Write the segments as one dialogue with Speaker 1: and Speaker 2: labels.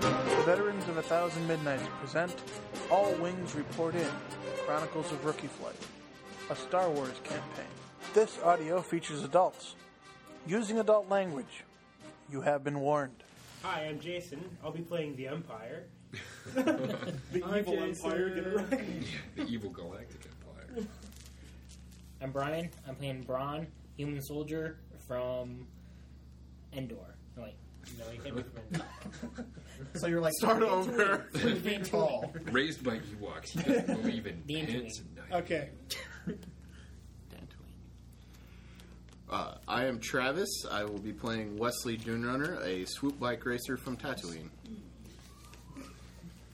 Speaker 1: The veterans of A Thousand Midnights present All Wings Report In Chronicles of Rookie Flight, a Star Wars campaign. This audio features adults using adult language. You have been warned.
Speaker 2: Hi, I'm Jason. I'll be playing the Empire. the
Speaker 3: Hi,
Speaker 2: evil
Speaker 3: Jason.
Speaker 2: Empire, get it right.
Speaker 4: the evil galactic empire.
Speaker 3: I'm Brian. I'm playing Braun, human soldier from Endor. No, wait. No, you can't be from Endor.
Speaker 5: So you're like start over. Three feet tall.
Speaker 4: Raised by Ewoks, he doesn't believe in
Speaker 3: The
Speaker 4: pants
Speaker 3: Intuit.
Speaker 4: and knives.
Speaker 5: Okay.
Speaker 6: Uh, I am Travis. I will be playing Wesley Dune Runner, a swoop bike racer from Tatooine.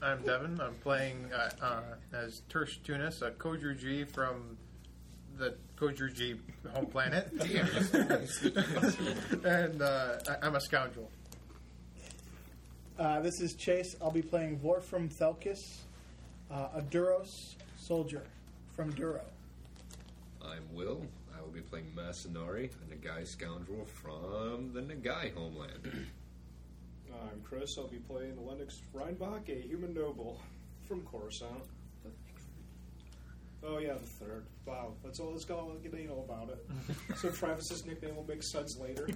Speaker 7: I'm Devin. I'm playing uh, uh, as Tersh Tunis, a Koju G from the Koju G home planet. and uh, I- I'm a scoundrel.
Speaker 5: Uh, this is Chase. I'll be playing Vor from Thelkis, uh, a Duros soldier from Duro.
Speaker 4: I'm Will. I will be playing Masanari, a Nagai scoundrel from the Nagai homeland.
Speaker 8: I'm Chris. I'll be playing Lennox Reinbach, a human noble from Coruscant. Oh yeah, the third. Wow, that's all. Let's go get anal about it. so Travis's nickname will make sense later.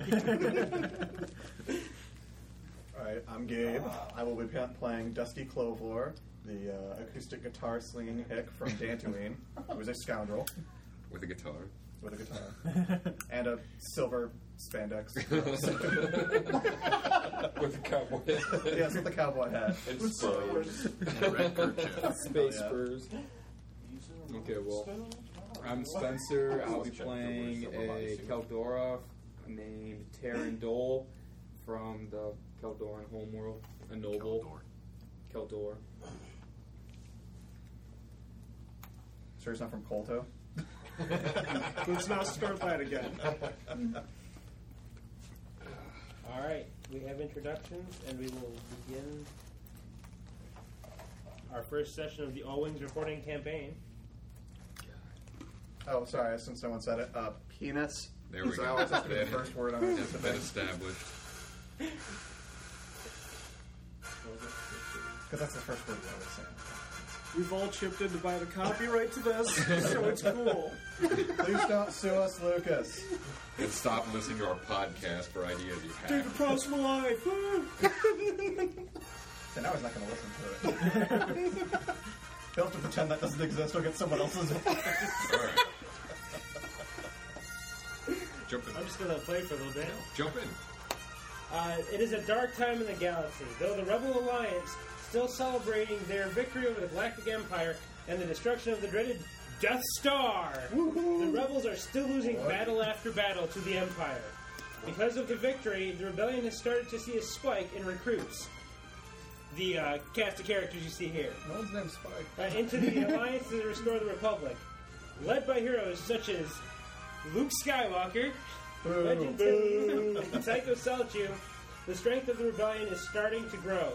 Speaker 9: Alright, I'm Gabe. I will be pa- playing Dusty Clovor, the uh, acoustic guitar slinging hick from Dantooine, who is a scoundrel
Speaker 4: With a guitar.
Speaker 9: with a guitar and a silver spandex.
Speaker 4: With a cowboy.
Speaker 9: yes, with a cowboy hat. Oh,
Speaker 4: And spurs.
Speaker 10: Space
Speaker 9: Yeah.
Speaker 10: Spurs. Okay, well, I'm Spencer. I'll be playing a Keldora named Taryn Dole from the Keldoran homeworld, a noble. Keldor.
Speaker 9: Sure, it's not from Colto.
Speaker 8: Let's not start that again.
Speaker 2: All right, we have introductions, and we will begin our first session of the All Wings reporting campaign.
Speaker 9: Oh, sorry, since someone said it. Uh, penis.
Speaker 4: There we
Speaker 9: so
Speaker 4: go.
Speaker 9: That was just the first word on
Speaker 4: That's been established.
Speaker 9: Because that's the first word I was saying.
Speaker 8: We've all chipped in to buy the copyright to this, so it's cool.
Speaker 9: Please don't sue us, Lucas.
Speaker 4: And stop listening to our podcast for ideas you
Speaker 8: David
Speaker 4: have.
Speaker 8: Cross my life. Woo!
Speaker 9: So now he's not going to listen to it. He'll have to pretend that doesn't exist or get someone else's.
Speaker 4: All right. Jump in.
Speaker 2: I'm just gonna play for a little bit.
Speaker 4: Jump in.
Speaker 2: Uh, it is a dark time in the galaxy, though the Rebel Alliance, still celebrating their victory over the Galactic Empire and the destruction of the dreaded Death Star, the Rebels are still losing battle after battle to the Empire. Because of the victory, the rebellion has started to see a spike in recruits. The uh, cast of characters you see here
Speaker 9: no one's named Spike.
Speaker 2: uh, into the Alliance to restore the Republic, led by heroes such as Luke Skywalker, Legend Tilly, and Psycho Selju. The strength of the rebellion is starting to grow.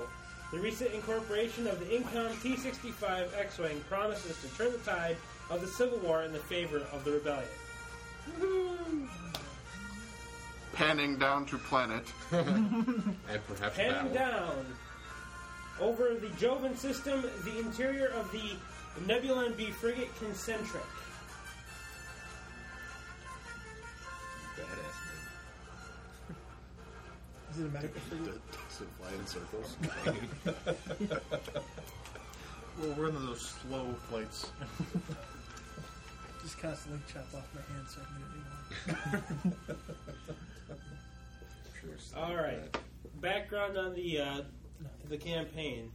Speaker 2: The recent incorporation of the Incom T65 X-wing promises to turn the tide of the Civil War in the favor of the rebellion.
Speaker 6: Panning down to planet.
Speaker 4: And perhaps
Speaker 2: Heading
Speaker 4: battle.
Speaker 2: down over the Jovan system, the interior of the Nebulon B frigate concentric.
Speaker 4: Badass
Speaker 5: Is it a medical frigate?
Speaker 6: Does it fly in circles?
Speaker 4: man.
Speaker 7: Well, we're in those slow flights.
Speaker 5: Just constantly chop off my hand so I can get a new one.
Speaker 4: Sure, something
Speaker 2: All
Speaker 4: like
Speaker 2: right.
Speaker 4: that.
Speaker 2: Background on the uh, the campaign.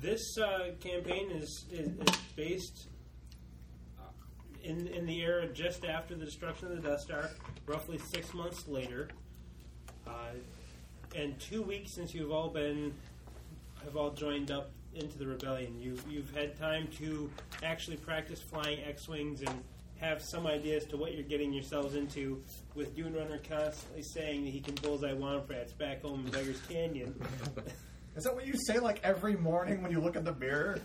Speaker 2: This uh, campaign is, is, is based uh, in in the era just after the destruction of the Death Star, roughly six months later, uh, and two weeks since you've all been have all joined up into the rebellion. You you've had time to actually practice flying X-wings and have some idea as to what you're getting yourselves into. With Dune Runner constantly saying that he can bullseye Womprats back home in Beggars Canyon.
Speaker 9: Is that what you say like every morning when you look in the mirror?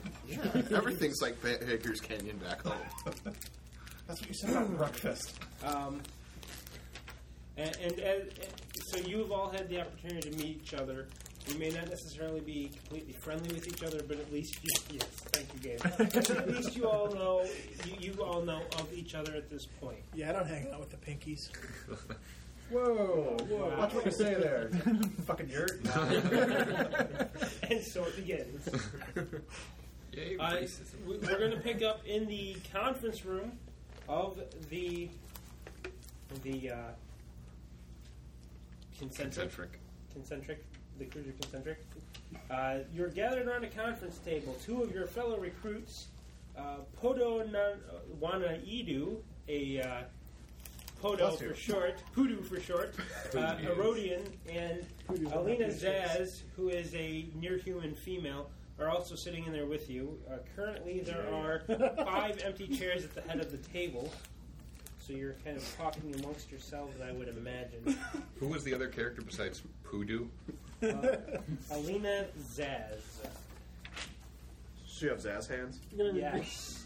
Speaker 6: Everything's like Ba- Baker's Canyon back home.
Speaker 9: That's what you
Speaker 7: said about breakfast.
Speaker 2: Um, and, and, and, and so you have all had the opportunity to meet each other. You may not necessarily be completely friendly with each other, but at least you, yes, thank you, Gabe. at least you all know you, you all know of each other at this point.
Speaker 9: Yeah, I don't hang out with the pinkies.
Speaker 7: Whoa, whoa,
Speaker 2: Wow.
Speaker 7: watch what you say there. Fucking yurt.
Speaker 2: and so it begins.
Speaker 4: Yay,
Speaker 2: Uh,
Speaker 4: racism.
Speaker 2: we- we're going to pick up in the conference room of the the uh, concentric
Speaker 4: Concentric.
Speaker 2: concentric, the cruiser concentric. Uh, you're gathered around a conference table. Two of your fellow recruits, uh, Podo Nan- Wanaidu, a uh, Podo
Speaker 7: Bless you.
Speaker 2: for short, Hoodoo for short, uh,
Speaker 4: Hoodoo.
Speaker 2: Erodian, and
Speaker 9: Hoodoo.
Speaker 2: Alina Zaz, who is a near human female, are also sitting in there with you. Uh, currently, there are five empty chairs at the head of the table. So you're kind of talking amongst yourselves, I would imagine.
Speaker 4: Who was the other character besides Poodoo?
Speaker 2: Alina Zaz.
Speaker 7: She have Zaz hands.
Speaker 2: Yes.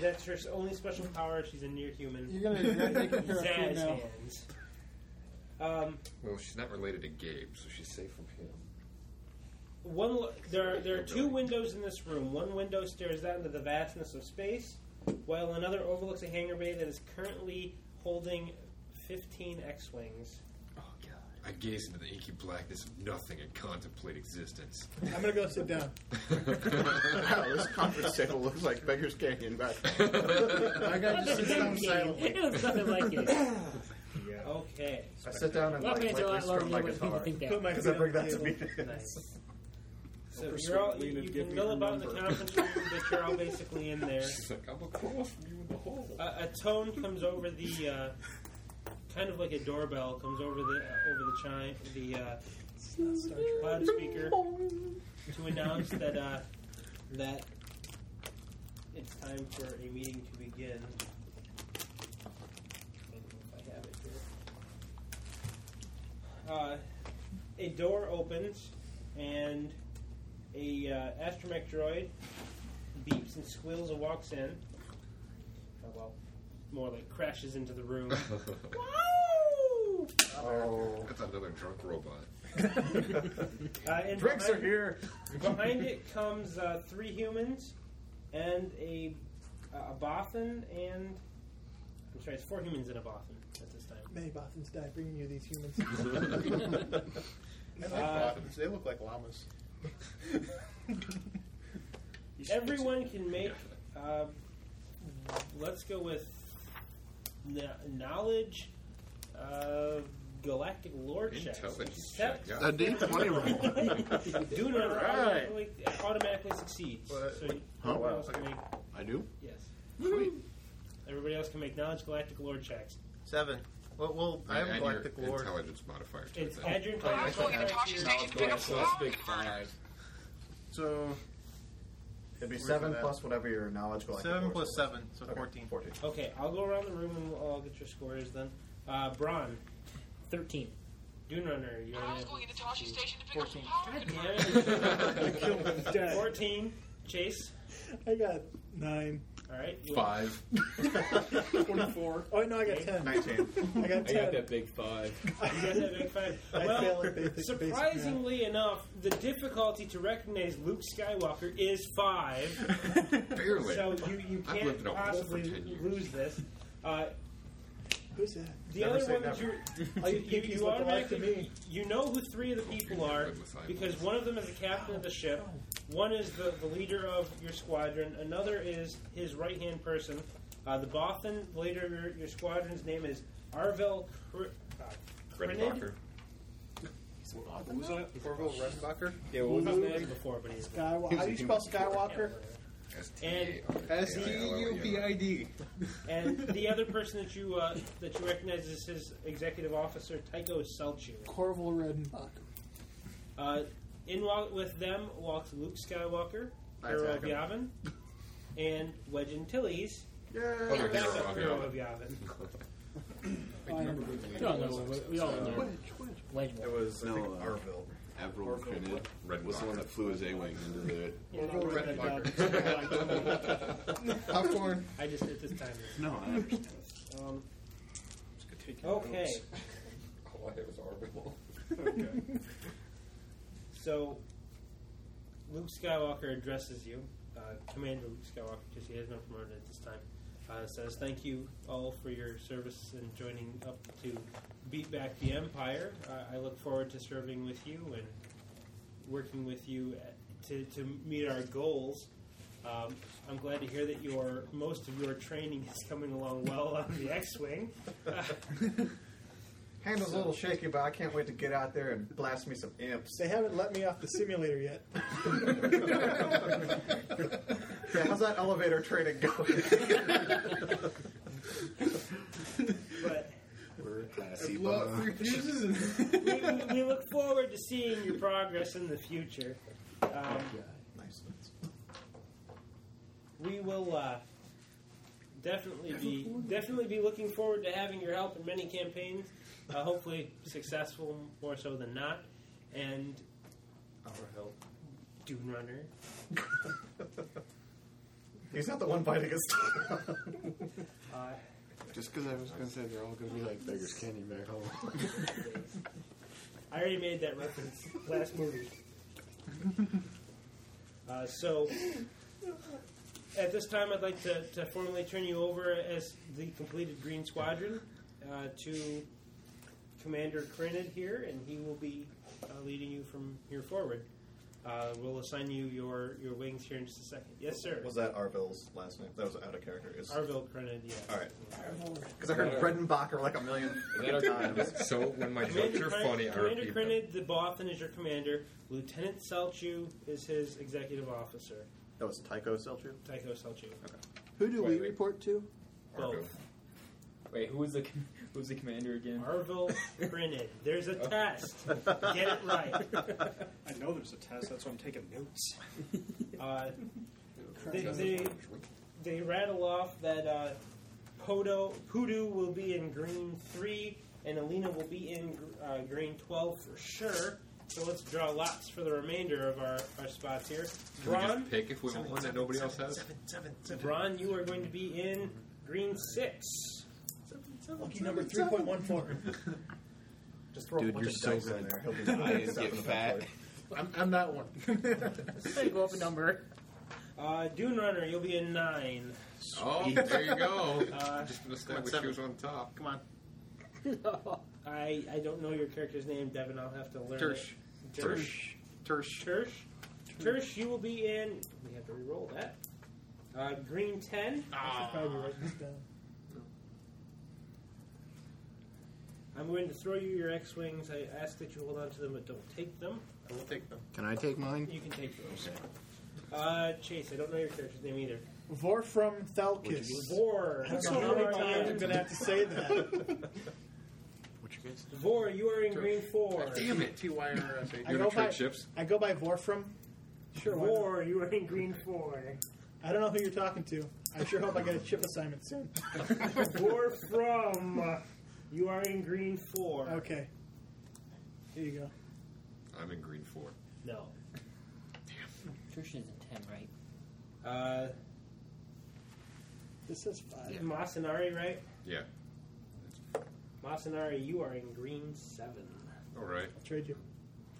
Speaker 2: That's her s- only special power. She's a near human.
Speaker 11: You're gonna you're making her a
Speaker 2: Zaz
Speaker 11: female.
Speaker 2: hands. Um,
Speaker 4: Well, she's not related to Gabe, so she's safe from him.
Speaker 2: one l- there are, there are two windows in this room. One window stares out into the vastness of space, while another overlooks a hangar bay that is currently holding 15 X-wings.
Speaker 4: I gaze into the inky blackness of nothing and contemplate existence.
Speaker 9: I'm gonna go sit down.
Speaker 6: wow, this conference table looks like Beggar's Canyon back
Speaker 7: I got just sit down silently.
Speaker 3: it looks nothing like it.
Speaker 2: Okay.
Speaker 7: I sit down and
Speaker 3: Love
Speaker 7: like,
Speaker 3: me a
Speaker 7: lightly
Speaker 3: lot longer
Speaker 7: strum my
Speaker 3: than people
Speaker 7: guitar.
Speaker 3: think
Speaker 9: Put
Speaker 3: that.
Speaker 9: my
Speaker 7: Because I
Speaker 9: feet
Speaker 7: bring
Speaker 9: on
Speaker 7: that to
Speaker 9: the table.
Speaker 7: meetings.
Speaker 2: Nice. So
Speaker 8: Persuade
Speaker 2: you're all,
Speaker 8: Lena
Speaker 2: you,
Speaker 8: to
Speaker 2: you
Speaker 8: give
Speaker 2: can
Speaker 8: me
Speaker 2: mill
Speaker 8: her
Speaker 2: about in the
Speaker 8: number.
Speaker 2: conference room that you're all basically in there.
Speaker 4: She's like, I'm across from you in the hole.
Speaker 2: a, a tone comes over the uh, kind of like a doorbell comes over the uh, over the chime the uh, loudspeaker to announce that uh, that it's time for a meeting to begin. I don't know if I have it here. Uh, a door opens and a uh, astromech droid beeps and squeals and walks in. Oh, well, more like crashes into the room. Uh, Woo!
Speaker 7: Oh.
Speaker 4: That's another drunk robot.
Speaker 2: Uh, and
Speaker 7: Drinks are
Speaker 2: behind,
Speaker 7: here.
Speaker 2: behind it comes uh, three humans and a a Bothan and I'm sorry, it's four humans and a Bothan at this time.
Speaker 9: May Bothans die bringing you these humans.
Speaker 7: I like
Speaker 2: Uh,
Speaker 7: bothans. They look like llamas.
Speaker 2: Everyone can make. Uh, let's go with kn- knowledge, uh, galactic lore checks.
Speaker 4: Intelligence check.
Speaker 2: Except
Speaker 4: Yeah.
Speaker 6: A D20 roll.
Speaker 2: Do not
Speaker 7: All right.
Speaker 2: automatically, automatically succeeds.
Speaker 7: But-
Speaker 2: so you-
Speaker 6: Huh?
Speaker 2: everyone else can
Speaker 7: Okay.
Speaker 2: make,
Speaker 6: I do?
Speaker 2: yes.
Speaker 6: Sweet.
Speaker 2: Everybody else can make knowledge galactic lore checks.
Speaker 11: Seven. Well, well I
Speaker 4: Add
Speaker 11: have
Speaker 4: your
Speaker 11: galactic lore.
Speaker 4: Intelligence modifier to
Speaker 2: It's
Speaker 4: it. then.
Speaker 2: add your intelligence modifier to your-
Speaker 11: So
Speaker 7: It'd be
Speaker 11: Where's
Speaker 7: seven
Speaker 11: that?
Speaker 7: plus whatever your knowledge galactic
Speaker 11: seven
Speaker 7: lore
Speaker 11: plus
Speaker 7: is.
Speaker 11: seven, so
Speaker 7: Okay,
Speaker 11: fourteen.
Speaker 7: 14.
Speaker 2: Okay, I'll go around the room and we'll all get your scores then. Uh, Braun,
Speaker 3: Thirteen.
Speaker 2: Dune Runner, you're
Speaker 12: I was going into Toshi Station to pick up some
Speaker 11: 14.
Speaker 12: power.
Speaker 9: Dead.
Speaker 2: 14. Chase.
Speaker 9: I got nine.
Speaker 2: All right. you-
Speaker 4: Five.
Speaker 8: Twenty-four.
Speaker 9: Oh no, I got ten.
Speaker 7: Nineteen.
Speaker 9: I got
Speaker 10: I
Speaker 9: ten.
Speaker 10: got that big five.
Speaker 2: You got that big five.
Speaker 9: I
Speaker 2: well,
Speaker 9: fail at basic- basic math.
Speaker 2: surprisingly enough, the difficulty to recognize Luke Skywalker is five.
Speaker 4: Barely.
Speaker 2: So you, you
Speaker 4: I've lived
Speaker 2: can't
Speaker 4: in a hole for
Speaker 2: possibly
Speaker 4: 10 years.
Speaker 2: lose this. Uh,
Speaker 9: Who's that?
Speaker 2: the
Speaker 7: Never
Speaker 2: other
Speaker 7: say
Speaker 2: one that
Speaker 7: never.
Speaker 2: you, you, you,
Speaker 9: Pinkies
Speaker 2: you
Speaker 9: look alike to
Speaker 2: automatically
Speaker 9: me.
Speaker 2: you know who three of the people are because one of them is the captain of the ship, one is the, the leader of your squadron, another is his right hand person. Uh, the Bothan the leader of your, your squadron's name is Arvel Kr- uh, Krenid.
Speaker 4: Redbacher.
Speaker 8: What was that?
Speaker 11: Orville Redenbacher?
Speaker 10: Yeah, what was his
Speaker 9: Ooh.
Speaker 10: name?
Speaker 2: before, but he's
Speaker 9: Skywalker. How do you spell Skywalker?
Speaker 10: S E U B I D.
Speaker 2: And the other person that you uh, that you recognize is his executive officer Tycho Selchu.
Speaker 9: Corval Redenbach.
Speaker 2: Uh, in wa- with them walks Luke Skywalker,
Speaker 7: I
Speaker 2: Hero of
Speaker 7: attack
Speaker 2: Yavin, and Wedge Antilles,
Speaker 4: Other hero
Speaker 2: backup
Speaker 4: of
Speaker 2: Hero
Speaker 4: Yavin.
Speaker 2: of Yavin.
Speaker 3: We all know. We all know.
Speaker 9: Which, which?
Speaker 3: Wedgwood.
Speaker 7: was
Speaker 6: No, uh,
Speaker 7: Arville.
Speaker 6: Avril Crinid
Speaker 4: Red
Speaker 6: was the one
Speaker 4: Rocker.
Speaker 6: that flew his A-wing into the
Speaker 2: Orville Red
Speaker 6: Rocker.
Speaker 2: Popcorn. I just did this time.
Speaker 6: No, I understand.
Speaker 2: Um,
Speaker 10: Okay.
Speaker 2: okay.
Speaker 10: All I had was Orbital.
Speaker 2: So, Luke Skywalker addresses you, uh, Commander Luke Skywalker, because he has been promoted at this time. Uh, says, "Thank you all for your service and joining up to beat back the Empire. Uh, I look forward to serving with you and working with you at, to to meet our goals." Um, I'm glad to hear that your most of your training is coming along well on the X-wing.
Speaker 7: Handle's a little shaky, but I can't wait to get out there and blast me some imps.
Speaker 9: They haven't let me off the simulator yet.
Speaker 7: Yeah, how's that elevator training going?
Speaker 2: but
Speaker 6: We're classy
Speaker 2: we, we look forward to seeing your progress in the future. Um,
Speaker 7: Nice.
Speaker 2: we will uh, definitely be definitely be looking forward to having your help in many campaigns. Uh, hopefully, successful more so than not. And our help, Dune Runner.
Speaker 7: He's not the one biting his tongue.
Speaker 2: Uh,
Speaker 6: Just because I was going to say they're all going to be like beggars candy back home.
Speaker 2: I already made that reference last movie. Uh, so, at this time, I'd like to, to formally turn you over as the completed Green Squadron uh, to Commander Crinid here, and he will be uh, leading you from here forward. Uh, we'll assign you your, your wings here in just a second. Yes, sir.
Speaker 7: Was that Arville's last name? That was out of character. Is
Speaker 2: Arville Crinid, yeah.
Speaker 7: All right. Because I heard Bredenbacher like a million
Speaker 4: That
Speaker 7: times.
Speaker 4: are- so when my jokes
Speaker 2: Commander
Speaker 4: are
Speaker 2: Crin-
Speaker 4: funny, I
Speaker 2: Commander
Speaker 4: repeat them.
Speaker 2: Crinid, the Bothan, is your commander. Lieutenant Selchu is his executive officer.
Speaker 7: That was Tycho Selchu.
Speaker 2: Tycho Selchu.
Speaker 9: Who do
Speaker 10: Wait, wait.
Speaker 9: we report to?
Speaker 2: Both.
Speaker 10: Wait, who was the com- who was the commander again?
Speaker 2: Marvel printed. There's
Speaker 4: Oh.
Speaker 2: a test. Get it right.
Speaker 8: I know there's a test. That's why I'm taking notes.
Speaker 2: Uh, they, they, they rattle off that uh, Podo, Poodoo will be in green 3, and Alina will be in gr- uh, green 12 for sure. So let's draw lots for the remainder of our, our spots here.
Speaker 4: Can we
Speaker 2: Braun,
Speaker 4: just pick if we want one that nobody else has?
Speaker 2: Braun, you are going to be in green 6.
Speaker 9: Lucky number 3.14.
Speaker 7: Just throw a
Speaker 6: Dude,
Speaker 7: bunch
Speaker 6: you're
Speaker 7: of
Speaker 6: so
Speaker 7: dice in
Speaker 6: good.
Speaker 7: there. He'll be
Speaker 6: I is getting fat.
Speaker 9: I'm, I'm that one.
Speaker 3: go up a number.
Speaker 2: Uh, Dune Runner, you'll be in 9.
Speaker 4: Oh, there you go.
Speaker 2: Uh,
Speaker 4: Just mistake when she was on top.
Speaker 7: Come on.
Speaker 2: I, I don't know your character's name, Devin. I'll have to learn.
Speaker 7: Tersh.
Speaker 2: It. Tersh.
Speaker 7: Tersh.
Speaker 2: Tersh. Tersh, you will be in. We have to re-roll that. Uh, green 10.
Speaker 9: I should probably write this down.
Speaker 2: I'm going to throw you your X Wings. I ask that you hold on to them, but don't take them.
Speaker 7: I will take them.
Speaker 6: Can I take mine?
Speaker 2: You can take those. Uh, Chase, I don't know your character's name either.
Speaker 9: Vorfram Thalkis.
Speaker 2: Vor.
Speaker 9: I don't
Speaker 2: you
Speaker 9: know how
Speaker 2: are
Speaker 9: many times I'm
Speaker 2: in-
Speaker 9: going to have to say that.
Speaker 6: What you guys?
Speaker 2: Vor, you are in green 4.
Speaker 4: Damn it.
Speaker 7: T Y R S
Speaker 9: I
Speaker 7: H.
Speaker 4: You're
Speaker 9: go
Speaker 4: going to
Speaker 9: by,
Speaker 4: trade chips?
Speaker 9: I go by Vorfram. Sure. why not?
Speaker 2: Vor, you are in green 4.
Speaker 9: I don't know who you're talking to. I sure hope I get a chip assignment soon.
Speaker 2: Vor from. You are in green 4.
Speaker 9: Okay. Here you go.
Speaker 4: I'm in green four.
Speaker 2: No.
Speaker 3: Trish is in 10, right?
Speaker 2: Uh,
Speaker 9: This is five.
Speaker 2: Masanari, right?
Speaker 4: Yeah.
Speaker 2: Masanari, you are in green seven.
Speaker 4: All right.
Speaker 9: I'll trade you.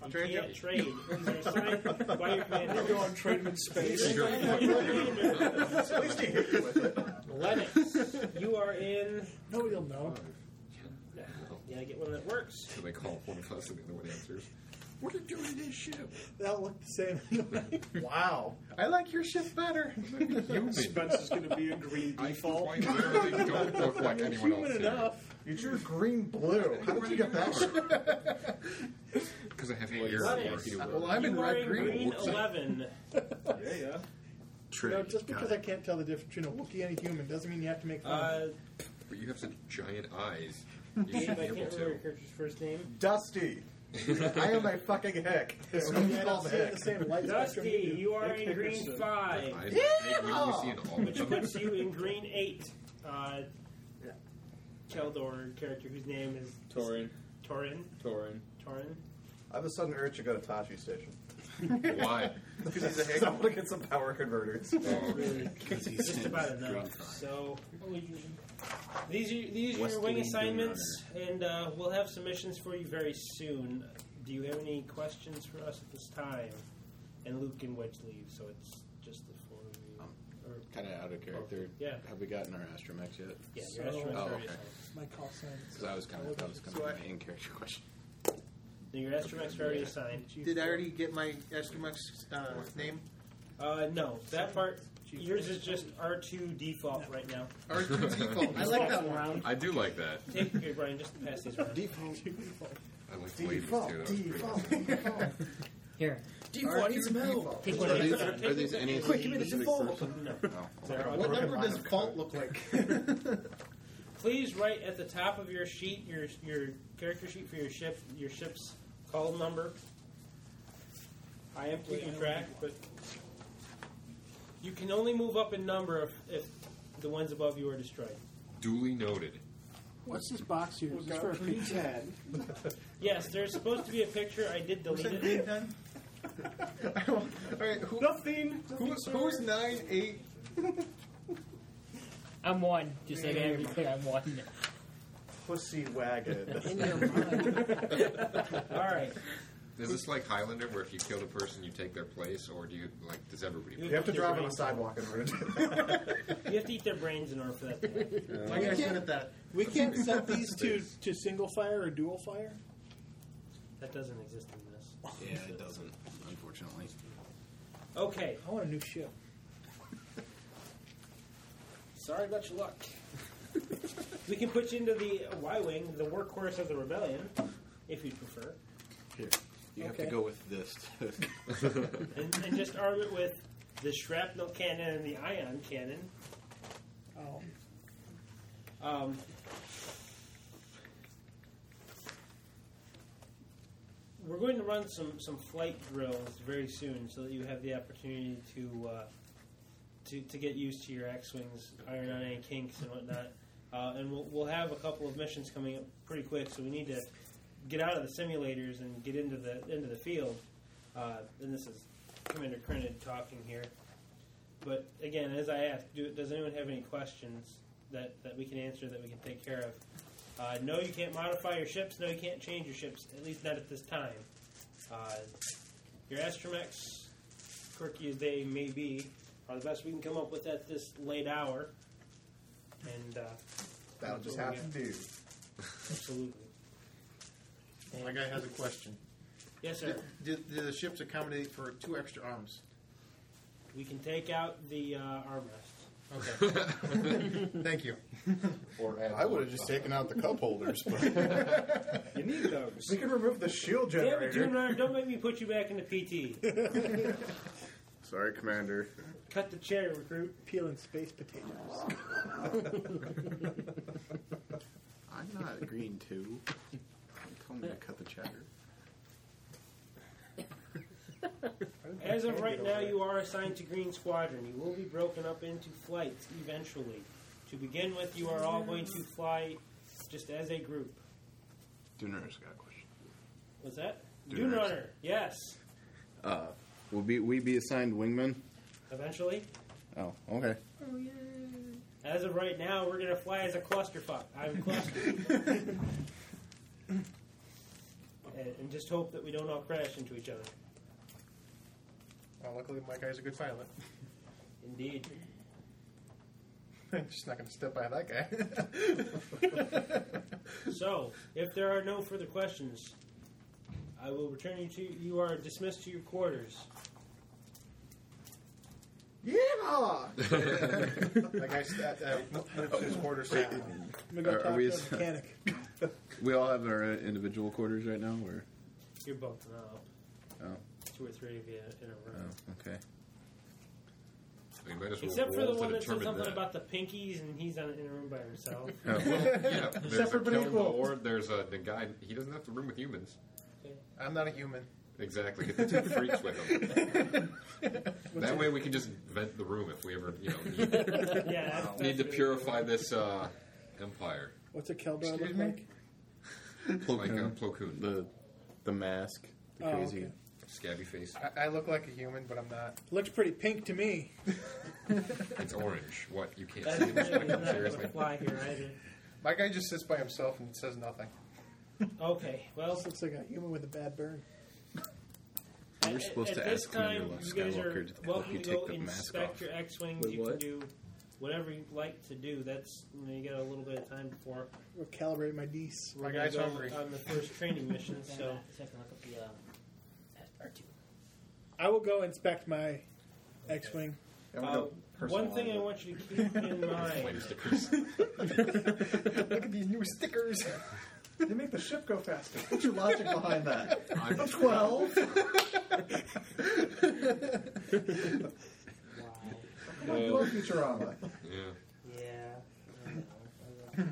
Speaker 2: You
Speaker 7: trade
Speaker 2: can't
Speaker 7: you.
Speaker 2: trade. These are assigned by your commander.
Speaker 8: We're going trading in space.
Speaker 4: You're
Speaker 7: At least he hit you with it.
Speaker 2: Lennox, you are in.
Speaker 9: Nobody'll know.
Speaker 2: Yeah, get one that works.
Speaker 4: So they call one of us and the other one answers. What are you doing in this ship?
Speaker 9: That'll look the same anyway.
Speaker 7: Wow. I like your ship better.
Speaker 4: Human.
Speaker 8: Spence is going to be in green
Speaker 4: I
Speaker 8: default.
Speaker 4: quite literally don't look like anyone
Speaker 9: Human
Speaker 4: else.
Speaker 9: enough.
Speaker 7: You drew green blue. How did you get that?
Speaker 4: Because I have hair.
Speaker 2: Lennox,
Speaker 7: Well, I'm
Speaker 2: you
Speaker 7: in
Speaker 2: are
Speaker 7: red
Speaker 2: in
Speaker 7: green.
Speaker 2: green
Speaker 4: Whoops.
Speaker 2: eleven.
Speaker 8: Yeah, yeah.
Speaker 9: You
Speaker 6: Trade.
Speaker 9: know, just because I
Speaker 6: Got
Speaker 9: can't tell the difference between a Wookiee and a human doesn't mean you have to make fun. of
Speaker 2: Uh,
Speaker 9: it.
Speaker 4: But you have such giant eyes. You
Speaker 2: Dave, I
Speaker 4: should
Speaker 2: can't
Speaker 4: be able
Speaker 2: remember your
Speaker 4: to.
Speaker 2: character's first name.
Speaker 7: Dusty. I am a fucking hick. That's what
Speaker 9: I
Speaker 7: you
Speaker 9: don't
Speaker 7: call
Speaker 9: see it in
Speaker 7: hick.
Speaker 9: the same light spectrum you
Speaker 2: Dusty,
Speaker 9: do.
Speaker 2: you are
Speaker 8: Dick
Speaker 2: in green
Speaker 8: Hickerson.
Speaker 2: five,
Speaker 4: Eyes yeah! when you see an all
Speaker 2: which puts you in green eight. Uh, Keldor character whose name is
Speaker 10: Torin.
Speaker 2: Torin.
Speaker 10: Torin.
Speaker 2: Torin.
Speaker 7: I have a sudden urge to go to Tashi Station.
Speaker 4: Why?
Speaker 7: Because he's a hick. I want to get some power converters.
Speaker 2: just about enough. So these are these are
Speaker 7: What's
Speaker 2: your
Speaker 7: the
Speaker 2: wing
Speaker 7: wing
Speaker 2: assignments, and uh, we'll have submissions for you very soon. Do you have any questions for us at this time? And Luke and Wedge leave, so it's just the four of you.
Speaker 6: Um,
Speaker 2: Or-
Speaker 6: Kind of out of character.
Speaker 2: Yeah.
Speaker 6: Have we gotten our astromechs yet?
Speaker 2: Yeah, your So- astromechs
Speaker 6: Oh,
Speaker 2: are
Speaker 6: okay.
Speaker 9: My call sign.
Speaker 6: Because I was kind of that was kind
Speaker 2: So
Speaker 6: of
Speaker 2: I-
Speaker 6: my in character question.
Speaker 2: no, your astromechs are already assigned.
Speaker 13: Did I already get my Estromex uh, name?
Speaker 2: Uh, no, that part. Yours is just R two default right now.
Speaker 13: R2 default. I like that one.
Speaker 4: I do like that.
Speaker 2: Take hey, Brian, just pass these around. Default.
Speaker 4: I like the way these two.
Speaker 3: Here.
Speaker 13: Default, it's a male.
Speaker 3: Take
Speaker 6: Are these, are these any?
Speaker 13: Quick, give me the default.
Speaker 2: No.
Speaker 13: What number does fault look like?
Speaker 2: Please write at the top of your sheet, your your character sheet for your ship, your ship's call number. I am keeping track, but you can only move up in number if, if the ones above you are destroyed.
Speaker 4: Duly noted.
Speaker 9: What's this box here? Is this for a pizza?
Speaker 2: Yes, there's supposed to be a picture. I did delete it.
Speaker 13: All right, who,
Speaker 2: Nothing.
Speaker 13: who, who's nine eight?
Speaker 3: I'm one. Just like every clear, I'm one.
Speaker 7: Pussy wagon.
Speaker 3: In your mind.
Speaker 2: All right.
Speaker 4: Is this like Highlander, where if you kill a person, you take their place, or do you like? Does everybody?
Speaker 2: You have to drive on a
Speaker 7: sidewalk in order to.
Speaker 2: You have to eat their brains in order for that. To happen.
Speaker 13: I got good at that.
Speaker 9: We can't set these two to single fire or dual fire.
Speaker 2: That doesn't exist in this.
Speaker 6: Yeah, it doesn't. Unfortunately.
Speaker 2: Okay.
Speaker 9: I want a new ship.
Speaker 2: Sorry about your luck. we can put you into the Y wing, the workhorse of the rebellion, if you prefer,
Speaker 6: Here. You have
Speaker 2: Okay.
Speaker 6: to go with this.
Speaker 2: and, and just arm it with the shrapnel cannon and the ion cannon.
Speaker 9: Oh.
Speaker 2: Um, we're going to run some, some flight drills very soon, so that you have the opportunity to uh, to, to get used to your X wings, iron on any kinks and whatnot. Uh, and we'll, we'll have a couple of missions coming up pretty quick, so we need to get out of the simulators and get into the into the field. Uh, and this is Commander Crennan talking here. But again, as I asked, do, does anyone have any questions that, that we can answer that we can take care of? Uh, no, you can't modify your ships. No, you can't change your ships, at least not at this time. Uh, your astromechs, quirky as they may be, are the best we can come up with at this late hour. And uh,
Speaker 7: That'll just
Speaker 2: that's what we
Speaker 7: have
Speaker 2: got.
Speaker 7: to do.
Speaker 2: Absolutely.
Speaker 13: My guy has a question.
Speaker 2: Yes, sir.
Speaker 13: Do, do the ships accommodate for two extra arms?
Speaker 2: We can take out the uh, armrest.
Speaker 13: Okay. Thank you.
Speaker 4: Or
Speaker 7: I would have just taken out the cup holders. But
Speaker 8: You need those.
Speaker 7: we could remove the shield
Speaker 2: Damn it,
Speaker 7: generator.
Speaker 2: Junior, don't make me put you back into PT.
Speaker 6: Sorry, Commander.
Speaker 2: Cut the chair, recruit.
Speaker 9: Peeling space potatoes.
Speaker 6: I'm not green too. Tell me to cut the chatter.
Speaker 2: As of right now, you are assigned to Green Squadron. You will be broken up into flights eventually. To begin with, you are all going to fly just as a group.
Speaker 6: Dooner's got a question.
Speaker 2: What's that? Dune
Speaker 6: Dune Runner.
Speaker 2: Runner. Yes.
Speaker 6: Uh, will be we be assigned wingman?
Speaker 2: Eventually.
Speaker 6: Oh, okay.
Speaker 2: Oh, yeah. As of right now, we're going to fly as a clusterfuck. I'm clustered. and, and just hope that we don't all crash into each other.
Speaker 13: Well, luckily my guy's a good pilot.
Speaker 2: Indeed.
Speaker 13: I'm just not going to step by that guy.
Speaker 2: So, if there are no further questions, I will return you to. You are dismissed to your quarters.
Speaker 13: like I stat, uh, moved his quarter staff.
Speaker 9: I'm gonna go
Speaker 6: Are- are
Speaker 9: talk
Speaker 6: we
Speaker 9: to
Speaker 6: as-
Speaker 9: the mechanic.
Speaker 6: We all have our uh, individual quarters right now. Or
Speaker 2: You're bumping up.
Speaker 6: oh,
Speaker 2: Two or three of you in a
Speaker 6: oh,
Speaker 2: room.
Speaker 6: okay.
Speaker 4: We might as well
Speaker 2: Except for
Speaker 4: roll
Speaker 2: the
Speaker 4: to
Speaker 2: one that said
Speaker 4: determine
Speaker 2: something
Speaker 4: that.
Speaker 2: about the pinkies, and he's on, in a room by himself.
Speaker 4: Uh, well,
Speaker 6: Oh,
Speaker 4: yeah, there's a
Speaker 13: Separate but
Speaker 4: kill
Speaker 13: equal.
Speaker 4: lord. There's a the guy. He doesn't have to room with humans.
Speaker 13: I'm not a human.
Speaker 4: Exactly. Get the two freaks with him. that way we can just vent the room if we ever you know need,
Speaker 2: yeah, that's, that's
Speaker 4: need to
Speaker 2: really-
Speaker 4: purify this uh, empire.
Speaker 9: What's a Keldar look
Speaker 13: me?
Speaker 9: like?
Speaker 6: um,
Speaker 4: Like uh, Plo Koon.
Speaker 6: The the mask.
Speaker 4: The
Speaker 9: Oh,
Speaker 4: crazy
Speaker 9: okay.
Speaker 4: scabby face.
Speaker 11: I, I look like a human, but I'm not.
Speaker 9: Looks pretty pink to me.
Speaker 4: It's orange. What? You can't
Speaker 11: That's
Speaker 4: see this
Speaker 11: really
Speaker 4: fucking
Speaker 11: not
Speaker 4: seriously.
Speaker 11: gonna fly here either. My guy just sits by himself and says nothing.
Speaker 2: Okay, well,
Speaker 9: looks like a human with a bad burn.
Speaker 4: You're supposed
Speaker 2: At
Speaker 4: to
Speaker 2: this
Speaker 4: ask
Speaker 2: time,
Speaker 4: Commander Luff
Speaker 2: you guys are
Speaker 4: Skywalker to help
Speaker 2: welcome
Speaker 4: you
Speaker 2: to go
Speaker 4: take the mask
Speaker 2: inspect
Speaker 4: off.
Speaker 2: your X-wings.
Speaker 4: Wait,
Speaker 2: you
Speaker 4: what?
Speaker 2: can do whatever you'd like to do. That's you, know, you got a little bit of time before
Speaker 9: We'll calibrate my Ds.
Speaker 2: we're gonna go on the first training mission. So
Speaker 3: um,
Speaker 9: I will go inspect my X-wing.
Speaker 2: uh, one thing I want you to keep in mind.
Speaker 7: Look at these new stickers. They make the ship go faster. What's your logic behind that?
Speaker 4: I'm
Speaker 7: a 12.
Speaker 4: No.
Speaker 7: Come on, Futurama.
Speaker 4: Yeah.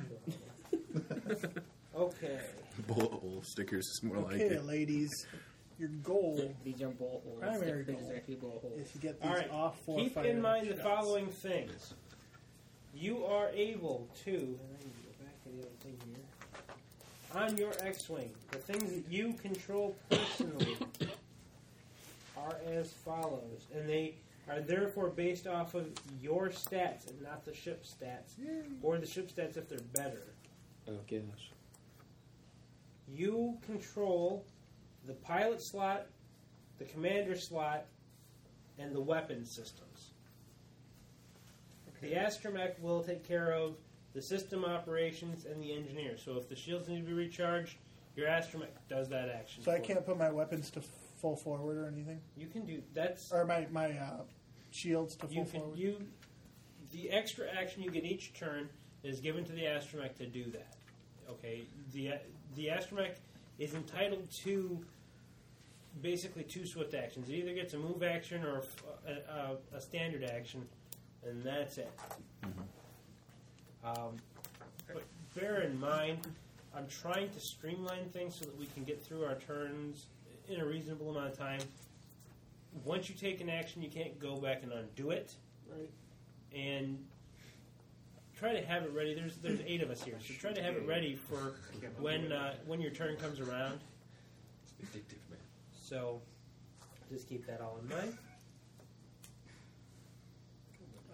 Speaker 2: Okay.
Speaker 6: Bullet hole stickers is more like
Speaker 9: Okay,
Speaker 6: it.
Speaker 9: ladies, your goal
Speaker 3: These are bullet holes.
Speaker 9: Primary
Speaker 3: These
Speaker 9: goal.
Speaker 3: are actually bullet holes.
Speaker 9: is to get these
Speaker 2: All right.
Speaker 9: off for
Speaker 2: Keep
Speaker 9: fire
Speaker 2: in mind the
Speaker 9: shots.
Speaker 2: following things. You are able to. and I need to go back to the other thing here. On your X-wing, the things that you control personally are as follows, and they are therefore based off of your stats and not the ship stats, or the ship stats if they're better.
Speaker 10: Oh gosh.
Speaker 2: You control the pilot slot, the commander slot, and the weapon systems. The astromech will take care of the system operations and the engineer. So if the shields need to be recharged, your astromech does that action.
Speaker 9: So I
Speaker 2: for
Speaker 9: can't put my weapons to full forward or anything,
Speaker 2: You You can do that's
Speaker 9: or my my uh, shields to full
Speaker 2: you can
Speaker 9: forward.
Speaker 2: you the extra action you get each turn is given to the astromech to do that. Okay, the the astromech is entitled to basically two swift actions. It either gets a move action or a, a, a standard action, and that's it. Um, but bear in mind, I'm trying to streamline things so that we can get through our turns in a reasonable amount of time. Once you take an action, you can't go back and undo it.
Speaker 8: Right.
Speaker 2: And try to have it ready. There's there's eight of us here, so try to have it ready for when uh, when your turn comes around.
Speaker 4: It's addictive, man.
Speaker 2: So just keep that all in mind.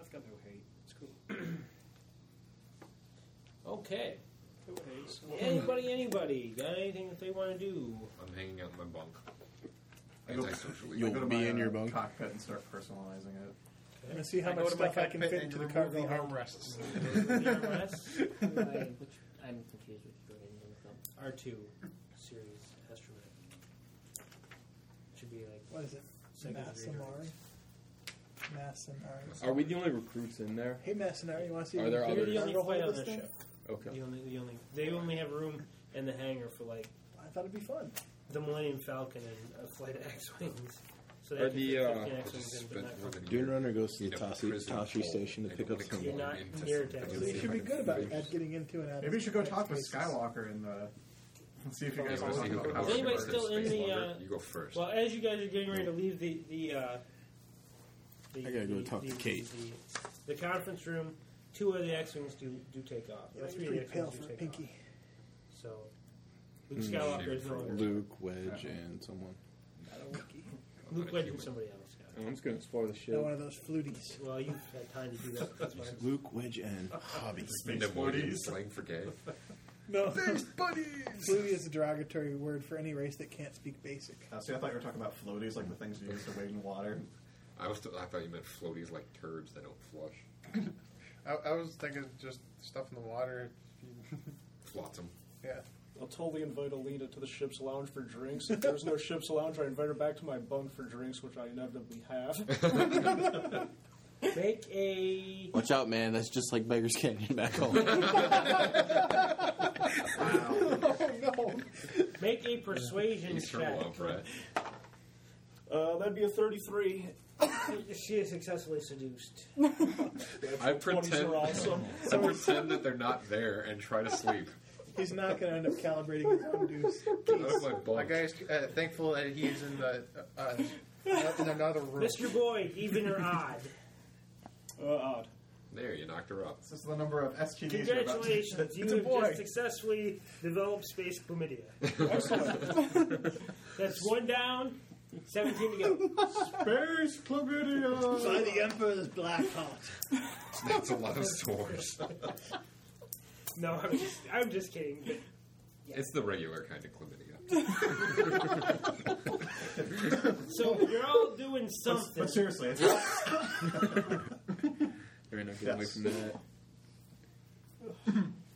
Speaker 8: I've got no hate. It's cool.
Speaker 2: Okay.
Speaker 8: No hates.
Speaker 2: Anybody, anybody, got anything that they want to do?
Speaker 4: I'm hanging out in my bunk.
Speaker 7: I go-
Speaker 4: Antisocially.
Speaker 7: I go to my, uh,
Speaker 6: bunk.
Speaker 7: cockpit and start personalizing it.
Speaker 9: I'm gonna see how
Speaker 11: I go
Speaker 9: much
Speaker 11: to my
Speaker 9: stuff I can
Speaker 11: cockpit
Speaker 9: fit
Speaker 11: and
Speaker 9: into the
Speaker 11: remove
Speaker 9: cargo
Speaker 11: the
Speaker 9: hold.
Speaker 11: armrests.
Speaker 3: Why, which, I'm confused with your name from
Speaker 2: R two series astromech should be like
Speaker 9: What is it?
Speaker 2: second
Speaker 9: Massamari. Massamari.
Speaker 10: Are we the only recruits in there?
Speaker 9: Hey, Massamari, you want to see?
Speaker 10: Are
Speaker 9: if
Speaker 10: there
Speaker 9: you can
Speaker 10: other-
Speaker 2: They're the
Speaker 9: cargo
Speaker 2: only
Speaker 9: hold
Speaker 2: flight on
Speaker 9: this
Speaker 2: this
Speaker 9: thing?
Speaker 2: ship.
Speaker 10: Okay.
Speaker 2: The only, the only, they only have room in the hangar for like
Speaker 9: I thought it'd be fun.
Speaker 2: the Millennium Falcon and a flight of X wings. So they
Speaker 10: Are
Speaker 2: can
Speaker 10: the,
Speaker 2: fit
Speaker 10: uh,
Speaker 2: 15
Speaker 4: I just
Speaker 2: X-wings in, but
Speaker 4: spent
Speaker 2: not
Speaker 4: more than a
Speaker 14: Dune
Speaker 4: year
Speaker 14: Runner goes to
Speaker 4: in
Speaker 14: the
Speaker 4: a
Speaker 14: Tashi,
Speaker 4: prison
Speaker 14: Tashi
Speaker 4: hole.
Speaker 14: station to
Speaker 4: I
Speaker 14: pick
Speaker 4: don't
Speaker 14: up
Speaker 4: wanna
Speaker 14: some
Speaker 4: come
Speaker 2: You're not
Speaker 4: into
Speaker 2: near
Speaker 4: some-
Speaker 2: Texas.
Speaker 4: I don't
Speaker 9: You should be
Speaker 4: think
Speaker 9: good
Speaker 4: I
Speaker 9: about
Speaker 4: can-
Speaker 9: at getting into and out.
Speaker 7: Maybe
Speaker 9: of
Speaker 7: we should go talk
Speaker 9: spaces.
Speaker 7: with Skywalker and uh, see if you
Speaker 4: Yeah,
Speaker 7: guys
Speaker 4: we'll
Speaker 7: want
Speaker 4: see
Speaker 7: to talk
Speaker 4: who
Speaker 7: about
Speaker 2: Is
Speaker 4: goes
Speaker 2: anybody
Speaker 4: first.
Speaker 2: still in the,
Speaker 4: Spacewalker,
Speaker 2: uh,
Speaker 4: You go first.
Speaker 2: Well, as you guys are getting ready to leave the the, uh, the
Speaker 14: I gotta go
Speaker 2: the-
Speaker 14: talk to
Speaker 2: the-
Speaker 14: Kate.
Speaker 2: The, the conference room. Two of the X wings do do take off.
Speaker 9: Yeah, that's
Speaker 2: Three of
Speaker 9: pretty
Speaker 2: the
Speaker 9: pale
Speaker 2: X-wings do
Speaker 9: for a
Speaker 2: take
Speaker 9: pinky.
Speaker 2: off. So Luke Skywalker is no longer.
Speaker 14: Hmm. Luke, Wedge, and someone.
Speaker 2: Luke Wedge and somebody else. got
Speaker 10: I'm just gonna explore the ship.
Speaker 9: Not one of those fluties.
Speaker 2: it. Well, you've had time to do that. That's why.
Speaker 14: Luke, Wedge, and Hobby.
Speaker 4: Spend a morning slang for gay.
Speaker 9: No,
Speaker 7: buddies.
Speaker 9: flutie is a derogatory word for any race that can't speak basic.
Speaker 7: Uh, see, I thought you were talking about floaties, like the things you use to wade in water.
Speaker 4: I was. I thought you meant floaties like turds that don't flush.
Speaker 11: I, I was thinking just stuff in the water.
Speaker 4: Flotsam.
Speaker 11: yeah.
Speaker 8: I'll totally invite Alina to the ship's lounge for drinks. If there's no ship's lounge, I invite her back to my bunk for drinks, which I inevitably have.
Speaker 2: Make a
Speaker 14: Watch out, man. That's just like Beggar's Canyon back home.
Speaker 2: make a persuasion
Speaker 4: He's from
Speaker 2: check.
Speaker 4: love, right?
Speaker 8: Uh, that'd be a 33.
Speaker 2: She is successfully seduced.
Speaker 4: I
Speaker 8: Twenties
Speaker 4: pretend.
Speaker 8: are awesome.
Speaker 4: I pretend that they're not there and try to sleep.
Speaker 9: He's not going to end up calibrating his own deuce.
Speaker 4: Get out of my
Speaker 11: My
Speaker 4: bunk.
Speaker 11: guy is uh, thankful that he's in the uh, in another room.
Speaker 2: Mr. Boyd, even or odd?
Speaker 8: Uh, odd.
Speaker 4: There, you knocked her up.
Speaker 7: This is the number of STDs. you're about to-
Speaker 2: Congratulations, you
Speaker 7: It's a
Speaker 2: have
Speaker 7: boy.
Speaker 2: just successfully developed space chlamydia. That's one down, 17 to go. Space chlamydia!
Speaker 15: By the Emperor's black heart.
Speaker 4: That's a lot of stores.
Speaker 2: No, I'm just, I'm just kidding. But
Speaker 4: It's the regular kind of chlamydia.
Speaker 2: So you're all doing something.
Speaker 7: But seriously, it's
Speaker 14: We're not getting away
Speaker 7: Yes.
Speaker 14: from that.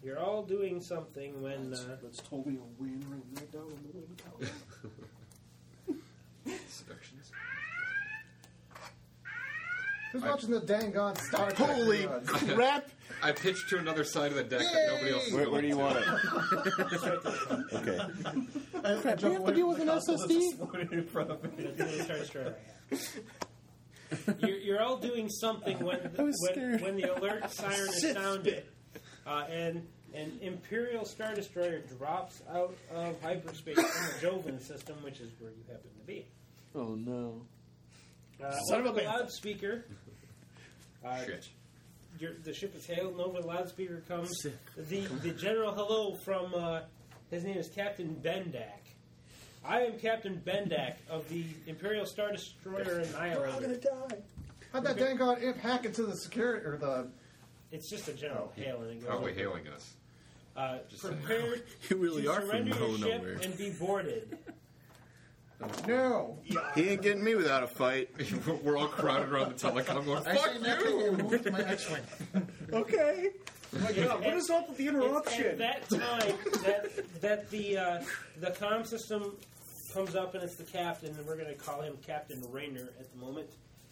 Speaker 2: You're all doing something when.
Speaker 8: That's-
Speaker 2: uh,
Speaker 8: that's totally a win right there down on the win column.
Speaker 4: Seductions.
Speaker 13: Who's watching the dang on Star Trek?
Speaker 4: Holy
Speaker 13: reruns?
Speaker 4: I pitched to another side of the deck that nobody else. is
Speaker 14: Where- where
Speaker 4: going
Speaker 14: do you
Speaker 4: to.
Speaker 14: want it? Okay. Crap, do we have to deal with an SSD?
Speaker 2: you're, you're all doing something when the, when, when the alert siren is sounded, uh, and an Imperial Star Destroyer drops out of hyperspace from the Jovan system, which is where you happen to be.
Speaker 14: Oh no.
Speaker 2: Uh,
Speaker 14: Son of a
Speaker 2: over the
Speaker 14: bitch.
Speaker 2: loudspeaker. Uh,
Speaker 4: Shit.
Speaker 2: Your, the ship is hailed, and over the loudspeaker comes the, the general hello from uh, his name is Captain Bendak. I am Captain Bendak of the Imperial Star Destroyer
Speaker 13: We're all gonna
Speaker 2: Annihilator.
Speaker 13: die. How'd that dang on imp hack into the security or the?
Speaker 2: It's just a general
Speaker 14: Oh,
Speaker 2: hail, and it goes
Speaker 4: Probably
Speaker 2: over.
Speaker 4: hailing us.
Speaker 2: Uh, prepare
Speaker 14: You really
Speaker 2: to
Speaker 14: are from
Speaker 2: surrender your
Speaker 14: no
Speaker 2: ship
Speaker 14: nowhere.
Speaker 2: and be boarded.
Speaker 13: No.
Speaker 6: He ain't getting me without a fight.
Speaker 4: We're all crowded around the telecom going,
Speaker 13: Actually, in that case, I removed my X-wing.
Speaker 8: okay. My God, what is up with the
Speaker 2: It's
Speaker 8: interruption?
Speaker 7: uh,
Speaker 2: at that time that that the uh, the comm system comes up and it's the captain, and we're going to call him Captain Rayner at the moment.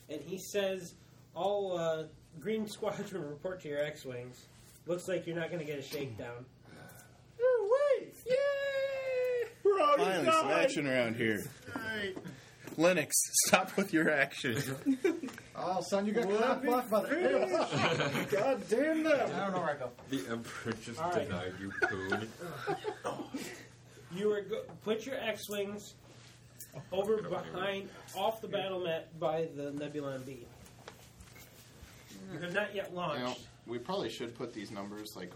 Speaker 2: And he says, "All uh, Green Squadron report to your X-wings. Looks like you're not going to get a shakedown."
Speaker 8: No way! Yay! We're all
Speaker 14: Finally, some action around here. Lennox, stop with your action.
Speaker 13: Oh, son, you got caught blocked by the tail.
Speaker 8: God damn that!
Speaker 13: I don't know where I go.
Speaker 4: The Emperor just
Speaker 2: All right.
Speaker 4: denied you food.
Speaker 2: You are go- put your X-wings over behind, off the battle mat by the Nebulon B. You have not yet
Speaker 6: You know,
Speaker 2: launched.
Speaker 6: we probably should put these numbers like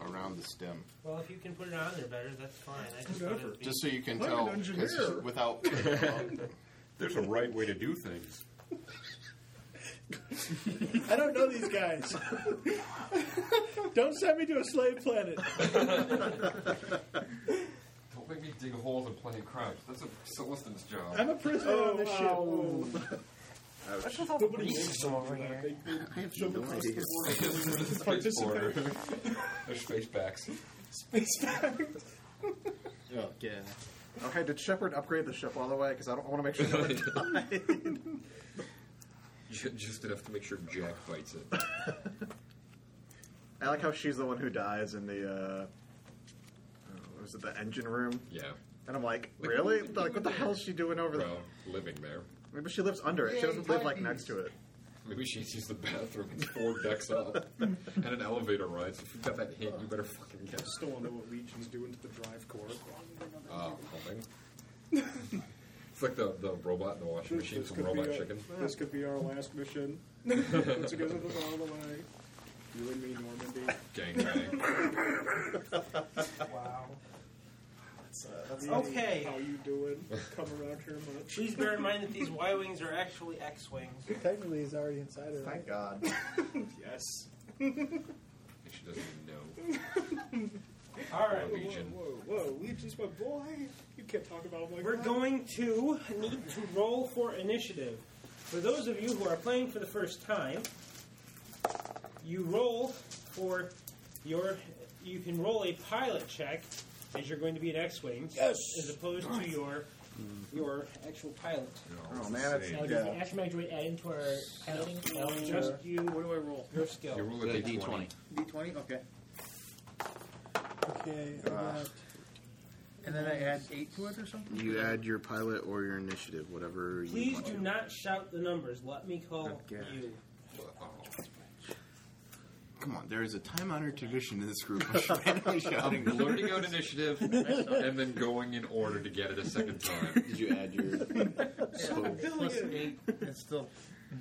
Speaker 6: around the stem,
Speaker 2: Well, if you can put it on there better, that's fine. I just
Speaker 8: Good
Speaker 2: wanted
Speaker 8: effort.
Speaker 2: to be-
Speaker 6: just so you can
Speaker 8: I'm an
Speaker 6: tell.
Speaker 8: engineer.
Speaker 6: 'cause without
Speaker 4: There's a right way to do things.
Speaker 8: I don't know these guys. don't send me to a slave planet.
Speaker 4: Don't make me dig holes and plant crimes. That's a Celestin's job.
Speaker 8: I'm a prisoner on
Speaker 7: Oh,
Speaker 8: this ship.
Speaker 6: I have no idea.
Speaker 4: space border. There's space backs.
Speaker 7: Oh, yeah. Okay, did Shepard upgrade the ship all the way? Because I don't want to make sure that it died.
Speaker 4: Ju- Just enough to make sure Jack bites it.
Speaker 7: I like how she's the one who dies in the, uh, uh, was it the engine room?
Speaker 4: Yeah.
Speaker 7: And I'm like,
Speaker 4: Like,
Speaker 7: really?
Speaker 4: what-
Speaker 7: Like, what the hell is she doing over there?
Speaker 4: Bro, living there.
Speaker 7: Maybe she lives under it. She doesn't live, like, next to it.
Speaker 4: Maybe she's used the bathroom it's four decks up and an elevator ride. So if you've got that hint, you better fucking get
Speaker 8: Still don't know what Legion's doing to the drive core.
Speaker 4: uh, humming. It's like the, the robot in the washing
Speaker 8: This,
Speaker 4: machine
Speaker 8: this
Speaker 4: from
Speaker 8: could be
Speaker 4: Robot
Speaker 8: our,
Speaker 4: Chicken.
Speaker 8: this could be our last mission. Once it goes up all the way. You and me, Normandy.
Speaker 4: Gang bang.
Speaker 2: Wow.
Speaker 8: That's, uh, that's
Speaker 2: Okay.
Speaker 8: How you doing? Come around here much.
Speaker 2: Please bear in mind that these Y wings are actually X wings.
Speaker 9: Technically, he's already inside of
Speaker 7: Thank
Speaker 9: it.
Speaker 7: God.
Speaker 8: Yes.
Speaker 4: She doesn't even know.
Speaker 2: All
Speaker 4: Or
Speaker 2: right,
Speaker 4: Legion.
Speaker 8: Whoa, whoa, Legion's my boy. You can't talk about him like
Speaker 2: we're
Speaker 8: that.
Speaker 2: going to need to roll for initiative. For those of you who are playing for the first time, you roll for your. You can roll a pilot check as you're going to be an X-wing, yes. as opposed to your your actual pilot.
Speaker 7: Oh, man, it's-
Speaker 3: Now, does the action mag droid add into our piloting?
Speaker 2: No, just you. What do I roll? Your skill.
Speaker 4: You roll a
Speaker 14: The
Speaker 4: d20.
Speaker 14: D20.
Speaker 13: D20. Okay.
Speaker 9: Okay, I got
Speaker 13: And then I add eight to it or something.
Speaker 6: You add your pilot or your initiative, whatever you
Speaker 2: Please
Speaker 6: want.
Speaker 2: do not shout the numbers. Let me call you.
Speaker 4: Oh.
Speaker 6: Come on, there is a time-honored tradition in this group of randomly shouting.
Speaker 4: Blurting out initiative and then going in order to get it a second time.
Speaker 14: Did you add your?
Speaker 13: Plus eight. It's still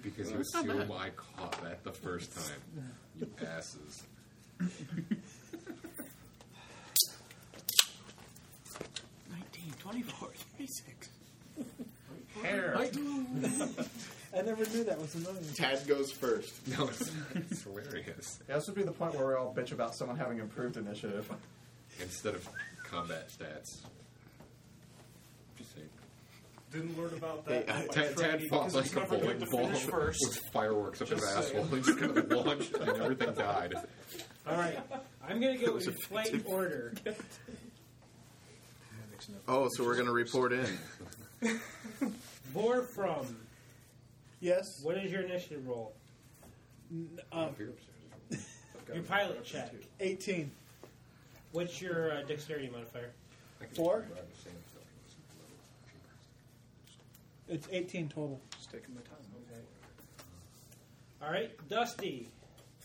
Speaker 4: Because you
Speaker 6: That's not
Speaker 4: assume
Speaker 6: bad.
Speaker 4: I caught that the first time. You asses.
Speaker 14: Nineteen, twenty-four, thirty-six.
Speaker 6: Hair.
Speaker 14: I never knew that was another.
Speaker 6: Tad goes first.
Speaker 4: No, it's, it's hilarious.
Speaker 7: Yeah, this would be the point where we all bitch about someone having improved initiative.
Speaker 4: Instead of combat stats. Just saying.
Speaker 8: Didn't learn about
Speaker 4: Hey,
Speaker 8: that.
Speaker 4: uh,
Speaker 8: in my
Speaker 4: Tad, Tad
Speaker 8: training
Speaker 4: fought
Speaker 8: because
Speaker 4: like
Speaker 8: it's
Speaker 4: a
Speaker 8: never good
Speaker 4: bowling
Speaker 8: to
Speaker 4: ball
Speaker 8: finish first.
Speaker 4: with fireworks up his
Speaker 8: Just
Speaker 4: asshole.
Speaker 8: saying.
Speaker 4: He just kind of launched and everything died.
Speaker 2: All right, I'm gonna go
Speaker 6: was
Speaker 2: in flight order.
Speaker 6: Oh, so we're going to report in.
Speaker 2: Vor from.
Speaker 9: Yes.
Speaker 2: What is your initiative roll?
Speaker 9: N- um,
Speaker 2: Your pilot check.
Speaker 9: 18.
Speaker 2: What's your uh, dexterity modifier?
Speaker 9: Four? It's 18 total. Just taking my time. Okay.
Speaker 2: All right, Dusty,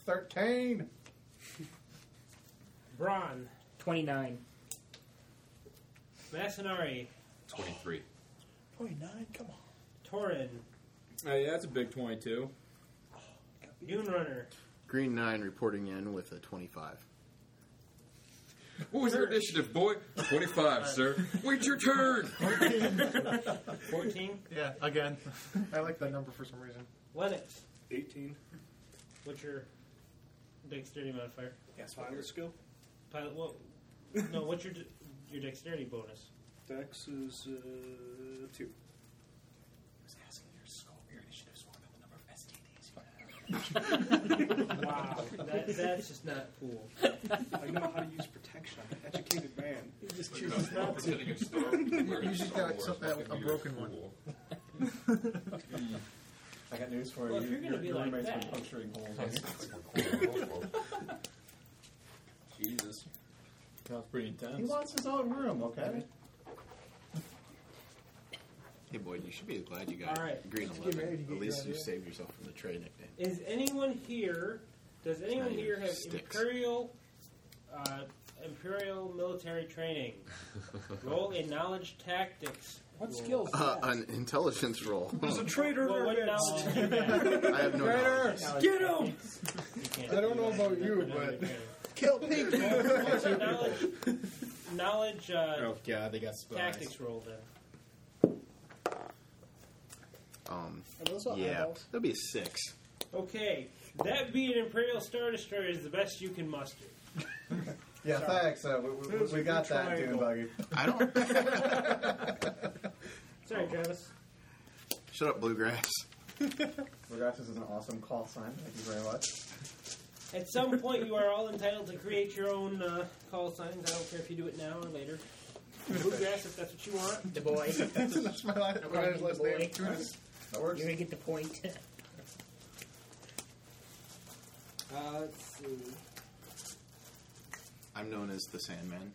Speaker 11: 13.
Speaker 2: Braun,
Speaker 3: 29.
Speaker 2: Masanari,
Speaker 4: 23.
Speaker 9: Point nine. Come on.
Speaker 2: Torin,
Speaker 10: Uh, yeah, that's a big 22.
Speaker 2: Dune Runner.
Speaker 6: Green 9 reporting in with a 25.
Speaker 4: What was your initiative, boy? 25, sir. Wait your turn!
Speaker 2: 14.
Speaker 11: Yeah, again. I like that number for some reason.
Speaker 2: Lennox,
Speaker 8: 18.
Speaker 2: what's your dexterity modifier?
Speaker 8: Yes, pilot skill.
Speaker 2: Pilot, what? No, what's your de- your dexterity bonus?
Speaker 8: Dex is uh, 2.
Speaker 14: was asking your score, your initiatives more than the number of STDs.
Speaker 2: Wow, that, that's just not cool.
Speaker 8: I know how to use protection. I'm an educated man.
Speaker 9: He just
Speaker 4: chooses not to.
Speaker 11: You just got accept that a broken one.
Speaker 7: I got news for
Speaker 2: Well,
Speaker 7: you.
Speaker 2: if you're gonna
Speaker 7: Your-
Speaker 2: be
Speaker 7: your
Speaker 2: like
Speaker 7: roommate's
Speaker 2: that-
Speaker 7: been puncturing holes.
Speaker 10: Jesus. That was pretty intense.
Speaker 7: he wants his own room, okay?
Speaker 6: Hey, Boyd, you should be glad you got
Speaker 2: All right.
Speaker 6: green
Speaker 2: Let's get
Speaker 6: 11.
Speaker 2: ready to get
Speaker 6: At least
Speaker 2: your
Speaker 6: you
Speaker 2: idea.
Speaker 6: saved yourself from the trade nickname.
Speaker 2: Is anyone here? Does anyone
Speaker 6: not
Speaker 2: here
Speaker 6: even
Speaker 2: have
Speaker 6: sticks.
Speaker 2: imperial uh, imperial military training? Roll a knowledge tactics.
Speaker 9: What
Speaker 2: roll.
Speaker 9: skills?
Speaker 6: Uh, an intelligence roll. Hmm,
Speaker 8: There's a traitor
Speaker 2: Well, what
Speaker 8: in our midst.
Speaker 2: knowledge do you have?
Speaker 6: I have no
Speaker 8: Traitor!
Speaker 6: knowledge.
Speaker 8: Get him!
Speaker 2: You can't
Speaker 11: I don't
Speaker 2: do
Speaker 11: know
Speaker 2: that.
Speaker 11: about you,
Speaker 2: Knowledge
Speaker 11: but-
Speaker 2: training.
Speaker 9: Kill Pink.
Speaker 2: What's your knowledge knowledge uh,
Speaker 10: Oh, God, they got spies.
Speaker 2: tactics roll then.
Speaker 6: Um,
Speaker 9: Are those all
Speaker 6: yeah,
Speaker 9: eyeballs?
Speaker 6: that'd be a 6.
Speaker 2: Okay, that being Imperial Star Destroyer is the best you can muster.
Speaker 7: Yeah, thanks. Uh, we, we,
Speaker 8: There's
Speaker 7: we
Speaker 8: a
Speaker 7: got
Speaker 8: good
Speaker 7: that,
Speaker 8: triangle.
Speaker 7: dude. Buggy.
Speaker 6: I don't.
Speaker 2: Sorry, Travis.
Speaker 6: Shut up, Bluegrass.
Speaker 7: Regaxis is an awesome call sign. Thank you very much.
Speaker 2: At some point, you are all entitled to create your own uh, call signs. I don't care if you do it now or later. Bluegrass, if that's what you want.
Speaker 3: The boy.
Speaker 11: That's my last, my
Speaker 3: Right,
Speaker 11: last
Speaker 3: boy.
Speaker 11: name. Tunis.
Speaker 7: That works.
Speaker 3: You're gonna get the point.
Speaker 10: Uh, let's see.
Speaker 6: I'm known as the Sandman.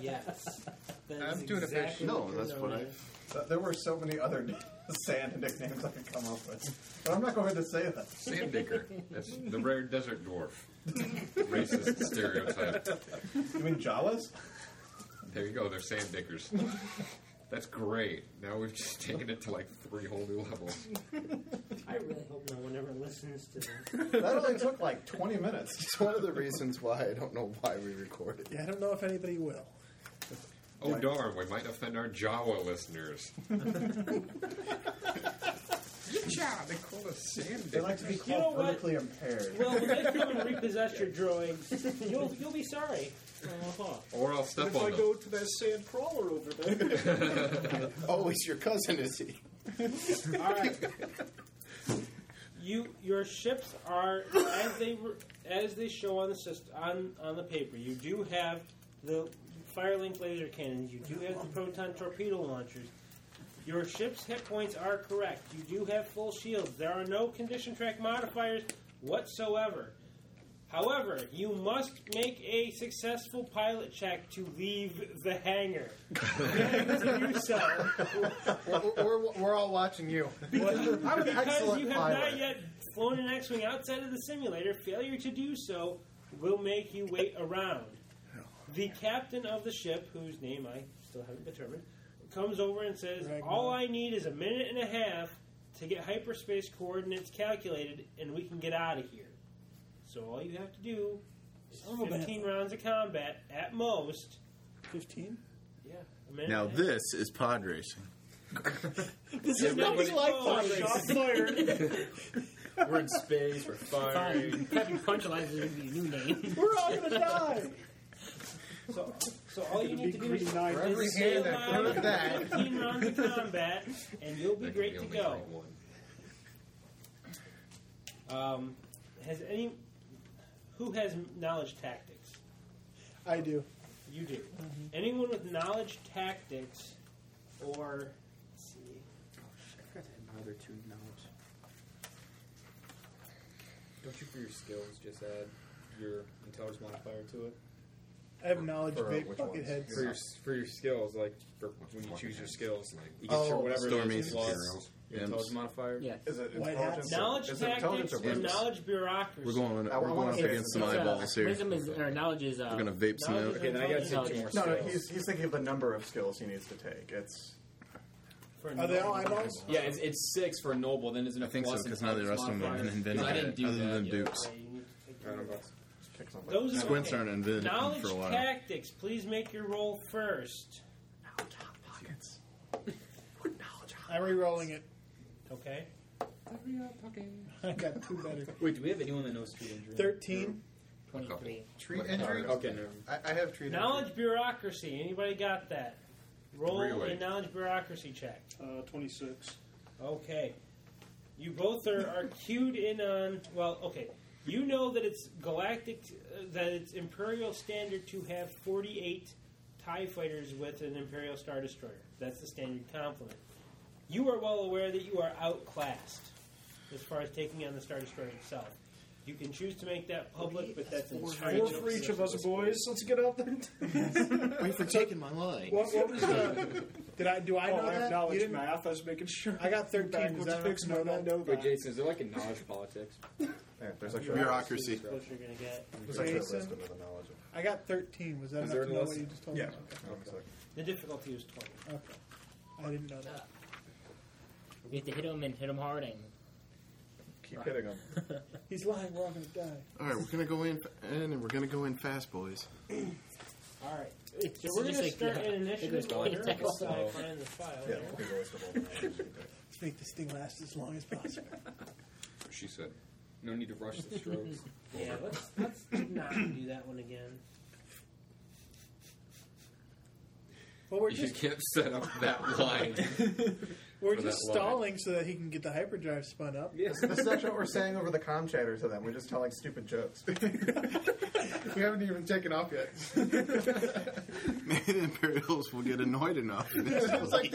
Speaker 3: yes.
Speaker 11: I'm doing a fish.
Speaker 6: No, that's what I.
Speaker 7: Th- uh, There were so many other sand nicknames I could come up with. But I'm not going to say that.
Speaker 4: Sand digger. That's the rare desert dwarf. Racist stereotype.
Speaker 7: You mean Jawas?
Speaker 4: There you go, they're sand diggers. That's great. Now we've just taken it to like three whole new levels.
Speaker 2: I really hope no one ever listens to this.
Speaker 7: That only took like 20 minutes.
Speaker 6: It's one of the reasons why I don't know why we recorded.
Speaker 9: Yeah, I don't know if anybody will.
Speaker 4: Oh darn, we might offend our Jawa listeners. yeah, they call us sand
Speaker 7: They like
Speaker 4: diggers.
Speaker 7: to be
Speaker 2: You know
Speaker 7: called
Speaker 2: what?
Speaker 7: vertically impaired.
Speaker 2: Well, when they come and repossess your droids, you'll, you'll be sorry. Uh-huh.
Speaker 4: Or I'll step
Speaker 8: If
Speaker 4: on
Speaker 8: I
Speaker 4: them.
Speaker 8: go to that sand crawler over there,
Speaker 6: Oh, he's your cousin, is he?
Speaker 2: All right. You your ships are as they were as they show on the system on on the paper. You do have the firelink laser cannons. You do have the proton torpedo launchers. Your ship's hit points are correct. You do have full shields. There are no condition track modifiers whatsoever. However, you must make a successful pilot check to leave the hangar. To do so,
Speaker 11: we're, we're, we're all watching you. I'm an
Speaker 2: Because you
Speaker 11: excellent
Speaker 2: have not
Speaker 11: pilot.
Speaker 2: yet flown an X-wing outside of the simulator, failure to do so will make you wait around. The captain of the ship, whose name I still haven't determined, comes over and says,
Speaker 9: Ragnar.
Speaker 2: "All I need is a minute and a half to to get hyperspace coordinates calculated, and we can get out of here. So all you have to do is
Speaker 1: Son of a
Speaker 2: 15 rounds of combat at most.
Speaker 1: 15?
Speaker 2: Yeah. a minute
Speaker 6: Now
Speaker 2: and a half.
Speaker 6: this is pod racing.
Speaker 2: This is not
Speaker 6: Everybody-
Speaker 2: like pod racing.
Speaker 6: Shots fired.
Speaker 10: We're in space. We're
Speaker 3: Fine. Happy Punchlines is going to be a new name.
Speaker 9: We're all gonna die.
Speaker 2: So, so all you
Speaker 9: It'll
Speaker 2: need
Speaker 9: be
Speaker 2: to do is
Speaker 9: green eyes. For every
Speaker 2: is
Speaker 9: hand
Speaker 2: sit
Speaker 9: that
Speaker 2: around
Speaker 9: throws that.
Speaker 2: 15 rounds of combat, and you'll be
Speaker 4: That could
Speaker 2: great
Speaker 4: be
Speaker 2: to
Speaker 4: only
Speaker 2: go.
Speaker 4: for one.
Speaker 2: Um, has any who has knowledge tactics?
Speaker 9: I do.
Speaker 2: You do.
Speaker 9: Mm-hmm.
Speaker 2: Anyone with knowledge tactics, or let's see,
Speaker 10: Either two knowledge. Don't you for your skills just add your intelligence modifier to it?
Speaker 9: I have knowledge
Speaker 10: For, uh,
Speaker 9: big
Speaker 10: which
Speaker 9: bucket
Speaker 10: ones?
Speaker 9: heads.
Speaker 10: For your, for your skills, like for when you choose your skills, like you get
Speaker 6: Oh,
Speaker 10: your whatever it is,
Speaker 6: Stormies,
Speaker 10: plus
Speaker 6: Heroes,
Speaker 10: your
Speaker 6: Imps.
Speaker 10: intelligence modifier.
Speaker 3: Yeah.
Speaker 7: Is it
Speaker 9: White
Speaker 7: intelligence?
Speaker 9: hats.
Speaker 2: knowledge
Speaker 7: is it intelligence
Speaker 2: tactics,
Speaker 7: or
Speaker 2: or
Speaker 7: wisdom?
Speaker 2: knowledge bureaucracy.
Speaker 6: We're going.
Speaker 7: I
Speaker 6: We're
Speaker 7: wanna
Speaker 6: going up
Speaker 7: say
Speaker 6: against some
Speaker 7: it's, uh,
Speaker 6: eyeballs here.
Speaker 3: Wisdom is, or knowledge is. Uh,
Speaker 6: We're gonna vape some
Speaker 3: knowledge
Speaker 6: out.
Speaker 3: is
Speaker 10: Okay, then I gotta take two more
Speaker 3: intelligence.
Speaker 7: No, no,
Speaker 10: skills.
Speaker 7: he's, he's thinking of the number of skills he needs to take. It's
Speaker 2: For
Speaker 9: Are they all
Speaker 2: knowledge.
Speaker 9: eyeballs?
Speaker 10: Yeah, it's, it's six for noble. Then isn't
Speaker 6: I think so,
Speaker 10: plus
Speaker 6: 'cause now the rest of them are
Speaker 10: intelligence modifier.
Speaker 6: invented,
Speaker 10: I didn't do
Speaker 6: other
Speaker 10: that
Speaker 6: than
Speaker 10: yet.
Speaker 6: dupes.
Speaker 2: Yeah, you need to take
Speaker 10: I
Speaker 2: your-
Speaker 10: don't know.
Speaker 7: kicks on
Speaker 2: Those
Speaker 6: Squints
Speaker 2: okay.
Speaker 6: aren't invented
Speaker 2: Knowledge
Speaker 6: for a while.
Speaker 2: tactics. Please make your roll first.
Speaker 7: pockets.
Speaker 9: I'm re-rolling it.
Speaker 2: Okay.
Speaker 9: I got two better.
Speaker 10: Wait, do we have anyone that knows tree injury?
Speaker 9: Thirteen.
Speaker 3: 23.
Speaker 13: Tree injury?
Speaker 10: Okay, no.
Speaker 13: I, I have tree injury.
Speaker 2: Knowledge bureaucracy. Anybody got that? Roll
Speaker 4: Really?
Speaker 2: a knowledge bureaucracy check.
Speaker 8: Uh, 26.
Speaker 2: Okay. You both are, are cued in on. Well, okay. You know that it's galactic, uh, that it's imperial standard to have 48 TIE fighters with an imperial star destroyer. That's the standard complement. You are well aware that you are outclassed as far as taking on the star destroyer itself. You can choose to make that public, but that's entirely
Speaker 8: Four for each of us boys. Let's get out there.
Speaker 6: Wait for taking my line.
Speaker 9: What, what was the? Did I do I
Speaker 8: oh,
Speaker 9: know
Speaker 8: I have
Speaker 9: that? You
Speaker 8: knowledge
Speaker 9: didn't.
Speaker 8: math. I was making sure.
Speaker 9: I got thirteen.
Speaker 8: Backwards
Speaker 9: Was that
Speaker 8: fix, but I
Speaker 9: know
Speaker 8: know
Speaker 10: Wait,
Speaker 8: that.
Speaker 10: Jason, is there like a knowledge politics?
Speaker 7: Yeah, there's actually,
Speaker 6: Bureaucracy.
Speaker 2: That's what you're going to get.
Speaker 7: there's actually a list
Speaker 9: Jason?
Speaker 7: of the knowledge of. oh,
Speaker 9: I got thirteen. Was that
Speaker 10: Is
Speaker 9: enough
Speaker 10: there
Speaker 9: to
Speaker 10: a
Speaker 9: know what
Speaker 10: lesson?
Speaker 9: you just told
Speaker 7: Yeah.
Speaker 9: me?
Speaker 7: Okay.
Speaker 2: The difficulty was 20.
Speaker 9: Okay. okay. I didn't know that.
Speaker 3: You have to hit him and hit him hard and
Speaker 7: Keep hitting him.
Speaker 9: He's lying. We're all gonna die.
Speaker 6: All right, we're gonna go in, and we're gonna go in fast, boys.
Speaker 2: All right.
Speaker 3: It's
Speaker 2: So we're
Speaker 3: just
Speaker 2: going to
Speaker 3: like,
Speaker 2: start
Speaker 3: yeah,
Speaker 2: an
Speaker 3: it
Speaker 2: initiative
Speaker 3: goes
Speaker 2: order.
Speaker 3: down.
Speaker 2: Once I find the file.
Speaker 7: Yeah, we'll take a list of all the knowledge you can take.
Speaker 9: Let's make this thing last as long as possible.
Speaker 4: She said,
Speaker 10: No need to rush the strokes.
Speaker 2: Yeah, let's, let's not do that one again.
Speaker 9: Well, we're
Speaker 4: "You
Speaker 9: just
Speaker 4: can't set up that line."
Speaker 9: we're
Speaker 4: for
Speaker 9: just
Speaker 4: that line.
Speaker 9: stalling so that he can get the hyperdrive spun up.
Speaker 10: yes.
Speaker 7: This is actually what we're saying over the com chatter to them. We're just telling stupid jokes.
Speaker 13: We haven't even taken off yet.
Speaker 6: Maybe the Imperials will get annoyed enough.
Speaker 13: it's like,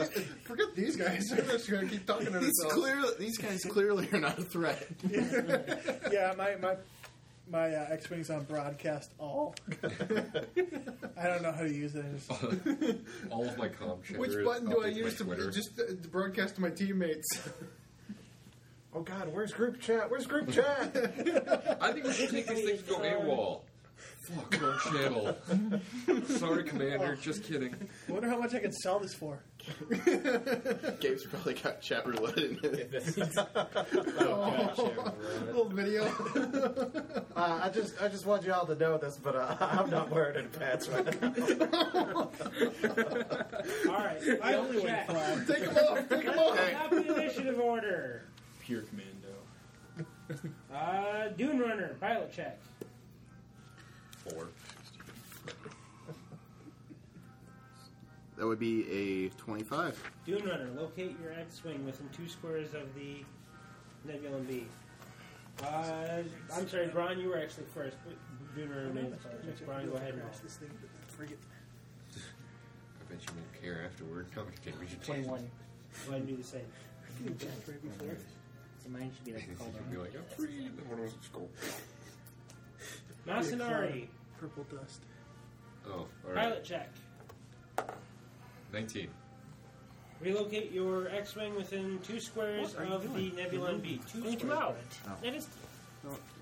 Speaker 13: forget these guys. They're just going to keep talking to
Speaker 6: These
Speaker 13: themselves.
Speaker 6: clearly, these guys clearly are not a threat.
Speaker 9: yeah, my my my uh, X-wing's on broadcast all. I don't know how to use it. I just-
Speaker 4: All of my com chatter
Speaker 13: Which
Speaker 4: is
Speaker 13: button do I
Speaker 4: updates my
Speaker 13: use to
Speaker 4: Twitter.
Speaker 13: just uh, to broadcast to my teammates?
Speaker 7: oh God, where's group chat? Where's group chat?
Speaker 4: I think we should take these things to go AWOL. Fuck our channel. Sorry, Commander. Just kidding.
Speaker 9: I wonder how much I can sell this for.
Speaker 6: Gabe's probably got chat roulette in it.
Speaker 13: Little video.
Speaker 7: Uh, I just I just want you all to know this, but uh, I'm not wearing any pants right now.
Speaker 2: All right. I only check.
Speaker 13: Take them off. Take them off.
Speaker 2: Stop an initiative order.
Speaker 10: Pure commando.
Speaker 2: Uh, Dune Runner, pilot check.
Speaker 4: Four.
Speaker 6: That would be a twenty-five.
Speaker 2: Dune Runner, locate your X-wing within two squares of the Nebulon B. Uh, I'm sorry, Brian, you were actually first. but Dune Runner made the pilot check. Brian, go ahead and roll.
Speaker 9: This thing, forget-
Speaker 4: I bet you won't care afterward. No, I'm kidding. We should take-
Speaker 3: 21.
Speaker 2: Go ahead and do the same.
Speaker 3: So mine should be like called
Speaker 4: You'd be like, I'm free. And then one of us just go.
Speaker 2: Masanari,
Speaker 9: Purple dust.
Speaker 4: Oh, all right.
Speaker 2: pilot check.
Speaker 4: Nineteen.
Speaker 2: Relocate your X-wing within two squares of the Nebulon B. Two
Speaker 3: Only
Speaker 2: squares.
Speaker 3: two out.
Speaker 6: Oh.
Speaker 3: That is.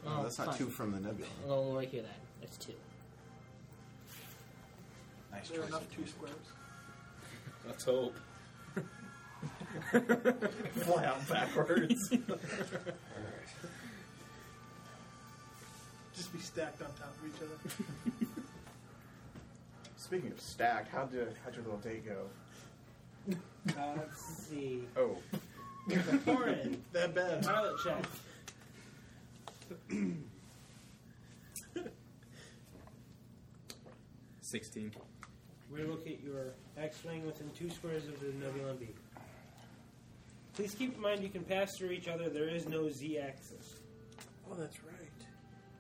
Speaker 6: Oh, that's not
Speaker 3: fine.
Speaker 6: two from the nebula.
Speaker 3: Well, right here, Oh, that. That's two.
Speaker 6: Nice
Speaker 9: There are enough two squares.
Speaker 10: Let's hope.
Speaker 7: Fly out backwards.
Speaker 9: Just be stacked on top of each other.
Speaker 7: Speaking of stacked, how'd, you, how'd your little date go?
Speaker 3: Uh, let's see.
Speaker 7: Oh.
Speaker 2: Foreign.
Speaker 9: that bad.
Speaker 2: Pilot check.
Speaker 10: Sixteen.
Speaker 2: Relocate your X-wing within two squares of the Nebulon B. Please keep in mind you can pass through each other. There is no z-axis.
Speaker 9: Oh, that's right.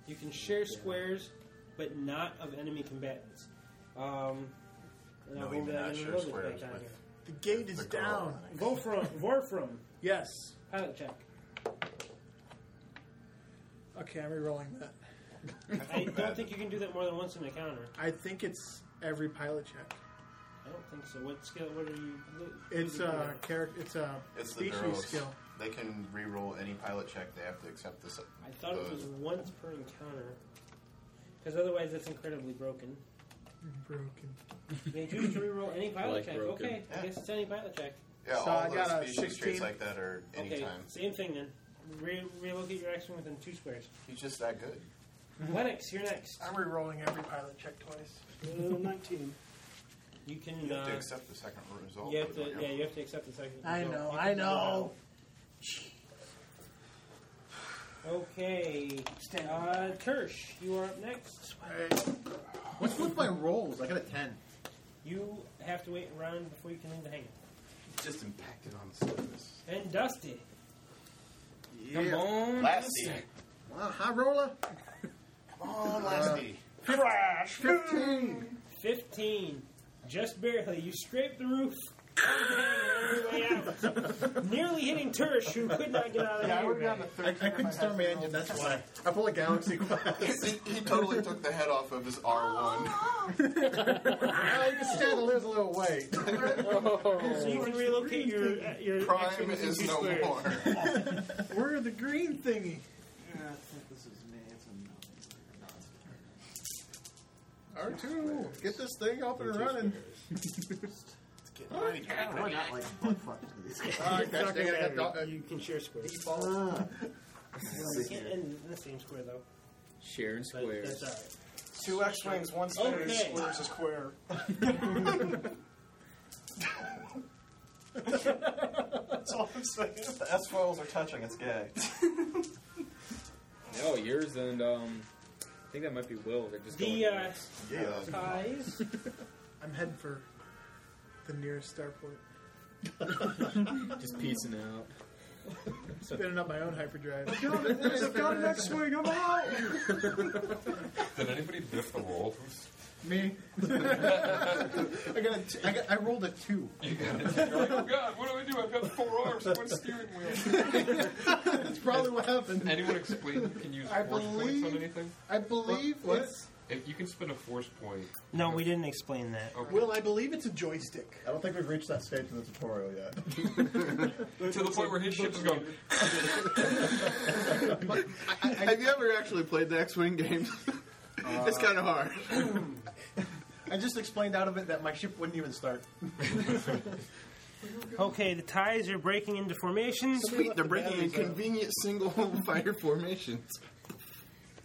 Speaker 2: You can share squares, but not of enemy combatants. Um, and
Speaker 14: No,
Speaker 2: I'll
Speaker 14: even
Speaker 2: hold that
Speaker 14: not
Speaker 2: in
Speaker 14: share
Speaker 2: a little
Speaker 14: squares
Speaker 2: bit back down
Speaker 14: with
Speaker 2: here.
Speaker 9: The gate is
Speaker 14: The girl.
Speaker 9: down.
Speaker 2: Vorfrum. Vorfrum.
Speaker 9: Yes.
Speaker 2: Pilot check.
Speaker 9: Okay, I'm re-rolling that.
Speaker 2: I don't think you can do that more than once in a counter.
Speaker 9: I think it's every pilot check.
Speaker 2: I don't think so. What skill? What are you?
Speaker 9: It's uh, a character. It's a
Speaker 14: It's the
Speaker 9: species
Speaker 14: girls.
Speaker 9: skill.
Speaker 14: They can re-roll any pilot check. They have to accept this.
Speaker 2: I thought it was once per encounter, because otherwise it's incredibly broken.
Speaker 9: Broken.
Speaker 2: They choose to reroll any pilot
Speaker 14: Like
Speaker 2: check.
Speaker 14: broken.
Speaker 2: Okay, I guess it's any pilot check.
Speaker 14: Yeah,
Speaker 9: So
Speaker 14: all
Speaker 9: I
Speaker 14: those
Speaker 9: got a
Speaker 14: species traits
Speaker 9: 16.
Speaker 14: like that are
Speaker 2: Okay,
Speaker 14: anytime.
Speaker 2: same thing then. Re- relocate your action within two squares.
Speaker 14: He's just that good.
Speaker 9: Mm-hmm.
Speaker 2: Lennox, you're next.
Speaker 9: I'm re-rolling every pilot check twice.
Speaker 15: Uh, 19.
Speaker 2: You can.
Speaker 14: You have to
Speaker 2: uh,
Speaker 14: accept the second result.
Speaker 2: You have
Speaker 14: though,
Speaker 2: to,
Speaker 14: don't
Speaker 2: yeah, you have to accept the second.
Speaker 9: I
Speaker 2: result.
Speaker 9: know,
Speaker 2: You
Speaker 9: I
Speaker 2: can-
Speaker 9: know.
Speaker 2: Okay, uh, Kirsch, you are up next.
Speaker 13: What's with my rolls? I got a ten.
Speaker 2: You have to wait around before you can leave the hangar.
Speaker 14: Just impacted on the surface.
Speaker 2: And Dusty,
Speaker 13: Come on,
Speaker 14: Lasty.
Speaker 13: Wow, high roller. Uh,
Speaker 14: Come on, Lasty.
Speaker 2: Crash!
Speaker 13: Fifteen.
Speaker 2: 15. Just barely. You scraped the roof. on your way out. Nearly hitting Tursh, who could not get out of
Speaker 13: Yeah, I
Speaker 2: the
Speaker 13: would've
Speaker 2: hangar.
Speaker 13: gotten I, I couldn't start my engine. That's why I pulled a galaxy class.
Speaker 14: he, he totally took the head off of his R1.
Speaker 13: well, you can stand to lose a little weight.
Speaker 2: So you can relocate your uh, your
Speaker 14: Prime
Speaker 2: action within
Speaker 14: is
Speaker 2: two
Speaker 14: no
Speaker 2: squares.
Speaker 14: more.
Speaker 9: Where are the green thingy?
Speaker 15: Yeah, I think this is me. It's a
Speaker 13: R2, get this thing up and running.
Speaker 15: no. We're not like butt fucked into these guys.
Speaker 13: Uh, gosh, dang it, I got dog- uh,
Speaker 2: You can share squares.
Speaker 13: default.
Speaker 2: Well, you can't end in the same square, though.
Speaker 10: Sharing
Speaker 2: But
Speaker 10: squares.
Speaker 2: that's alright.
Speaker 8: Two X wings, one square,
Speaker 2: Okay.
Speaker 8: squares a square.
Speaker 7: That's all I'm saying. The S foils are touching. It's gay.
Speaker 10: No, yours and um, I think that might be Will. That just
Speaker 2: The
Speaker 10: going-
Speaker 2: uh,
Speaker 14: Yeah.
Speaker 2: ties.
Speaker 9: I'm heading for the nearest starport.
Speaker 10: just piecing out.
Speaker 9: Spinning up my own hyperdrive.
Speaker 13: I've got an X-Wing, I'm out!
Speaker 4: Did anybody biff the roll?
Speaker 13: Me. I got a t- I, got, I rolled a two.
Speaker 4: You're like, oh god, what do I do? I've got four arms, one steering wheel.
Speaker 13: That's probably what happened.
Speaker 4: Anyone explain you can use
Speaker 13: I
Speaker 4: force points on
Speaker 13: believe-
Speaker 4: anything?
Speaker 13: I believe
Speaker 4: What?
Speaker 13: it's.
Speaker 4: If you can spin a force point,
Speaker 2: No, we didn't explain that.
Speaker 4: okay.
Speaker 9: Will, I believe it's a joystick.
Speaker 7: I don't think we've reached that stage in the tutorial yet.
Speaker 4: to the point where his ship is going.
Speaker 6: Have you ever actually played the X-wing game? it's kind of hard.
Speaker 13: I just explained out of it that my ship wouldn't even start.
Speaker 2: Okay, the ties are breaking into formations,
Speaker 6: Sweet, they're breaking in convenient single fire formations.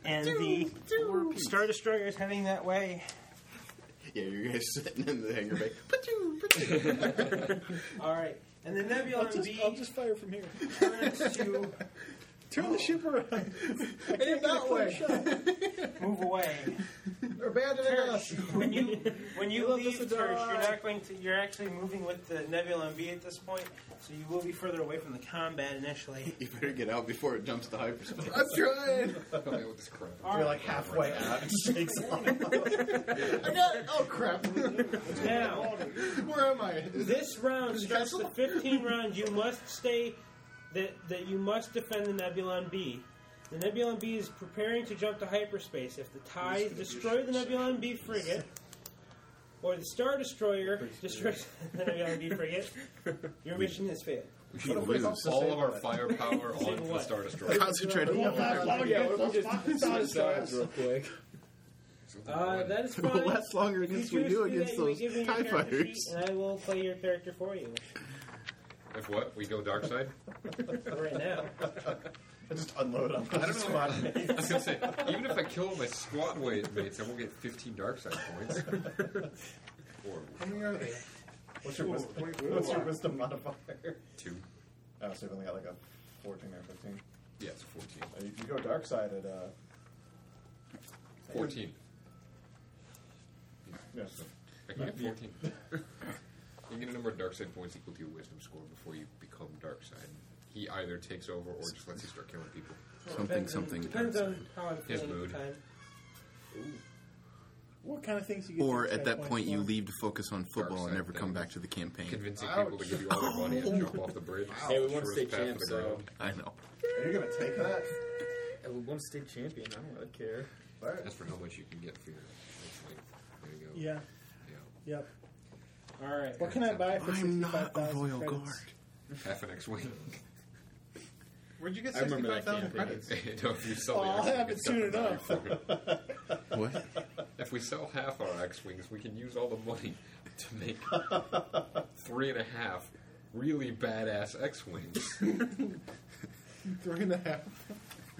Speaker 2: and the
Speaker 6: Four piece.
Speaker 2: Star Destroyer is heading that way.
Speaker 6: Yeah, you guys sitting in the hangar bay.
Speaker 2: All right, and the Nebula
Speaker 9: I'll just,
Speaker 2: B
Speaker 9: I'll just fire from here.
Speaker 2: turns to
Speaker 9: Turn the ship around.
Speaker 13: Aim that way.
Speaker 2: move away.
Speaker 13: They're abandoning us.
Speaker 2: When you when you
Speaker 9: Love
Speaker 2: leave
Speaker 9: us
Speaker 2: Tersh,
Speaker 9: to
Speaker 2: you're
Speaker 9: die.
Speaker 2: not going to. You're actually moving with the Nebula and B at this point, so you will be further away from the combat initially.
Speaker 6: You better get out before it jumps to hyperspace.
Speaker 13: I'm trying.
Speaker 4: Help me with this crap.
Speaker 7: You're like halfway out.
Speaker 13: I got it. Oh crap.
Speaker 2: Now,
Speaker 13: Where am I?
Speaker 2: this round starts the 15 round. You must stay. That that you must defend the Nebulon B. The Nebulon B is preparing to jump to hyperspace. If the ties destroy the Nebulon B frigate, or the Star Destroyer destroys the Nebulon B frigate, your mission has failed.
Speaker 4: We should lose all of our firepower
Speaker 2: Say
Speaker 4: on the
Speaker 2: what?
Speaker 4: Star Destroyer.
Speaker 6: Concentrate on
Speaker 10: Oh yeah, what if we just do some sides real quick?
Speaker 2: Uh, that is
Speaker 6: will
Speaker 2: fine.
Speaker 6: last longer
Speaker 2: If
Speaker 6: against
Speaker 2: you
Speaker 6: we do
Speaker 2: choose to do that,
Speaker 6: against
Speaker 2: you may
Speaker 6: those
Speaker 2: give me your
Speaker 6: TIE
Speaker 2: character
Speaker 6: fighters.
Speaker 2: sheet, And I will play your character for you.
Speaker 4: If what? We go dark side?
Speaker 2: right now.
Speaker 7: I just unload on
Speaker 4: I don't know.
Speaker 7: the squad
Speaker 4: I was gonna
Speaker 7: mates.
Speaker 4: say, even if I kill my squad wa- mates, I won't get 15 dark side points. Horrible.
Speaker 7: How many are they? What's your,
Speaker 4: Ooh,
Speaker 7: wisdom,
Speaker 4: wait, wait,
Speaker 7: what's your
Speaker 4: wait.
Speaker 7: wisdom modifier?
Speaker 4: Two.
Speaker 7: Oh, so you've only got like a 14 or 15.
Speaker 4: Yeah, it's 14.
Speaker 7: Uh, you, you go dark side at uh,
Speaker 4: 14.
Speaker 7: Yeah.
Speaker 4: So, I can get 14. you can get a number of dark side points equal to your wisdom score before you become dark side. He either takes over or just lets you start killing people.
Speaker 11: Hmm.
Speaker 2: Depends on- Depends on how I'm
Speaker 4: His
Speaker 2: feeling at
Speaker 4: mood.
Speaker 2: the time.
Speaker 9: What kind of things you get?
Speaker 6: Or
Speaker 9: dark
Speaker 6: at
Speaker 9: side
Speaker 6: that
Speaker 9: points
Speaker 6: point, you
Speaker 9: for?
Speaker 6: leave to focus on football and never come back to the campaign.
Speaker 4: Convincing people to give you all their money and jump off the bridge.
Speaker 10: Hey, we
Speaker 4: Sure
Speaker 10: won
Speaker 4: as
Speaker 10: state
Speaker 4: path to the
Speaker 10: champs, so.
Speaker 4: ground.
Speaker 6: I know.
Speaker 7: Are you going to take that?
Speaker 10: And we won state champion. I don't really care.
Speaker 7: All right.
Speaker 4: That's for how much you can get for your. that's like- There you go.
Speaker 9: Yeah.
Speaker 4: Yeah.
Speaker 9: Yep.
Speaker 2: All right.
Speaker 9: What can I buy for
Speaker 6: I'm not a
Speaker 9: 65,000
Speaker 6: royal
Speaker 9: credits?
Speaker 4: Half an X wing.
Speaker 11: Where'd you get
Speaker 10: I remember that
Speaker 11: 65,000
Speaker 10: campaign.
Speaker 11: credits?
Speaker 4: No, if you sell
Speaker 9: Oh,
Speaker 4: the
Speaker 9: I'll
Speaker 4: X-Wing,
Speaker 9: have it
Speaker 4: it's got
Speaker 9: soon
Speaker 4: the value
Speaker 9: enough.
Speaker 4: for it.
Speaker 6: What?
Speaker 4: If we sell half our X Wings, we can use all the money to make three and a half really badass X Wings.
Speaker 11: Three and a half.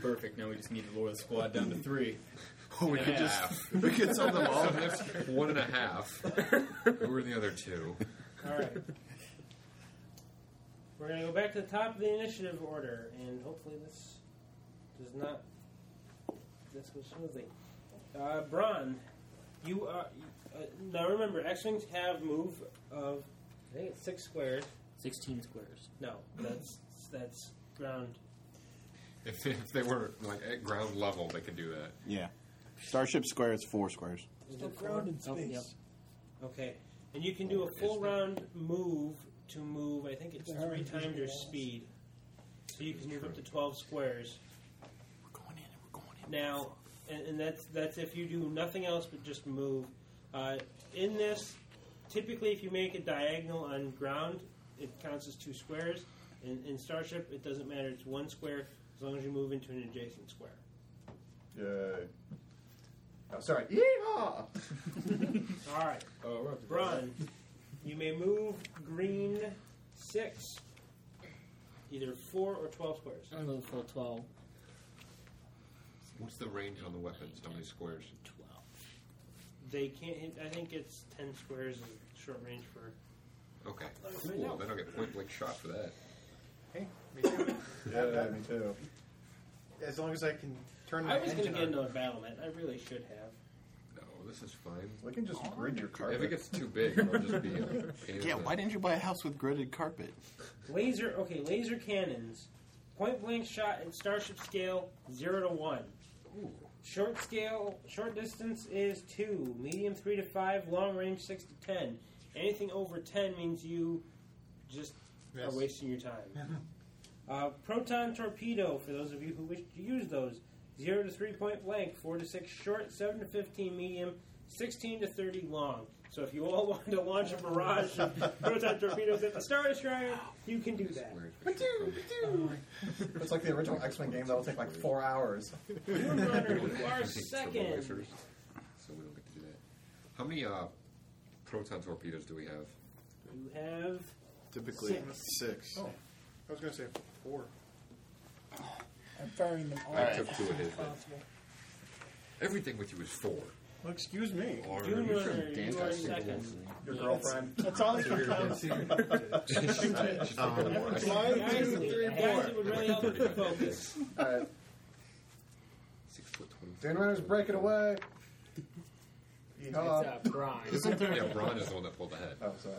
Speaker 10: Perfect. Now we just need to lower the squad down to three.
Speaker 6: Oh, we
Speaker 10: And
Speaker 6: could
Speaker 10: a
Speaker 6: just
Speaker 10: half.
Speaker 6: we could sell them all.
Speaker 4: One and a half. Who are the other two?
Speaker 2: All right. We're going to go back to the top of the initiative order, and hopefully this does not. This goes smoothly. Uh, Bron, you are. Uh, now remember, X Wings have move of. I think it's six squares.
Speaker 3: 16 squares.
Speaker 2: No, that's that's ground.
Speaker 4: If, if they were like at ground level, they could do that.
Speaker 14: Yeah. Starship Square is four squares.
Speaker 2: Is
Speaker 9: Still
Speaker 2: it four?
Speaker 9: ground in
Speaker 2: Oh,
Speaker 9: space.
Speaker 2: yep. Okay, and you can do a full round move to move. I think it's
Speaker 9: There are
Speaker 2: three
Speaker 9: invisible
Speaker 2: times your
Speaker 9: walls.
Speaker 2: speed, so you can move up to twelve squares. We're going in. We're going in. Now, and, and that's that's if you do nothing else but just move. Uh, in this, typically, if you make a diagonal on ground, it counts as two squares. In, in Starship, it doesn't matter; it's one square as long as you move into an adjacent square.
Speaker 7: Yay. Oh, sorry. Yeehaw!
Speaker 2: All right.
Speaker 10: Oh, we're up to
Speaker 2: Run. You may move green six, either four or twelve squares.
Speaker 3: I'm going to full 12.
Speaker 4: What's the range on the weapons? How many squares?
Speaker 3: 12.
Speaker 2: They can't hit. I think it's ten squares in short range for.
Speaker 4: Okay,
Speaker 2: Let us find
Speaker 4: cool.
Speaker 2: out.
Speaker 4: Then I'll get point blank shot for that.
Speaker 11: Hey, me too.
Speaker 7: Yeah, me too.
Speaker 11: As long as I can turn my
Speaker 2: I was going to
Speaker 11: engine
Speaker 2: get
Speaker 11: on.
Speaker 2: another battlement. I really should have.
Speaker 4: No, this is fine.
Speaker 7: We can just grid your
Speaker 4: If it
Speaker 7: carpet.
Speaker 4: gets too big, it'll just be a pain in
Speaker 6: Yeah,
Speaker 4: the-
Speaker 6: why didn't you buy a house with gridded carpet?
Speaker 2: Laser. Okay, laser cannons. Point blank shot at starship scale zero to one.
Speaker 4: Ooh.
Speaker 2: Short scale, short distance is two. Medium three to five. Long range six to ten. Anything over ten means you just
Speaker 11: Yes.
Speaker 2: are wasting your time. uh, proton torpedo for those of you who wish to use those. Zero to three point blank. Four to six short. Seven to fifteen medium. Sixteen to thirty long. So if you all want to launch a barrage of proton torpedoes at the Star Destroyer, you can do that.
Speaker 4: Where did
Speaker 7: Ba-doo, ba-doo. It's like the original X Men game that will take like four hours.
Speaker 2: Moon Runner,
Speaker 4: we
Speaker 2: you
Speaker 4: don't
Speaker 2: are
Speaker 4: actually take turbo
Speaker 2: second.
Speaker 4: racers, So we don't get to do that. How many uh, proton torpedoes do we have?
Speaker 2: You have
Speaker 6: Typically
Speaker 2: Six.
Speaker 6: six.
Speaker 11: Oh, I was going to say four.
Speaker 9: I'm firing them all.
Speaker 4: I
Speaker 9: as
Speaker 4: took two of
Speaker 9: fast as
Speaker 4: his, but-
Speaker 9: possible.
Speaker 4: Everything with you is four.
Speaker 11: Well, excuse me.
Speaker 4: Or
Speaker 2: Dune
Speaker 4: you
Speaker 2: Runner,
Speaker 4: should
Speaker 2: you
Speaker 4: dance
Speaker 2: are
Speaker 4: off your
Speaker 2: second.
Speaker 7: Your girlfriend.
Speaker 9: That's all I can count.
Speaker 4: balls.
Speaker 6: Um,
Speaker 2: Guys,
Speaker 7: Fly through three and
Speaker 2: guys,
Speaker 7: four.
Speaker 2: it would really help with the focus.
Speaker 7: Alright.
Speaker 4: Six foot
Speaker 7: Dune
Speaker 4: twenty.
Speaker 7: Runner's breaking away.
Speaker 3: It's
Speaker 7: Yeehaw.
Speaker 3: uh, Brian.
Speaker 6: Isn't there?
Speaker 4: Yeah, Braun is the one that pulled ahead.
Speaker 7: Oh, sorry.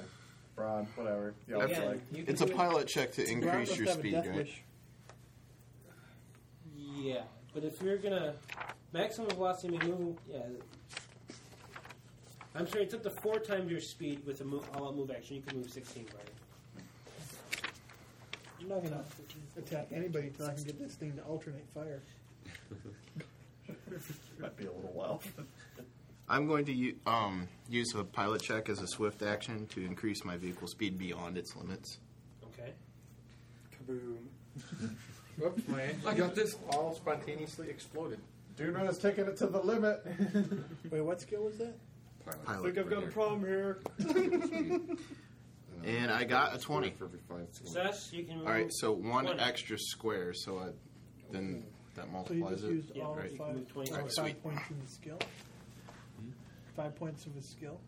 Speaker 7: Braun, whatever. Yeah,
Speaker 6: Yeah.
Speaker 7: it's
Speaker 2: Again,
Speaker 7: like,
Speaker 2: you can
Speaker 6: It's a
Speaker 2: do it-
Speaker 6: pilot check to increase
Speaker 9: Ground
Speaker 6: your
Speaker 9: must have a
Speaker 6: speed,
Speaker 9: death
Speaker 6: guys.
Speaker 9: wish.
Speaker 2: Yeah, but if you're gonna maximum velocity move, yeah. I'm sorry, it's up to four times your speed with a move, all-out move action. You can move 16, right?
Speaker 9: I'm not gonna attack anybody until I can get this thing to alternate fire.
Speaker 7: might be a little while.
Speaker 6: I'm going to u- um, use a pilot check as a swift action to increase my vehicle speed beyond its limits.
Speaker 2: Okay.
Speaker 11: Kaboom. Whoops, my engine
Speaker 4: I got this.
Speaker 11: all spontaneously exploded.
Speaker 7: Dune Runner's taking it to the limit.
Speaker 9: Wait, what skill was that?
Speaker 4: Pilot.
Speaker 6: Pilot.
Speaker 4: Right
Speaker 6: I've got a
Speaker 4: there.
Speaker 7: here.
Speaker 4: Super speed.
Speaker 6: And I got a 20.
Speaker 4: For every five squares.
Speaker 2: Success, you can
Speaker 6: All
Speaker 2: move.
Speaker 6: right, so one
Speaker 2: 20.
Speaker 6: extra square, so I, then that multiplies it.
Speaker 9: used all
Speaker 6: right.
Speaker 9: five, all
Speaker 6: All right,
Speaker 9: five
Speaker 6: sweet.
Speaker 9: points of his skill.
Speaker 6: Hmm?
Speaker 9: Five points of his skill.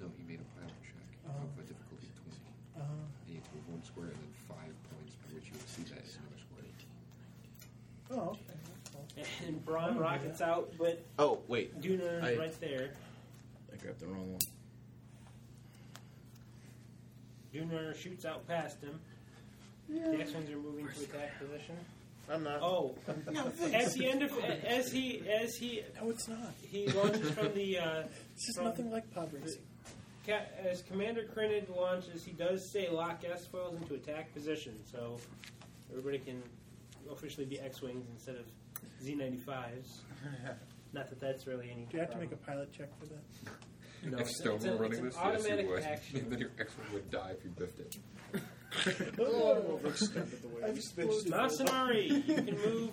Speaker 4: No, he made a pilot check. He
Speaker 2: Uh-huh.
Speaker 9: Oh.
Speaker 4: took a difficulty of 20.
Speaker 9: Uh,
Speaker 4: And he had to move one square and then five points by which you would see that as another square.
Speaker 9: oh, okay. That's cool.
Speaker 2: And Braun rockets out, but
Speaker 6: Oh, wait.
Speaker 2: Duna
Speaker 6: I-
Speaker 2: is right there.
Speaker 6: I grabbed the wrong one.
Speaker 2: Duna shoots out past him. The X-wings are moving to attack position.
Speaker 11: I'm not.
Speaker 2: Oh, as he end of, as he as he
Speaker 9: no, it's not.
Speaker 2: He launches from the. Uh,
Speaker 9: This is
Speaker 2: from-
Speaker 9: nothing like pod racing.
Speaker 2: Ca- as Commander Crinid launches, he does say lock S foils into attack position, so everybody can officially be X wings instead of Z ninety fives. Not that that's really any.
Speaker 9: Do you have to
Speaker 2: problem.
Speaker 9: make a pilot check for that?
Speaker 2: No,
Speaker 4: if
Speaker 2: it's-
Speaker 4: Stone
Speaker 2: it's
Speaker 4: were
Speaker 2: an-
Speaker 4: running
Speaker 2: it's
Speaker 4: this,
Speaker 2: an
Speaker 4: yes, he
Speaker 2: automatic
Speaker 4: would.
Speaker 2: action.
Speaker 4: then your extra would die if you biffed it.
Speaker 9: Oh,
Speaker 8: overextended the way
Speaker 9: I've
Speaker 8: we bitched.
Speaker 2: Masanari, you can move.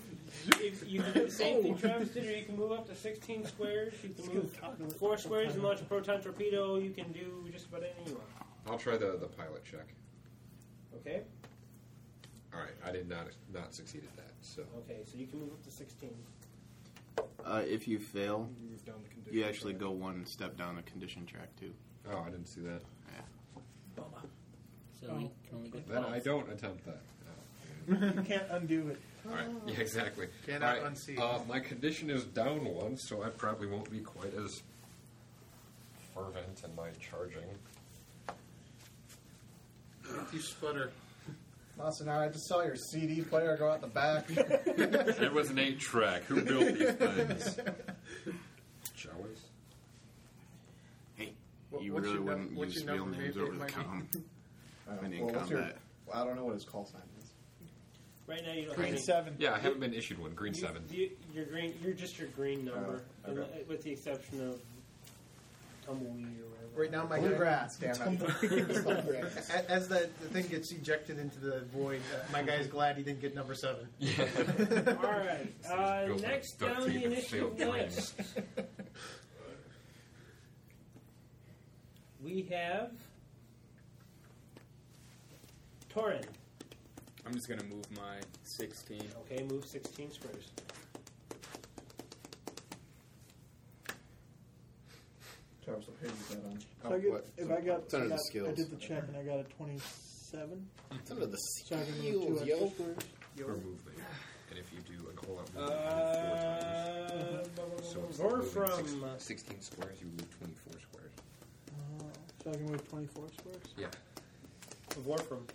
Speaker 2: If you can do the same
Speaker 9: Oh.
Speaker 2: thing Travis did, or you can move up to 16 squares. You can
Speaker 9: uh,
Speaker 2: move four squares and launch a proton torpedo. You can do just about anything you want.
Speaker 4: I'll try the, the pilot check.
Speaker 2: Okay?
Speaker 4: All right, I did not not succeed at that. So
Speaker 2: Okay, so you can move up to 16.
Speaker 6: Uh, if you fail,
Speaker 8: Move down the condition
Speaker 6: you actually go one step down the condition track, too.
Speaker 4: Oh, I didn't see that.
Speaker 3: So we can only get
Speaker 4: Then I
Speaker 3: twelve.
Speaker 4: don't attempt that. Oh,
Speaker 9: you can't undo it.
Speaker 4: All right.
Speaker 2: Oh.
Speaker 4: Yeah, exactly.
Speaker 11: Cannot
Speaker 4: All right,
Speaker 11: unsee it.
Speaker 4: Uh, my condition is down one, so I probably won't be quite as fervent in my charging.
Speaker 11: If you sputter,
Speaker 7: Masanara, I just saw your CD player go out the back.
Speaker 4: it was an eight track. Who built these things? Showers.
Speaker 6: Hey,
Speaker 11: What-
Speaker 6: you
Speaker 11: what's
Speaker 6: really
Speaker 11: your num-
Speaker 6: wouldn't
Speaker 11: what's
Speaker 6: use
Speaker 11: your
Speaker 6: real
Speaker 11: number,
Speaker 6: names
Speaker 11: maybe
Speaker 6: over the
Speaker 11: it might be-
Speaker 6: com.
Speaker 7: I don't
Speaker 6: And
Speaker 7: know.
Speaker 6: in
Speaker 7: Well, what's your-
Speaker 6: combat.
Speaker 7: well, I don't know what his call sign is.
Speaker 2: Right now, you don't
Speaker 4: Green
Speaker 2: have any.
Speaker 9: seven.
Speaker 4: Yeah, I haven't been issued one. Green
Speaker 2: You-
Speaker 4: seven.
Speaker 2: You, you're green. You're just your green number,
Speaker 4: Oh,
Speaker 2: and,
Speaker 4: okay.
Speaker 2: uh, with the exception of tumbleweed or whatever.
Speaker 11: Right now, my
Speaker 13: Bluegrass,
Speaker 11: guy,
Speaker 13: damn it.
Speaker 11: Bluegrass. A- As the, the thing gets ejected into the void, uh, my guy's glad he didn't get number seven.
Speaker 2: All right. Uh,
Speaker 4: Built like
Speaker 2: next
Speaker 4: duct
Speaker 2: down
Speaker 4: tape
Speaker 2: the
Speaker 4: and
Speaker 2: initiative
Speaker 4: failed dreams.
Speaker 2: list, we have Torin.
Speaker 10: I'm just gonna move my 16.
Speaker 2: Okay, move 16 squares.
Speaker 7: Travis, what page is that on?
Speaker 9: So I get, if I got,
Speaker 6: Oh, It's under
Speaker 9: I,
Speaker 6: the
Speaker 9: got- I
Speaker 6: skills.
Speaker 9: did the check and I got a twenty-seven.
Speaker 6: It's under the
Speaker 9: So I can move two
Speaker 6: skills,
Speaker 9: extra
Speaker 6: yo.
Speaker 9: squares.
Speaker 4: Or movement. And if you do a whole lot more,
Speaker 2: Uh,
Speaker 4: so it's
Speaker 2: or
Speaker 4: moving six-
Speaker 2: from uh,
Speaker 4: 16 squares, you move 24 squares.
Speaker 9: Uh, so I can move twenty-four squares.
Speaker 4: Yeah.
Speaker 2: Warfram.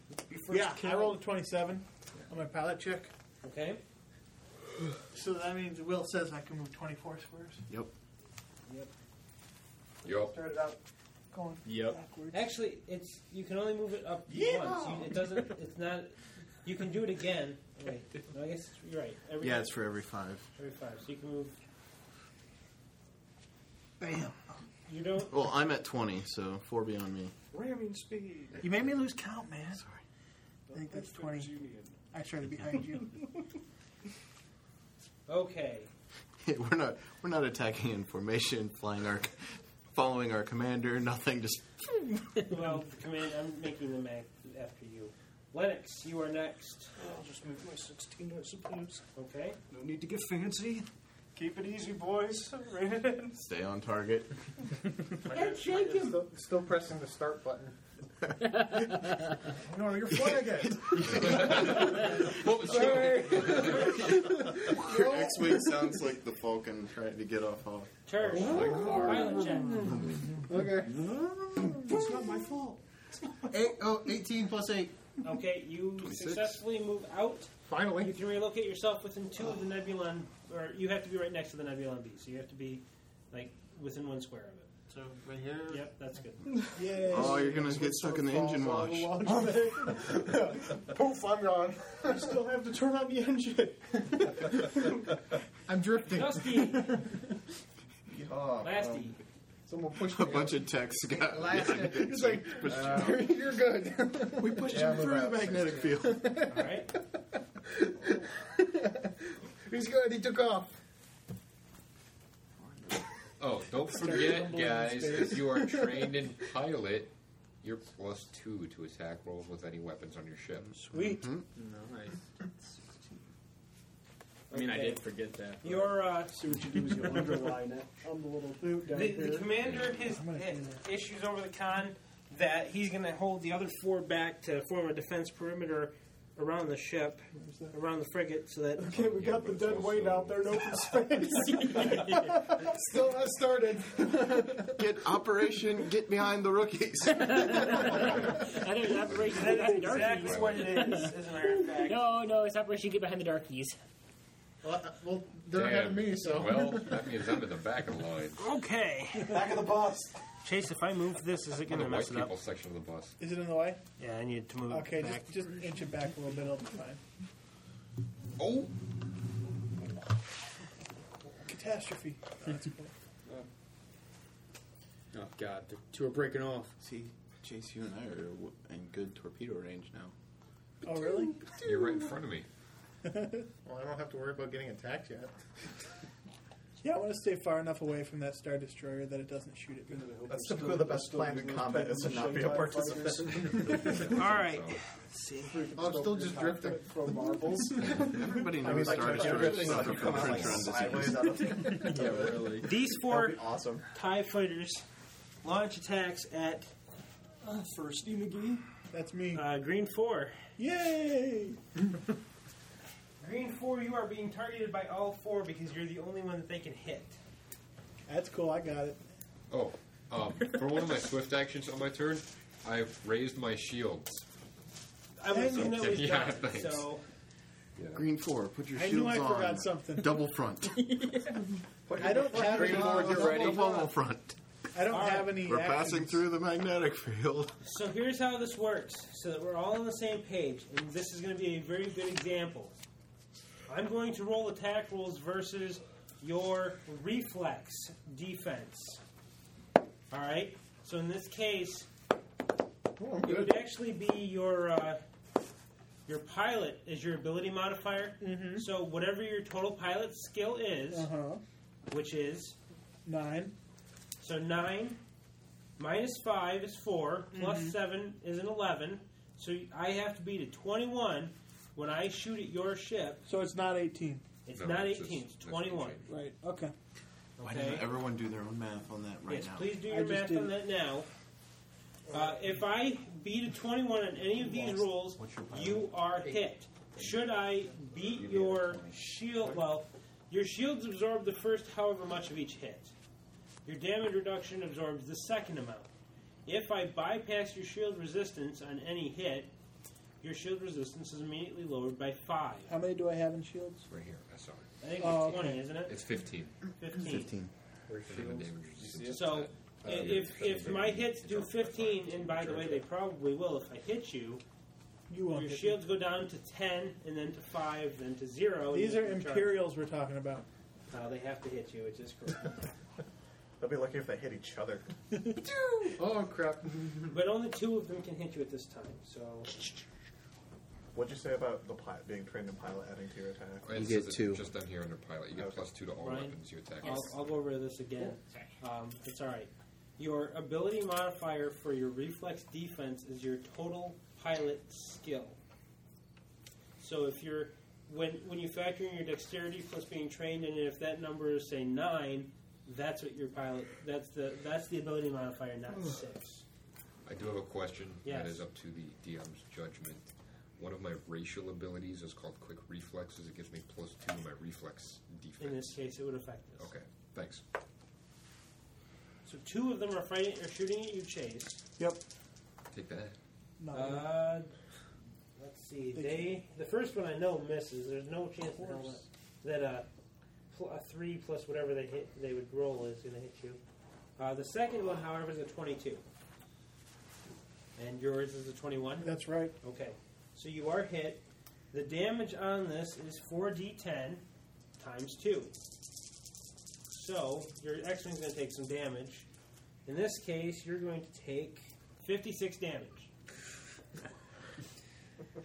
Speaker 9: Yeah, I rolled a twenty-seven on my pilot check.
Speaker 2: Okay.
Speaker 9: So that means Will says I can move twenty-four squares.
Speaker 6: Yep.
Speaker 4: Yup.
Speaker 9: Started out going
Speaker 10: Yep.
Speaker 9: backwards.
Speaker 2: Actually, it's you can only move it up once. You, it doesn't. It's not. You can do it again. Wait, no, I guess you're right. Every,
Speaker 6: Yeah, it's for every five.
Speaker 2: every five. So you can move.
Speaker 9: Bam.
Speaker 2: You don't.
Speaker 6: Well, I'm at 20, so four beyond me.
Speaker 8: Ramming speed.
Speaker 9: You made me lose count, man. Sorry. I think that's
Speaker 8: That's what
Speaker 9: twenty.
Speaker 8: you need.
Speaker 9: I started behind you.
Speaker 2: Okay.
Speaker 6: we're not we're not attacking in formation, flying our following our commander, nothing just
Speaker 2: Well, command. I'm making them act after you. Lennox, you are next.
Speaker 8: I'll just move my 16, I suppose.
Speaker 2: Okay.
Speaker 8: No need to get fancy. Keep it easy, boys. Rein it in.
Speaker 6: stay on target.
Speaker 2: And shake him.
Speaker 11: Still, still pressing the start button.
Speaker 7: No, you're flying again.
Speaker 4: What was that?
Speaker 6: Your X Wing sounds like the Falcon trying to get off off.
Speaker 2: Turn. Pilot check.
Speaker 11: Okay.
Speaker 7: it's not my fault.
Speaker 6: Eight, oh, 18 plus 8.
Speaker 2: Okay. You
Speaker 6: 26.
Speaker 2: successfully move out. You
Speaker 11: Finally.
Speaker 2: can relocate yourself within two of the
Speaker 8: Ah.
Speaker 2: nebulon, or you have to be right next to the nebulon B. So you have to be like within one square of it.
Speaker 11: So right here.
Speaker 2: Yep, that's good.
Speaker 9: Yay.
Speaker 6: Oh, you're going to get stuck in the engine wash.
Speaker 7: Oh.
Speaker 11: Poof! I'm gone.
Speaker 8: I still have to turn on the engine.
Speaker 11: I'm drifting.
Speaker 2: Dusty,
Speaker 7: Yeehaw.
Speaker 2: Lasty,
Speaker 8: Um,
Speaker 11: Someone pushed
Speaker 6: A
Speaker 11: me.
Speaker 6: bunch of texts got.
Speaker 11: Last It's like you're good.
Speaker 6: we pushed
Speaker 7: Yeah,
Speaker 6: him
Speaker 7: we're
Speaker 6: through the
Speaker 7: about
Speaker 6: magnetic field.
Speaker 2: all right.
Speaker 11: He's good. He took off.
Speaker 4: Oh, don't forget, guys, if you are trained in pilot, You're plus two to attack rolls with any weapons on your ship.
Speaker 2: Sweet.
Speaker 11: Mm-hmm.
Speaker 10: Nice. I mean, I did forget that. but-
Speaker 2: Your uh,
Speaker 8: See what you do is you underline it. I'm the little boot
Speaker 2: the,
Speaker 8: down here.
Speaker 2: the commander his, his issues over the con that he's going to hold the other four back to form a defense perimeter around the ship, around the frigate, so that
Speaker 8: Okay, we got the dead weight out there in open space. Still not started.
Speaker 6: Get Operation Get Behind the Rookies.
Speaker 3: I think it's Operation
Speaker 2: That
Speaker 3: Get
Speaker 2: is
Speaker 3: Behind the
Speaker 2: exactly
Speaker 3: Darkies.
Speaker 2: what it is, as a matter of fact.
Speaker 3: No, no, it's Operation Get Behind the Darkies.
Speaker 13: Well,
Speaker 7: uh,
Speaker 13: I- well they're
Speaker 4: Damn.
Speaker 13: ahead of me, so.
Speaker 4: Well, that means I'm at the back of the line.
Speaker 2: Okay.
Speaker 13: Back of the bus.
Speaker 2: Chase, if I move this, is it going
Speaker 4: On
Speaker 2: to
Speaker 4: the white
Speaker 2: mess it up?
Speaker 4: people section of the bus.
Speaker 9: Is it in the way?
Speaker 2: Yeah, I need to move
Speaker 9: Okay,
Speaker 2: back.
Speaker 9: just, just inch it back a little bit. It'll be fine.
Speaker 4: Oh.
Speaker 9: Catastrophe.
Speaker 10: Oh God, the two are breaking off.
Speaker 6: See, Chase, you and I are w- in good torpedo range now.
Speaker 9: Oh, really?
Speaker 4: You're right in front of me.
Speaker 11: Well, I don't have to worry about getting attacked yet.
Speaker 9: Yeah, I want to stay far enough away from that star destroyer that it doesn't shoot at me.
Speaker 7: That's typically the best plan in combat is to not be a participant.
Speaker 2: All right. Let's see.
Speaker 13: Oh, I'm still just drifting.
Speaker 8: Throw marbles.
Speaker 6: Everybody knows
Speaker 8: mean, like,
Speaker 6: Star
Speaker 8: like,
Speaker 6: Destroyers
Speaker 8: everything
Speaker 6: suffer
Speaker 8: else
Speaker 6: from
Speaker 8: comes out, like,
Speaker 6: horrendous
Speaker 8: sideways
Speaker 6: injuries.
Speaker 8: out of-
Speaker 10: yeah, really.
Speaker 2: These four
Speaker 7: awesome.
Speaker 2: TIE fighters launch attacks at
Speaker 8: Uh, Firsty McGee.
Speaker 9: That's me.
Speaker 2: uh, Green 4.
Speaker 9: Yay!
Speaker 2: Green 4, you are being targeted by all four because you're the only one that they can hit.
Speaker 9: That's cool. I got it.
Speaker 4: Oh, um, for one of my swift actions on my turn, I've raised my shields.
Speaker 2: I would assume that was
Speaker 4: Yeah,
Speaker 2: done,
Speaker 4: thanks.
Speaker 2: so...
Speaker 6: Green four, put your
Speaker 9: I
Speaker 6: shields
Speaker 9: knew I
Speaker 6: on.
Speaker 9: forgot something.
Speaker 6: Double front.
Speaker 9: I don't have any.
Speaker 6: Double front.
Speaker 9: I don't have any.
Speaker 6: We're
Speaker 9: actions.
Speaker 6: passing through the magnetic field.
Speaker 2: So here's how this works, so that we're all on the same page, and this is going to be a very good example. I'm going to roll attack rolls versus your reflex defense. All right. So in this case, it would actually be your uh, your pilot is your ability modifier. Mm-hmm. So whatever your total pilot skill is,
Speaker 9: Uh huh.
Speaker 2: which is
Speaker 9: Nine.
Speaker 2: so nine minus five is 4 plus
Speaker 6: Mm-hmm.
Speaker 2: seven is an eleven. So I have to beat a twenty-one when I shoot at your ship.
Speaker 9: So it's not 18.
Speaker 2: It's
Speaker 4: No,
Speaker 2: not
Speaker 4: it's
Speaker 2: eighteen;
Speaker 4: just-
Speaker 2: it's
Speaker 4: that's what you
Speaker 2: twenty-one.
Speaker 4: changed.
Speaker 9: Right. Okay.
Speaker 6: Why
Speaker 2: Okay.
Speaker 6: didn't everyone do their own math on that right
Speaker 2: yes,
Speaker 6: now?
Speaker 2: please do
Speaker 9: I
Speaker 2: your
Speaker 9: just
Speaker 2: math
Speaker 9: did.
Speaker 2: on that now. Uh, if I beat a 21 on any of these rolls, you are hit. Should I beat your shield? Well, your shields absorb the first however much of each hit. Your damage reduction absorbs the second amount. If I bypass your shield resistance on any hit, your shield resistance is immediately lowered by 5.
Speaker 9: How many do I have in shields?
Speaker 4: Right here. I saw
Speaker 2: I think it's
Speaker 9: Oh,
Speaker 2: 20,
Speaker 9: okay.
Speaker 2: isn't
Speaker 4: it.
Speaker 2: it?
Speaker 4: It's 15.
Speaker 2: 15.
Speaker 4: And then the damage is just-
Speaker 2: So
Speaker 4: Uh,
Speaker 2: i- if
Speaker 4: yeah,
Speaker 2: if my hits do
Speaker 4: it's up to
Speaker 2: 15,
Speaker 4: five.
Speaker 2: and by the way they probably will if I hit you,
Speaker 9: You won't.
Speaker 2: your
Speaker 9: hit
Speaker 2: shields go down to 10, and then to five, then to zero.
Speaker 9: me.
Speaker 2: and
Speaker 9: These
Speaker 2: you
Speaker 9: are
Speaker 2: can charge.
Speaker 9: Imperials we're talking about.
Speaker 2: Uh, they have to hit you, which is correct.
Speaker 7: They'll be lucky if they hit each other.
Speaker 13: Oh, crap.
Speaker 2: but only two of them can hit you at this time. So
Speaker 7: What'd you say about the pilot being trained in pilot adding to your attack?
Speaker 4: It
Speaker 6: You
Speaker 4: says
Speaker 6: get
Speaker 4: it
Speaker 6: two.
Speaker 4: Just down here under pilot. You get
Speaker 7: Okay.
Speaker 4: plus two to all
Speaker 2: Ryan?
Speaker 4: weapons you attack.
Speaker 2: I'll, I'll go over this again. Um, it's all right. Your ability modifier for your reflex defense is your total pilot skill. So if you're when when you factor in your dexterity plus being trained, and if that number is say nine, that's what your pilot. That's the that's the ability modifier, not six.
Speaker 4: I do have a question
Speaker 2: Yes.
Speaker 4: that is up to the DM's judgment. One of my racial abilities is called quick reflexes. It gives me plus two to my reflex defense.
Speaker 2: In this case, it would affect this.
Speaker 4: Okay, thanks.
Speaker 2: So two of them are fighting or shooting at you, Chase.
Speaker 9: Yep.
Speaker 4: Take that.
Speaker 9: Not yet.
Speaker 2: Uh, let's see.
Speaker 9: They
Speaker 2: They the first one I know misses. There's no chance in hell
Speaker 9: course.
Speaker 2: that that a, pl- a three plus whatever they hit they would roll is going to hit you. Uh, the second one, however, is a twenty-two, and yours is a twenty-one.
Speaker 9: That's right.
Speaker 2: Okay, so you are hit. The damage on this is four d10 times two. So your X-wing's going to take some damage. In this case, you're going to take fifty-six damage.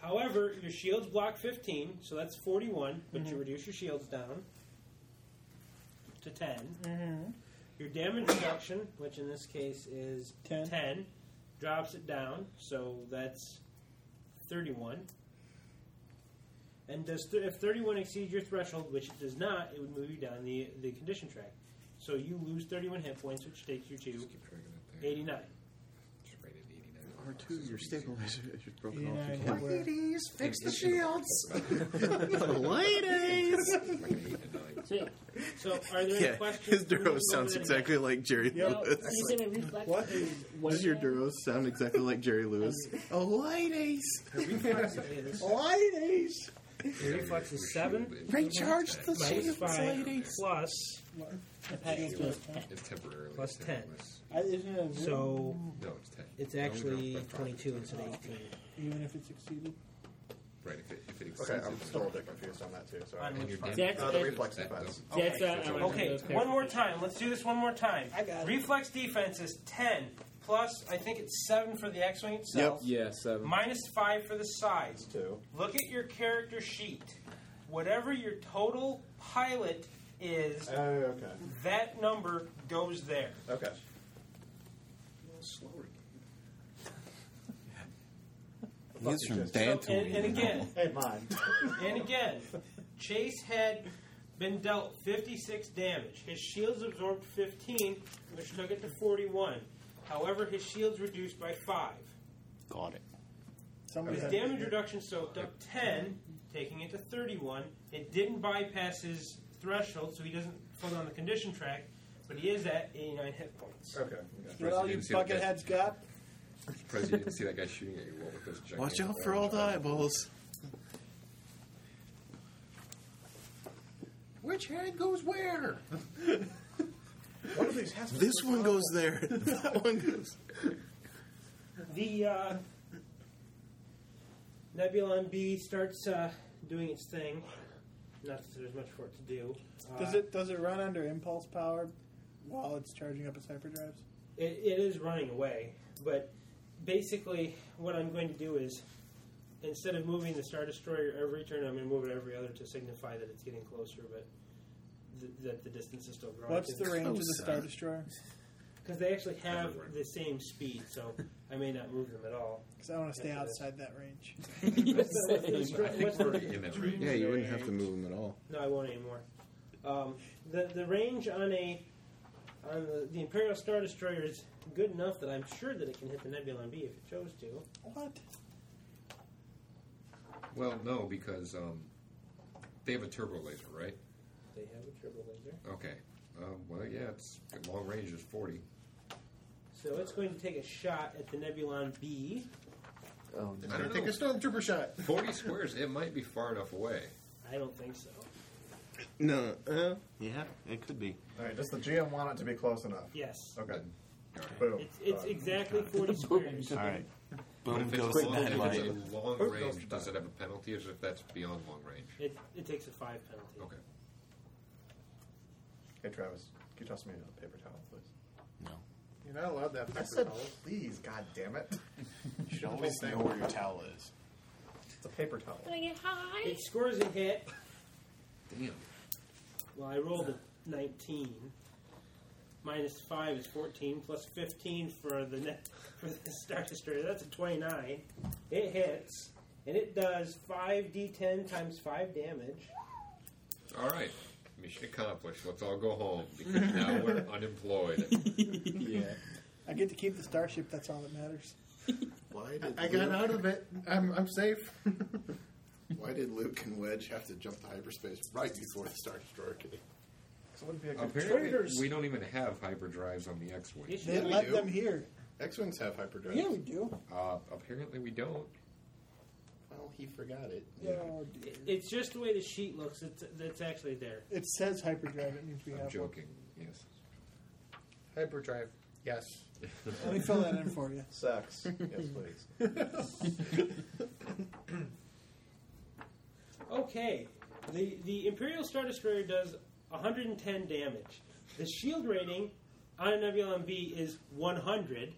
Speaker 2: However, your shields block 15, so that's 41, but you reduce your shields down to 10.
Speaker 9: Mm-hmm.
Speaker 2: Your damage reduction, which in this case is
Speaker 9: 10.
Speaker 2: 10 drops it down, so that's 31. And does th- if 31 exceeds your threshold, which it does not, it would move you down the, the condition track. So you lose 31 hit points, which takes you to 89.
Speaker 6: R2, your stabilizer is broken off.
Speaker 14: Eighty-nine.
Speaker 6: You can't-
Speaker 14: Ladies, fix the shields.
Speaker 6: Ladies.
Speaker 3: So, yeah. so are there any
Speaker 6: Yeah,
Speaker 3: questions?
Speaker 6: his Duros sounds exactly like Jerry
Speaker 3: Yeah.
Speaker 6: Lewis.
Speaker 3: He's in a reflex. What?
Speaker 6: Does your Duros sound exactly like Jerry Lewis?
Speaker 14: Oh, ladies.
Speaker 6: ladies.
Speaker 2: Your reflex is 7.
Speaker 14: Recharge the
Speaker 2: Minus
Speaker 14: shields,
Speaker 2: five
Speaker 14: ladies.
Speaker 2: Plus.
Speaker 4: It's temporarily.
Speaker 2: Plus
Speaker 4: it's
Speaker 2: 10.
Speaker 4: temporarily-
Speaker 2: So
Speaker 4: No, it's 10.
Speaker 2: it's
Speaker 4: No,
Speaker 2: actually
Speaker 4: no, but-
Speaker 2: 22 instead of 18.
Speaker 9: Even if it's exceeded?
Speaker 4: Right, if it, if it exceeds
Speaker 7: Okay, I'm
Speaker 4: it,
Speaker 7: still a bit confused on that too. Sorry.
Speaker 2: On which part?
Speaker 7: damage- uh, the reflex defense.
Speaker 3: uh,
Speaker 2: Okay, one more time. Let's do this one more time. I got Reflex defense is 10, plus I think it's 7 for the X Wing itself,
Speaker 10: Yeah, seven.
Speaker 2: minus 5 for the size.
Speaker 7: Two.
Speaker 2: Look at your character sheet. Whatever your total pilot is,
Speaker 7: Oh, okay.
Speaker 2: that number goes there.
Speaker 7: Okay.
Speaker 14: He's from
Speaker 2: So, and, and again,
Speaker 7: Hey, mine.
Speaker 2: and again, Chase had been dealt 56 damage. His shields absorbed 15, which took it to 41. However, his shields reduced by 5.
Speaker 6: Got it.
Speaker 9: Somebody
Speaker 2: His
Speaker 9: had-
Speaker 2: damage reduction soaked up 10, taking it to 31. It didn't bypass his threshold, so he doesn't fall on the condition track, but he is at 89 hit points.
Speaker 7: Okay.
Speaker 9: What all you bucketheads got?
Speaker 4: Surprised you didn't see that guy shooting at you wall with those giant
Speaker 6: Watch out for all the eyeballs.
Speaker 14: Which hand goes where?
Speaker 7: One of these has to
Speaker 6: This one goes there. That one goes.
Speaker 2: The uh, Nebula B starts uh, doing its thing. Not that there's much for it to do. Uh,
Speaker 9: Does it does it run under impulse power while it's charging up its hyperdrives?
Speaker 2: It, it is running away, but basically, what I'm going to do is instead of moving the Star Destroyer every turn, I'm going to move it every other to signify that it's getting closer, but th- that the distance is still growing.
Speaker 9: What's the range of the Star Destroyer?
Speaker 2: Because they actually have the same speed, so I may not move them at all.
Speaker 9: Because I want to stay outside that range.
Speaker 2: What's the- what's the stra- what's the-
Speaker 6: Yeah, you wouldn't have to move them at all.
Speaker 2: No, I won't anymore. Um, the the range on a on the, the Imperial Star Destroyer is good enough that I'm sure that it can hit the Nebula B if it chose to.
Speaker 9: What?
Speaker 4: Well, no, because um, they have a turbo laser, right?
Speaker 2: They have a turbo laser,
Speaker 4: Okay. Um, well, yeah, it's long range is 40.
Speaker 2: so it's going to take a shot at the Nebulon B.
Speaker 6: Oh,
Speaker 4: I don't
Speaker 13: Take a
Speaker 4: know.
Speaker 13: stormtrooper shot.
Speaker 4: 40 squares, it might be far enough away.
Speaker 2: I don't think so.
Speaker 6: No. Uh, yeah, it could be.
Speaker 7: All right. Does the GM want it to be close enough?
Speaker 2: Yes,
Speaker 7: Okay. Uh, Boom.
Speaker 2: it's it's exactly forty squares.
Speaker 6: All right.
Speaker 4: But
Speaker 6: Boom
Speaker 4: if it's,
Speaker 6: goes
Speaker 4: long,
Speaker 6: the
Speaker 4: if it's
Speaker 6: headlight.
Speaker 4: at long
Speaker 2: Boom
Speaker 4: range, does it have a penalty or is it that's beyond long range?
Speaker 2: It it takes a five penalty.
Speaker 4: Okay.
Speaker 7: Hey, Travis, can you toss me a paper towel, please?
Speaker 11: You're not allowed that.
Speaker 7: I
Speaker 11: paper
Speaker 7: said,
Speaker 11: towels.
Speaker 7: please. God damn it.
Speaker 6: You should
Speaker 7: always know where your
Speaker 6: towel is.
Speaker 7: It's a paper towel.
Speaker 12: I get high?
Speaker 2: It scores a hit.
Speaker 4: Damn.
Speaker 2: Well, I rolled a 19. Minus 5 is 14, plus 15 for the, ne- for the Star Destroyer. That's a 29. It hits, and it does 5d10 times 5 damage.
Speaker 4: All right. Mission accomplished. Let's all go home because now we're unemployed.
Speaker 10: Yeah.
Speaker 9: I get to keep the starship. That's all that matters.
Speaker 6: Why did
Speaker 11: I got
Speaker 6: Luke-
Speaker 11: out of it. I'm, I'm safe.
Speaker 6: Why did Luke and Wedge have to jump to hyperspace right before the Star Destroyer came?
Speaker 7: So it wouldn't be a good
Speaker 4: Apparently,
Speaker 9: Traitors.
Speaker 4: we don't even have hyperdrives on the X-wing.
Speaker 2: Yes, you
Speaker 9: They
Speaker 2: do.
Speaker 9: let
Speaker 6: do.
Speaker 9: them here.
Speaker 6: X-wings have hyperdrive.
Speaker 9: Yeah, we do.
Speaker 4: Uh, apparently, we don't.
Speaker 6: Well, he forgot it.
Speaker 9: Oh, dear.
Speaker 2: It- It's just the way the sheet looks. It's, it's actually there.
Speaker 9: It says hyperdrive. It means we
Speaker 4: I'm
Speaker 9: have one.
Speaker 4: joking. Yes.
Speaker 11: Hyperdrive. Yes.
Speaker 9: Let me fill that in for you.
Speaker 7: Sex. yes, please.
Speaker 2: Okay. The, the Imperial Star Destroyer does 110 damage. The shield rating on an Nebulon B is 100,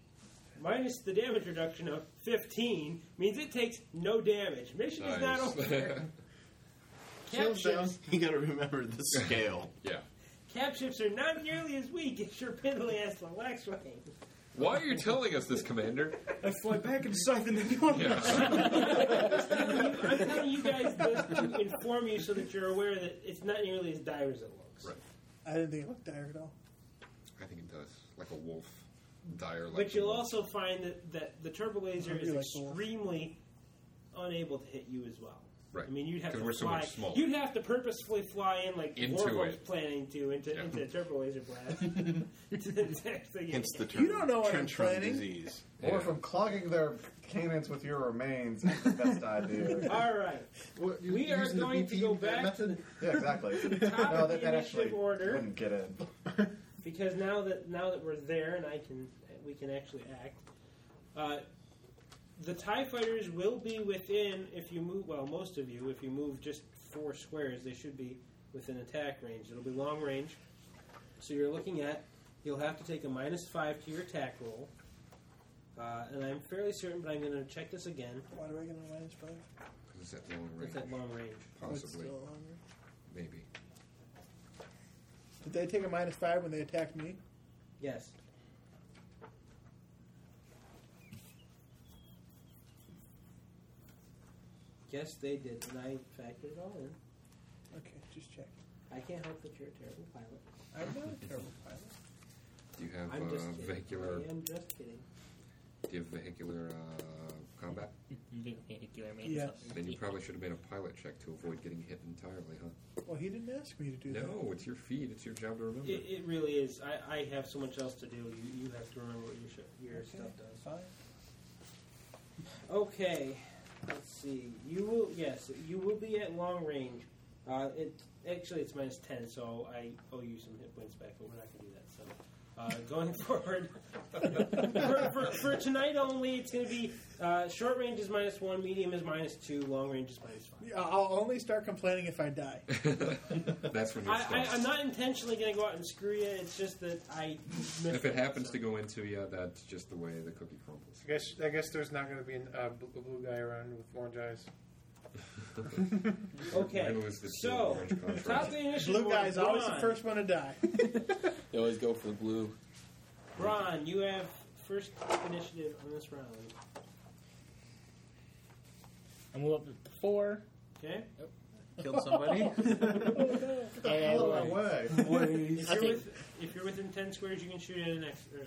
Speaker 2: minus the damage reduction of 15, means it takes no damage. Mission is not over. Cap ships,
Speaker 6: You gotta remember the scale.
Speaker 4: yeah.
Speaker 2: cap ships are not nearly as weak as your piddly ass Lex wing.
Speaker 4: Why are you telling us this, Commander?
Speaker 13: I fly back and siphon the
Speaker 2: I'm telling you guys this to inform you so that you're aware that it's not nearly as dire as it looks. Right.
Speaker 9: I didn't think it looked dire at all.
Speaker 4: I think it does. Like a wolf. Dire like
Speaker 2: But
Speaker 4: a
Speaker 2: you'll
Speaker 4: wolf.
Speaker 2: also find that, that the turbo laser
Speaker 4: Hungry
Speaker 2: is
Speaker 4: like wolf.
Speaker 2: extremely unable to hit you as well.
Speaker 4: Right.
Speaker 2: I mean, you'd have
Speaker 4: 'Cause
Speaker 2: to
Speaker 4: we're so
Speaker 2: fly.
Speaker 4: much smaller.
Speaker 2: You'd have to purposefully fly in like
Speaker 4: Into
Speaker 2: Warhol was
Speaker 4: it.
Speaker 2: planning to into
Speaker 4: Yeah.
Speaker 2: into a turbo laser blast. to actually get
Speaker 6: Hence the
Speaker 2: hit.
Speaker 6: term.
Speaker 9: You don't know what I'm
Speaker 6: trench run
Speaker 9: planning.
Speaker 6: disease.
Speaker 7: Or from clogging their cannons with your remains is the best idea.
Speaker 2: All right. we are
Speaker 7: using the
Speaker 2: going to
Speaker 7: BP
Speaker 2: go back to
Speaker 7: Yeah, exactly.
Speaker 2: Top
Speaker 7: no,
Speaker 2: of
Speaker 7: that,
Speaker 2: the
Speaker 7: that
Speaker 2: initiative
Speaker 7: actually
Speaker 2: order.
Speaker 7: wouldn't get in.
Speaker 2: the- because now that now that we're there and I can we can actually act. Uh, the Tie Fighters will be within if you move. Well, most of you, if you move just four squares, they should be within attack range. It'll be long range, so you're looking at. You'll have to take a minus five to your attack roll. Uh, and I'm fairly certain, but I'm going to check this again.
Speaker 9: Why do I get a minus five?
Speaker 4: Is that long range?
Speaker 2: It's at long range.
Speaker 9: It's
Speaker 4: Possibly.
Speaker 9: still longer.
Speaker 4: Maybe.
Speaker 9: Did they take a minus five when they attacked me?
Speaker 2: Yes. Yes, they did, and I factored it all in.
Speaker 9: Okay, just check.
Speaker 2: I can't help that you're a terrible pilot.
Speaker 9: I'm not a terrible pilot.
Speaker 4: Do you have
Speaker 2: I'm just
Speaker 4: uh,
Speaker 2: kidding.
Speaker 4: vehicular?
Speaker 2: I am just kidding.
Speaker 4: Do you have vehicular uh, combat?
Speaker 3: Vehicular
Speaker 9: maintenance. Yes.
Speaker 4: Then you probably should have made a pilot check to avoid getting hit entirely, huh?
Speaker 9: Well, he didn't ask me to do that.
Speaker 4: No, it's your feed. It's your job to remember.
Speaker 2: It, it really is. I, I have so much else to do. You, you have to remember what your, sh- your
Speaker 9: Okay,
Speaker 2: stuff does. Okay, let's see. You will yes, you will be at long range. Uh, it actually it's minus ten, so I owe you some hit points back, but we're not gonna do that. So uh, going forward, for, for, for tonight only, it's gonna be uh, short range is minus one, medium is minus two, long range is minus five.
Speaker 9: Yeah, I'll only start complaining if I die.
Speaker 4: That's when you
Speaker 2: I, I,
Speaker 4: start.
Speaker 2: I'm not intentionally gonna go out and screw you. It's just that I missed
Speaker 4: if it
Speaker 2: it.
Speaker 4: happens to go into you, that's just the way the cookie crumbles.
Speaker 11: I guess I guess there's not going to be an, uh, bl- a blue guy around with orange eyes.
Speaker 2: Okay,
Speaker 4: It was the
Speaker 2: so
Speaker 4: orange contrast.
Speaker 2: top of the initiative.
Speaker 9: Blue guy's
Speaker 2: order,
Speaker 9: always
Speaker 2: Bron.
Speaker 9: the first one to die.
Speaker 10: They always go for the blue.
Speaker 2: Bron, you have first initiative on this round.
Speaker 3: I move up to four.
Speaker 2: Okay.
Speaker 6: Killed somebody?
Speaker 3: And I will-
Speaker 2: If
Speaker 3: I'll
Speaker 2: you're,
Speaker 3: take-
Speaker 2: with, if you're within 10 squares, you can shoot at an extra.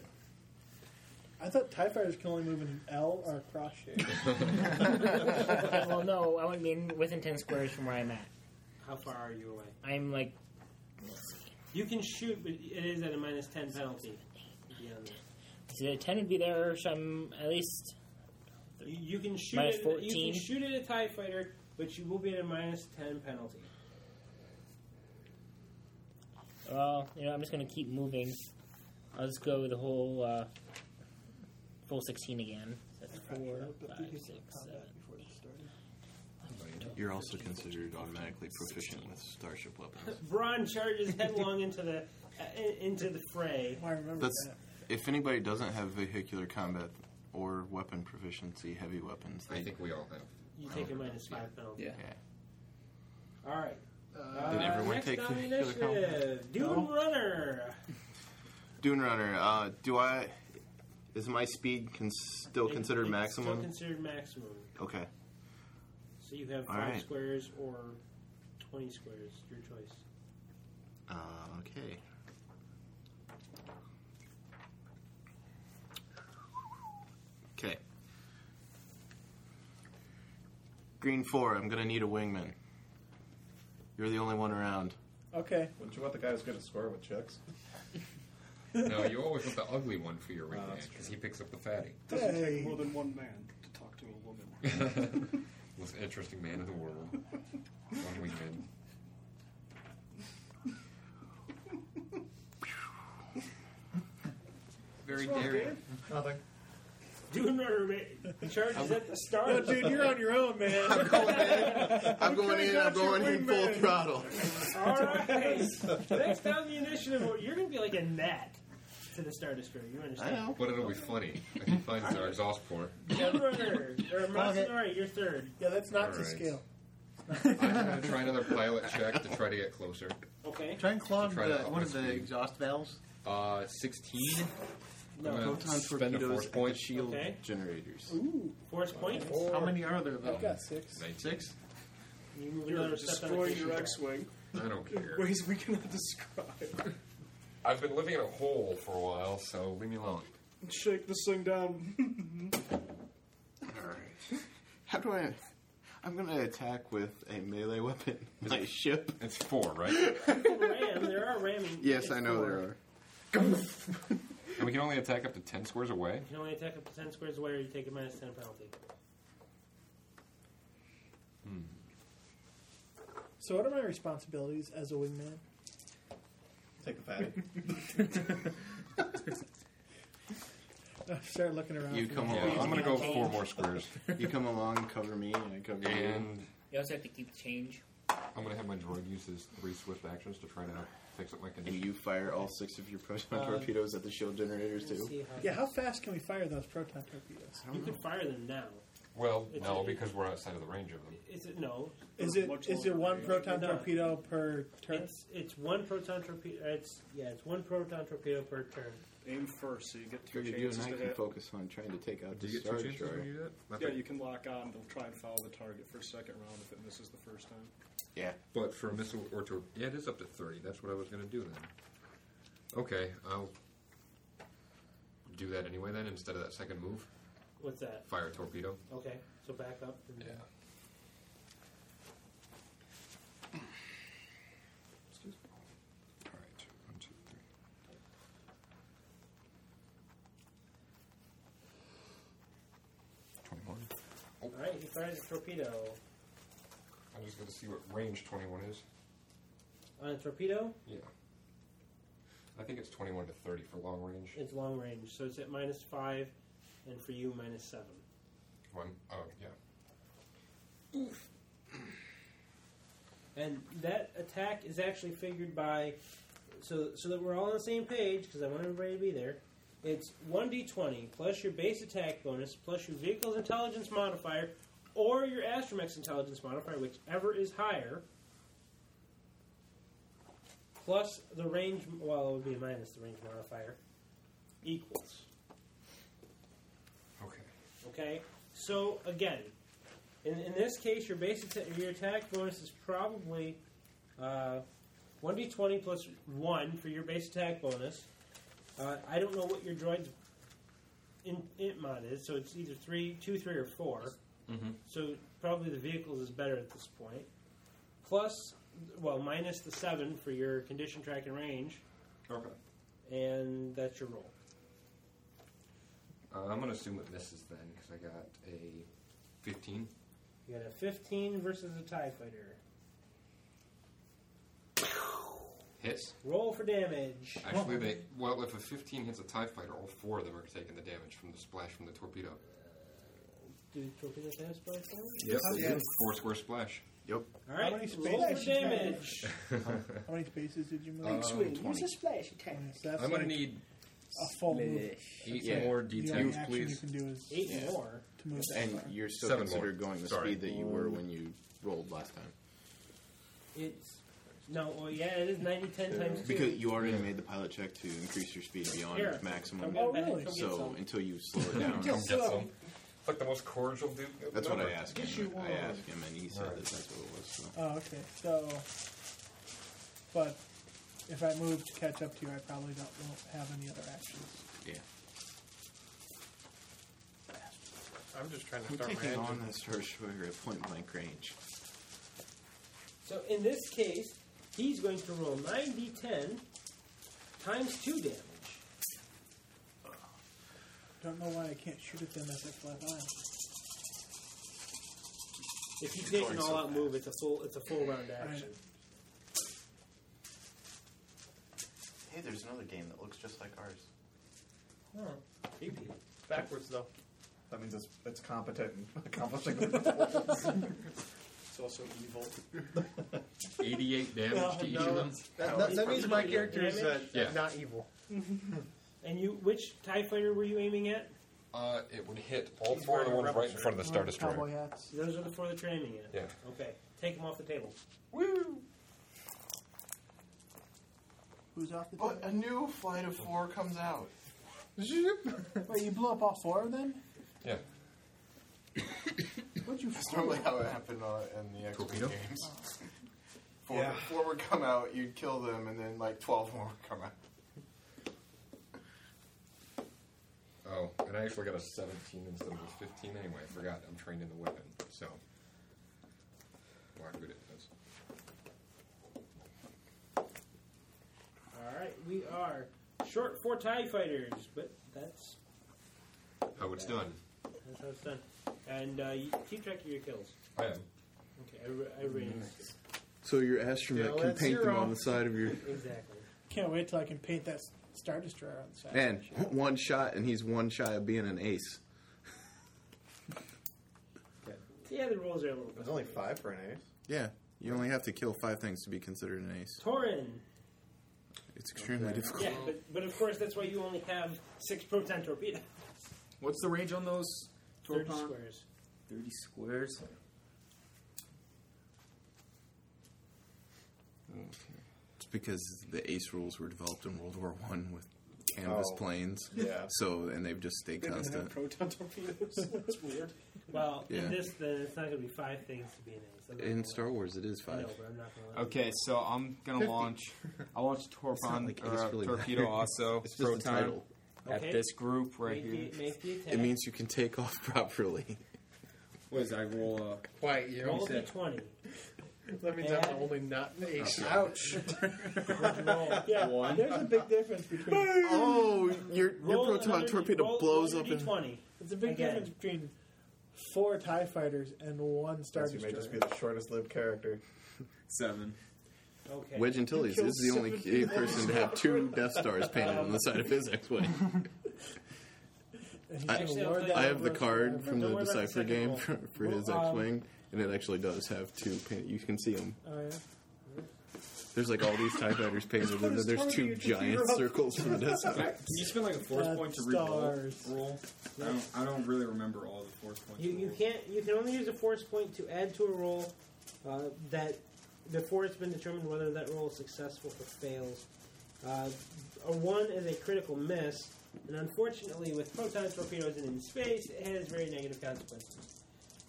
Speaker 9: I thought TIE fighters can only move in an L or a cross shape.
Speaker 3: well, no, I wouldn't be in- within ten squares from where I'm at.
Speaker 2: How far are you away?
Speaker 3: I'm like
Speaker 2: You can shoot, but it is at a minus 10 penalty. Beyond
Speaker 3: So the ten would be there, so I'm at least
Speaker 2: that. You, you can shoot
Speaker 3: Minus
Speaker 2: at, You
Speaker 3: 14?
Speaker 2: can shoot at a TIE fighter, but you will be at a minus 10 penalty.
Speaker 3: well, you know, I'm just gonna keep moving. I'll just go the whole uh, full sixteen again. So That's four, five, six, seven.
Speaker 6: You're also considered automatically proficient with starship weapons.
Speaker 2: Bron charges headlong into the uh, in- into the fray.
Speaker 9: Oh, I remember
Speaker 6: That's if anybody doesn't have vehicular combat or weapon proficiency, heavy weapons. They,
Speaker 4: I think we all have.
Speaker 2: You take a minus 5 penalty.
Speaker 6: yeah.
Speaker 2: All right. Uh,
Speaker 6: Did everyone
Speaker 2: next
Speaker 6: take
Speaker 2: on the
Speaker 6: the- the comp?
Speaker 2: initiative? Dune
Speaker 6: No.
Speaker 2: Runner.
Speaker 6: Dune Runner, uh, do I? Is my speed con- still considered
Speaker 2: It's
Speaker 6: maximum?
Speaker 2: Still considered maximum.
Speaker 6: okay.
Speaker 2: So you have
Speaker 6: All
Speaker 2: five
Speaker 6: right.
Speaker 2: squares or twenty squares, your choice.
Speaker 6: Uh, okay. Okay. Green four. I'm gonna need a wingman. You're the only one around.
Speaker 9: Okay.
Speaker 7: Wouldn't you want the guy who's good at score with chicks?
Speaker 4: No, you always want the ugly one for your wingman because he picks up the fatty.
Speaker 8: Doesn't
Speaker 9: Hey.
Speaker 8: take more than one man to talk to a woman.
Speaker 4: Most interesting man in the world. One wingman. Very daring.
Speaker 7: Nothing.
Speaker 2: Dune Runner ma- charges at the start.
Speaker 9: No, dude, you're on your own, man. I'm
Speaker 6: going in. I'm going in. I'm going in full throttle.
Speaker 2: All right. Next on the initiative, order, you're going to be like a gnat to the Star Destroyer. You understand?
Speaker 4: But it'll be funny. If he finds our exhaust port.
Speaker 2: Dune Runner or Masanori, you're third.
Speaker 9: Yeah, that's not to
Speaker 4: Alright.
Speaker 9: scale.
Speaker 4: I'm going to try another pilot check to try to get closer.
Speaker 2: Okay.
Speaker 13: Try and clog
Speaker 4: Try
Speaker 13: the,
Speaker 4: that
Speaker 13: one of the
Speaker 4: opportunity.
Speaker 13: exhaust valves.
Speaker 4: Uh, 16?
Speaker 6: No. Proton torpedoes and
Speaker 4: point.
Speaker 6: shield
Speaker 2: Okay.
Speaker 6: generators.
Speaker 2: Ooh, force point.
Speaker 6: How many are there, though?
Speaker 2: I've got six.
Speaker 4: Six?
Speaker 2: You move
Speaker 8: You're
Speaker 2: another step on the
Speaker 8: destroying
Speaker 2: creature
Speaker 8: your
Speaker 2: die.
Speaker 8: X-wing.
Speaker 4: I don't
Speaker 8: in
Speaker 4: care.
Speaker 8: Ways we cannot describe.
Speaker 4: I've been living in a hole for a while, so leave me alone.
Speaker 8: Shake this thing down.
Speaker 6: How do I? I'm gonna attack with a melee weapon. My ship.
Speaker 4: It's four, right?
Speaker 2: Ram. There are ramming.
Speaker 6: yes, I know there are.
Speaker 4: And we can only attack up to ten squares away.
Speaker 2: You can only attack up to ten squares away, or you take a minus ten penalty.
Speaker 9: So, what are my responsibilities as a wingman?
Speaker 7: Take a fatty.
Speaker 9: I start looking around.
Speaker 6: You
Speaker 9: for
Speaker 6: come
Speaker 9: my-
Speaker 6: along.
Speaker 4: I'm gonna go four more squares.
Speaker 6: You come along, cover me, and I cover
Speaker 4: And
Speaker 3: You also have to keep the change.
Speaker 4: I'm gonna have my droid use his three swift actions to try to fix up my
Speaker 6: you. And
Speaker 4: condition.
Speaker 6: you fire all six of your proton
Speaker 9: Uh,
Speaker 6: torpedoes at the shield generators too.
Speaker 9: Yeah, how fast can we fire those proton torpedoes?
Speaker 2: You could fire them now.
Speaker 4: Well,
Speaker 2: It's
Speaker 4: no,
Speaker 2: a-
Speaker 4: because we're outside of the range of them.
Speaker 2: Is it no?
Speaker 9: Is it
Speaker 2: Much
Speaker 9: is it
Speaker 2: longer
Speaker 9: one
Speaker 2: range.
Speaker 9: proton
Speaker 2: No.
Speaker 9: torpedo per turn?
Speaker 2: It's it's one proton torpedo. It's yeah, it's one proton torpedo per turn.
Speaker 8: Aim first, so you get
Speaker 6: Figured you and I can focus on trying to take out
Speaker 4: Do you
Speaker 6: the
Speaker 4: get two
Speaker 6: star
Speaker 4: chances when
Speaker 6: destroyer.
Speaker 4: you do that?
Speaker 8: Yeah, you can lock on. They'll try and foul the target for a second round if it misses the first time.
Speaker 6: Yeah.
Speaker 4: But for a missile or to yeah, it is up to thirty. That's what I was gonna do then. Okay, I'll do that anyway then instead of that second move.
Speaker 2: What's that?
Speaker 4: Fire a torpedo.
Speaker 2: Okay, so back up. And yeah.
Speaker 4: All right, one, two, three. Twenty-one.
Speaker 2: All right, he fires a torpedo.
Speaker 4: I'm just gonna see what range twenty-one is.
Speaker 2: On a Uh, torpedo,
Speaker 4: Yeah. I think it's twenty-one to thirty for long range.
Speaker 2: it's long range, so it's at minus five, and for you minus seven.
Speaker 4: One. Oh yeah.
Speaker 2: And that attack is actually figured by, so so that we're all on the same page because I want everybody to be there. It's one d20 plus your base attack bonus plus your vehicle's intelligence modifier, or your astromech's intelligence modifier, whichever is higher. Plus the range, well, it would be minus the range modifier, equals.
Speaker 4: Okay.
Speaker 2: Okay. So again, in, in this case, your base atta- your attack bonus is probably uh, one d twenty plus one for your base attack bonus. Uh, I don't know what your droid's in, int mod is, so it's either three, two, three, or four.
Speaker 4: Mm-hmm.
Speaker 2: So probably the vehicles is better at this point. Plus, well, minus the seven for your condition track and range,
Speaker 4: Okay.
Speaker 2: and that's your roll.
Speaker 4: Uh, I'm gonna assume it misses then because I got a fifteen.
Speaker 2: You got a fifteen versus a tie fighter.
Speaker 4: Hits.
Speaker 2: Roll for damage.
Speaker 4: Actually, they well, if a 15 hits a Tie Fighter, all four of them are taking the damage from the splash from the torpedo.
Speaker 2: Do torpedoes have splash damage?
Speaker 4: they
Speaker 9: Yes.
Speaker 4: do. Four square splash.
Speaker 6: Yep.
Speaker 2: All right.
Speaker 9: How many spaces
Speaker 2: Roll
Speaker 9: did
Speaker 2: for
Speaker 9: you have?
Speaker 2: damage.
Speaker 9: How many spaces did you move?
Speaker 4: Um, Swing, use a
Speaker 9: splash attack.
Speaker 4: I'm gonna need
Speaker 9: a full move.
Speaker 4: eight
Speaker 6: Yeah.
Speaker 4: more
Speaker 9: The only
Speaker 4: d10s,
Speaker 9: action
Speaker 4: please.
Speaker 9: you can do is
Speaker 2: Eight more.
Speaker 9: to move that
Speaker 6: And
Speaker 9: far.
Speaker 6: you're still
Speaker 4: Seven
Speaker 6: considered
Speaker 4: more.
Speaker 6: going the
Speaker 4: Sorry.
Speaker 6: speed that you were when you rolled last time.
Speaker 2: It's no. Well, yeah, it is 90, 10 times two.
Speaker 6: Because E you already made the pilot check to increase your speed beyond
Speaker 2: Here. Come
Speaker 6: maximum.
Speaker 2: get
Speaker 9: Oh,
Speaker 2: back,
Speaker 9: really?
Speaker 2: come get
Speaker 6: So
Speaker 2: some.
Speaker 6: until you slow it down.
Speaker 4: Come get some. Like the most cordial dude.
Speaker 6: That's what I
Speaker 4: ever.
Speaker 6: asked him. I asked him, and he said that that's what it was. So.
Speaker 9: Oh, okay. So, but if I move to catch up to you, I probably don't won't have any other actions.
Speaker 6: Yeah.
Speaker 11: I'm just trying to
Speaker 6: I'm
Speaker 11: start my
Speaker 6: taking
Speaker 11: engine.
Speaker 6: on this Hirschberger at point blank range.
Speaker 2: So in this case, he's going to roll nine d ten times two damage.
Speaker 9: Don't know why I can't shoot at them as I fly by.
Speaker 2: If you take an all out move, it's a full it's a full round action.
Speaker 6: Hey, there's another game that looks just like ours.
Speaker 2: Creepy.
Speaker 11: Backwards, though.
Speaker 7: That means it's, it's competent in accomplishing the goals.
Speaker 8: It's also evil.
Speaker 4: 88 damage to each of them.
Speaker 11: That, that- that means my
Speaker 2: Damage?
Speaker 11: character is uh,
Speaker 4: Yeah.
Speaker 11: not evil.
Speaker 2: And you, which tie fighter were you aiming at?
Speaker 4: Uh, it would hit all four of the ones right in front of the Star
Speaker 9: Cowboy
Speaker 4: Destroyer.
Speaker 9: hats.
Speaker 2: Those are the four that you're aiming at.
Speaker 4: Yeah.
Speaker 2: Okay, take them off the table.
Speaker 6: Woo!
Speaker 9: Who's off the
Speaker 6: But
Speaker 9: table? Oh,
Speaker 6: Oh, a new flight of four comes out.
Speaker 1: Wait, you blew up all four of them?
Speaker 4: Yeah.
Speaker 1: What'd you Oh.
Speaker 6: That's normally how it happened on, in the X-Wing
Speaker 4: Torpedo?
Speaker 6: games. Four, four would come out, you'd kill them, and then like 12 more would come out.
Speaker 4: Oh, and I actually got a 17 instead of a 15 anyway. I forgot. I'm trained in the weapon, so. Well, I'm good at this.
Speaker 2: All right, we are short four tie fighters, but that's
Speaker 4: How it's done.
Speaker 2: that's how it's done. And uh, you keep track of your kills.
Speaker 4: I am.
Speaker 2: Okay, every- everybody knows.
Speaker 14: So your astronaut
Speaker 2: Still
Speaker 14: can
Speaker 2: at
Speaker 14: paint them
Speaker 2: zero.
Speaker 14: on the side of your.
Speaker 2: Exactly.
Speaker 9: Can't wait till I can paint that s- Star Destroyer on the side.
Speaker 6: And one shot, and he's one shy of being an ace.
Speaker 2: Yeah, the rules are a little bit.
Speaker 7: There's only five for an ace.
Speaker 6: Yeah, you only have to kill five things to be considered an ace.
Speaker 2: Torin.
Speaker 6: It's extremely difficult.
Speaker 2: Yeah, but, but of course that's why you only have six proton torpedoes.
Speaker 10: What's the range on those?
Speaker 2: Thirty
Speaker 10: Torpon?
Speaker 2: squares.
Speaker 10: 30 squares.
Speaker 6: It's because the ace rules were developed in World War One with canvas
Speaker 7: Oh.
Speaker 6: planes.
Speaker 7: Yeah.
Speaker 6: So and they've just stayed
Speaker 8: They didn't have
Speaker 6: constant.
Speaker 8: proton torpedoes. That's weird.
Speaker 2: Well,
Speaker 6: Yeah.
Speaker 2: in this, then it's not going to be five things to be an ace. I'm not
Speaker 6: In
Speaker 2: gonna
Speaker 6: Star Wars, it is
Speaker 2: lie. I
Speaker 6: five.
Speaker 2: know, but I'm not gonna lie.
Speaker 10: Okay, so I'm gonna
Speaker 2: 50.
Speaker 10: launch. I launch
Speaker 2: It's not
Speaker 10: Torpon
Speaker 2: like
Speaker 10: or,
Speaker 6: it's
Speaker 10: uh,
Speaker 6: really
Speaker 10: torpedo
Speaker 6: matters.
Speaker 10: also
Speaker 6: It's just the
Speaker 10: proton
Speaker 6: title.
Speaker 10: at
Speaker 2: Okay.
Speaker 10: this group right
Speaker 2: Make
Speaker 10: here.
Speaker 2: the- make the attack.
Speaker 6: It means you can take off properly.
Speaker 10: What is that? I roll a
Speaker 11: Quiet you.
Speaker 2: roll a twenty.
Speaker 11: That means
Speaker 2: Add-
Speaker 11: I'm only not an ace.
Speaker 2: Ouch. yeah,
Speaker 10: One.
Speaker 2: there's a big difference between.
Speaker 6: Oh, your
Speaker 2: Roll
Speaker 6: your proton
Speaker 2: another-
Speaker 6: torpedo
Speaker 2: roll-
Speaker 6: blows
Speaker 2: roll
Speaker 6: up in
Speaker 2: D20.
Speaker 9: It's a big
Speaker 2: Again.
Speaker 9: difference between four TIE fighters and one Star
Speaker 7: Guess you may
Speaker 9: Destroyer.
Speaker 7: just be the shortest lived character.
Speaker 10: seven.
Speaker 2: Okay.
Speaker 6: Wedge Antilles
Speaker 9: You
Speaker 6: is the
Speaker 9: killed
Speaker 6: only
Speaker 9: seven people.
Speaker 6: person to have two Death Stars painted on the side of his X-wing.
Speaker 9: And he's
Speaker 6: I,
Speaker 9: gonna
Speaker 2: Actually, I'll
Speaker 9: lord
Speaker 2: play-
Speaker 9: that
Speaker 6: I have
Speaker 9: over
Speaker 6: the
Speaker 9: us
Speaker 6: card
Speaker 9: forever.
Speaker 6: from
Speaker 2: Don't
Speaker 6: the
Speaker 2: worry about the
Speaker 6: Decipher
Speaker 2: second
Speaker 6: game
Speaker 2: roll.
Speaker 6: for, for his
Speaker 2: Well, um,
Speaker 6: X-wing, and it actually does have two. Paint, you can see them.
Speaker 9: Oh yeah.
Speaker 6: There's like all these Tie Fighters painted, and then there's two giant circles for the Death Star.
Speaker 10: Can you spend like a force
Speaker 9: Death
Speaker 10: point to re-roll?
Speaker 9: stars.
Speaker 10: Roll? I don't, I don't really remember all the force points.
Speaker 2: You,
Speaker 10: to
Speaker 2: you
Speaker 10: roll.
Speaker 2: can't. You can only use a force point to add to a roll uh, that before it's been determined whether that roll is successful or fails. Uh, a one is a critical miss, and unfortunately, with proton torpedoes and in space, it has very negative consequences.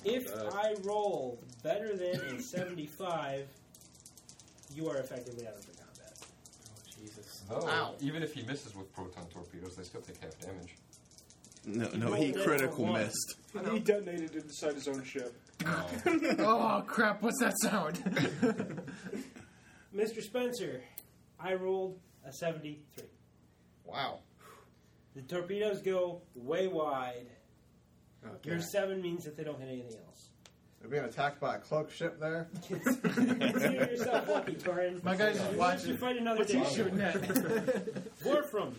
Speaker 2: If
Speaker 10: Uh,
Speaker 2: I roll better than a seventy-five, you are effectively out of the combat.
Speaker 10: Oh, Jesus.
Speaker 4: No,
Speaker 6: Ow.
Speaker 4: even if he misses with proton torpedoes, they still take half damage.
Speaker 6: No,
Speaker 2: rolled
Speaker 6: no, he
Speaker 2: it
Speaker 6: critical
Speaker 2: for one.
Speaker 6: missed.
Speaker 8: He detonated inside his own ship.
Speaker 10: oh crap! What's that sound?
Speaker 2: Mr. Spencer, I rolled a seventy-three.
Speaker 11: Wow.
Speaker 2: The torpedoes go way wide.
Speaker 11: Okay.
Speaker 2: Your seven means that they don't hit anything else.
Speaker 7: We're being attacked by a cloak ship there.
Speaker 2: Consider yourself lucky, Torin.
Speaker 11: My guy's just
Speaker 2: You should
Speaker 11: watching.
Speaker 2: fight another
Speaker 11: What's
Speaker 2: day.
Speaker 11: he shooting at?
Speaker 2: Warfram,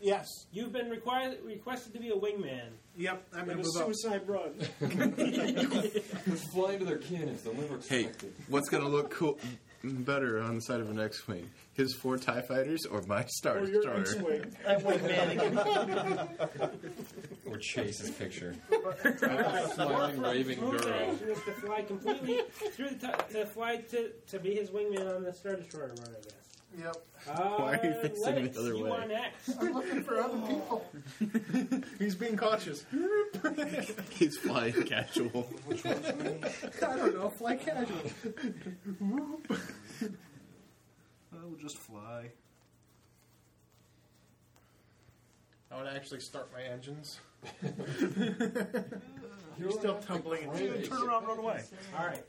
Speaker 9: Yes.
Speaker 2: you've been required requested to be a wingman.
Speaker 9: Yep.
Speaker 8: And
Speaker 9: I'm gonna
Speaker 8: a
Speaker 9: move up.
Speaker 8: suicide run.
Speaker 4: They're flying to their cannons. They'll never
Speaker 6: Hey,
Speaker 4: expect it.
Speaker 6: what's gonna look cool, better on the side of an X-wing? His four Tie Fighters or my Star
Speaker 8: Or your
Speaker 6: Destroyer?
Speaker 8: X-wing.
Speaker 2: I'm wingman again.
Speaker 4: Or Chase's picture. Smiling, raving girl.
Speaker 2: Moonman was to fly completely through the t- to fly to, to be his wingman on the Star Destroyer run, I guess.
Speaker 9: Yep.
Speaker 2: Uh,
Speaker 6: Why are you facing the
Speaker 2: Lennox,
Speaker 6: other
Speaker 2: you
Speaker 6: way?
Speaker 2: are next.
Speaker 11: I'm looking for other people. He's being cautious.
Speaker 6: He's flying casual.
Speaker 11: I don't know. Fly casual.
Speaker 13: I will just fly.
Speaker 11: I want to actually start my engines.
Speaker 4: You're
Speaker 11: still tumbling in space.
Speaker 4: Turn
Speaker 9: around, run away.
Speaker 2: All right.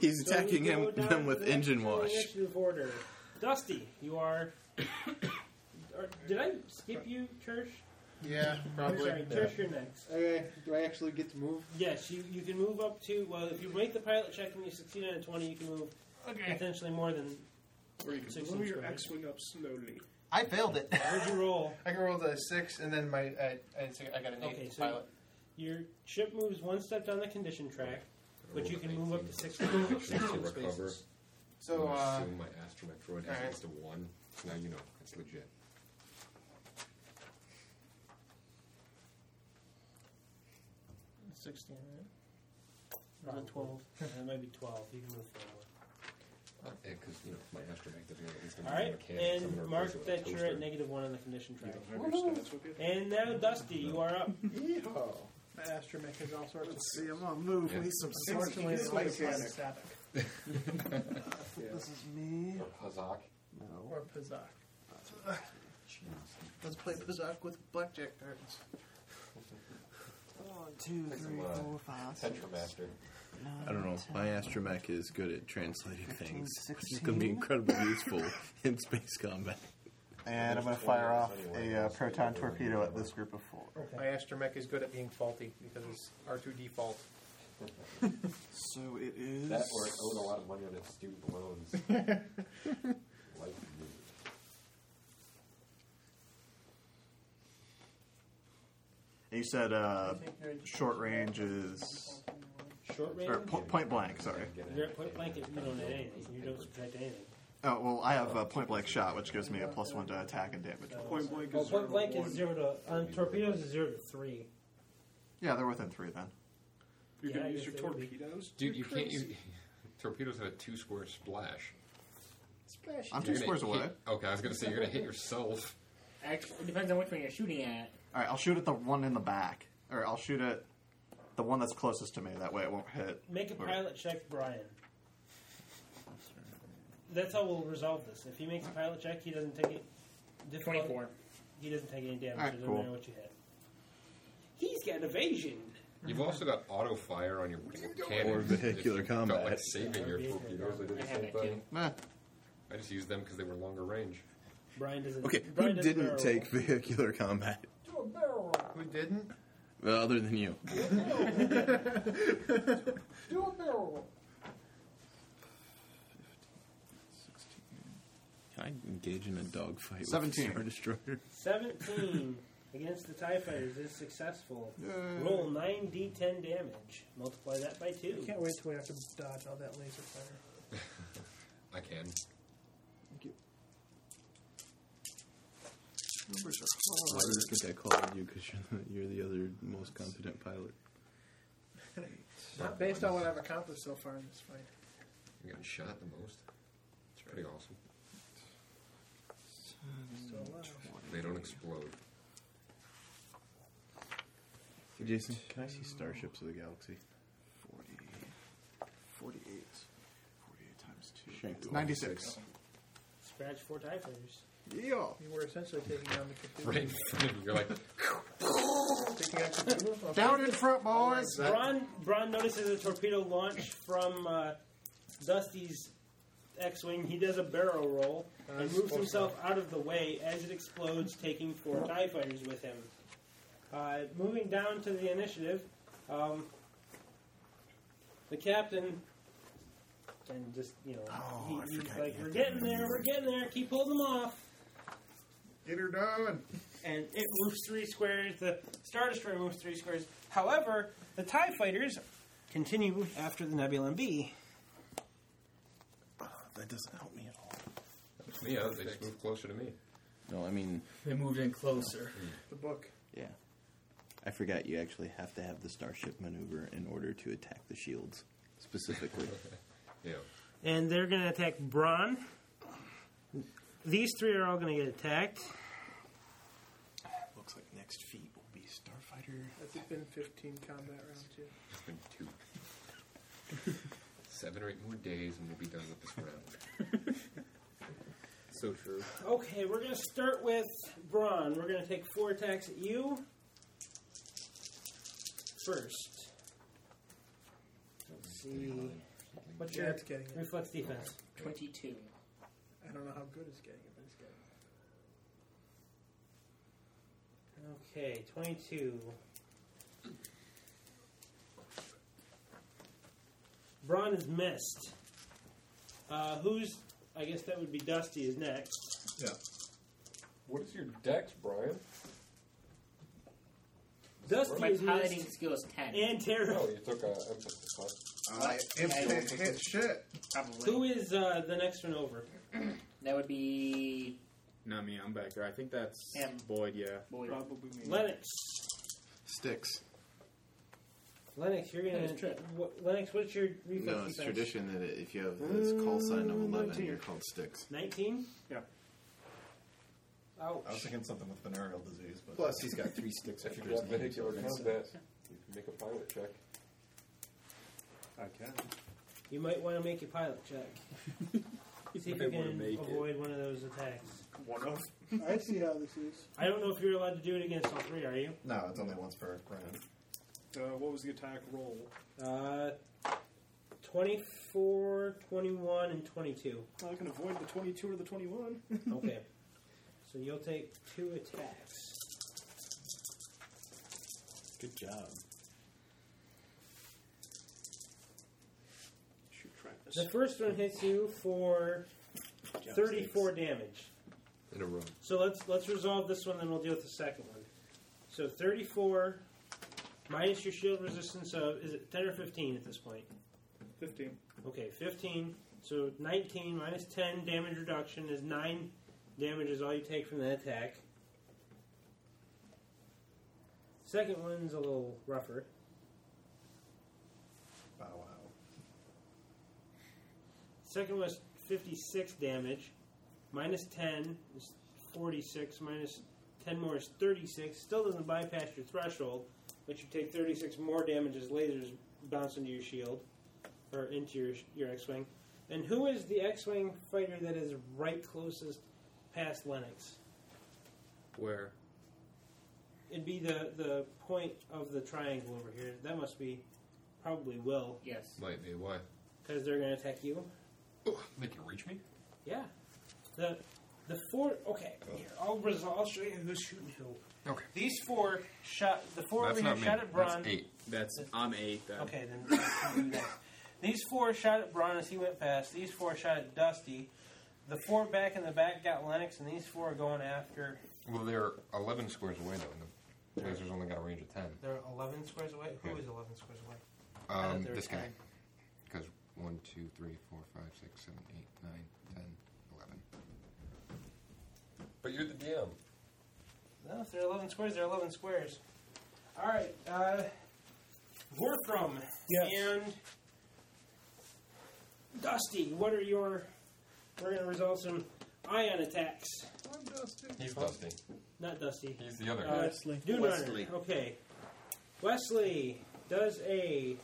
Speaker 6: He's
Speaker 2: So
Speaker 6: attacking
Speaker 2: you go
Speaker 6: him
Speaker 2: down
Speaker 6: them
Speaker 2: to
Speaker 6: with
Speaker 2: the
Speaker 6: engine
Speaker 2: next
Speaker 6: wash.
Speaker 2: initiative order. Dusty, you are. or, did I skip you, Kirsch?
Speaker 11: Yeah,
Speaker 2: I'm
Speaker 11: probably.
Speaker 2: sorry, Kirsch, you're next.
Speaker 13: Okay, do I actually get to move?
Speaker 2: Yes, you, you can move up to. Well, if you make the pilot check and you succeed on a 20, you can move
Speaker 7: Hmm.
Speaker 2: potentially more than.
Speaker 8: Or you can
Speaker 2: Six
Speaker 8: blow
Speaker 2: inch
Speaker 8: your
Speaker 2: squares.
Speaker 8: X-wing up slowly.
Speaker 13: I failed it.
Speaker 2: Where'd you roll?
Speaker 11: I can roll the six, and then my I, I, I got an eight
Speaker 2: Okay, so
Speaker 11: pilot.
Speaker 2: Your ship moves one step down the condition track, but you can move up to six.
Speaker 4: Actually, to recover.
Speaker 11: So
Speaker 4: I'm
Speaker 11: uh,
Speaker 4: assuming my astronaut droid has
Speaker 11: alright.
Speaker 4: at least a one. Now you know it's legit.
Speaker 2: Sixteen, right? Or is it twelve? Yeah, it might be twelve. You can move forward.
Speaker 4: Because, you know, my astromech doesn't have at least a
Speaker 2: All right,
Speaker 4: mechanic, so I'm gonna
Speaker 2: and
Speaker 4: replace
Speaker 2: mark
Speaker 4: it with a
Speaker 2: that you're at
Speaker 4: toaster.
Speaker 2: negative one on the condition track.
Speaker 4: Yeah, maybe your stats would be better.
Speaker 2: And now, Dusty, you are up.
Speaker 9: My astromech has all sorts
Speaker 13: Let's
Speaker 9: of
Speaker 13: see, I'm on move.
Speaker 4: Yeah.
Speaker 13: We need some
Speaker 9: Unfortunately,
Speaker 13: sneaky
Speaker 9: it's my
Speaker 13: spicy.
Speaker 9: static.
Speaker 13: This is me.
Speaker 4: Or Hazak.
Speaker 13: No.
Speaker 9: Or Pizarre.
Speaker 13: Let's play Pizak with blackjack cards. One, two,
Speaker 4: Thanks a
Speaker 13: three,
Speaker 4: lot.
Speaker 13: four, five, six.
Speaker 4: uh, Tetramaster.
Speaker 6: I don't know. My astromech is good at translating things. It's going to
Speaker 13: 16.
Speaker 6: be incredibly useful in space combat.
Speaker 7: And I'm going to fire off a uh, proton torpedo at this group of four.
Speaker 11: My astromech is good at being faulty because it's R2 default.
Speaker 13: So it is.
Speaker 4: That or it owed a lot of money on its student loans. Life
Speaker 7: And you said uh, short range is
Speaker 2: Short range.
Speaker 7: or po- point blank. Sorry.
Speaker 2: You're at point blank. if You don't hit anything. You don't subtract anything.
Speaker 7: Oh well, I have a point blank shot, which gives me a plus one to attack and damage.
Speaker 2: Point blank is zero. Point blank is zero to on torpedoes is zero to three.
Speaker 7: Yeah, they're within three then.
Speaker 2: You're
Speaker 14: gonna use your torpedoes?
Speaker 4: Dude, you
Speaker 14: You're
Speaker 4: can't use
Speaker 14: crazy.
Speaker 4: torpedoes had a two square splash.
Speaker 3: Splash.
Speaker 7: I'm two
Speaker 4: You're gonna
Speaker 7: squares away.
Speaker 4: hit- okay, I was gonna say you're gonna hit yourself.
Speaker 3: Actually, it depends on which one you're shooting at.
Speaker 7: All right, I'll shoot at the one in the back, or I'll shoot at the one that's closest to me. That way, it won't hit.
Speaker 2: Make a
Speaker 7: or-
Speaker 2: pilot check, Brian. That's how we'll resolve this. If he makes a pilot check, he doesn't take it. difficult-
Speaker 3: 24.
Speaker 2: He doesn't take any damage.
Speaker 7: Alright,
Speaker 2: it doesn't
Speaker 7: cool.
Speaker 2: matter what you hit. He's got evasion.
Speaker 4: You've also got auto fire on your cannon.
Speaker 6: Or vehicular
Speaker 4: If you felt
Speaker 6: combat.
Speaker 4: Like saving your torpedoes. I did
Speaker 2: I
Speaker 4: the
Speaker 2: have
Speaker 4: same
Speaker 2: that too.
Speaker 4: thing.
Speaker 7: Meh.
Speaker 4: I just used them because they were longer range.
Speaker 2: Brian doesn't.
Speaker 6: Okay, who
Speaker 2: Brian doesn't
Speaker 6: didn't
Speaker 2: barrel
Speaker 6: take vehicular combat?
Speaker 11: Who didn't?
Speaker 6: Well, other than you.
Speaker 14: Do a barrel roll.
Speaker 6: Can I engage in a dogfight
Speaker 7: Seventeen.
Speaker 6: with a Star Destroyer?
Speaker 2: Seventeen against the Tie Fighters is successful. Roll nine d10 damage. Multiply that by
Speaker 9: I
Speaker 2: two.
Speaker 9: can't wait till we have to dodge all that laser fire.
Speaker 4: I can.
Speaker 13: Numbers
Speaker 6: Why
Speaker 13: are
Speaker 6: do you think I called you? Because you're, the- you're the other most competent pilot.
Speaker 9: Not based on what I've accomplished so far in this fight.
Speaker 4: You're getting shot the most. It's pretty awesome.
Speaker 9: Still alive.
Speaker 4: They don't explode.
Speaker 6: Jason, can I see Starships of the Galaxy?
Speaker 13: 40, 48. 48 times 2.
Speaker 6: Shank to
Speaker 7: 96.
Speaker 2: Scratch four Tie Fighters.
Speaker 13: Yeah.
Speaker 9: You were essentially taking down the computer.
Speaker 4: Right in front of you, you're like,
Speaker 9: Taking out the computer? Okay.
Speaker 13: Down in front, boys!
Speaker 2: Braun, Braun notices a torpedo launch from uh, Dusty's X-wing. He does a barrel roll and moves himself out of the way as it explodes, taking four Tie Fighters with him. Uh, moving down to the initiative, um, the captain and just you know
Speaker 13: Oh, I
Speaker 2: he, he's
Speaker 13: forgot
Speaker 2: like,
Speaker 13: you
Speaker 2: "We're
Speaker 13: had
Speaker 2: getting there, we're getting there. Keep holding them off."
Speaker 11: Get her done.
Speaker 2: and it moves three squares. The Star Destroyer moves three squares. However, the TIE fighters continue after the Nebulon B.
Speaker 6: That doesn't help me at all.
Speaker 4: yeah, they just move closer to me.
Speaker 6: No, I mean,
Speaker 10: They moved in closer.
Speaker 9: The book.
Speaker 6: yeah. I forgot you actually have to have the Starship maneuver in order to attack the shields, specifically.
Speaker 4: Yeah.
Speaker 2: And they're going to attack Braun. These three are all going to get attacked.
Speaker 6: Looks like next feat will be Starfighter.
Speaker 9: That's been 15 combat rounds, too.
Speaker 4: It's been two. Seven or eight more days and we'll be done with this round.
Speaker 10: So true.
Speaker 2: Okay, we're going to start with Braun. We're going to take four attacks at you first. Let's see. What's
Speaker 9: Yeah,
Speaker 2: your
Speaker 9: it's getting it.
Speaker 2: reflex defense?
Speaker 3: 22.
Speaker 9: I don't know how good it's getting, but it's getting it.
Speaker 2: Okay, 22. Braun is missed. Uh, who's. I guess that would be Dusty is next.
Speaker 4: What is your dex, Brian?
Speaker 2: Dusty
Speaker 3: My
Speaker 2: is
Speaker 3: piloting
Speaker 2: missed.
Speaker 3: skill is 10.
Speaker 2: And Terra.
Speaker 4: Oh, you took a emphasis
Speaker 13: I am
Speaker 3: Yeah,
Speaker 13: hit, hit shit.
Speaker 3: Probably.
Speaker 2: Who is uh, the next one over?
Speaker 3: That would be.
Speaker 10: Not me, I'm back there. I think that's
Speaker 3: Him.
Speaker 10: Boyd, yeah.
Speaker 3: Boyd.
Speaker 2: Lennox.
Speaker 6: Sticks.
Speaker 2: Lennox, you're gonna. What, Lennox, what's your reflex
Speaker 6: No, it's
Speaker 2: defense?
Speaker 6: tradition that if you have this call sign of 11, you're called sticks.
Speaker 2: 19?
Speaker 8: Yeah.
Speaker 2: Ouch.
Speaker 10: Oh.
Speaker 7: I was thinking something with venereal disease, but
Speaker 6: Plus, he's got three sticks
Speaker 7: If
Speaker 6: after
Speaker 7: you
Speaker 6: his
Speaker 7: have
Speaker 6: name,
Speaker 7: vehicular
Speaker 6: so it makes
Speaker 7: combat,
Speaker 6: sense.
Speaker 7: you can make a pilot check.
Speaker 8: I can.
Speaker 2: You might want to make a pilot check. See if
Speaker 10: Might
Speaker 2: you
Speaker 10: wanna
Speaker 2: can
Speaker 10: make it.
Speaker 2: avoid one of those attacks.
Speaker 8: One of.
Speaker 9: I see how this is.
Speaker 2: I don't know if you're allowed to do it against all three. Are you?
Speaker 7: No, it's only once per round.
Speaker 8: Uh, what was the attack roll?
Speaker 2: Uh, 24, 21, and 22.
Speaker 8: I can avoid the 22 or the 21.
Speaker 2: Okay. so you'll take two attacks.
Speaker 14: Good job.
Speaker 8: Shoot, try this.
Speaker 2: The first one hits you for 34 damage.
Speaker 4: in a row.
Speaker 2: So let's let's resolve this one, then we'll deal with the second one. So 34 minus your shield resistance of is it 10 or 15 at this point?
Speaker 8: 15.
Speaker 2: Okay, 15. So 19 minus 10 damage reduction is 9 damage is all you take from that attack. Second one's a little rougher.
Speaker 7: Bow wow.
Speaker 2: Second was 56 damage. Minus 10 is 46. Minus 10 more is 36. Still doesn't bypass your threshold, but you take 36 more damage as lasers bounce into your shield, or into your, your X Wing. And who is the X Wing fighter that is right closest past Lennox?
Speaker 10: Where?
Speaker 2: It'd be the, the point of the triangle over here. That must be probably Will. Yes.
Speaker 4: Might be why.
Speaker 2: Because they're going to attack you.
Speaker 4: They can reach me.
Speaker 2: Yeah. The the four. Okay,
Speaker 10: Oh.
Speaker 2: here I'll resol- I'll show you who's shooting who.
Speaker 4: Okay.
Speaker 2: These four shot. The four
Speaker 10: That's
Speaker 2: over here
Speaker 10: not me.
Speaker 2: shot at Braun.
Speaker 10: That's eight. That's I'm eight. Then.
Speaker 2: Okay, then. you next. These four shot at Braun as he went past. These four shot at Dusty. The four back in the back got Lennox, and these four are going after.
Speaker 4: Well, they're 11 squares away, though. and The lasers only got a range of 10.
Speaker 2: They're eleven squares away. Who
Speaker 4: Yeah.
Speaker 2: is eleven squares away? I thought
Speaker 4: Um,
Speaker 2: they were
Speaker 4: this guy.
Speaker 2: 10.
Speaker 4: Because 1, 2, 3, 4, 5, 6, 7, 8, 9, 10, 11. But you're the DM.
Speaker 2: No, if they're eleven squares, they're eleven squares. All right, uh, Vorkrum and Dusty. What are your? We're gonna resolve some ion attacks.
Speaker 7: I'm dusty.
Speaker 4: He's Dusty.
Speaker 2: Not Dusty. He's
Speaker 4: the other
Speaker 2: Uh,
Speaker 4: guy.
Speaker 2: Wesley. Dune Runner.
Speaker 4: Wesley.
Speaker 2: Okay. Wesley does a.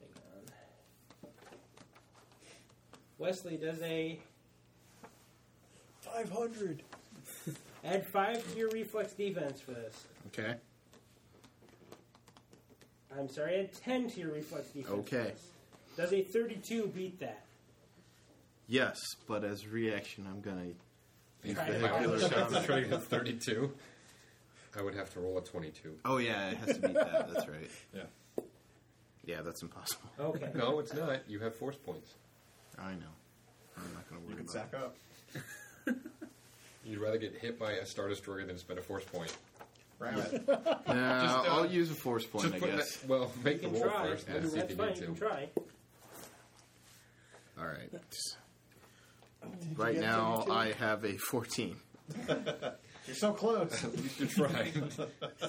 Speaker 2: Hang on. Wesley does a.
Speaker 9: 500.
Speaker 2: Add five to your reflex defense for this.
Speaker 6: Okay.
Speaker 2: I'm sorry, add 10 to your reflex defense. for
Speaker 6: Okay.
Speaker 2: this. Does a 32 beat that?
Speaker 6: Yes, but as reaction, I'm gonna use
Speaker 2: Try to
Speaker 6: vehicular
Speaker 2: hit
Speaker 4: I'm trying to
Speaker 6: combat.
Speaker 4: get 32. I would have to roll a 22.
Speaker 6: Oh yeah, it has to beat that. That's right.
Speaker 4: Yeah.
Speaker 6: Yeah, that's impossible.
Speaker 2: Okay.
Speaker 4: No, it's not. You have force points.
Speaker 6: I know. I'm not gonna worry
Speaker 7: You can
Speaker 6: about
Speaker 7: sack
Speaker 6: it.
Speaker 7: up.
Speaker 4: You'd rather get hit by a Star Destroyer than spend a force point.
Speaker 7: Right.
Speaker 6: Nah,
Speaker 4: Just, uh,
Speaker 6: I'll use a force point,
Speaker 4: just
Speaker 6: I
Speaker 4: put
Speaker 6: guess.
Speaker 4: that- well, make
Speaker 2: You
Speaker 4: the
Speaker 2: can
Speaker 4: roll
Speaker 2: try.
Speaker 4: first and see if
Speaker 2: That's
Speaker 4: you
Speaker 2: fine,
Speaker 4: need
Speaker 2: you can
Speaker 4: to.
Speaker 2: try.
Speaker 6: All right. Right now, I have a 14.
Speaker 7: You're so close.
Speaker 4: you should try.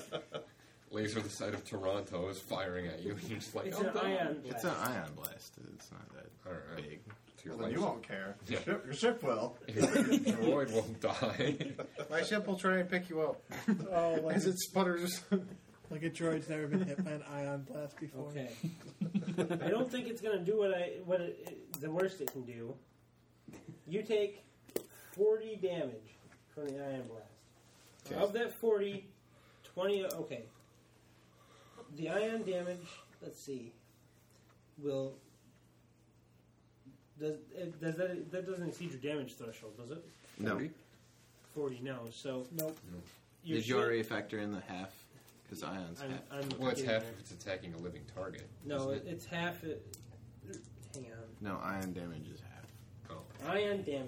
Speaker 4: Laser the side of Toronto is firing at you, and you're just like,
Speaker 2: It's
Speaker 4: oh,
Speaker 2: an
Speaker 4: God.
Speaker 2: ion
Speaker 6: It's
Speaker 2: blast.
Speaker 6: an ion blast. It's not that
Speaker 4: All right.
Speaker 6: big.
Speaker 4: To your
Speaker 7: Well, then you
Speaker 4: laser.
Speaker 7: won't care. Your
Speaker 4: Yeah.
Speaker 7: ship, your ship will.
Speaker 4: Your droid won't die.
Speaker 11: My ship will try and pick you up
Speaker 9: Oh, like,
Speaker 11: as it sputters.
Speaker 9: like a droid's never been hit by an ion blast before.
Speaker 2: Okay. I don't think it's going to do what I what it, it- the worst it can do. You take forty damage from the ion blast.
Speaker 6: Okay.
Speaker 2: Of that 40, 20 okay. The ion damage. Let's see. Will does it, does that that doesn't exceed your damage threshold, does it?
Speaker 6: No.
Speaker 4: Forty?
Speaker 2: Forty, no. So
Speaker 9: Nope.
Speaker 2: your
Speaker 6: Did you
Speaker 2: shit-
Speaker 6: already factor in the half? Because ion's
Speaker 2: I'm,
Speaker 6: half.
Speaker 2: I'm
Speaker 4: Well, it's
Speaker 2: getting
Speaker 4: half
Speaker 2: there.
Speaker 4: if it's attacking a living target.
Speaker 2: No,
Speaker 4: isn't
Speaker 2: it, it's half. It, hang on.
Speaker 6: No, ion damage is half.
Speaker 4: Oh.
Speaker 2: Ion damage.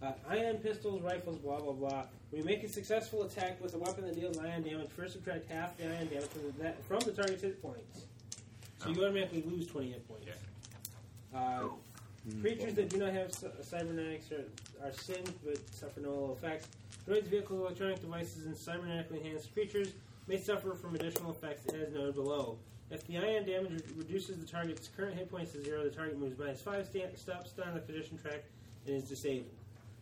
Speaker 2: Uh, ion pistols, rifles, blah blah blah. We make a successful attack with a weapon that deals ion damage. First, subtract half the ion damage from the, that, from the target's hit points. So you automatically lose 20 hit points. Uh, creatures that do not have c- cybernetics are, are sinned but suffer no ill effects. Droids, vehicles, electronic devices, and cybernetically enhanced creatures may suffer from additional effects as noted below. If the ion damage re- reduces the target's current hit points to zero, the target moves minus five sta- stops down the condition track and is disabled.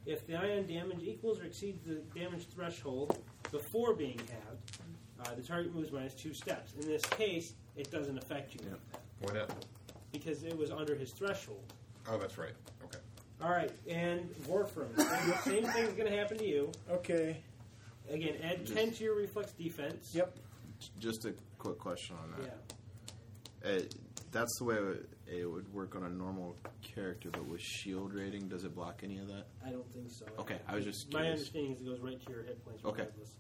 Speaker 2: If the ion damage equals or exceeds the damage threshold before being halved, uh, the target moves minus two steps. In this case, it doesn't affect you
Speaker 4: Why not?
Speaker 2: because it was under his threshold.
Speaker 4: Oh, that's right. Okay.
Speaker 2: All right, and Warfram. same thing's going to happen to you.
Speaker 9: Okay.
Speaker 2: Again, add
Speaker 6: Just-
Speaker 2: 10 to your reflex defense.
Speaker 9: Yep.
Speaker 6: Just a quick question on
Speaker 2: Yeah.
Speaker 6: that. Uh, that's the way it would, it would work on a normal character, but with shield rating, does it block any of that?
Speaker 2: I don't think so.
Speaker 6: Okay, I was just
Speaker 2: My
Speaker 6: curious.
Speaker 2: understanding is it goes right to your hit points.
Speaker 6: Okay.
Speaker 2: Regardless.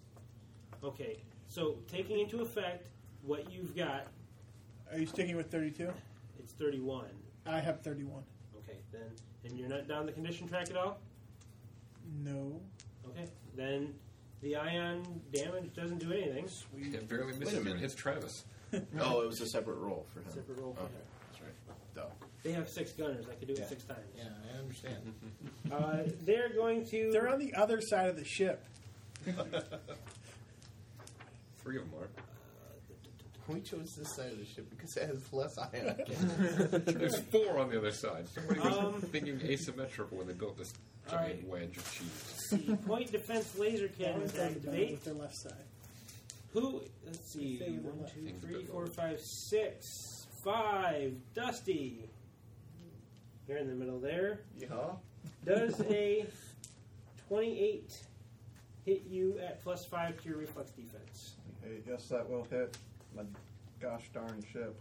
Speaker 2: Okay. So taking into effect what you've got,
Speaker 9: Are you sticking with 32?
Speaker 2: it's thirty-one.
Speaker 9: I have 31.
Speaker 2: Okay, then, and you're not down the condition track at all.
Speaker 9: No.
Speaker 2: Okay, then the ion damage doesn't do anything.
Speaker 9: Sweet.
Speaker 4: It barely
Speaker 6: Wait
Speaker 4: misses
Speaker 6: a
Speaker 4: him.
Speaker 6: minute.
Speaker 4: It hits Travis.
Speaker 6: oh, it was a separate roll for him.
Speaker 2: Separate roll for
Speaker 6: okay.
Speaker 2: him.
Speaker 6: That's right. Duh.
Speaker 2: They have six gunners. I could do it six times.
Speaker 6: Yeah, I understand.
Speaker 2: Uh, they're going to.
Speaker 9: They're on the other side of the ship.
Speaker 4: Three of them are.
Speaker 14: We chose this side of the ship because it has less ion.
Speaker 4: There's four on the other side. Somebody was
Speaker 2: Um.
Speaker 4: thinking asymmetrical when they built this
Speaker 2: All
Speaker 4: giant
Speaker 2: right.
Speaker 4: wedge of cheese.
Speaker 2: Point defense laser cannons
Speaker 9: They're on the
Speaker 2: activate.
Speaker 9: With their left side.
Speaker 2: Who? Let's see.
Speaker 9: They were
Speaker 2: One,
Speaker 9: left.
Speaker 2: two,
Speaker 4: Things a
Speaker 2: three,
Speaker 4: bit
Speaker 2: four,
Speaker 4: lower.
Speaker 2: five, six, five. Dusty. You're in the middle there.
Speaker 7: Yeehaw.
Speaker 2: Does a 28 hit you at plus five to your reflex defense?
Speaker 7: Hey, yes, that will hit my gosh darn ship.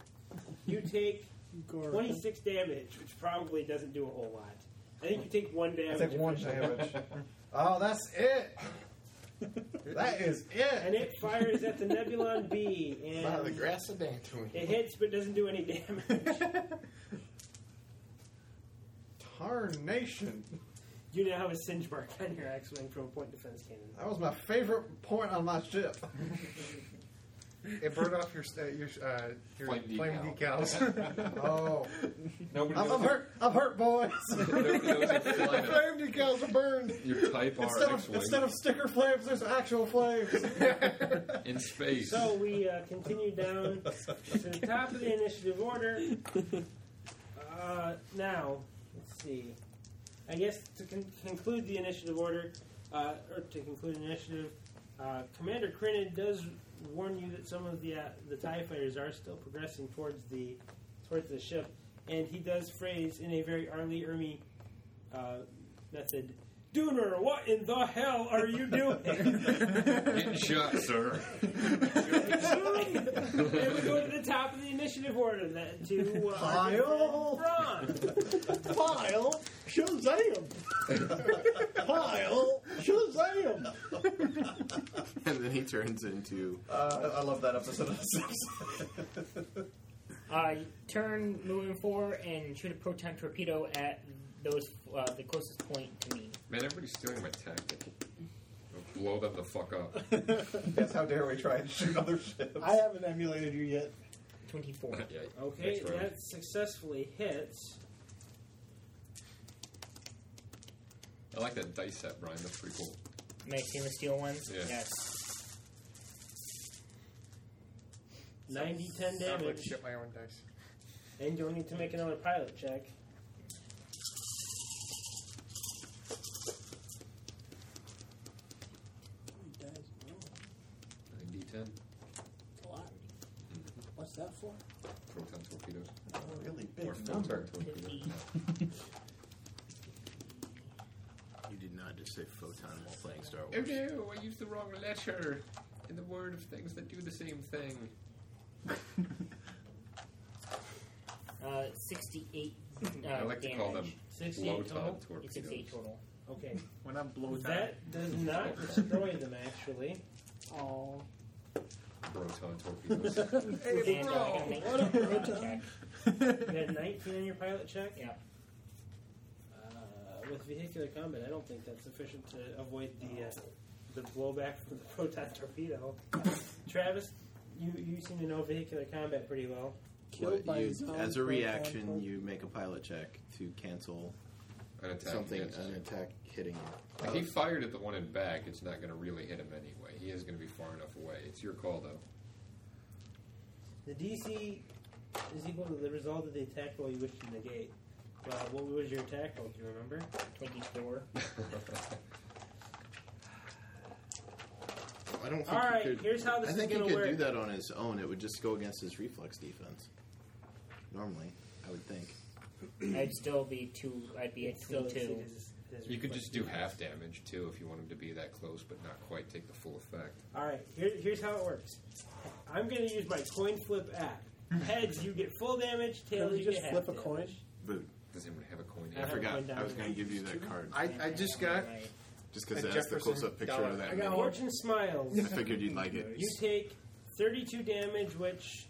Speaker 2: You take
Speaker 9: Gore.
Speaker 2: 26 damage, which probably doesn't do a whole lot. I think you take one damage.
Speaker 7: take one damage. Oh, that's it. that is
Speaker 2: And
Speaker 7: it.
Speaker 2: it fires at the Nebulon B. And
Speaker 14: Out of the grass of Dantooine.
Speaker 2: It hits but doesn't do any damage.
Speaker 7: Tarnation.
Speaker 2: You now have a singe mark on your X Wing from a point defense cannon.
Speaker 7: That was my favorite point on my ship.
Speaker 11: It burned off your sta- your uh, your
Speaker 4: Flame
Speaker 11: flame,
Speaker 4: decal.
Speaker 11: decals.
Speaker 7: Oh,
Speaker 4: Nobody
Speaker 7: I'm, I'm
Speaker 4: knows
Speaker 7: hurt. I'm hurt, boys.
Speaker 4: Nobody knows your
Speaker 7: My
Speaker 4: flight.
Speaker 7: flame decals are burned.
Speaker 4: Your type R
Speaker 7: Instead of,
Speaker 4: X-wing
Speaker 7: instead of sticker flames, there's actual flames.
Speaker 4: in space.
Speaker 2: So we uh, continue down to the top of the initiative order. Uh, now, let's see. I guess to con- conclude the initiative order, uh, or to conclude initiative, uh, Commander Crinid does warn you that some of the uh, the Tie fighters are still progressing towards the towards the ship, and he does phrase in a very Arlie Ermy uh, method. Dooner, what in the hell are you doing?
Speaker 4: Getting shot, sir.
Speaker 2: then we go to the top of the initiative order then to uh, our good
Speaker 9: Pile.
Speaker 2: friend Ron.
Speaker 9: Pile Shazam! Pile Shazam!
Speaker 6: and then he turns into.
Speaker 7: Uh, I love that episode of Simpsons.
Speaker 3: Uh, turn moving four and shoot a proton torpedo at those uh, the closest point to me.
Speaker 4: Man, everybody's stealing my tactic. Blow them the fuck up.
Speaker 7: That's how dare we try and shoot other ships.
Speaker 9: I haven't emulated you yet.
Speaker 3: Twenty four.
Speaker 4: Yeah,
Speaker 2: Okay,
Speaker 4: next round.
Speaker 2: that successfully hits.
Speaker 4: I like that dice set, Brian. That's pretty cool.
Speaker 3: My stainless steel ones.
Speaker 4: Yeah.
Speaker 3: Yes.
Speaker 2: 90 10
Speaker 11: I'd like
Speaker 2: damage.
Speaker 11: to get my own dice.
Speaker 2: And you'll need to make another pilot check.
Speaker 9: He dies. Oh,
Speaker 4: I think D10.
Speaker 9: a lot. What's that for?
Speaker 4: Proton torpedoes.
Speaker 7: really
Speaker 4: Or photon torpedoes. Oh,
Speaker 6: You did not just say photon while playing Star
Speaker 4: Oh
Speaker 6: Wars.
Speaker 4: no, I used the wrong letter in the word of things that do the same thing.
Speaker 3: Uh, sixty eight. Uh,
Speaker 4: I like to call them
Speaker 3: damage.
Speaker 2: 68 total?
Speaker 4: blowtop
Speaker 3: It's sixty eight
Speaker 4: torpedoes.
Speaker 3: total.
Speaker 2: Okay.
Speaker 11: When I'm blow that,
Speaker 2: That does not destroy them, actually.
Speaker 9: Oh.
Speaker 4: Broton torpedoes.
Speaker 3: and uh, I got a 19 attack.
Speaker 2: You had 19 on your pilot check?
Speaker 3: Yeah.
Speaker 2: Uh, with vehicular combat, I don't think that's sufficient to avoid the uh, the blowback from the proton torpedo. Travis, you, you seem to know vehicular combat pretty well.
Speaker 9: Killed
Speaker 6: What
Speaker 9: by
Speaker 6: you-
Speaker 9: his own
Speaker 6: as a
Speaker 9: photon
Speaker 6: reaction,
Speaker 9: torpedo.
Speaker 6: you make a pilot check to cancel
Speaker 4: An attack
Speaker 6: something,
Speaker 4: against
Speaker 6: an attack hitting you.
Speaker 4: If he fired at the one in back, it's not going to really hit him anyway. He is going to be far enough away. It's your call, though.
Speaker 2: The DC is equal to the result of the attack roll you wish to negate. Uh, what was your attack roll? Do you remember? Twenty-four.
Speaker 6: I don't think
Speaker 2: All
Speaker 6: he
Speaker 2: right,
Speaker 6: could-
Speaker 2: here's how this
Speaker 6: I
Speaker 2: is
Speaker 6: think
Speaker 2: gonna
Speaker 6: he could
Speaker 2: work.
Speaker 6: do that on his own. It would just go against his reflex defense. Normally, I would think.
Speaker 3: I'd still be two. I'd be at
Speaker 2: It's still
Speaker 3: twenty-two.
Speaker 2: exceeded his- his
Speaker 4: You could
Speaker 2: reflex
Speaker 4: just do
Speaker 2: defense.
Speaker 4: half damage, too, if you want him to be that close, but not quite take the full effect.
Speaker 2: All right, here, here's how it works. I'm going to use my coin flip act. Heads, you get full damage. Tails,
Speaker 9: Can we
Speaker 2: you
Speaker 9: just
Speaker 2: get
Speaker 9: flip a
Speaker 2: half
Speaker 9: coin?
Speaker 6: Boot.
Speaker 4: Does anyone have a coin?
Speaker 6: I,
Speaker 4: here?
Speaker 6: forgot. I was going to give you that card.
Speaker 4: I- I just got-
Speaker 6: Just because that's the close-up picture of that.
Speaker 2: damage.
Speaker 6: mini.
Speaker 2: Fortune smiles.
Speaker 6: I figured you'd like it.
Speaker 2: You take 32 damage, which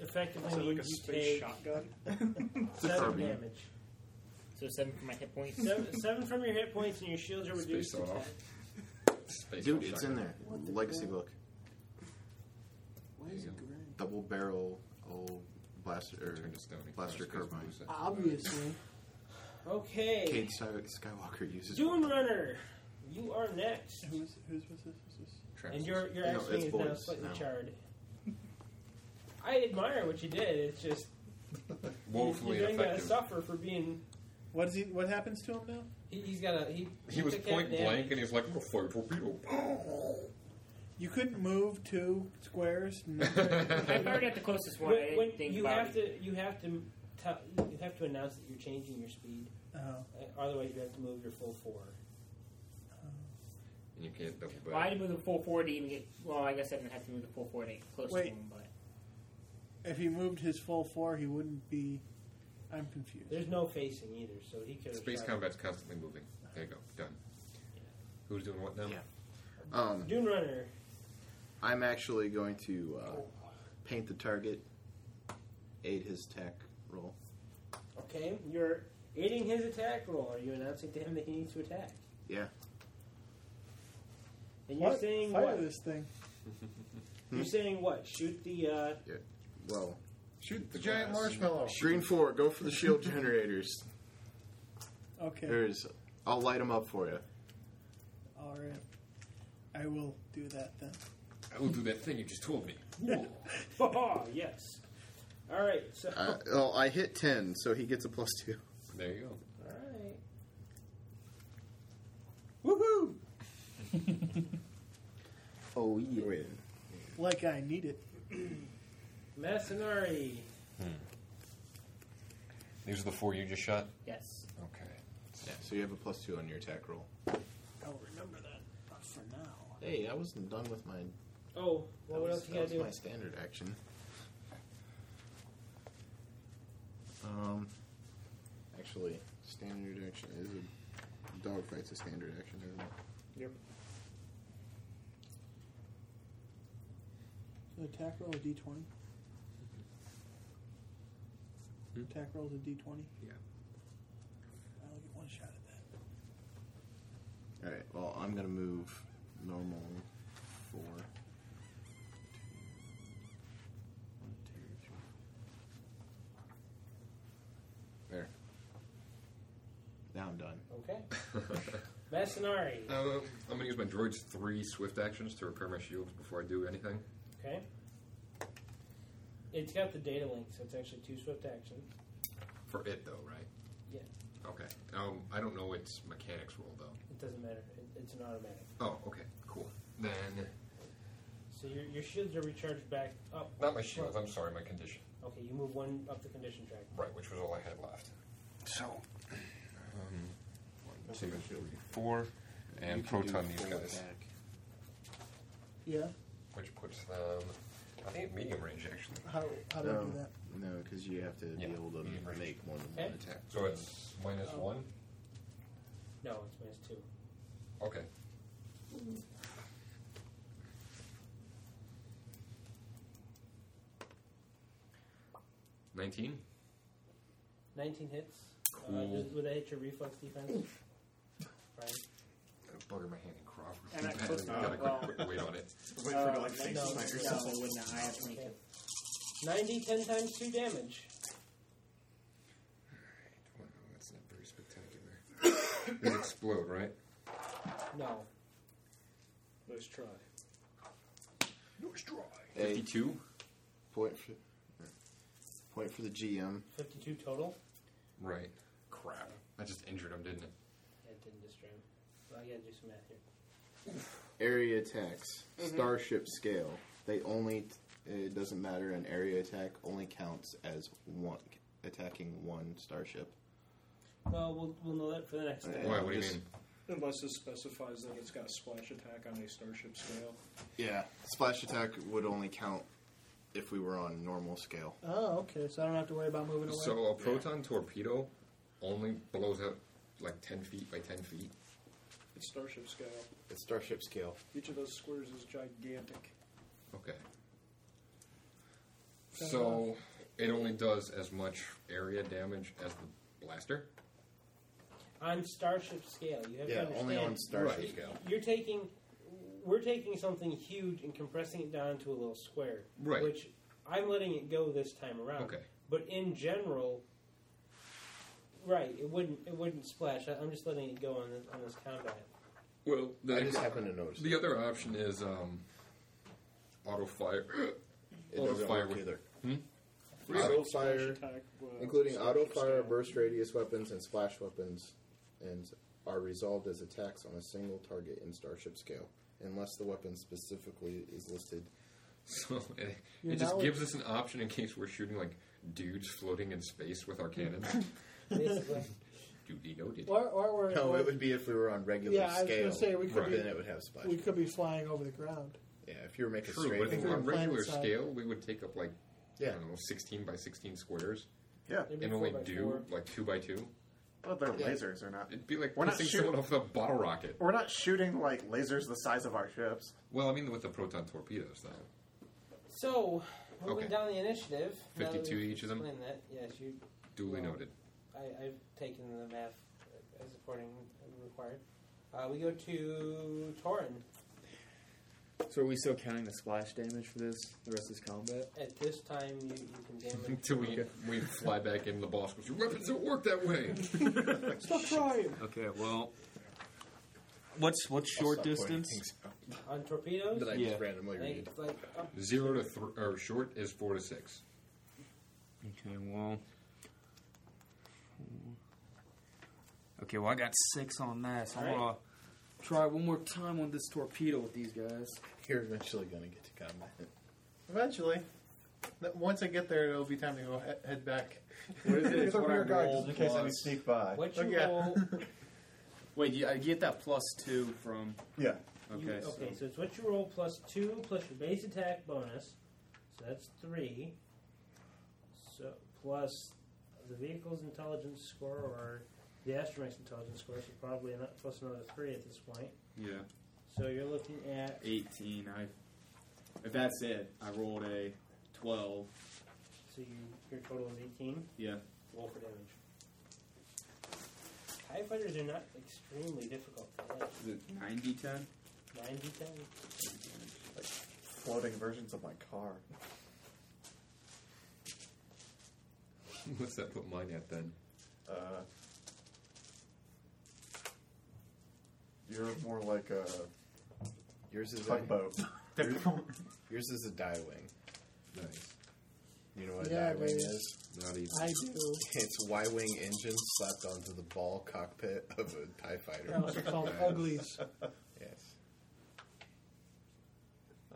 Speaker 2: effectively
Speaker 8: Is it like
Speaker 2: means
Speaker 8: a
Speaker 2: you
Speaker 8: space
Speaker 2: take
Speaker 8: shotgun?
Speaker 6: It's a
Speaker 2: seven
Speaker 6: Furby.
Speaker 2: damage.
Speaker 3: So seven for my hit points.
Speaker 2: Seven, seven from your hit points, and your shields are reduced.
Speaker 4: Space
Speaker 2: to
Speaker 4: off.
Speaker 2: 10.
Speaker 4: Space
Speaker 6: Dude,
Speaker 4: Off
Speaker 6: it's
Speaker 4: Shotgun.
Speaker 6: in there.
Speaker 15: What the
Speaker 6: Legacy
Speaker 15: crap?
Speaker 6: book.
Speaker 15: Why is it green?
Speaker 6: Double barrel old blaster,
Speaker 4: Turn to stone.
Speaker 6: blaster
Speaker 4: Cross space
Speaker 6: carbine.
Speaker 4: blue set.
Speaker 15: Obviously.
Speaker 2: Okay.
Speaker 6: Cade Sky- Skywalker uses.
Speaker 2: Dune Runner, you are next.
Speaker 9: Who's, who's was this? Who's this?
Speaker 4: Traps.
Speaker 2: And your, your
Speaker 6: No,
Speaker 2: X-Wing
Speaker 6: it's
Speaker 2: is now
Speaker 6: boys
Speaker 2: slightly
Speaker 6: now.
Speaker 2: charred. I admire what you did. It's just
Speaker 4: Woefully
Speaker 2: you, you then got to
Speaker 4: ineffective.
Speaker 2: suffer for being.
Speaker 9: What is he? What happens to him now?
Speaker 2: He, he's got a. He,
Speaker 4: He was
Speaker 2: took
Speaker 4: point
Speaker 2: half
Speaker 4: blank,
Speaker 2: damage.
Speaker 4: and he was like, "I'm gonna fire a torpedo."
Speaker 9: You couldn't move two squares. No.
Speaker 3: I fired at the closest one. I
Speaker 2: When,
Speaker 3: didn't
Speaker 2: when
Speaker 3: think
Speaker 2: you
Speaker 3: about
Speaker 2: have
Speaker 3: it.
Speaker 2: to, you have to, tell, you have to announce that you're changing your speed.
Speaker 9: oh,
Speaker 2: Uh, Otherwise, you have to move your full four.
Speaker 4: And you can't double back.
Speaker 3: Well, I had to move the full forty even get. Well, I guess I didn't have to move the full forty close
Speaker 9: Wait.
Speaker 3: to him, but
Speaker 9: if he moved his full four, he wouldn't be. I'm confused.
Speaker 2: There's no facing either, so he could. have
Speaker 4: Space
Speaker 2: shot-
Speaker 4: combat's constantly moving. There you go. Done. Who's doing what now?
Speaker 6: Yeah. Um,
Speaker 2: Dune Runner.
Speaker 6: I'm actually going to uh, paint the target, aid his attack roll.
Speaker 2: Okay, you're aiding his attack roll. Are you announcing to him that he needs to attack?
Speaker 6: Yeah.
Speaker 2: And you're
Speaker 9: What?
Speaker 2: saying
Speaker 9: Fire
Speaker 2: what?
Speaker 9: this thing.
Speaker 2: You're saying what? Shoot the. Uh,
Speaker 6: Well,
Speaker 11: Shoot the giant marshmallow.
Speaker 6: green four, go for the shield generators.
Speaker 9: Okay.
Speaker 6: There's, I'll light them up for you.
Speaker 9: All right. I will do that then.
Speaker 4: I will do that thing you just told me.
Speaker 2: oh, yes. All right. So.
Speaker 6: Uh, well, I hit ten, so he gets a plus two.
Speaker 4: There you go.
Speaker 2: All right. Woohoo!
Speaker 6: Oh yeah. Wait.
Speaker 9: Like I need it.
Speaker 2: Masonari.
Speaker 4: These are the four you just shot.
Speaker 3: yes.
Speaker 4: Okay.
Speaker 6: So you have a plus two on your attack roll.
Speaker 2: I'll remember that but for now.
Speaker 6: Hey, I wasn't done with my.
Speaker 2: Oh, well, what
Speaker 6: that was,
Speaker 2: else you
Speaker 6: that
Speaker 2: gotta
Speaker 6: was
Speaker 2: do?
Speaker 6: my standard action. Um, actually, standard action is a dog fight's a standard action, isn't it?
Speaker 9: So attack roll a d20.
Speaker 6: Hmm?
Speaker 9: Attack roll a d20.
Speaker 4: Yeah.
Speaker 9: I only get one shot at that.
Speaker 6: All right. Well, I'm gonna move normal four. One, two, three. There. Now I'm done.
Speaker 2: Okay. Masonari.
Speaker 4: Um, I'm going to use my droid's three swift actions to repair my shields before I do anything.
Speaker 2: Okay. It's got the data link, so it's actually two swift actions.
Speaker 4: For it, though, right?
Speaker 2: Yeah.
Speaker 4: Okay. Um, I don't know its mechanics roll, though.
Speaker 2: It doesn't matter. It, it's an automatic.
Speaker 4: Oh, okay. Cool. Then.
Speaker 2: So your, your shields are recharged back up.
Speaker 4: Not my shields, I'm sorry, my condition.
Speaker 2: Okay, you move one up the condition track.
Speaker 4: Right, which was all I had left. So. Um, one,
Speaker 6: That's
Speaker 4: two,
Speaker 6: my
Speaker 4: three,
Speaker 6: shield.
Speaker 4: four.
Speaker 6: You
Speaker 4: And
Speaker 6: can do
Speaker 4: proton these
Speaker 6: full
Speaker 4: guys.
Speaker 6: attack.
Speaker 9: Yeah.
Speaker 4: Which puts them. I think at medium range, actually.
Speaker 9: How, how do I
Speaker 6: No,
Speaker 9: do that?
Speaker 6: no, because you have to
Speaker 4: Yeah,
Speaker 6: be able to
Speaker 4: medium range.
Speaker 6: make more than
Speaker 2: Okay.
Speaker 6: one attack.
Speaker 4: So it's minus
Speaker 9: Oh.
Speaker 4: one?
Speaker 2: No, it's minus two.
Speaker 4: Okay. Nineteen.
Speaker 2: 19 hits. Uh,
Speaker 4: Cool.
Speaker 2: does, would that hit your reflex defense? Right.
Speaker 4: Bugger my hand and Crawford.
Speaker 3: And that close
Speaker 4: Got a
Speaker 3: enough. Well-
Speaker 4: quick, quick weight on it.
Speaker 7: Wait for it to like
Speaker 3: Uh,
Speaker 7: sink
Speaker 3: no,
Speaker 7: in my ear.
Speaker 3: no, it would not. I have
Speaker 2: Okay.
Speaker 3: twenty-two.
Speaker 2: 90, 10 times 2 damage.
Speaker 4: Well, that's not very spectacular. They explode, right?
Speaker 8: No. Nice try.
Speaker 4: Nice try.
Speaker 6: Fifty-two. Point for, point for the GM.
Speaker 2: 52 total?
Speaker 4: Right. Crap. I just injured him, didn't it?
Speaker 2: Yeah, it didn't destroy him. So I gotta do some math here.
Speaker 6: Area attacks.
Speaker 2: Mhm.
Speaker 6: Starship scale. They only. It doesn't matter. An area attack only counts as one attacking one starship.
Speaker 2: Well, we'll, we'll know that for the next
Speaker 6: Uh,
Speaker 2: time.
Speaker 6: Why, what do you just- mean?
Speaker 9: Uh,
Speaker 8: Unless it specifies that it's got a splash attack on a starship scale.
Speaker 6: Yeah. Splash attack would only count if we were on normal scale.
Speaker 9: Oh, okay. So I don't have to worry about moving away.
Speaker 4: So a proton torpedo only blows out like 10 feet by 10 feet.
Speaker 8: It's starship scale.
Speaker 6: It's starship scale.
Speaker 8: Each of those squares is gigantic.
Speaker 4: Okay. So it only does as much area damage as the blaster?
Speaker 2: On starship scale, you have to
Speaker 4: Yeah,
Speaker 2: understand.
Speaker 4: only on starship
Speaker 2: Right.
Speaker 4: scale.
Speaker 2: You're taking, we're taking something huge and compressing it down to a little square.
Speaker 4: Right.
Speaker 2: Which I'm letting it go this time around.
Speaker 4: Okay.
Speaker 2: But in general, right? It wouldn't. It wouldn't splash. I, I'm just letting it go on this, on this combat.
Speaker 4: Well,
Speaker 6: I just happened to notice.
Speaker 4: The other option is um, auto fire.
Speaker 6: It doesn't work
Speaker 4: with-
Speaker 6: either.
Speaker 4: Hmm?
Speaker 6: Auto
Speaker 4: Really?
Speaker 6: fire, including auto fire, burst radius weapons, and splash weapons, and are resolved as attacks on a single target in starship scale, unless the weapon specifically is listed.
Speaker 4: So it,
Speaker 6: You're
Speaker 4: it just
Speaker 6: now-
Speaker 4: gives us an option in case we're shooting like dudes floating in space with our cannons.
Speaker 2: Basically.
Speaker 4: Duty noted.
Speaker 9: Or- or we're-
Speaker 6: no,
Speaker 9: we're-
Speaker 6: it would be if we were on regular
Speaker 9: Yeah, I was
Speaker 6: scale.
Speaker 9: gonna say, we could
Speaker 6: Right.
Speaker 9: be-
Speaker 6: then it would have splash.
Speaker 9: We could be flying over the ground.
Speaker 6: yeah, if you were making
Speaker 4: True,
Speaker 6: straight.
Speaker 4: but if
Speaker 6: for
Speaker 4: we're on
Speaker 6: it.
Speaker 4: regular
Speaker 9: planet side.
Speaker 4: scale, we would take up like I
Speaker 6: Yeah.
Speaker 4: don't know, sixteen by sixteen squares.
Speaker 7: Yeah. Maybe
Speaker 4: and
Speaker 7: four
Speaker 4: only
Speaker 7: by
Speaker 4: do
Speaker 7: four.
Speaker 4: like two by two.
Speaker 7: Well, they're
Speaker 4: Yeah.
Speaker 7: lasers, they're not.
Speaker 4: It'd be like
Speaker 7: We're not
Speaker 4: pissing
Speaker 7: shooting-
Speaker 4: someone off the bottle rocket.
Speaker 7: We're not shooting like lasers the size of our ships.
Speaker 4: Well, I mean with the proton torpedoes though.
Speaker 2: So moving
Speaker 4: Okay.
Speaker 2: down the initiative. now that
Speaker 4: 52
Speaker 2: we've
Speaker 4: each of them?
Speaker 2: explained That yes, you
Speaker 4: Duly
Speaker 2: well,
Speaker 4: noted.
Speaker 2: I, I've taken the math as according required. Uh, we go to Torin.
Speaker 10: So are we still counting the splash damage for this? The rest of this combat?
Speaker 2: At this time, you, you can damage.
Speaker 4: Until we we fly back in the boss goes, Your weapons don't work that way.
Speaker 9: Stop trying.
Speaker 16: Okay, well, what's what's short
Speaker 4: stop pointing
Speaker 16: distance?
Speaker 2: on torpedoes.
Speaker 16: That I just Yeah. randomly
Speaker 2: I think
Speaker 16: read.
Speaker 2: it's like um, up
Speaker 4: Zero to three or short is four to six.
Speaker 16: Okay, well. Okay, well, I got six on that, so I'm
Speaker 10: All
Speaker 16: gonna
Speaker 10: right.
Speaker 16: try one more time on this torpedo with these guys.
Speaker 6: You're eventually gonna get to combat.
Speaker 11: Eventually. That- Once I get there, it'll be time to go he- head back.
Speaker 6: What is it?
Speaker 11: You're
Speaker 6: It's
Speaker 11: the
Speaker 6: what I
Speaker 11: rear guard,
Speaker 6: rolled
Speaker 11: just in case any
Speaker 6: plus.
Speaker 11: sneak by.
Speaker 6: What
Speaker 11: Oh,
Speaker 6: you
Speaker 11: yeah.
Speaker 6: roll-
Speaker 16: Wait, you, I get that plus two from.
Speaker 7: Yeah.
Speaker 16: Okay.
Speaker 2: You- okay, so. it's what you roll plus two plus your base attack bonus, so that's three. So plus the vehicle's intelligence score or the astronaut's intelligence score, so probably an, plus another three at this point.
Speaker 10: Yeah.
Speaker 2: So you're looking at
Speaker 16: 18. I. If that's it, I rolled a 12.
Speaker 2: so you, your total is eighteen.
Speaker 16: Yeah.
Speaker 2: Roll for damage. TIE fighters are not extremely difficult. To hit.
Speaker 16: Is it 90 10?
Speaker 2: Nine d ten.
Speaker 7: Like floating versions of my car.
Speaker 4: What's that put mine at then?
Speaker 7: Uh, you're more like a.
Speaker 6: Yours is
Speaker 7: Tugboat.
Speaker 6: a yours, yours is a die wing.
Speaker 4: Nice.
Speaker 6: You know what
Speaker 9: Yeah,
Speaker 6: a die wing
Speaker 9: baby.
Speaker 6: is?
Speaker 4: Not even.
Speaker 9: I do.
Speaker 6: It's Y wing engine slapped onto the ball cockpit of a Tie fighter.
Speaker 9: I also call them uglies.
Speaker 6: Yes.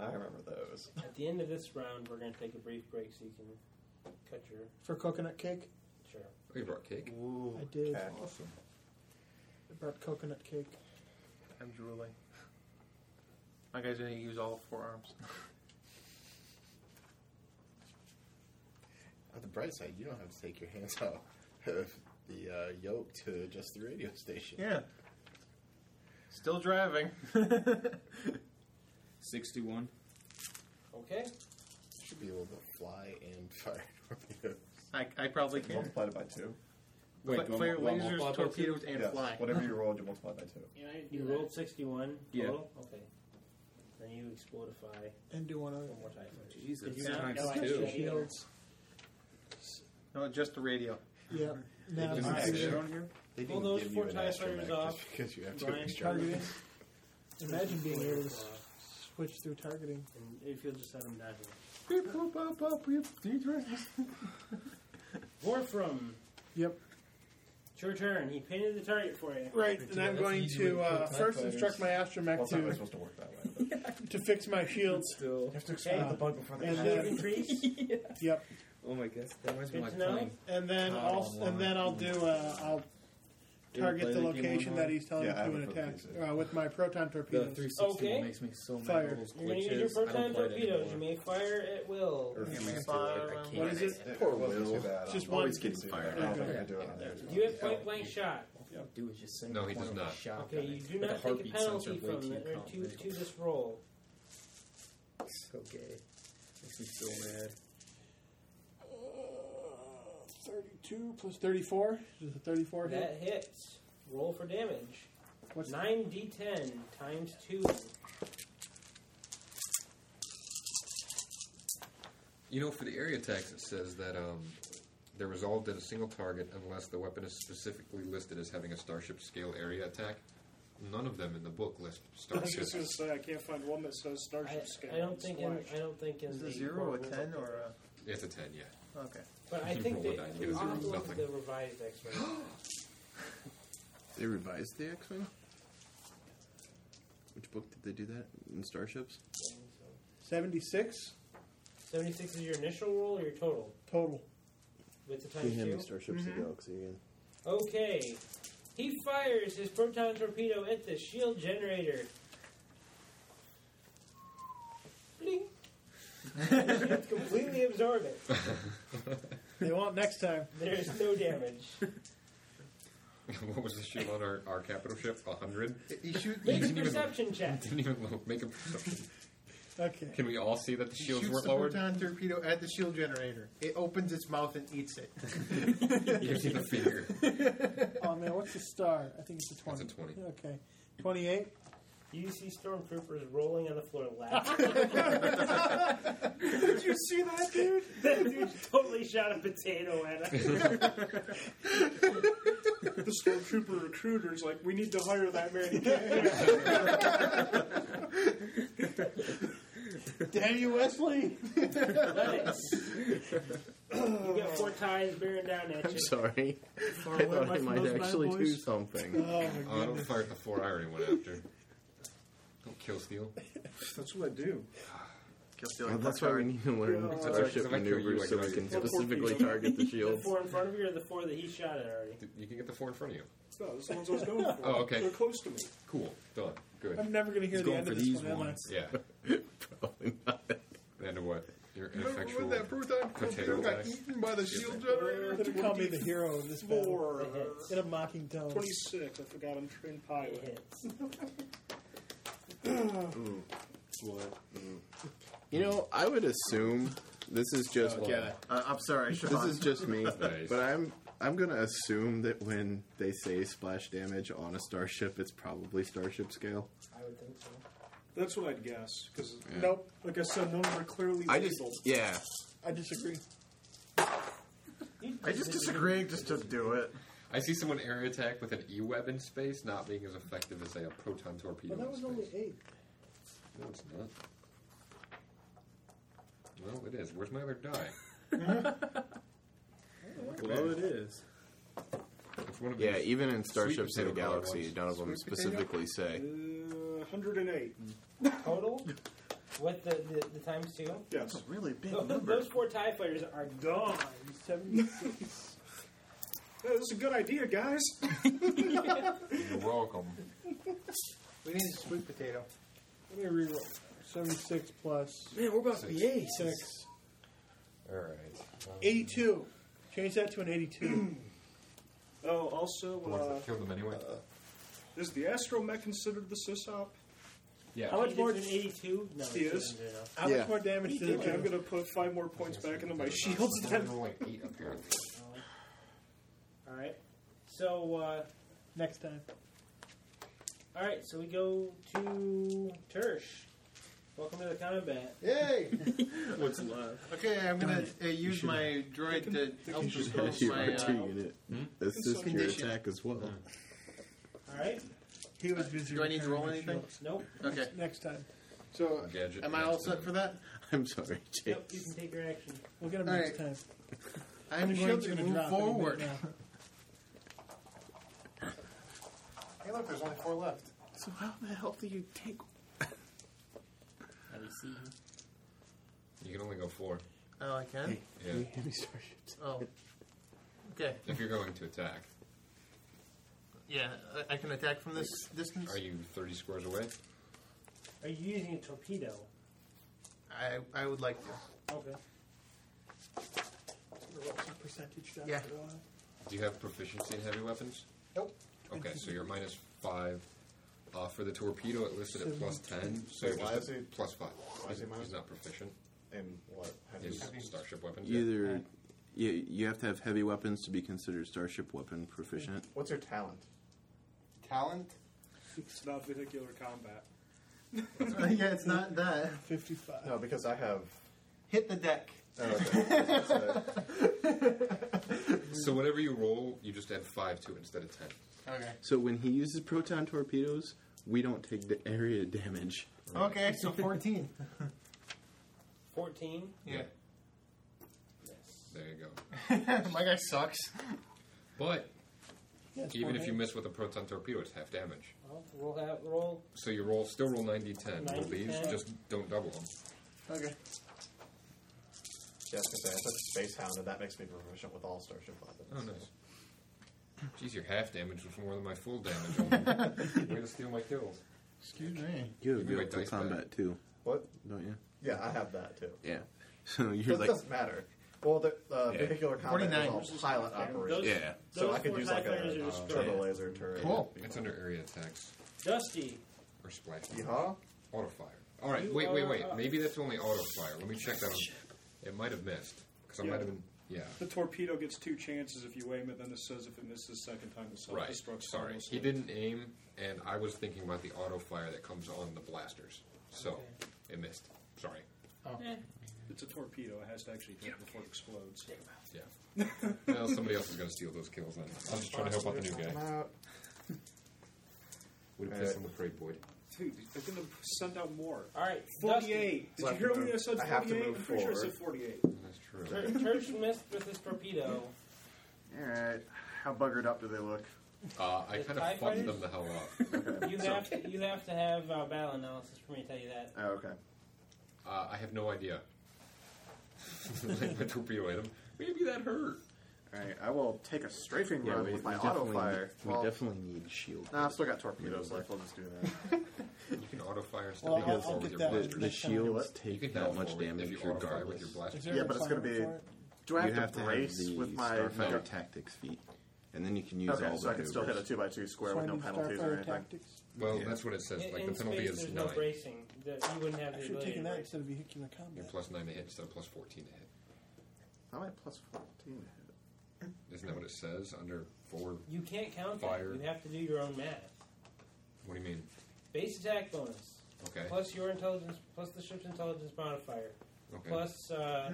Speaker 7: I remember those.
Speaker 2: At the end of this round, we're going to take a brief break so you can cut your
Speaker 9: For coconut cake?
Speaker 2: sure.
Speaker 4: Oh, you brought cake.
Speaker 9: I did.
Speaker 7: Okay.
Speaker 4: Awesome.
Speaker 9: I brought coconut cake.
Speaker 11: I'm drooling. My guy's gonna use all four arms.
Speaker 6: On the bright side, you don't have to take your hands off of the uh, yoke to adjust the radio station.
Speaker 11: Yeah. Still driving.
Speaker 16: 61.
Speaker 2: Okay.
Speaker 6: Should be able to fly and fire torpedoes.
Speaker 11: I, I probably can.
Speaker 7: Multiplied it by two.
Speaker 11: Wait, do I
Speaker 7: Fire
Speaker 11: mul- do I lasers, multiply by two? torpedoes, and
Speaker 7: Yes,
Speaker 11: fly.
Speaker 7: Whatever you rolled, you multiply by two.
Speaker 2: You, rolled 61
Speaker 7: Yeah.
Speaker 2: total? Okay. Then you explodify.
Speaker 9: And do one other
Speaker 2: one more time.
Speaker 11: Jesus,
Speaker 2: Did you
Speaker 11: times
Speaker 2: not know I
Speaker 11: two.
Speaker 2: shields?
Speaker 11: No, just the radio.
Speaker 9: Yeah.
Speaker 2: Now
Speaker 6: didn't
Speaker 2: it's
Speaker 6: actually-
Speaker 2: down here?
Speaker 6: they
Speaker 2: Pull
Speaker 6: didn't
Speaker 2: those uh,
Speaker 6: give
Speaker 2: four
Speaker 6: you an
Speaker 2: TIE
Speaker 6: extra
Speaker 2: fighters
Speaker 6: mag just
Speaker 2: off.
Speaker 6: because you have two
Speaker 2: Ryan,
Speaker 6: extra
Speaker 2: target
Speaker 6: mags.
Speaker 9: Imagine being able to switch through targeting.
Speaker 2: And if you'll just let him die here. Warfram.
Speaker 9: Yep.
Speaker 2: It's your turn. He painted the target for you.
Speaker 9: Right, and I'm going to uh, first instruct my astromech to to fix my shields.
Speaker 10: You
Speaker 9: have
Speaker 10: to expand the bug before they
Speaker 9: and
Speaker 10: hatch.
Speaker 9: then,
Speaker 2: increase.
Speaker 9: Yep.
Speaker 10: Oh my gosh, that reminds me
Speaker 9: Good
Speaker 10: of
Speaker 9: to
Speaker 10: my
Speaker 9: know.
Speaker 10: plane.
Speaker 9: And then
Speaker 10: Not
Speaker 9: I'll
Speaker 10: online.
Speaker 9: and then I'll do uh, I'll
Speaker 10: You ever play
Speaker 9: target the
Speaker 10: that game
Speaker 9: location that
Speaker 10: online?
Speaker 9: he's telling
Speaker 10: Yeah, I
Speaker 9: me to
Speaker 10: haven't
Speaker 9: and
Speaker 10: played
Speaker 9: attack
Speaker 10: it.
Speaker 9: uh, with my proton
Speaker 10: The
Speaker 9: torpedoes.
Speaker 10: 360
Speaker 2: Okay.
Speaker 10: one makes me so mad.
Speaker 9: Fire.
Speaker 10: Those
Speaker 2: You're going to use your
Speaker 10: glitches, I don't
Speaker 2: proton
Speaker 10: play it
Speaker 2: torpedoes.
Speaker 10: anymore.
Speaker 2: You may fire at will.
Speaker 10: Or if you
Speaker 2: may
Speaker 10: miss it, I- I can't.
Speaker 2: What is it?
Speaker 6: Poor
Speaker 7: wasn't
Speaker 6: Will.
Speaker 7: too bad.
Speaker 2: Just
Speaker 7: I'm always
Speaker 2: one.
Speaker 7: getting fired. I don't think I do it
Speaker 2: Do
Speaker 7: on
Speaker 2: you have point blank shot?
Speaker 10: Do is just send
Speaker 4: No,
Speaker 10: a
Speaker 4: he
Speaker 10: point
Speaker 4: does
Speaker 10: of a
Speaker 4: not.
Speaker 10: shot
Speaker 2: Okay,
Speaker 10: on
Speaker 2: you
Speaker 10: it.
Speaker 2: do
Speaker 10: But
Speaker 2: not
Speaker 10: the
Speaker 2: take a
Speaker 10: heartbeat sensor
Speaker 2: penalty
Speaker 10: way
Speaker 2: from
Speaker 10: too
Speaker 2: that or to,
Speaker 10: complex.
Speaker 2: to this roll.
Speaker 10: So gay. Makes me so mad.
Speaker 9: uh, Thirty-two plus thirty-four. Is it thirty-four
Speaker 2: That
Speaker 9: hit?
Speaker 2: hits. Roll for damage.
Speaker 9: What's-
Speaker 2: Nine d10 times two.
Speaker 4: You know, for the area tax, it says that um, they're resolved at a single target unless the weapon is specifically listed as having a starship scale area attack. None of them in the book list
Speaker 13: I was
Speaker 4: starship.
Speaker 13: just going to say, I can't find one that says
Speaker 2: I,
Speaker 13: Starship Scale.
Speaker 2: I don't think. In,
Speaker 13: Splash.
Speaker 2: I don't think in
Speaker 11: Is
Speaker 2: the
Speaker 11: it zero a
Speaker 2: core
Speaker 11: ten
Speaker 2: rule.
Speaker 11: or
Speaker 4: It's a ten, yeah.
Speaker 11: a okay?
Speaker 2: But I
Speaker 4: You
Speaker 2: think
Speaker 4: roll
Speaker 2: they.
Speaker 4: a die, you get a
Speaker 2: I'll have to
Speaker 4: zero,
Speaker 2: look at
Speaker 4: nothing.
Speaker 2: the revised X-ray.
Speaker 6: They revised the X Wing? Which book did they do that? In Starships?
Speaker 9: Seventy-six
Speaker 2: Seventy-six is your initial roll or your total
Speaker 9: total.
Speaker 2: with the times two.
Speaker 6: Starships the Galaxy again.
Speaker 2: Okay. He fires his proton torpedo at the shield generator. Bling. completely absorb it.
Speaker 9: They won't next time.
Speaker 2: There's no damage.
Speaker 4: what was the shield on our, our capital ship? A hundred.
Speaker 7: You shoot.
Speaker 2: Make a
Speaker 4: Didn't even-
Speaker 2: perception check.
Speaker 4: Didn't even look- make a perception.
Speaker 9: Okay.
Speaker 4: Can we all see that the
Speaker 11: He
Speaker 4: shields
Speaker 11: shoots
Speaker 4: weren't
Speaker 11: the
Speaker 4: lowered?
Speaker 11: proton torpedo at the shield generator. It opens its mouth and eats it.
Speaker 4: You see the finger.
Speaker 9: oh man, what's the star? I think it's a
Speaker 4: That's
Speaker 9: twenty.
Speaker 4: a twenty.
Speaker 9: Okay, twenty-eight.
Speaker 2: You see stormtroopers rolling on the floor laughing.
Speaker 13: Did you see that, dude?
Speaker 2: that dude totally shot a potato at us.
Speaker 13: The stormtrooper recruiter's like, we need to hire that man. He can't
Speaker 9: Damn you, Wesley!
Speaker 2: Nice. You got four ties bearing down at you.
Speaker 6: Sorry.
Speaker 13: Far away, my those bad boys.
Speaker 6: something.
Speaker 4: Oh,
Speaker 9: Oh my
Speaker 4: I don't
Speaker 9: goodness.
Speaker 4: fire at the four. I already went after. Don't kill steal.
Speaker 7: That's what I do.
Speaker 11: Kill
Speaker 6: Well, that's why we need to learn
Speaker 9: Yeah.
Speaker 6: starship
Speaker 4: If I kill you, I
Speaker 6: maneuvers so
Speaker 4: kill
Speaker 6: we
Speaker 4: you.
Speaker 6: can
Speaker 4: Well,
Speaker 6: specifically
Speaker 2: torpedo.
Speaker 6: target the
Speaker 2: The
Speaker 6: shields.
Speaker 2: four in front of you or the four that he shot at already?
Speaker 4: You can get the four in front of you.
Speaker 13: No, those are the ones I was going for.
Speaker 4: Oh, okay.
Speaker 13: They're close to me.
Speaker 4: Cool. Done. Good.
Speaker 9: I'm never going to hear
Speaker 10: He's
Speaker 9: the
Speaker 10: going
Speaker 9: end
Speaker 10: for
Speaker 9: of this
Speaker 10: these
Speaker 9: one, am I?
Speaker 10: ones.
Speaker 4: Yeah.
Speaker 6: Probably not.
Speaker 4: And what? Your
Speaker 7: Remember
Speaker 4: ineffectual.
Speaker 7: when that proton torpedo
Speaker 4: potato
Speaker 7: got
Speaker 4: guy.
Speaker 7: eaten by the shield generator?
Speaker 9: They're gonna call me the hero of this battle
Speaker 13: Four. uh,
Speaker 9: in a mocking tone.
Speaker 13: 26. I forgot I'm trained pilot.
Speaker 2: Hits.
Speaker 6: You know, I would assume this is just
Speaker 2: Oh,
Speaker 7: Yeah, uh, I'm sorry.
Speaker 6: this is just me,
Speaker 4: Nice.
Speaker 6: but I'm I'm gonna assume that when they say splash damage on a starship, it's probably starship scale.
Speaker 2: I would think so.
Speaker 13: That's what I'd guess. Because,
Speaker 9: Nope,
Speaker 13: like I said, none of them are clearly
Speaker 6: I just
Speaker 13: labeled.
Speaker 6: yeah.
Speaker 9: I disagree.
Speaker 2: You
Speaker 7: I just disagree. Just to do it.
Speaker 4: I see someone air attack with an E web in space not being as effective as say a proton torpedo.
Speaker 9: Well, that
Speaker 4: in
Speaker 9: was
Speaker 4: space.
Speaker 9: only eight.
Speaker 4: No, it's not. No, it is. Where's my other die?
Speaker 16: Well, it is.
Speaker 4: It's one of
Speaker 6: Yeah,
Speaker 4: these-
Speaker 6: even in Starships
Speaker 4: Sweet
Speaker 6: of the
Speaker 4: potato colored
Speaker 6: Galaxy,
Speaker 4: ones.
Speaker 6: none of them
Speaker 7: Sweet potato?
Speaker 6: specifically say.
Speaker 13: Uh, 108.
Speaker 2: Total? What the, the, the times two?
Speaker 13: Yes.
Speaker 7: really big
Speaker 2: Those four TIE fighters are gone.
Speaker 13: Hey, this is a good idea, guys.
Speaker 4: You're welcome.
Speaker 11: We need a sweet potato.
Speaker 9: Let me reroll. Seventy-six plus
Speaker 11: Man, we're about
Speaker 4: to be eight.
Speaker 9: six.
Speaker 4: All right. Um,
Speaker 9: Eighty-two. Change that to an eighty-two.
Speaker 13: Oh,
Speaker 4: The ones
Speaker 13: also,
Speaker 4: that killed them anyway.
Speaker 13: uh, is the astromech considered the sysop?
Speaker 4: yeah.
Speaker 9: how much more-
Speaker 2: Is it 82? No,
Speaker 13: He
Speaker 2: it
Speaker 13: is.
Speaker 2: isn't, you know.
Speaker 9: How
Speaker 6: Yeah.
Speaker 9: much more damage did it
Speaker 13: Okay, I'm
Speaker 9: do?
Speaker 13: gonna put five more points back into my shields
Speaker 4: I'm
Speaker 13: then.
Speaker 4: rolling eight apparently.
Speaker 2: All right. So, uh,
Speaker 9: Next time.
Speaker 2: all right. So we go to Tersh. Welcome to the combat.
Speaker 7: Yay!
Speaker 2: What's love?
Speaker 11: Okay, I'm gonna uh, use
Speaker 2: should-
Speaker 11: my droid to help
Speaker 13: You should
Speaker 11: dispel
Speaker 13: have your
Speaker 11: my.
Speaker 13: R2
Speaker 11: Uh,
Speaker 13: unit.
Speaker 4: Hmm?
Speaker 13: Assist your
Speaker 11: Condition.
Speaker 13: attack as well.
Speaker 2: All right.
Speaker 9: He was busy.
Speaker 11: do I need to roll
Speaker 9: repairing his
Speaker 11: anything?
Speaker 9: shields.
Speaker 2: Nope.
Speaker 11: Okay.
Speaker 9: Next time.
Speaker 11: So,
Speaker 4: Gadget
Speaker 11: am I all set for that?
Speaker 13: I'm sorry, Jake.
Speaker 2: Nope, you can take your action.
Speaker 9: We'll get him
Speaker 11: All
Speaker 9: next time.
Speaker 11: I'm going
Speaker 9: Your shields
Speaker 11: to
Speaker 9: are gonna
Speaker 11: move
Speaker 9: drop any minute
Speaker 11: forward.
Speaker 9: now.
Speaker 7: Hey, look, there's only four left.
Speaker 13: So how the hell do you take?
Speaker 3: Let me see.
Speaker 4: You can only go four.
Speaker 11: Oh, I can.
Speaker 4: Yeah.
Speaker 13: Heavy starships.
Speaker 11: Oh. Okay.
Speaker 4: If you're going to attack,
Speaker 11: Yeah, I, I can attack from this distance.
Speaker 4: are you 30 squares away?
Speaker 2: Are you using a torpedo?
Speaker 11: I I would like to.
Speaker 2: Okay.
Speaker 9: Roll some percentage down
Speaker 11: Yeah.
Speaker 9: for a while.
Speaker 4: Do you have proficiency in heavy weapons?
Speaker 9: Nope.
Speaker 4: Okay, so you're minus five. Uh, for the torpedo, it listed at plus ten, so
Speaker 7: Wait,
Speaker 4: you're
Speaker 7: why
Speaker 4: just
Speaker 7: is
Speaker 4: a
Speaker 7: it-
Speaker 4: plus five.
Speaker 7: why is
Speaker 4: He's,
Speaker 7: it minus-
Speaker 4: he's not proficient.
Speaker 7: And what?
Speaker 4: His starship weapons. yeah.
Speaker 13: Either yeah, you have to have heavy weapons to be considered starship weapon proficient.
Speaker 7: What's your talent?
Speaker 16: Talent?
Speaker 15: It's not vehicular combat.
Speaker 11: Uh, yeah, it's not that.
Speaker 9: 55.
Speaker 7: No, because I have.
Speaker 11: Hit the deck.
Speaker 7: Oh, okay.
Speaker 4: So whatever you roll, you just add five to it instead of ten.
Speaker 11: Okay.
Speaker 13: So when he uses proton torpedoes, we don't take the area damage.
Speaker 11: Okay, so 14.
Speaker 2: 14?
Speaker 11: Yeah.
Speaker 4: There you go.
Speaker 11: my guy sucks.
Speaker 4: But
Speaker 9: Yeah, it's
Speaker 4: even
Speaker 9: one
Speaker 4: if you
Speaker 9: hit.
Speaker 4: miss with a proton torpedo, it's half damage.
Speaker 2: Well, roll that roll.
Speaker 4: So you roll, still roll 90 10. Roll
Speaker 2: 90,
Speaker 4: these,
Speaker 2: 10.
Speaker 4: just don't double them.
Speaker 11: Okay.
Speaker 7: Yeah, I was gonna say, I took Space Hound, and that makes me proficient with all starship weapons.
Speaker 4: Oh, nice. Jeez, your half damage was more than my full damage. Way to steal my kills.
Speaker 11: Excuse me.
Speaker 13: You have
Speaker 4: Give me my
Speaker 13: vehicle
Speaker 4: dice back.
Speaker 13: combat too,
Speaker 7: What?
Speaker 13: don't you?
Speaker 7: Yeah, I have that too.
Speaker 13: Yeah. So
Speaker 7: But
Speaker 13: you're
Speaker 7: it
Speaker 13: like
Speaker 7: doesn't matter. Well, the uh,
Speaker 13: Yeah.
Speaker 7: vehicular combat
Speaker 11: 49.
Speaker 7: is all pilot operation.
Speaker 2: Those-
Speaker 13: Yeah.
Speaker 7: So
Speaker 2: those
Speaker 7: I could
Speaker 2: four
Speaker 7: use like
Speaker 2: type
Speaker 7: a
Speaker 2: fighters are
Speaker 7: uh,
Speaker 2: destroyed.
Speaker 7: turbo laser turret.
Speaker 11: Cool.
Speaker 4: It's under area attacks
Speaker 2: Dusty.
Speaker 4: or splash.
Speaker 7: Yeehaw.
Speaker 4: Auto fire. All right,
Speaker 2: You
Speaker 4: wait, wait,
Speaker 2: are
Speaker 4: wait.
Speaker 2: up.
Speaker 4: Maybe that's only auto fire. Let me check that. On. It might have missed because I
Speaker 15: Yeah.
Speaker 4: might have been. Yeah.
Speaker 15: The torpedo gets two chances if you aim it, then it says if it misses second time, it
Speaker 4: Right.
Speaker 15: self-destructs.
Speaker 4: Sorry,
Speaker 15: harmlessly.
Speaker 4: he didn't aim, and I was thinking about the auto fire that comes on the blasters. So it missed. Sorry.
Speaker 15: It's a torpedo. It has to actually hit before it explodes.
Speaker 4: Yeah. well, somebody else is going to steal those kills then. I'm just trying to help out the new
Speaker 7: I'm
Speaker 4: guy.
Speaker 7: out.
Speaker 4: Would have pissed on the parade boy.
Speaker 15: Dude, they're going to send out more.
Speaker 2: All right. Dusty.
Speaker 15: 48. Did
Speaker 7: So I
Speaker 15: you
Speaker 7: have
Speaker 15: hear
Speaker 7: to
Speaker 15: when I
Speaker 7: move-
Speaker 15: said
Speaker 7: I have to
Speaker 15: 48? I'm
Speaker 7: move
Speaker 15: pretty sure I said
Speaker 7: forward.
Speaker 15: 48.
Speaker 4: That's true.
Speaker 2: Tur- Turge missed with his torpedo.
Speaker 7: Alright, how buggered up do they look?
Speaker 4: Uh, I
Speaker 2: The
Speaker 4: kind
Speaker 2: TIE
Speaker 4: of fucked
Speaker 2: fighters?
Speaker 4: them the hell up.
Speaker 2: You have to, you have to have uh, battle analysis for me to tell you that.
Speaker 7: Oh, okay.
Speaker 4: Uh, I have no idea. like my torpedo at him. Maybe that hurt.
Speaker 7: Alright, I will take a strafing
Speaker 13: yeah,
Speaker 7: run
Speaker 13: we,
Speaker 7: with
Speaker 13: we
Speaker 7: my auto
Speaker 13: definitely
Speaker 7: fire.
Speaker 13: we
Speaker 7: Well,
Speaker 13: definitely need shield.
Speaker 7: nah, I've still got torpedoes left. We'll just do that.
Speaker 4: You can auto fire stuff
Speaker 9: Well, I'll-
Speaker 4: because
Speaker 9: I'll
Speaker 4: with
Speaker 9: get
Speaker 4: your
Speaker 9: that.
Speaker 13: The,
Speaker 4: blasters.
Speaker 13: the shields
Speaker 7: what?
Speaker 4: You can
Speaker 13: take that
Speaker 4: dial
Speaker 13: much
Speaker 4: forward
Speaker 13: damage
Speaker 4: if you auto fire
Speaker 13: regardless.
Speaker 4: with your
Speaker 9: Is
Speaker 4: blasters.
Speaker 9: there
Speaker 7: Yeah,
Speaker 9: a
Speaker 7: but it's gonna be-
Speaker 9: requirement
Speaker 7: Do I
Speaker 13: you
Speaker 7: have,
Speaker 13: have
Speaker 7: to
Speaker 13: have
Speaker 7: brace
Speaker 13: the
Speaker 7: with my
Speaker 13: starfighter
Speaker 7: mecha-
Speaker 13: tactics feat, and then you can use
Speaker 7: Okay,
Speaker 13: all
Speaker 7: so
Speaker 13: the
Speaker 7: I can still hit a
Speaker 13: maneuvers.
Speaker 7: two by two
Speaker 9: for
Speaker 7: square
Speaker 9: it?
Speaker 7: with no
Speaker 9: Finding
Speaker 7: penalties or
Speaker 9: starfire
Speaker 7: anything.
Speaker 9: tactics?
Speaker 4: Well,
Speaker 13: Yeah.
Speaker 4: that's what it says.
Speaker 2: In,
Speaker 4: Like
Speaker 2: in
Speaker 4: the penalty
Speaker 2: space,
Speaker 4: is
Speaker 2: there's
Speaker 4: nine.
Speaker 2: no bracing. That you wouldn't have
Speaker 9: I
Speaker 2: the
Speaker 9: should have
Speaker 2: ability. to
Speaker 9: taken that
Speaker 2: brace.
Speaker 9: instead of vehicular
Speaker 4: You're
Speaker 9: combat.
Speaker 4: plus nine to hit instead of plus fourteen to hit.
Speaker 7: How am I plus fourteen to hit?
Speaker 4: Isn't that what it says under four?
Speaker 2: You can't count
Speaker 4: Fire.
Speaker 2: that. You have to do your own math.
Speaker 4: What do you mean?
Speaker 2: Base attack bonus
Speaker 4: Okay.
Speaker 2: plus your intelligence plus the ship's intelligence modifier
Speaker 4: Okay.
Speaker 2: plus uh,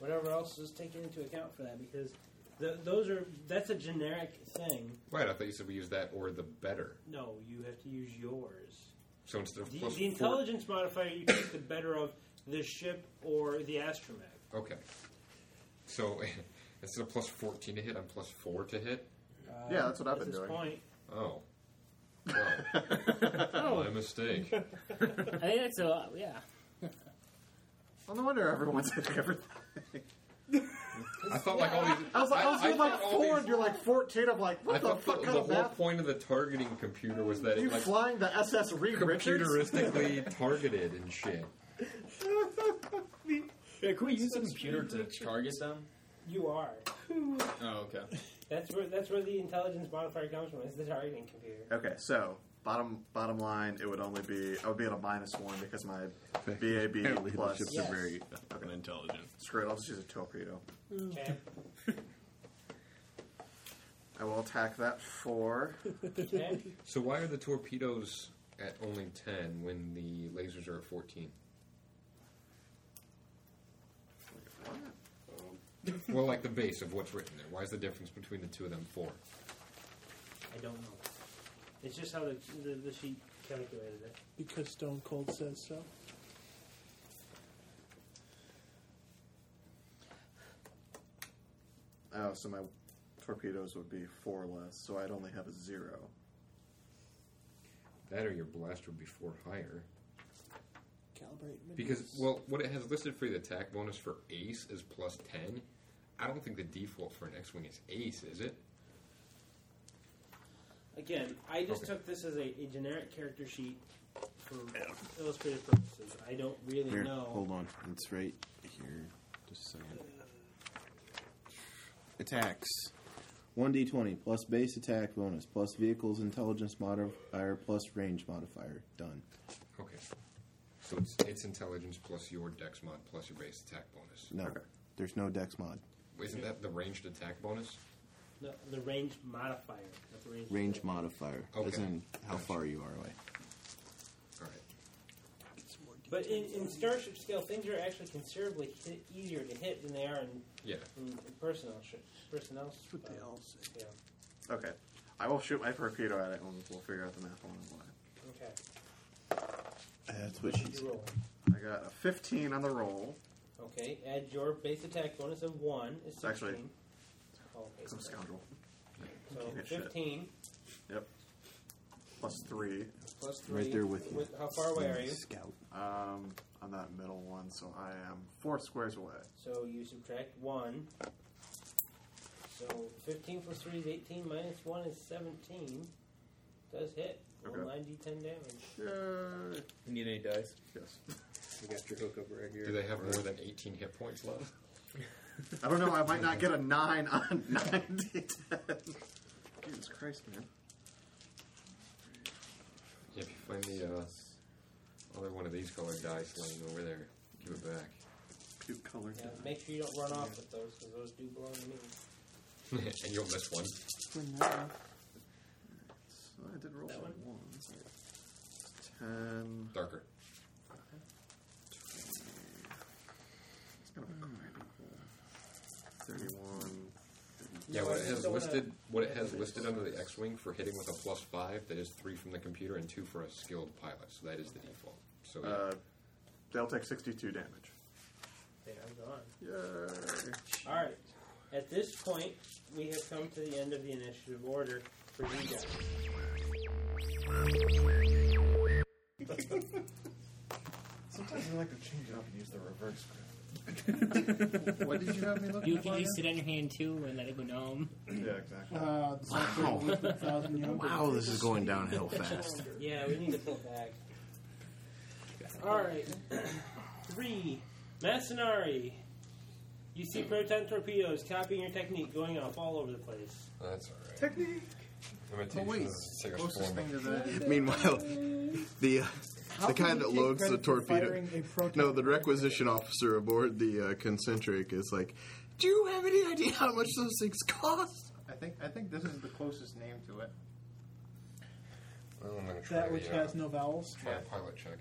Speaker 2: whatever else is taken into account for that because th- those are that's a generic thing.
Speaker 4: Right. I thought you said we use that or the better.
Speaker 2: No, you have to use yours.
Speaker 4: So instead of
Speaker 2: The,
Speaker 4: plus
Speaker 2: the
Speaker 4: four.
Speaker 2: intelligence modifier you take the better of the ship or the astromech.
Speaker 4: Okay. So instead of plus fourteen to hit, I'm plus four to hit.
Speaker 2: Uh,
Speaker 7: Yeah, that's what I've
Speaker 2: at
Speaker 7: been
Speaker 2: this
Speaker 7: doing.
Speaker 2: Point,
Speaker 4: Oh. Well, my mistake.
Speaker 3: I think that's a lot. Yeah.
Speaker 7: Well, no wonder everyone's hitting everything.
Speaker 4: I thought like all these.
Speaker 7: I was like, I, was doing like
Speaker 4: thought all
Speaker 7: four,
Speaker 4: these-
Speaker 7: and you're like fourteen. I'm like,
Speaker 4: I
Speaker 7: what the
Speaker 4: thought
Speaker 7: fuck
Speaker 4: the,
Speaker 7: kind
Speaker 4: the
Speaker 7: of
Speaker 4: whole
Speaker 7: math?
Speaker 4: point of the targeting computer was that
Speaker 7: You
Speaker 4: it like
Speaker 7: flying the SS Reed Richards?
Speaker 4: computeristically targeted and shit.
Speaker 16: Yeah, can we use the computer to target them?
Speaker 2: you are.
Speaker 16: Oh, okay.
Speaker 2: That's where that's where the intelligence modifier comes from. Is the targeting computer.
Speaker 7: Okay, so bottom bottom line, it would only be I would be at a minus one because my BAB plus.
Speaker 13: Ships
Speaker 2: Yes.
Speaker 13: are very fucking intelligent.
Speaker 7: Screw it, I'll just use a torpedo.
Speaker 2: Okay.
Speaker 7: I will attack that four.
Speaker 2: okay.
Speaker 4: So why are the torpedoes at only 10 when the lasers are at 14. well, like the base of what's written there. Why is the difference between the two of them four?
Speaker 2: I don't know. It's just how the, the, the sheet calculated it.
Speaker 17: Because Stone Cold says so.
Speaker 18: Oh, so my torpedoes would be four less, so I'd only have a zero.
Speaker 4: That or your blaster would be four higher.
Speaker 17: Calibrate. mid-range.
Speaker 4: Because, well, what it has listed for the attack bonus for ace is plus 10. I don't think the default for an X Wing is ace, is it?
Speaker 2: Again, I just
Speaker 4: Okay.
Speaker 2: took this as a, a generic character sheet for illustrative purposes. I don't really
Speaker 6: Here,
Speaker 2: know.
Speaker 6: hold on. It's right here. Just a second. Attacks. 1d20 plus base attack bonus plus vehicle's intelligence modifier plus range modifier. Done.
Speaker 4: Okay. So it's, it's intelligence plus your dex mod plus your base attack bonus.
Speaker 6: No. There's no dex mod.
Speaker 4: Isn't that the ranged attack bonus?
Speaker 2: No, the range modifier. Not the range.
Speaker 6: Range modifier. As
Speaker 4: Okay.
Speaker 6: in how far you are away.
Speaker 2: But in, in starship scale, things are actually considerably hit, easier to hit than they are in,
Speaker 4: Yeah.
Speaker 2: in, in personnel ships. Personnel. That's what they all say. Yeah.
Speaker 18: Okay. I will shoot my torpedo at it and we'll figure out the math on the fly.
Speaker 2: Okay.
Speaker 6: That's what she
Speaker 2: You roll.
Speaker 18: I got a 15 on the roll.
Speaker 2: Okay. Add your base attack bonus of one. Is
Speaker 18: It's actually-
Speaker 2: 16. Oh, okay.
Speaker 18: Some scoundrel.
Speaker 2: So
Speaker 18: Can't hit shit.
Speaker 2: fifteen
Speaker 18: Yep. Plus three.
Speaker 2: plus three. With- how far away are you?
Speaker 18: Um, on that middle one, so I am four squares away.
Speaker 2: So you subtract one. So fifteen plus three is eighteen. Minus one is seventeen. Does hit. Roll
Speaker 16: Okay.
Speaker 2: nine d ten damage.
Speaker 16: You need any dice?
Speaker 18: Yes.
Speaker 16: We got your hookup right here.
Speaker 4: Do they have more than 18 hit points left?
Speaker 18: I don't know. I might not get a nine on nine d ten. Jesus Christ, man!
Speaker 4: Yeah, if you find the uh, other one of these colored dice laying over there, give it back.
Speaker 18: Cute colored
Speaker 2: Yeah, make sure you don't run off with those because those do belong to me.
Speaker 4: and you'll miss one.
Speaker 18: So I did roll
Speaker 2: That
Speaker 18: one. Ten.
Speaker 4: Darker.
Speaker 18: It's kind of a crap roll. Thirty-one.
Speaker 4: Yeah, what it has listed, what it has listed under the X-wing for hitting with a plus five, that is three from the computer and two for a skilled pilot. So that is the default. So yeah.
Speaker 18: Uh, they'll take sixty-two damage.
Speaker 2: Hey, I'm gone.
Speaker 18: Yay.
Speaker 2: All right. At this point, we have come to the end of the initiative order for you guys.
Speaker 18: Sometimes I like to change it up and use the reverse
Speaker 3: what
Speaker 18: did you have me looking
Speaker 3: You
Speaker 18: up
Speaker 3: can
Speaker 18: on
Speaker 3: use
Speaker 18: again?
Speaker 3: it on your hand too and let it go gnome.
Speaker 18: Yeah, exactly.
Speaker 17: Uh, the software
Speaker 6: Wow.
Speaker 17: with the thousand young-
Speaker 6: Wow, this is going downhill fast.
Speaker 2: Yeah, we need to pull back. All right. Three. Masonari. You see proton torpedoes copying your technique going off all over the place.
Speaker 4: That's all right.
Speaker 18: Technique.
Speaker 4: I'm gonna
Speaker 18: Oh,
Speaker 4: teach
Speaker 18: wait.
Speaker 4: you a Sega form.
Speaker 6: Meanwhile, the uh,
Speaker 17: How
Speaker 6: the
Speaker 17: can
Speaker 6: guy
Speaker 17: you
Speaker 6: that
Speaker 17: take
Speaker 6: loads the
Speaker 17: credit for
Speaker 6: torpedo.
Speaker 17: firing a proton
Speaker 6: No, the requisition officer aboard the uh, concentric is like, "Do you have any idea how much those things cost?"
Speaker 7: I think I think this is the closest name to it.
Speaker 4: Well, I'm gonna try
Speaker 17: That which
Speaker 4: the, uh,
Speaker 17: has no vowels.
Speaker 4: try a pilot check.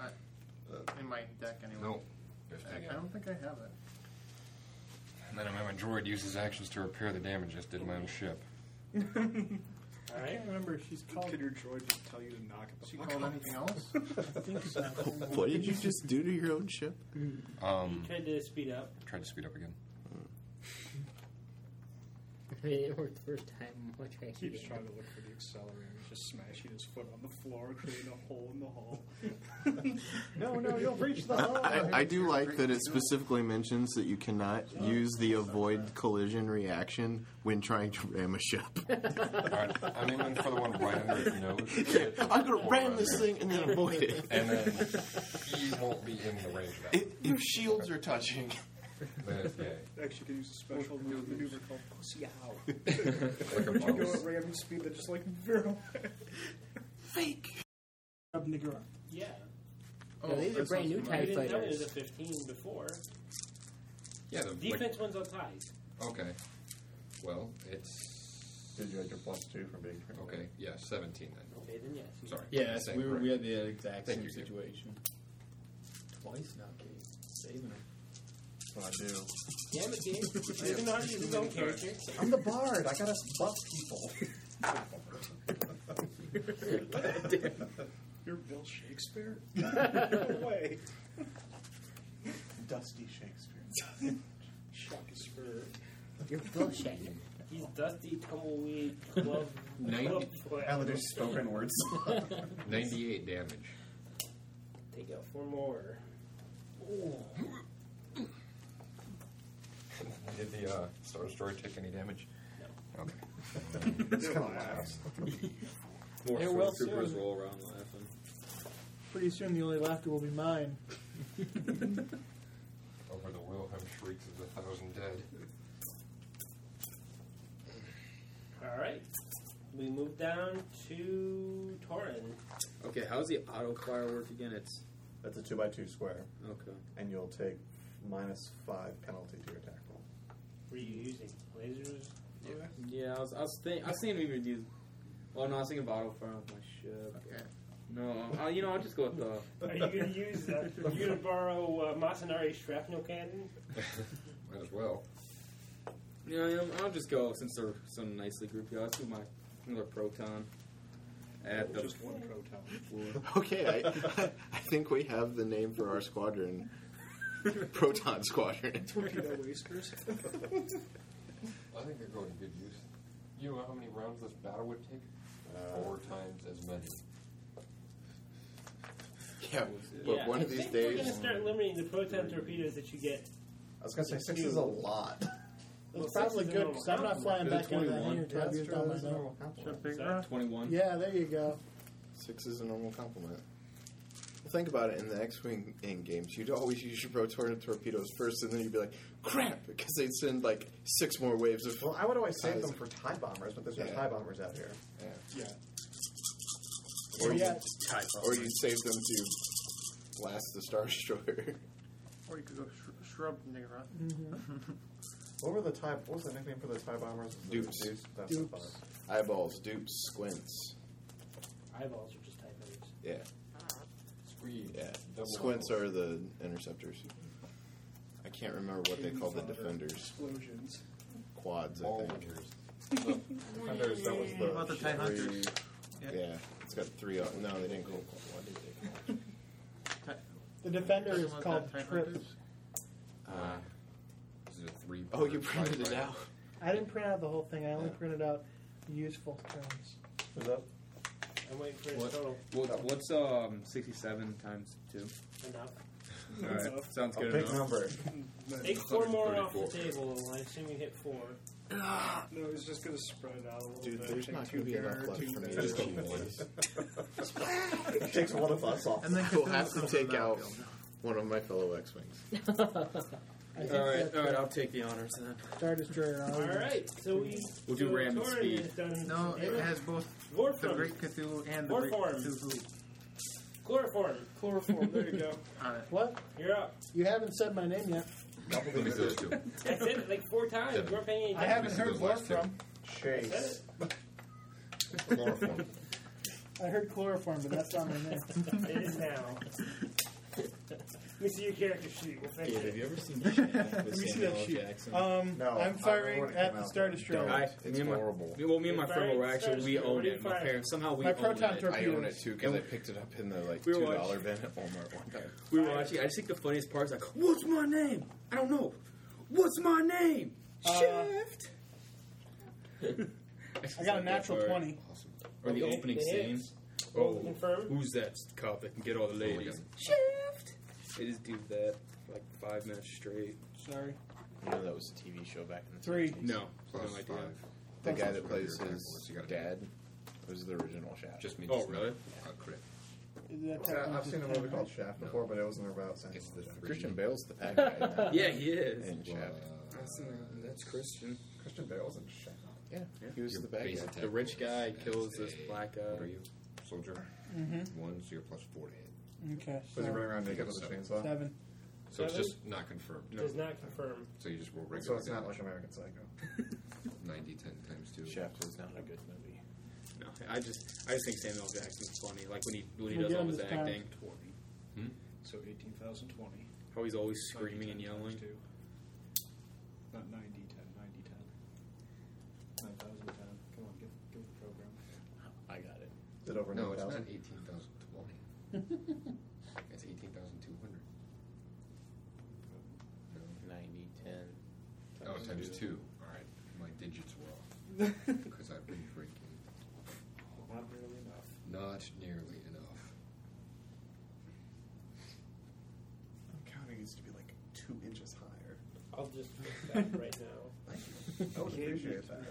Speaker 7: I, in my deck, anyway.
Speaker 4: No.
Speaker 7: I, I don't think I have it.
Speaker 4: And then my droid uses actions to repair the damage. Just did my own ship.
Speaker 2: All right.
Speaker 17: can't remember. if She's called.
Speaker 9: Could your droid just tell you to knock it the
Speaker 7: She
Speaker 9: fuck
Speaker 7: called
Speaker 9: off?
Speaker 7: anything else?
Speaker 17: I think so.
Speaker 6: What did you just do to your own ship?
Speaker 4: Um,
Speaker 2: Tried to speed up.
Speaker 4: tried to speed up again.
Speaker 3: it worked the first time. What I
Speaker 9: Keeps trying to look for the accelerator, just smashing his foot on the floor, creating a hole in the hull.
Speaker 7: No, no, you'll breach the hull.
Speaker 6: I, I do like that it specifically mentions that you cannot use the avoid collision reaction when trying to ram a ship.
Speaker 4: Alright, I'm aiming for the one right under his nose.
Speaker 6: I'm gonna ram this thing and then avoid it.
Speaker 4: And then he won't be in the range of that.
Speaker 6: If, if shields are touching,
Speaker 4: Then it's yay.
Speaker 9: Actually, you can use a special maneuver called Pussy Out.
Speaker 4: Like a
Speaker 9: Which you go
Speaker 4: boss.
Speaker 9: at random speed that just like veer away.
Speaker 6: fake.
Speaker 17: Rub nigger.
Speaker 2: Yeah.
Speaker 3: No, these are brand new
Speaker 2: you
Speaker 3: TIE
Speaker 2: didn't know it was
Speaker 3: fighters.
Speaker 2: a 15 before.
Speaker 4: Yeah, the, like,
Speaker 2: Defense one's on ties.
Speaker 4: okay. Well, it's
Speaker 7: Did you add your plus two from being critical?
Speaker 4: Okay, yeah, 17 then.
Speaker 3: Okay, then yes.
Speaker 4: Sorry.
Speaker 16: Yeah,
Speaker 4: Same,
Speaker 16: we, were, we
Speaker 4: correct.
Speaker 16: had the
Speaker 4: Thank
Speaker 16: exact same
Speaker 4: you, Gabe.
Speaker 16: situation. Twice now, Gabe. Saving him.
Speaker 7: That's what I do.
Speaker 3: Damn it, Gabe.
Speaker 7: Even though
Speaker 3: you don't character.
Speaker 7: I'm the bard. I gotta buff people.
Speaker 15: You're Bill Shakespeare? no way.
Speaker 7: Dusty Shakespeare.
Speaker 15: Shakespeare.
Speaker 3: You're bullshit. He's dusty tumbleweed glove.
Speaker 4: Ninety-
Speaker 3: glove foot.
Speaker 7: Eleanor's spoken words.
Speaker 4: 98 damage.
Speaker 2: Take out four more.
Speaker 4: Did the uh, Star Destroyer take any damage? No. Okay.
Speaker 7: It's kind of laughs.
Speaker 16: More
Speaker 9: Yeah, well
Speaker 16: stormtroopers
Speaker 9: said.
Speaker 16: roll around laughing.
Speaker 9: Pretty soon the only laughter will be mine.
Speaker 4: Over the Wilhelm shrieks of the thousand dead.
Speaker 2: All right. We move down to Torin.
Speaker 16: Okay, how's the auto fire work again? It's
Speaker 7: That's a two by two square,
Speaker 16: okay.
Speaker 7: and you'll take minus five penalty to your attack roll.
Speaker 2: Were you using lasers?
Speaker 16: Yeah, I was, I was thinking, I was thinking we would use. Well, no, I was thinking about auto fire with my ship.
Speaker 7: Okay.
Speaker 16: No, uh, you know, I'll just go with the.
Speaker 2: Are you going to use that? Are you going to borrow uh, Masanari's shrapnel cannon?
Speaker 4: Might as well.
Speaker 16: You know, you know, I'll just go since they're so nicely grouped. Yeah, I'll just do my another proton at the
Speaker 15: Just one proton.
Speaker 16: floor.
Speaker 6: Okay, I, I think we have the name for our squadron. Proton Squadron.
Speaker 15: Torpedo whiskers.
Speaker 4: I think they're going to good use. You know how many rounds this battle would take? Four times as many.
Speaker 6: Yeah, but one of
Speaker 2: I
Speaker 6: these
Speaker 2: think We're going to
Speaker 6: days,
Speaker 2: start limiting the proton torpedoes that you get.
Speaker 7: I was gonna say six is a lot.
Speaker 2: Well,
Speaker 9: It's probably
Speaker 2: six is
Speaker 9: good
Speaker 2: normal.
Speaker 9: because I'm not flying
Speaker 16: Is it
Speaker 9: back into that
Speaker 16: 21?
Speaker 9: hangar till I've used all my notes.
Speaker 16: Twenty-one.
Speaker 9: Yeah, there you go.
Speaker 6: six is a normal compliment. Well, think about it in the X Wing in games. You'd always use your proton torpedoes first, and then you'd be like, crap, because they'd send like six more waves of.
Speaker 7: Well, I would always save
Speaker 6: Eyes.
Speaker 7: them for tie bombers, but there's no
Speaker 6: Yeah.
Speaker 7: tie bombers out here.
Speaker 6: Yeah.
Speaker 15: Yeah.
Speaker 6: Or,
Speaker 9: Or
Speaker 6: you
Speaker 9: yeah,
Speaker 6: or you'd save them to blast the Star Destroyer.
Speaker 15: Or you could go sh- shrub nigger.
Speaker 7: What were the tie? What was the nickname for the tie bombers?
Speaker 6: Dupes.
Speaker 7: Dupes. That's the
Speaker 9: Dupes.
Speaker 7: fun.
Speaker 6: Eyeballs, dupes, squints.
Speaker 2: Eyeballs are just typos.
Speaker 6: Yeah,
Speaker 4: Squeeze.
Speaker 6: yeah.
Speaker 4: Double
Speaker 6: squints
Speaker 4: double.
Speaker 6: are the interceptors. I can't remember what they call the defenders.
Speaker 15: Explosions.
Speaker 6: Quads, I
Speaker 4: All
Speaker 6: think.
Speaker 4: winters. The hunters, that was
Speaker 7: What
Speaker 4: the.
Speaker 7: about the tie
Speaker 6: Three-
Speaker 7: hunters?
Speaker 6: Yeah.
Speaker 7: Yeah.
Speaker 6: it's got three. o- No, they didn't call. What did they call?
Speaker 9: the defender is called Trip.
Speaker 4: Uh, this is a three.
Speaker 6: Oh, you printed it out.
Speaker 9: I didn't print out the whole thing. I only
Speaker 6: Yeah.
Speaker 9: printed out the useful terms.
Speaker 7: Is that
Speaker 2: I'm waiting for
Speaker 16: What?
Speaker 2: his total.
Speaker 16: What, what's um sixty-seven times two?
Speaker 2: Enough.
Speaker 16: All right, sounds
Speaker 7: a
Speaker 16: good
Speaker 7: big
Speaker 16: enough.
Speaker 7: number?
Speaker 2: Take four more off the table. I assume you hit four.
Speaker 15: No, it's just gonna spread out a little
Speaker 6: Dude,
Speaker 15: bit.
Speaker 6: there's
Speaker 15: Take
Speaker 6: not
Speaker 15: two
Speaker 6: going to be
Speaker 15: here,
Speaker 6: enough left
Speaker 15: two
Speaker 6: for me.
Speaker 15: there.
Speaker 6: to
Speaker 4: Just a
Speaker 6: achieve
Speaker 4: one.
Speaker 6: this.
Speaker 7: it takes one of us off.
Speaker 6: then we'll have to take out one of my fellow X-wings.
Speaker 9: I think
Speaker 16: All right,
Speaker 9: that,
Speaker 16: all right,
Speaker 9: uh,
Speaker 16: I'll take the honors then.
Speaker 9: Star Destroyer.
Speaker 2: All right, so we
Speaker 16: We'll do
Speaker 2: so
Speaker 16: random
Speaker 2: Torin
Speaker 16: speed.
Speaker 2: is done.
Speaker 11: No, it has both the
Speaker 2: Chloroform.
Speaker 11: Great Cthulhu and the Great
Speaker 2: Warform.
Speaker 11: Cthulhu
Speaker 2: Chloroform. Chloroform. There you go.
Speaker 11: on it.
Speaker 9: What?
Speaker 2: You're up.
Speaker 9: You haven't said my name yet.
Speaker 4: Let me those two.
Speaker 2: I said it like four times.
Speaker 4: Seven.
Speaker 2: We're paying
Speaker 9: I
Speaker 2: attention.
Speaker 4: Those
Speaker 9: haven't heard more
Speaker 4: last two.
Speaker 9: from.
Speaker 7: Chase.
Speaker 4: Chloroform.
Speaker 9: I heard chloroform, but that's not my name.
Speaker 2: It is now. Let me see your character sheet. We'll fix
Speaker 16: Have
Speaker 2: it.
Speaker 16: you ever seen Jack with
Speaker 9: Let me see
Speaker 16: Samuel
Speaker 9: that
Speaker 16: L.
Speaker 9: sheet.
Speaker 16: Jackson?
Speaker 9: Um,
Speaker 7: No,
Speaker 9: I'm
Speaker 7: I
Speaker 9: firing
Speaker 7: already
Speaker 9: at
Speaker 7: came
Speaker 9: the
Speaker 7: out.
Speaker 9: Star Destroyer.
Speaker 16: I,
Speaker 6: It's
Speaker 16: me and my,
Speaker 6: horrible.
Speaker 16: Well, me and my friend were
Speaker 2: Fire
Speaker 16: actually we
Speaker 2: starts
Speaker 16: owned
Speaker 2: to
Speaker 16: it. My
Speaker 2: fire.
Speaker 16: parents somehow we
Speaker 9: My
Speaker 16: owned
Speaker 9: proton
Speaker 16: it.
Speaker 9: torpedo-
Speaker 6: I own it too because
Speaker 16: Yeah,
Speaker 6: I picked it up in the like
Speaker 16: we
Speaker 6: two
Speaker 16: were
Speaker 6: dollar
Speaker 16: watching-
Speaker 6: bin at Walmart one time.
Speaker 16: we were watching. I just think the funniest part is like, what's my name? I don't know. What's my name?
Speaker 9: Uh,
Speaker 16: Shift. just
Speaker 9: I got a
Speaker 16: like that
Speaker 9: natural
Speaker 16: part.
Speaker 9: twenty.
Speaker 4: Awesome.
Speaker 16: Or the
Speaker 2: Okay,
Speaker 16: opening
Speaker 2: it
Speaker 16: scene.
Speaker 2: hits.
Speaker 16: Oh,
Speaker 2: Confirm.
Speaker 16: who's that cop that can get all the ladies? Shift. They just do that for like five minutes straight.
Speaker 9: Sorry.
Speaker 6: You know that was a TV show back in the
Speaker 9: Three.
Speaker 6: 70s?
Speaker 16: No,
Speaker 4: Plus
Speaker 16: no idea.
Speaker 4: five.
Speaker 6: The
Speaker 4: Plus
Speaker 6: guy
Speaker 4: whatever
Speaker 6: that plays
Speaker 4: your
Speaker 6: his
Speaker 4: you gotta do.
Speaker 6: dad was the original Shaft.
Speaker 4: Just means
Speaker 16: Oh, really?
Speaker 4: Uh, crit.
Speaker 9: That
Speaker 7: Yeah, I've
Speaker 9: technically
Speaker 7: seen a
Speaker 9: counts.
Speaker 7: movie called Shaft before, but it wasn't about Samuel.
Speaker 4: It's the
Speaker 7: L. Jackson.
Speaker 6: Christian Bale's the bad guy. now.
Speaker 16: Yeah, he is.
Speaker 6: And Shaft.
Speaker 16: That's, uh, that's Christian.
Speaker 7: Christian Bale's in Shaft.
Speaker 6: Yeah, he was
Speaker 4: Your
Speaker 6: the bad
Speaker 4: base
Speaker 6: guy.
Speaker 4: attack
Speaker 16: The rich
Speaker 4: bonus
Speaker 16: guy
Speaker 4: is
Speaker 16: kills this
Speaker 4: a-
Speaker 16: black guy.
Speaker 4: What are you? Soldier? Mm-hmm. One, so you're plus four to hit.
Speaker 9: Okay.
Speaker 7: Was he running
Speaker 9: So
Speaker 7: around naked with a chainsaw?
Speaker 9: seven.
Speaker 4: So it's
Speaker 2: Seven?
Speaker 4: just not confirmed.
Speaker 2: Does not confirm.
Speaker 4: So you just roll regular.
Speaker 7: So it's not
Speaker 4: damage.
Speaker 7: like American Psycho.
Speaker 4: 90 10 times 2.
Speaker 6: Shaft not a good movie.
Speaker 16: No, I just I just think Samuel Jackson's funny. Like when he when he
Speaker 9: We'll
Speaker 16: does
Speaker 9: get
Speaker 16: all
Speaker 9: him
Speaker 16: his
Speaker 9: this time.
Speaker 16: acting,
Speaker 9: 20.
Speaker 4: Hmm?
Speaker 9: So 18,020.
Speaker 16: how he's always screaming and yelling.
Speaker 9: Not 90, 10, 90, 10.
Speaker 19: 9,010. Come on, give, give the program.
Speaker 9: I got it.
Speaker 6: Is it over
Speaker 4: no, it's not
Speaker 6: 9,000?
Speaker 4: 18,020. it's 18,200.
Speaker 16: 90, 10.
Speaker 4: Oh, times 2. Alright, my digits were off. Because I've been drinking.
Speaker 19: Not nearly enough.
Speaker 4: Not nearly enough.
Speaker 6: I'm counting used to be like two inches higher.
Speaker 2: I'll just fix that right now.
Speaker 6: I would appreciate that.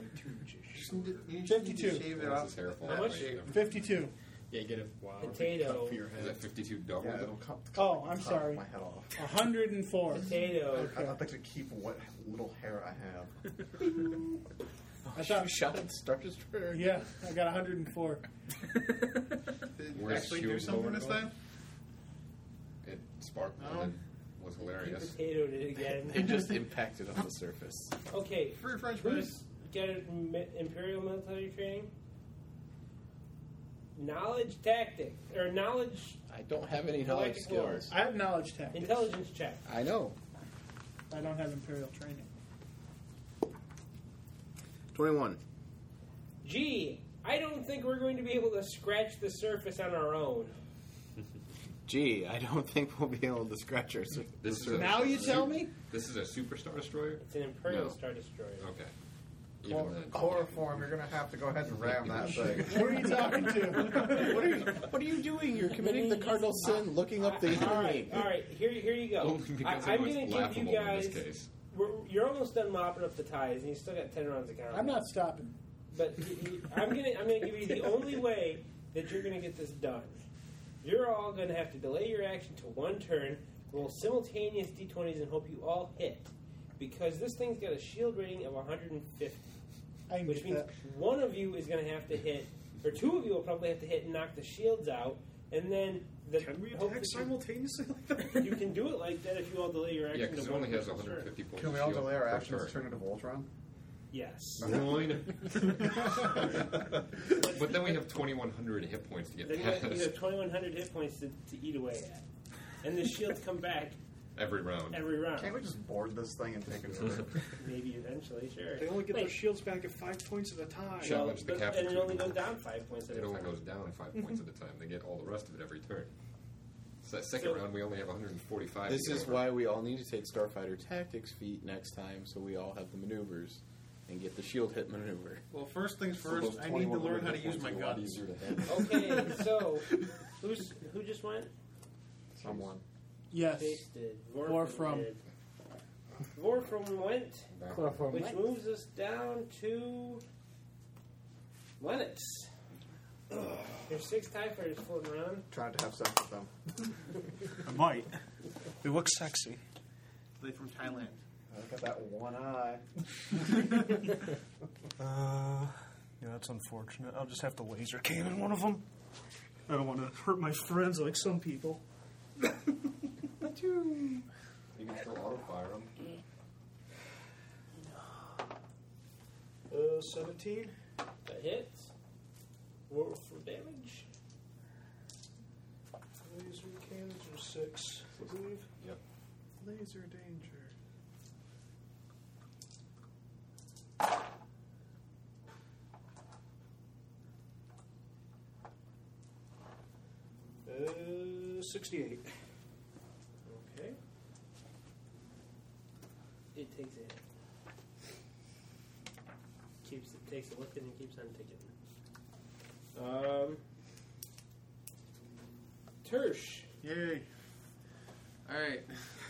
Speaker 7: Just
Speaker 6: need to,
Speaker 20: Fifty-two.
Speaker 7: shave it
Speaker 4: Why is
Speaker 7: off.
Speaker 4: his hair falling
Speaker 7: How
Speaker 4: that
Speaker 7: much?
Speaker 4: way?
Speaker 20: Fifty-two.
Speaker 16: Yeah, get a wow.
Speaker 21: Potato.
Speaker 16: for your
Speaker 4: Is
Speaker 16: head.
Speaker 4: that 52 double?
Speaker 6: Yeah, it'll cut, cut
Speaker 20: Oh, I'm
Speaker 6: top
Speaker 20: sorry.
Speaker 6: my head off.
Speaker 20: A hundred and four.
Speaker 21: Potato.
Speaker 6: I- I'd like to keep what little hair I have.
Speaker 20: I thought.
Speaker 6: Shot at Star Destroyer.
Speaker 20: Yeah, I got a hundred and four.
Speaker 4: Where's
Speaker 7: Actually, do
Speaker 4: Shield
Speaker 7: something
Speaker 4: Lower
Speaker 7: this
Speaker 4: going?
Speaker 7: time.
Speaker 4: It sparkled
Speaker 7: No.
Speaker 4: and was hilarious.
Speaker 2: Potato it again.
Speaker 6: It just impacted on the surface.
Speaker 2: okay.
Speaker 7: Free French
Speaker 2: Bruce,
Speaker 7: fries.
Speaker 2: get it from mi- Imperial military training. Knowledge tactic or knowledge
Speaker 3: I don't have any knowledge
Speaker 2: Galactic War.
Speaker 3: skills.
Speaker 20: I have knowledge tactics.
Speaker 2: intelligence check.
Speaker 3: I know.
Speaker 20: I don't have imperial training.
Speaker 22: 21.
Speaker 2: Gee, I don't think we're going to be able to scratch the surface on our own.
Speaker 22: Gee, I don't think we'll be able to scratch our sur-
Speaker 4: This
Speaker 22: the
Speaker 4: is a-
Speaker 22: surface.
Speaker 20: Now you tell me.
Speaker 4: This is a superstar destroyer?
Speaker 2: It's an Imperial
Speaker 4: No.
Speaker 2: Star Destroyer.
Speaker 4: Okay. Even
Speaker 7: Well,
Speaker 4: then.
Speaker 7: chloroform, you're gonna have to go ahead and ram that thing.
Speaker 20: Who are you talking to?
Speaker 3: What are you? What are you doing? You're committing the cardinal sin, looking up the
Speaker 2: all
Speaker 3: enemy.
Speaker 2: right, all right. Here, here you go.
Speaker 4: Only because
Speaker 2: I,
Speaker 4: it
Speaker 2: am
Speaker 4: was
Speaker 2: going to give you
Speaker 4: laughable in this
Speaker 2: guys.
Speaker 4: case.
Speaker 2: We're, you're almost done mopping up the ties, and you still got ten rounds of count.
Speaker 20: I'm not stopping.
Speaker 2: But y- y- I'm gonna I'm gonna give you the only way that you're gonna get this done. You're all gonna have to delay your action to one turn, roll simultaneous d20s, and hope you all hit, because this thing's got a shield rating of 150,
Speaker 20: I can
Speaker 2: which
Speaker 20: get
Speaker 2: means
Speaker 20: that.
Speaker 2: one of you is gonna have to hit, or two of you will probably have to hit and knock the shields out, and then the
Speaker 9: Can we
Speaker 2: hope
Speaker 9: attack
Speaker 2: that you-
Speaker 9: simultaneously like that?
Speaker 2: you can do it like that if you all delay your action.
Speaker 4: Yeah, because
Speaker 2: to
Speaker 4: it
Speaker 2: one
Speaker 4: only has
Speaker 2: person's turn.
Speaker 4: 150 points.
Speaker 6: Can we
Speaker 4: of
Speaker 6: all
Speaker 4: shield
Speaker 6: delay our
Speaker 4: per
Speaker 6: actions to
Speaker 4: turn.
Speaker 6: turn into Voltron?
Speaker 2: Yes.
Speaker 4: but then we have 2100 hit points to
Speaker 2: Then
Speaker 4: get
Speaker 2: you have, you
Speaker 4: past
Speaker 2: have 2,100 hit points to, to eat away at. And the shields come back
Speaker 4: every round.
Speaker 2: every round.
Speaker 6: Can't we just board this thing and take it over?
Speaker 2: Maybe eventually, sure.
Speaker 9: They only get their
Speaker 21: Wait.
Speaker 9: shields back at five points at a time.
Speaker 4: Sure. Challenge the
Speaker 2: but-
Speaker 4: captain
Speaker 2: and it
Speaker 4: to
Speaker 2: only
Speaker 4: the
Speaker 2: goes
Speaker 4: mark.
Speaker 2: down five points at a
Speaker 4: It only
Speaker 2: time.
Speaker 4: goes down five points at a time. They get all the rest of it every turn. So that second
Speaker 2: So-
Speaker 4: round, we only have 145.
Speaker 22: This
Speaker 4: to get
Speaker 22: is
Speaker 4: over.
Speaker 22: why we all need to take Starfighter Tactics feat next time, so we all have the maneuvers and get the shield hit maneuver.
Speaker 7: Well, first things
Speaker 4: So those
Speaker 7: first, I need to learn how to
Speaker 4: 2100
Speaker 7: use my
Speaker 4: hit points are a lot
Speaker 7: guns.
Speaker 4: easier to handle.
Speaker 2: Okay, so who's who just went?
Speaker 6: Someone.
Speaker 20: Yes.
Speaker 2: Chase did.
Speaker 20: Vorfrom.
Speaker 2: did. Vorfrom went,
Speaker 21: Chloroform.
Speaker 2: which moves us down to Lennox. There's six TIE fighters floating around.
Speaker 6: Trying to have sex with them.
Speaker 9: I might. They look sexy.
Speaker 7: They from Thailand.
Speaker 6: Look at that one eye.
Speaker 9: Uh, yeah, that's unfortunate. I'll just have to laser cannon one of them. I don't want to hurt my friends like some people.
Speaker 4: You can still auto fire them.
Speaker 9: Uh, 17.
Speaker 2: That hits. Roll for damage.
Speaker 9: Laser cannons are 6, I believe.
Speaker 4: Yep.
Speaker 9: Laser danger. Uh, 68.
Speaker 2: Okay. It takes a hit. Keeps it takes a look and it keeps on ticking. Um Tersh.
Speaker 7: Yay. All right.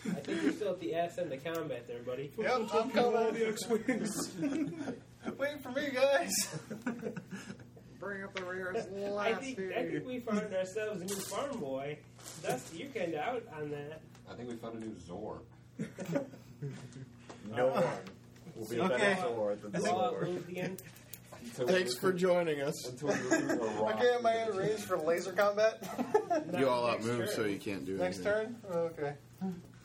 Speaker 2: I think you're still at the ass end of combat there, buddy.
Speaker 7: Yep, I'm coming.
Speaker 9: the X-Wings.
Speaker 7: Wait for me, guys. Bring up the rear. It's
Speaker 2: I
Speaker 7: last
Speaker 2: think I
Speaker 7: here.
Speaker 2: think we found ourselves a new farm boy. Dusty, you're kinda out on that.
Speaker 4: I think we found a new Zor.
Speaker 6: No one will be
Speaker 7: Okay.
Speaker 6: better sword than
Speaker 2: All out
Speaker 6: Zor.
Speaker 2: moved again.
Speaker 4: Until we
Speaker 22: Thanks
Speaker 4: recruit-
Speaker 22: for joining us.
Speaker 4: Until we recruit a rock.
Speaker 7: Okay, am I at range for laser combat?
Speaker 22: You all
Speaker 2: Next
Speaker 22: outmoved,
Speaker 2: turn.
Speaker 22: so you can't do
Speaker 7: Next
Speaker 22: anything.
Speaker 7: turn? Okay.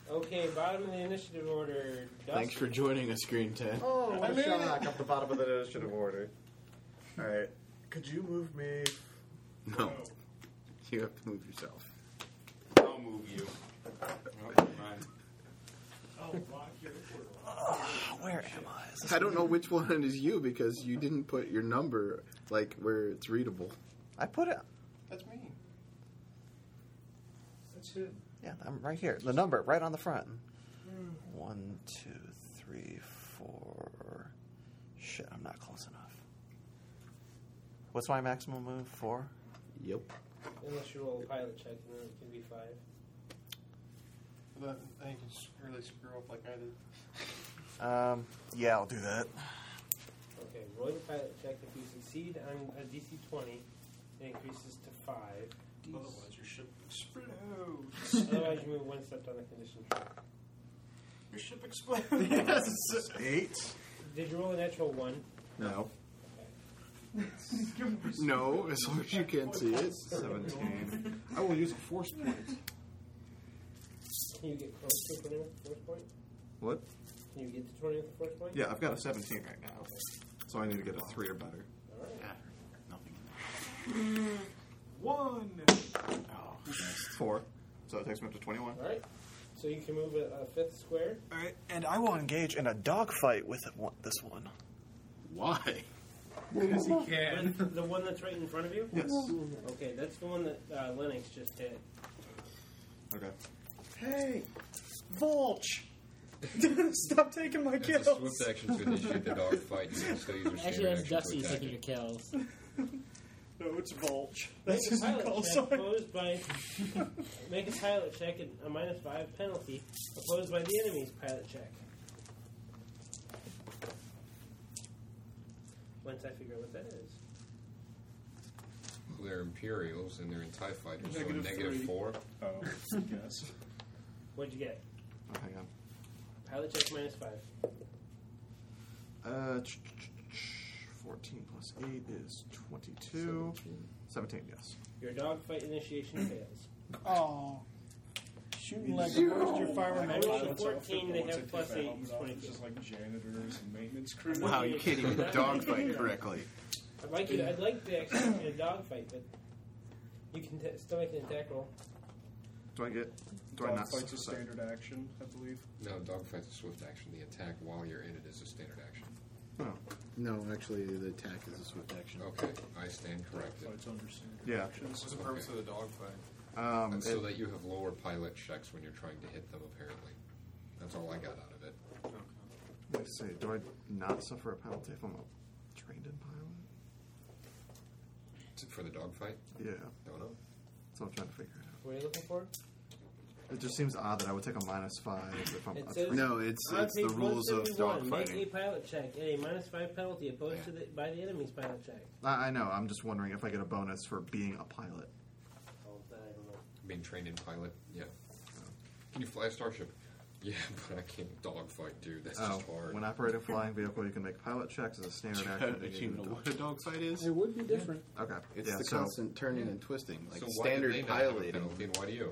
Speaker 2: Okay, bottom of the initiative order. Dusty.
Speaker 6: Thanks for joining us, Green Tent.
Speaker 7: Oh, what
Speaker 2: I
Speaker 7: a
Speaker 2: made
Speaker 7: shot
Speaker 2: it.
Speaker 7: up the bottom of the initiative order. All right, could you move me?
Speaker 6: No. You have to move yourself.
Speaker 23: I'll move you. Oh, never mind.
Speaker 24: Oh, Where am I? Is this
Speaker 6: I don't know which one is you because you didn't put your number like where it's readable.
Speaker 1: I put it.
Speaker 7: That's me.
Speaker 2: That's it.
Speaker 1: Yeah, I'm right here. The number right on the front.
Speaker 9: Hmm.
Speaker 1: One, two, three, four. Shit, I'm not close enough. What's my maximum move? Four.
Speaker 6: Yep.
Speaker 2: Unless you roll a pilot check, and then it can be five.
Speaker 25: But I think it's really screw up like I did.
Speaker 1: Um, yeah, I'll do that.
Speaker 2: Okay, roll your pilot check. If you succeed on a DC 20, it increases to 5.
Speaker 24: Otherwise
Speaker 2: your ship explodes. Otherwise, you move one step down the condition track.
Speaker 24: Your ship explodes.
Speaker 7: Eight.
Speaker 2: Did you roll a natural 1?
Speaker 6: No. no, as long as you can't see it.
Speaker 7: Seventeen. I will use a force point.
Speaker 2: Can you get close to 20 with the force point?
Speaker 7: What?
Speaker 2: Can you get to 20 with the force point?
Speaker 7: Yeah, I've got a 17 right now, so I need to get a three or better.
Speaker 25: One.
Speaker 7: Oh, Four, so that takes me up to 21.
Speaker 2: Alright. So you can move a, a fifth square.
Speaker 24: Alright.
Speaker 1: And I will engage in a dogfight with it- one- this one.
Speaker 6: Why?
Speaker 2: Yes,
Speaker 1: he
Speaker 2: can. the one that's right in front of you?
Speaker 1: Yes.
Speaker 2: Okay, that's the one that uh, Lennox just hit.
Speaker 7: Okay.
Speaker 9: Hey, Vulch! Stop taking my
Speaker 4: As a
Speaker 9: kills.
Speaker 4: swift action to initiate the dog fight, you can still use your
Speaker 3: Actually,
Speaker 4: standard
Speaker 3: that's
Speaker 4: action to
Speaker 3: Dusty
Speaker 4: attack
Speaker 3: taking
Speaker 4: it.
Speaker 3: your kills.
Speaker 9: No, it's Vulch.
Speaker 2: Make
Speaker 9: That's
Speaker 2: a
Speaker 9: his
Speaker 2: pilot
Speaker 9: call
Speaker 2: check
Speaker 9: sign.
Speaker 2: opposed by make a pilot check and a minus five penalty opposed by the enemy's pilot check. Once I figure out what that is.
Speaker 4: They're Imperials and they're in TIE fighters, so
Speaker 7: Negative
Speaker 4: negative
Speaker 7: three.
Speaker 4: four.
Speaker 7: Oh, yes.
Speaker 2: What'd you get?
Speaker 7: Hang on.
Speaker 2: Pilot check minus five.
Speaker 7: Uh, ch- ch- ch- 14 plus 8 is 22. 17, yes.
Speaker 2: Your dogfight initiation fails.
Speaker 9: Oh. Shooting like a
Speaker 7: Zero.
Speaker 9: monster fire
Speaker 2: I
Speaker 9: in
Speaker 2: rolled
Speaker 9: the
Speaker 2: a 14, they have plus 8, it's 22.
Speaker 16: Just like janitors and maintenance crew.
Speaker 6: Wow, you can't even dogfight correctly.
Speaker 2: I'd like, you, I'd like to actually do a dogfight, but you can t- still make an attack roll.
Speaker 7: Do I get. Do I
Speaker 16: Dog
Speaker 7: not.
Speaker 16: fights a
Speaker 7: so-
Speaker 16: standard action, I believe.
Speaker 4: No, dogfight's a swift action. The attack while you're in it is a standard action.
Speaker 26: No, actually, the attack is a swift action.
Speaker 4: Okay, I stand corrected.
Speaker 7: Yeah.
Speaker 23: What's the purpose of the dog fight?
Speaker 7: Um,
Speaker 4: And so
Speaker 7: it-
Speaker 4: that you have lower pilot checks when you're trying to hit them, apparently. That's all I got out of it.
Speaker 7: Let's see. Do I not suffer a penalty if I'm a trained in pilot?
Speaker 4: Is it for the dogfight?
Speaker 7: Yeah.
Speaker 4: Don't know.
Speaker 7: So I'm trying to figure it out.
Speaker 2: What are you looking for?
Speaker 7: It just seems odd that I would take a minus five if I'm.
Speaker 2: It
Speaker 7: a
Speaker 2: says,
Speaker 7: trained-
Speaker 2: on page 171, Make a pilot check at a minus 5 penalty opposed to the, by the enemy's pilot check.
Speaker 7: I, I know. I'm just wondering if I get a bonus for being a pilot.
Speaker 2: Oh, that I don't know.
Speaker 4: Being trained in pilot, yeah. Can you fly a starship? Yeah, but I can't dogfight, dude. That's
Speaker 7: Oh,
Speaker 4: just hard.
Speaker 7: when operating a flying vehicle, you can make pilot checks as a standard action.
Speaker 6: Do you know what a dogfight is?
Speaker 26: It would be different.
Speaker 7: Okay.
Speaker 6: It's
Speaker 7: yeah,
Speaker 6: the
Speaker 7: so
Speaker 6: constant turning and twisting, like
Speaker 4: so why do they
Speaker 6: standard
Speaker 4: not have a
Speaker 6: piloting.
Speaker 4: penalty and why do you?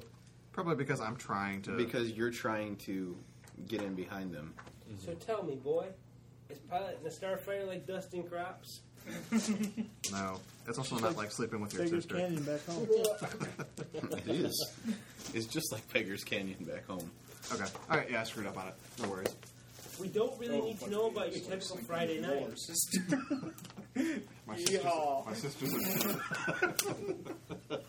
Speaker 7: Probably because I'm trying to.
Speaker 6: Because you're trying to get in behind them.
Speaker 4: Mm-hmm.
Speaker 2: So tell me, boy, is piloting a starfighter like dusting crops?
Speaker 7: no, it's also not like sleeping with your
Speaker 9: Beggar's
Speaker 7: sister.
Speaker 9: Canyon back home.
Speaker 6: it is. It's just like Beggar's Canyon back home.
Speaker 7: Okay. All right. Yeah, I screwed up on it. No worries.
Speaker 2: We don't
Speaker 4: Oh,
Speaker 2: really need to know about your typical Friday night.
Speaker 7: My sister's,
Speaker 9: Yeah.
Speaker 7: my sister's a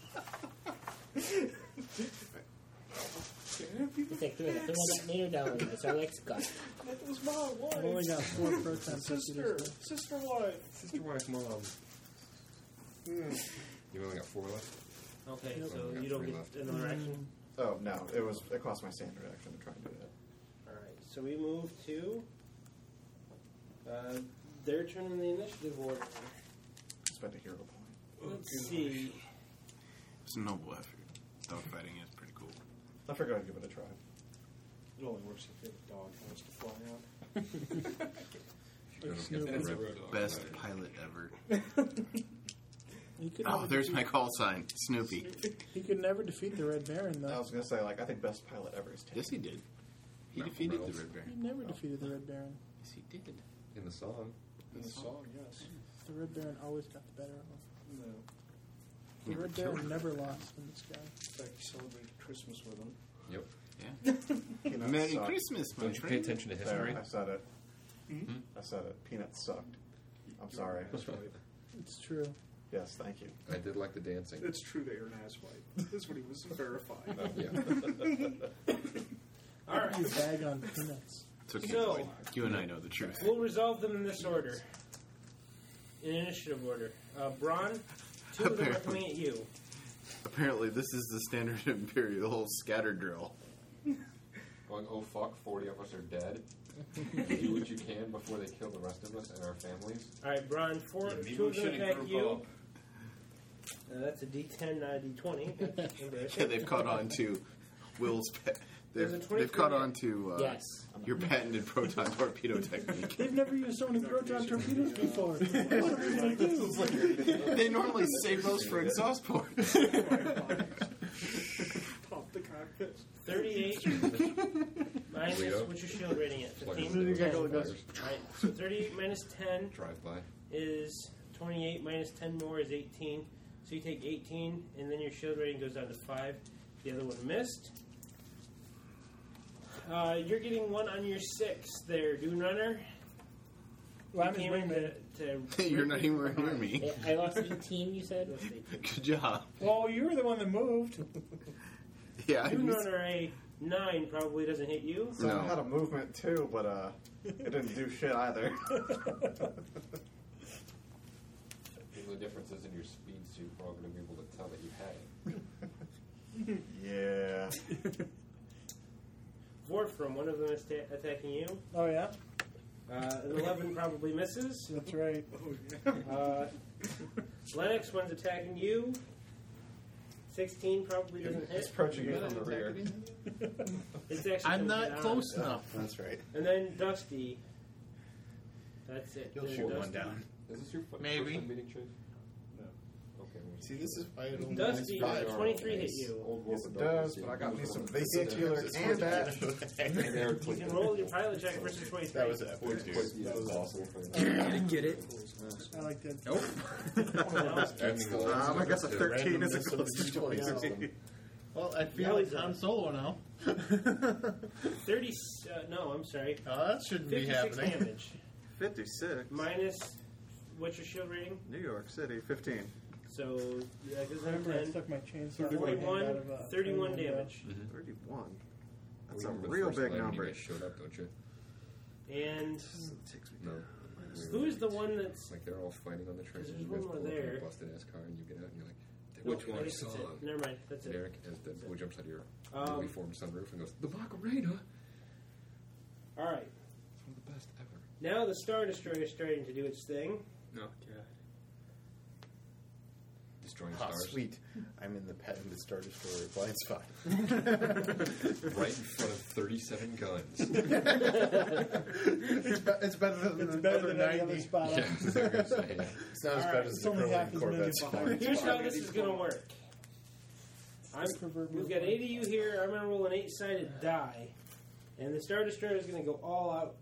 Speaker 3: It's like three, the one that later down with us. Our legs got.
Speaker 9: That was my wife.
Speaker 27: I've only got four protons.
Speaker 9: Sister. Sister wife.
Speaker 4: Sister, wife, mom. You only got four left?
Speaker 2: Okay,
Speaker 4: Yep.
Speaker 2: so
Speaker 4: Oh, we got
Speaker 2: you don't
Speaker 4: three
Speaker 2: get
Speaker 4: left.
Speaker 2: another action.
Speaker 7: Oh no, it was it cost my standard action to try and do that.
Speaker 2: All right, so we move to uh, their turn in the initiative order.
Speaker 7: Spent a hero point.
Speaker 2: Let's see.
Speaker 6: It's a noble effort. Dogfighting is pretty cool.
Speaker 7: I figured I'd give it a try.
Speaker 16: It only works if you have a dog wants to fly out.
Speaker 4: You don't get the
Speaker 23: It's a
Speaker 4: red
Speaker 23: road dog.
Speaker 6: Best pilot ever.
Speaker 9: He could
Speaker 7: Oh,
Speaker 9: never
Speaker 7: there's my
Speaker 9: defeat-
Speaker 7: call sign, Snoopy.
Speaker 9: He could never defeat the Red Baron, though.
Speaker 6: I was gonna say, like, I think best pilot ever is taken.
Speaker 7: Yes, he did. He defeated the Red
Speaker 9: He
Speaker 7: Baron.
Speaker 9: never defeated the Red Baron.
Speaker 7: Yes, he did.
Speaker 4: In the song.
Speaker 9: In the song,
Speaker 6: yes.
Speaker 9: The Red Baron always got the better of him.
Speaker 4: No.
Speaker 9: The Red Baron never lost in this guy.
Speaker 28: In fact, you celebrate Christmas with him.
Speaker 4: Yep.
Speaker 7: Yeah.
Speaker 6: Peanuts
Speaker 7: Merry
Speaker 6: sucked.
Speaker 7: Christmas, my Don't you pay friend. Hmm? attention to
Speaker 6: There,
Speaker 7: history?
Speaker 6: I said it. I said it. Peanuts sucked. I'm sorry. I was right.
Speaker 9: It's true.
Speaker 6: Yes, thank you.
Speaker 4: I did like the dancing.
Speaker 29: It's true that you're an asswipe. Is what he was verifying.
Speaker 9: All right. Your bag on peanuts.
Speaker 7: It's okay.
Speaker 2: So-
Speaker 7: you and I know the truth.
Speaker 2: We'll resolve them in this order. In initiative order. Uh, Braun, two of them are coming at you.
Speaker 7: Apparently, this is the standard Imperial scatter drill.
Speaker 4: Going, oh fuck, 40 of us are dead. Do what you can before they kill the rest of us and our families.
Speaker 2: All right, Braun, four,
Speaker 4: Yeah, maybe
Speaker 2: two
Speaker 4: we
Speaker 2: of them
Speaker 4: shouldn't
Speaker 2: attack
Speaker 4: group
Speaker 2: you.
Speaker 4: up.
Speaker 2: Uh, that's a D10, not a D20.
Speaker 7: Yeah, they've caught on to Will's. Pa-
Speaker 2: There's
Speaker 7: they've,
Speaker 2: a 23
Speaker 7: they've caught on to uh,
Speaker 2: Yes.
Speaker 7: your patented proton torpedo technique.
Speaker 9: They've never used so many proton torpedoes before. What are we gonna do?
Speaker 7: they normally save those for exhaust ports.
Speaker 29: Pop the cockpit.
Speaker 2: 38 minus,
Speaker 9: oh.
Speaker 2: what's your shield rating at?
Speaker 4: Pluggers
Speaker 2: 15?
Speaker 4: and
Speaker 2: All
Speaker 4: fires.
Speaker 2: right, So 38 minus 10
Speaker 4: Drive by.
Speaker 2: is 28, minus 10 more is 18. So you take 18, and then your shield rating goes down to 5. The other one missed. Uh, you're getting one on your 6 there, Dune Runner.
Speaker 9: Well, I'm
Speaker 2: You came
Speaker 9: his
Speaker 2: in
Speaker 9: wingman.
Speaker 2: to- to-
Speaker 7: You're not anywhere near me.
Speaker 3: I lost 18, you said?
Speaker 7: Good job.
Speaker 9: Well, you were the one that moved.
Speaker 7: Yeah, I
Speaker 2: Dune
Speaker 7: used-
Speaker 2: Runner, a 9 probably doesn't hit you.
Speaker 6: So I had a movement too, but uh, it didn't do shit either.
Speaker 4: The only difference is in your speed, so you're probably going to be able to tell that you had it.
Speaker 6: yeah.
Speaker 2: Vorfram, one of them is ta- attacking you.
Speaker 9: Oh yeah,
Speaker 2: Uh, an 11 probably misses.
Speaker 9: that's right.
Speaker 2: Uh, Lennox, one's attacking you. 16 probably doesn't hit.
Speaker 6: It's approaching you from the rear.
Speaker 2: It's actually coming down.
Speaker 7: That's right.
Speaker 2: And then Dusty. That's it.
Speaker 7: You'll
Speaker 2: Then
Speaker 7: shoot
Speaker 2: Dusty.
Speaker 7: one down.
Speaker 4: Is this your fir-
Speaker 7: Maybe.
Speaker 4: first time meeting Chase? No. Okay. well,
Speaker 7: See, this is why I don't
Speaker 2: Dusty,
Speaker 7: like
Speaker 2: uh,
Speaker 7: fire
Speaker 2: 23 hit
Speaker 7: always.
Speaker 2: you.
Speaker 4: Old
Speaker 6: Yes,
Speaker 4: Wolf
Speaker 6: it
Speaker 4: of
Speaker 6: does,
Speaker 4: Darkness,
Speaker 6: but I
Speaker 4: yeah.
Speaker 6: got me some
Speaker 4: Those
Speaker 6: basic
Speaker 4: are-
Speaker 6: healer and that.
Speaker 2: You can roll your pilot check versus 23.
Speaker 7: That was epic, dude. That was awesome.
Speaker 16: Get it?
Speaker 9: I like that.
Speaker 16: Nope.
Speaker 6: Um, I guess a 13 is a close to 20.
Speaker 30: Well, I feel
Speaker 2: Yeah,
Speaker 30: like
Speaker 2: he's a-
Speaker 30: Han Solo now.
Speaker 2: 30. Uh, no, I'm sorry.
Speaker 30: Oh, that shouldn't be
Speaker 2: 56
Speaker 30: happening.
Speaker 2: damage.
Speaker 6: 56.
Speaker 2: Minus. What's your shield rating?
Speaker 6: New York City, 15.
Speaker 2: So, that goes down to
Speaker 9: Remember, I
Speaker 2: 10.
Speaker 9: stuck my chainsaw out
Speaker 2: 41,
Speaker 9: of uh, a
Speaker 2: 31
Speaker 9: window.
Speaker 2: damage.
Speaker 7: Mm-hmm.
Speaker 6: 31. That's
Speaker 4: We
Speaker 6: a
Speaker 4: remember the
Speaker 6: real
Speaker 4: first
Speaker 6: big
Speaker 4: time you
Speaker 6: number.
Speaker 4: guys showed up, don't you?
Speaker 2: And
Speaker 4: No.
Speaker 2: who is the one that's.
Speaker 4: Like they're all fighting on the train.
Speaker 2: There's
Speaker 4: and You
Speaker 2: one
Speaker 4: guys
Speaker 2: more
Speaker 4: pull up in
Speaker 2: there.
Speaker 4: a busted ass car and you get out and you're like, "That
Speaker 2: No,
Speaker 4: was
Speaker 2: I
Speaker 4: my
Speaker 2: guess that's
Speaker 4: song."
Speaker 2: it. Never mind. That's
Speaker 4: And
Speaker 2: it.
Speaker 4: Eric, as the boy jumps out of your
Speaker 2: Um,
Speaker 4: newly formed sunroof and goes, "The Macarena."
Speaker 2: All right.
Speaker 4: It's one of the best ever.
Speaker 2: Now the Star Destroyer is starting to do its thing.
Speaker 16: No.
Speaker 4: Destroying
Speaker 7: Ah,
Speaker 4: stars.
Speaker 7: sweet. I'm in the patented Star Destroyer blind spot.
Speaker 4: right in front of 37 guns.
Speaker 6: It's, be- it's better than
Speaker 9: It's
Speaker 6: the
Speaker 9: better
Speaker 6: other
Speaker 9: than any other
Speaker 6: 90.
Speaker 9: spot.
Speaker 4: yeah, that's what I was gonna say.
Speaker 7: It's not
Speaker 2: All
Speaker 7: as bad
Speaker 2: right,
Speaker 7: as
Speaker 9: it's
Speaker 7: the
Speaker 9: only half
Speaker 7: Berlin
Speaker 9: as many
Speaker 7: Corvette's
Speaker 9: behind.
Speaker 7: blind
Speaker 2: Here's
Speaker 7: spot.
Speaker 2: how this is going to work. I'm,
Speaker 9: proverbial
Speaker 2: we've got eight of you here. I'm going to roll an eight-sided die, and the Star Destroyer is going to go all out,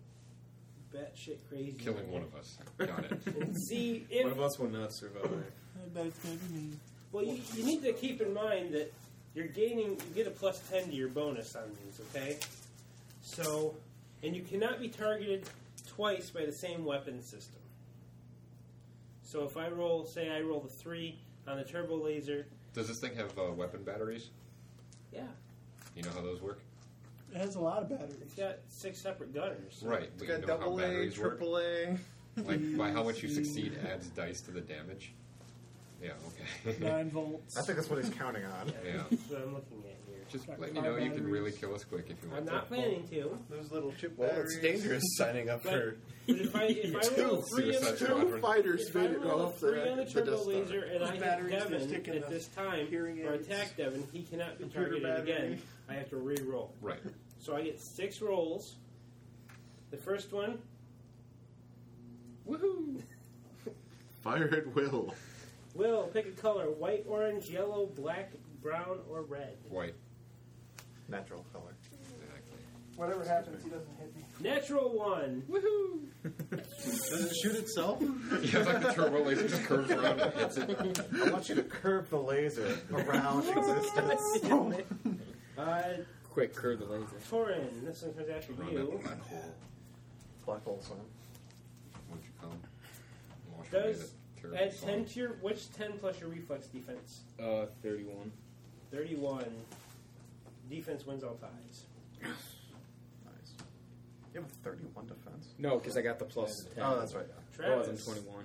Speaker 2: batshit crazy,
Speaker 4: Killing one of us. Got it.
Speaker 2: and see if.
Speaker 16: One of us will not survive.
Speaker 9: I bet it's gonna be me.
Speaker 2: Well, you, you need to keep in mind that you're gaining. You get a plus ten to your bonus on these. Okay. So, and you cannot be targeted twice by the same weapon system. So if I roll, say I roll the three on the turbo laser,
Speaker 4: Does this thing have uh, weapon batteries?
Speaker 2: yeah,
Speaker 4: You know how those work?
Speaker 9: It has a lot of batteries.
Speaker 2: it's got six separate gunners.
Speaker 4: Right.
Speaker 6: It's
Speaker 4: But
Speaker 6: got
Speaker 4: you know how
Speaker 6: double A,
Speaker 4: batteries work?
Speaker 6: triple A.
Speaker 4: Like, by how much you succeed adds dice to the damage? Yeah, okay.
Speaker 9: Nine volts.
Speaker 6: I think that's what he's counting on.
Speaker 4: yeah.
Speaker 2: That's what I'm looking at here.
Speaker 4: Just
Speaker 9: Like
Speaker 4: let me
Speaker 9: five
Speaker 4: know you can
Speaker 9: batteries.
Speaker 4: really kill us quick if you
Speaker 2: I'm
Speaker 4: want
Speaker 2: not
Speaker 4: to.
Speaker 2: planning to,
Speaker 6: Those little chip
Speaker 7: Well, it's
Speaker 6: batteries.
Speaker 7: dangerous signing up
Speaker 2: but,
Speaker 7: for
Speaker 2: but if I if I roll
Speaker 7: two
Speaker 2: a three on the
Speaker 4: Suicide
Speaker 2: turbo
Speaker 4: Squad.
Speaker 7: fighters
Speaker 2: If I
Speaker 7: made it
Speaker 2: roll a
Speaker 7: off the,
Speaker 2: three on the
Speaker 7: the Death
Speaker 2: turbo
Speaker 7: Star.
Speaker 2: later and I hit
Speaker 31: batteries just
Speaker 2: Devin
Speaker 31: stick in
Speaker 2: at
Speaker 31: the
Speaker 2: this time,
Speaker 31: hearing
Speaker 2: or
Speaker 31: aids.
Speaker 2: attack Devin, he cannot be
Speaker 6: Computer
Speaker 2: targeted again.
Speaker 6: battery.
Speaker 2: I have to re-roll.
Speaker 4: Right.
Speaker 2: So I get six rolls. The first one,
Speaker 4: Woohoo!
Speaker 7: Fire at will.
Speaker 2: Will, pick a color white, orange, yellow, black, brown, or red.
Speaker 4: White.
Speaker 7: Natural color.
Speaker 4: Exactly.
Speaker 9: Whatever happens, he doesn't hit me.
Speaker 2: Natural one. Woohoo!
Speaker 7: Does it shoot itself?
Speaker 4: yeah, like the turbo laser just curves around and hits it.
Speaker 7: I want you to curve the laser around existence.
Speaker 2: Uh,
Speaker 16: Quick, curve the laser.
Speaker 2: Torin, this one comes after
Speaker 4: Run
Speaker 2: you.
Speaker 4: that black hole.
Speaker 7: Black hole sun.
Speaker 4: What'd you call it? Wash away
Speaker 2: Does
Speaker 4: that terrible
Speaker 2: add
Speaker 4: song.
Speaker 2: ten to your which ten plus your reflex defense?
Speaker 16: Uh, 31.
Speaker 2: Thirty-one. Defense wins all ties.
Speaker 7: Nice. You have a 31 defense.
Speaker 16: No, because I got the plus 10.
Speaker 7: Oh, that's right.
Speaker 16: That wasn't
Speaker 2: Travis.
Speaker 16: 21.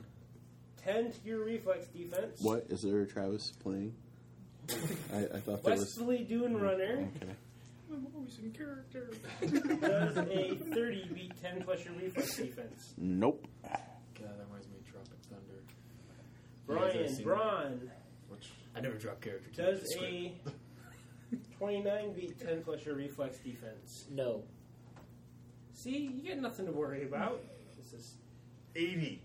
Speaker 2: Ten to your reflex defense.
Speaker 13: What is there? Travis playing? I, I thought there was.
Speaker 2: Wesley Dune Runner
Speaker 13: Okay.
Speaker 11: I'm always in character.
Speaker 13: Mm-hmm.
Speaker 2: does a thirty beat ten plus your reflex defense.
Speaker 13: Nope.
Speaker 10: God, that reminds me of Tropic Thunder. You guys ever
Speaker 2: Brian
Speaker 10: seen
Speaker 2: Braun
Speaker 10: that? Which I never drop character.
Speaker 2: does
Speaker 10: tags.
Speaker 2: a twenty-nine beat ten plus your reflex defense.
Speaker 3: No.
Speaker 2: See, you got nothing to worry about. This is
Speaker 7: 80.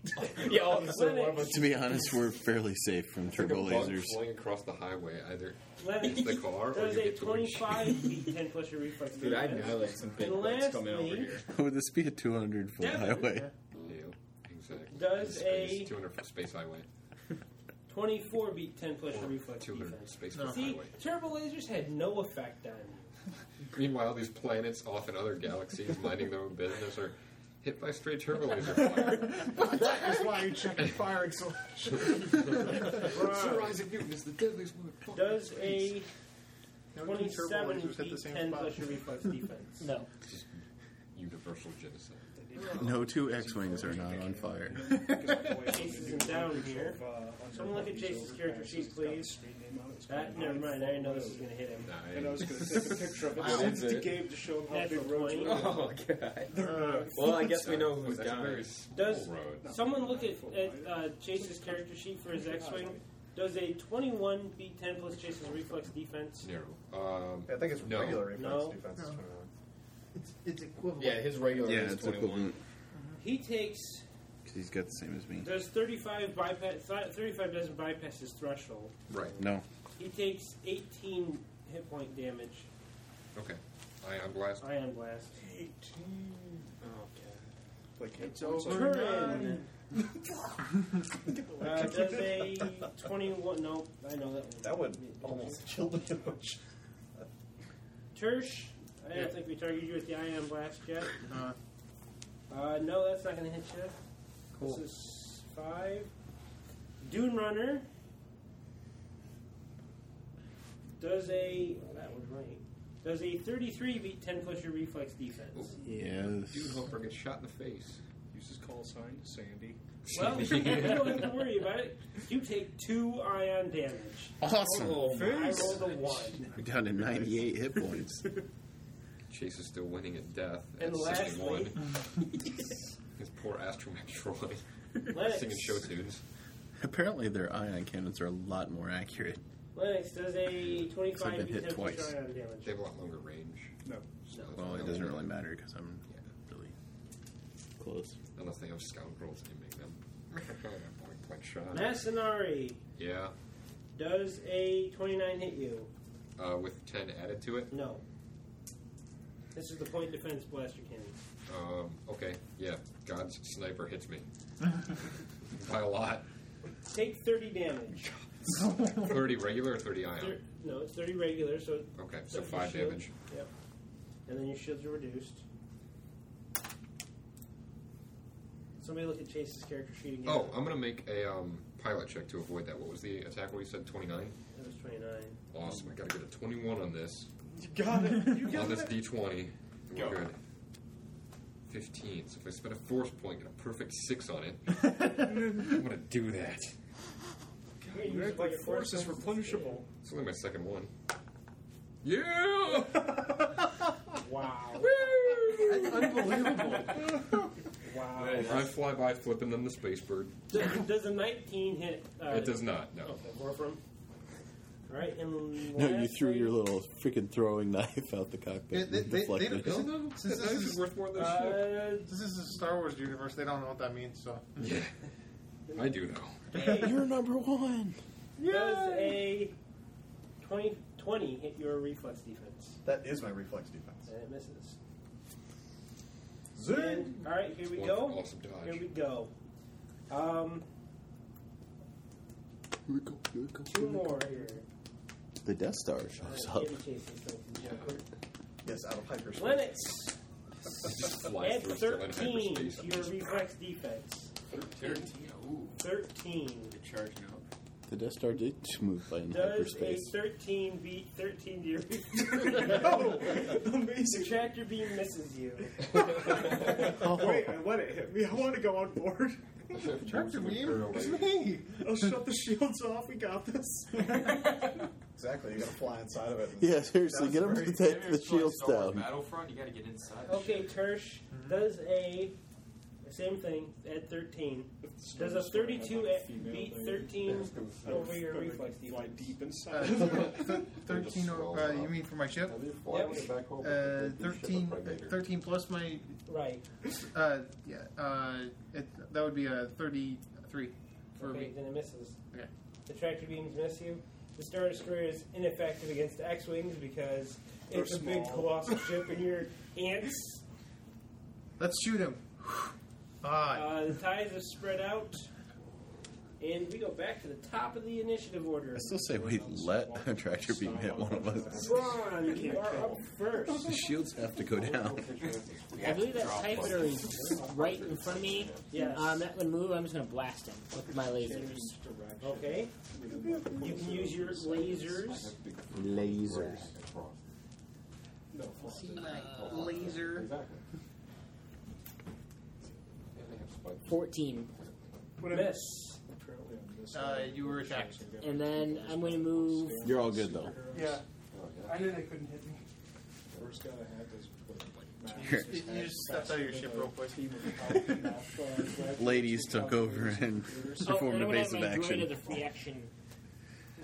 Speaker 16: yeah, all of a sudden,
Speaker 2: Lennox.
Speaker 16: one of us
Speaker 13: To be honest, we're fairly safe from
Speaker 4: It's like a
Speaker 13: turbo
Speaker 4: bug
Speaker 13: lasers.
Speaker 4: flying across the highway, either
Speaker 2: Lennox
Speaker 4: hits the car or you
Speaker 2: does a
Speaker 4: get to a
Speaker 2: 25 beat 10 plus your reflex
Speaker 16: Dude, I
Speaker 2: defense.
Speaker 16: know there's some big
Speaker 2: And
Speaker 16: bucks coming
Speaker 2: lastly,
Speaker 16: over here.
Speaker 13: Would this be a 200 foot
Speaker 2: Yeah.
Speaker 13: highway?
Speaker 4: Yeah, exactly.
Speaker 2: Does
Speaker 4: In space,
Speaker 2: a-
Speaker 4: 200 foot space highway.
Speaker 2: 24 beat 10 plus your
Speaker 4: Or
Speaker 2: reflex
Speaker 4: 200
Speaker 2: defense.
Speaker 4: space
Speaker 2: No.
Speaker 4: foot
Speaker 2: See,
Speaker 4: highway.
Speaker 2: turbo lasers had no effect on you.
Speaker 4: Meanwhile, these planets off in other galaxies minding their own business are hit by stray turbo laser fire.
Speaker 7: That's why you check the firing selection.
Speaker 4: Sir Isaac Newton is the deadliest motherfucker.
Speaker 2: Does a
Speaker 7: How many turbo
Speaker 2: 27
Speaker 7: lasers hit the
Speaker 2: beat
Speaker 7: same
Speaker 2: 10
Speaker 7: spot?
Speaker 2: plus your reflex defense?
Speaker 3: No.
Speaker 4: Universal genocide.
Speaker 13: No two X Wings are not on fire.
Speaker 2: Chase isn't down here. Someone look at Chase's character sheet, please. That, never mind, I didn't know this was going to hit him.
Speaker 8: And I was going to take a picture of it.
Speaker 16: I
Speaker 8: Send
Speaker 16: did.
Speaker 8: to Gabe to show him how
Speaker 2: Natural
Speaker 8: big roads
Speaker 2: 20.
Speaker 8: were.
Speaker 16: Oh, God.
Speaker 8: Uh,
Speaker 16: Well, I guess we know who's
Speaker 4: That's a
Speaker 16: dying.
Speaker 4: very small
Speaker 2: Does
Speaker 4: road.
Speaker 2: someone look at, at uh, Chase's character sheet for his X-wing? Does a 21 beat 10 plus Chase's reflex defense?
Speaker 4: Narrow. Um,
Speaker 7: I think it's
Speaker 4: no.
Speaker 7: regular reflex
Speaker 2: No.
Speaker 7: defense is 21.
Speaker 32: It's equivalent.
Speaker 16: Yeah, his regular
Speaker 13: Yeah,
Speaker 16: is
Speaker 13: it's
Speaker 16: 21.
Speaker 13: equivalent
Speaker 2: He takes
Speaker 13: because he's got the same as me.
Speaker 2: does 35 bypass th- 35 doesn't bypass his threshold.
Speaker 4: Right.
Speaker 13: No.
Speaker 2: He takes 18 hit point damage.
Speaker 4: Okay. I am blast.
Speaker 2: Ion blast.
Speaker 8: 18.
Speaker 7: Like
Speaker 8: It's
Speaker 2: Turin.
Speaker 8: over.
Speaker 2: Uh, does a 21? No, I know that one.
Speaker 7: That would almost kill the emotion.
Speaker 2: Tersh. I don't
Speaker 11: Yeah.
Speaker 2: think we targeted you with the ion blast yet.
Speaker 11: Uh,
Speaker 2: Uh, no, that's not going to hit you.
Speaker 11: Cool.
Speaker 2: This is five. Dune Runner does a oh, that was right. Does a thirty-three beat ten plus your reflex defense?
Speaker 4: Dude
Speaker 13: Yes.
Speaker 4: Humper gets shot in the face.
Speaker 32: Uses call sign Sandy.
Speaker 2: Well, you don't have to worry about it. You take two ion damage.
Speaker 13: Awesome.
Speaker 16: Oh, my
Speaker 2: I rolled a one.
Speaker 13: We're down to 98 hit points.
Speaker 4: Chase is still winning at death.
Speaker 2: And
Speaker 4: at
Speaker 2: lastly-
Speaker 4: 61. His poor astromech Troy.
Speaker 2: Lennox.
Speaker 4: Singing show tunes.
Speaker 13: Apparently, their ion cannons are a lot more accurate.
Speaker 2: Lennox does a
Speaker 13: I've
Speaker 2: twenty-five
Speaker 13: been
Speaker 2: beat
Speaker 13: hit
Speaker 2: ten plus
Speaker 13: twice.
Speaker 2: your ion
Speaker 4: They
Speaker 2: damage.
Speaker 4: have a lot longer range.
Speaker 32: No.
Speaker 4: So
Speaker 13: Well, it doesn't really matter because I'm
Speaker 4: Yeah.
Speaker 13: really close.
Speaker 4: Unless they have scoundrels aiming them. point, point shot.
Speaker 2: Masanari
Speaker 4: Yeah.
Speaker 2: does a twenty-nine hit you?
Speaker 4: Uh, with 10 added to it.
Speaker 2: No. This is the point defense blaster cannon.
Speaker 4: Um, okay. Yeah. God's sniper hits me. By a lot.
Speaker 2: Take 30 damage.
Speaker 4: 30 regular or 30
Speaker 2: Thir-
Speaker 4: ion?
Speaker 2: no, it's 30 regular, so.
Speaker 4: Okay. So
Speaker 2: that's
Speaker 4: 5
Speaker 2: your shield.
Speaker 4: damage.
Speaker 2: Yep. And then your shields are reduced. Somebody look at Chase's character sheet again.
Speaker 4: Oh, I'm going to make a um, pilot check to avoid that. What was the attack? What you said? 29?
Speaker 2: That was 29.
Speaker 4: Awesome. I got to get a 21 on this.
Speaker 7: You got it. You
Speaker 4: on
Speaker 7: got
Speaker 4: this
Speaker 7: it.
Speaker 4: d20. We're
Speaker 7: Go.
Speaker 4: good. 15. So if I spend a force point and a perfect 6 on it, I'm going to do that.
Speaker 2: Here,
Speaker 32: You
Speaker 2: use
Speaker 32: act
Speaker 2: all
Speaker 32: like
Speaker 2: your
Speaker 32: force is
Speaker 2: points.
Speaker 32: replenishable.
Speaker 4: It's only my second one. Yeah!
Speaker 2: Wow.
Speaker 32: That's unbelievable.
Speaker 2: wow.
Speaker 4: I fly by flipping them the space bird.
Speaker 2: Does, does a 19 hit? Uh,
Speaker 4: It does not, no.
Speaker 2: Okay, more from. Alright, and.
Speaker 13: No, you threw
Speaker 2: lastly-
Speaker 13: your little freaking throwing knife out the
Speaker 7: They,
Speaker 13: cockpit.
Speaker 7: they,
Speaker 13: and
Speaker 7: they, they
Speaker 13: deflected
Speaker 7: don't
Speaker 13: it.
Speaker 7: know. Since this is,
Speaker 4: worth more than
Speaker 2: Oh. Uh,
Speaker 7: since this is a Star Wars universe, they don't know what that means, so.
Speaker 4: Yeah. I do, though.
Speaker 6: You're number one.
Speaker 2: Does a 20, 20 hit your reflex defense?
Speaker 7: That is my reflex defense.
Speaker 2: And it misses.
Speaker 7: Zing!
Speaker 2: And- all right, here we
Speaker 7: One
Speaker 2: go.
Speaker 7: for awesome dodge.
Speaker 2: Here we go. Um,
Speaker 6: Here we go. Here we go.
Speaker 2: two more here.
Speaker 6: The Death Star shows up.
Speaker 7: Yes, out of hyperspace.
Speaker 2: Lennox.
Speaker 7: fly
Speaker 2: Add
Speaker 7: through still in
Speaker 2: 13 to
Speaker 7: hyperspace.
Speaker 2: your reflex defense. 13. 13. You're charging up.
Speaker 6: The Death Star did move by in
Speaker 2: Does
Speaker 6: hyperspace.
Speaker 2: a 13 beat 13 to your
Speaker 6: No.
Speaker 2: Amazing. Tractor beam misses you.
Speaker 1: Wait, I let it hit me. I want to go on board.
Speaker 7: Tractor beam? It's
Speaker 1: me. I'll shut the shields off. We got this.
Speaker 7: Exactly, you gotta fly inside of it.
Speaker 6: Yeah, seriously, get him
Speaker 7: very
Speaker 6: to take the shields
Speaker 33: Star Wars
Speaker 6: down.
Speaker 33: Battlefront, you gotta get inside.
Speaker 2: Okay, Tersh
Speaker 7: Mm-hmm.
Speaker 2: does a same thing at 13. Does a 32 at beat 13 over your reflex defense? deep
Speaker 7: Uh, Thirteen. Or, uh, you mean for my ship? Uh, 13, 13 plus my
Speaker 2: right.
Speaker 7: Uh, yeah. Uh, it, that would be a thirty-three for
Speaker 2: Okay,
Speaker 7: me.
Speaker 2: then it misses.
Speaker 7: Okay.
Speaker 2: The tractor beams miss you. The Star Destroyer is ineffective against X-Wings because
Speaker 7: They're
Speaker 2: it's a big
Speaker 7: small.
Speaker 2: colossal ship and you're ants.
Speaker 7: Let's shoot him. Ah,
Speaker 2: Uh, the ties have spread out. And we go back to the top of the initiative order.
Speaker 6: I still say we let a tractor beam hit one of us.
Speaker 2: Ron, you are up first.
Speaker 6: The shields have to go down.
Speaker 3: I believe that typewriter is right in front of me.
Speaker 2: Yes.
Speaker 3: Um, that would move. I'm just going to blast him with my lasers.
Speaker 2: Okay. You can use your lasers.
Speaker 6: Lasers.
Speaker 2: See my laser.
Speaker 3: 14.
Speaker 2: Miss.
Speaker 7: Uh, you were attacked.
Speaker 3: And then I'm going to move.
Speaker 6: You're all good though.
Speaker 9: Yeah. I knew they couldn't hit me. First guy I had was
Speaker 6: Here.
Speaker 7: You you just stepped out of your ship real quick.
Speaker 4: Uh,
Speaker 6: Ladies took over and
Speaker 3: oh,
Speaker 6: performed
Speaker 3: and I'm gonna have
Speaker 6: evasive
Speaker 3: my droid
Speaker 6: action.
Speaker 3: of the free action.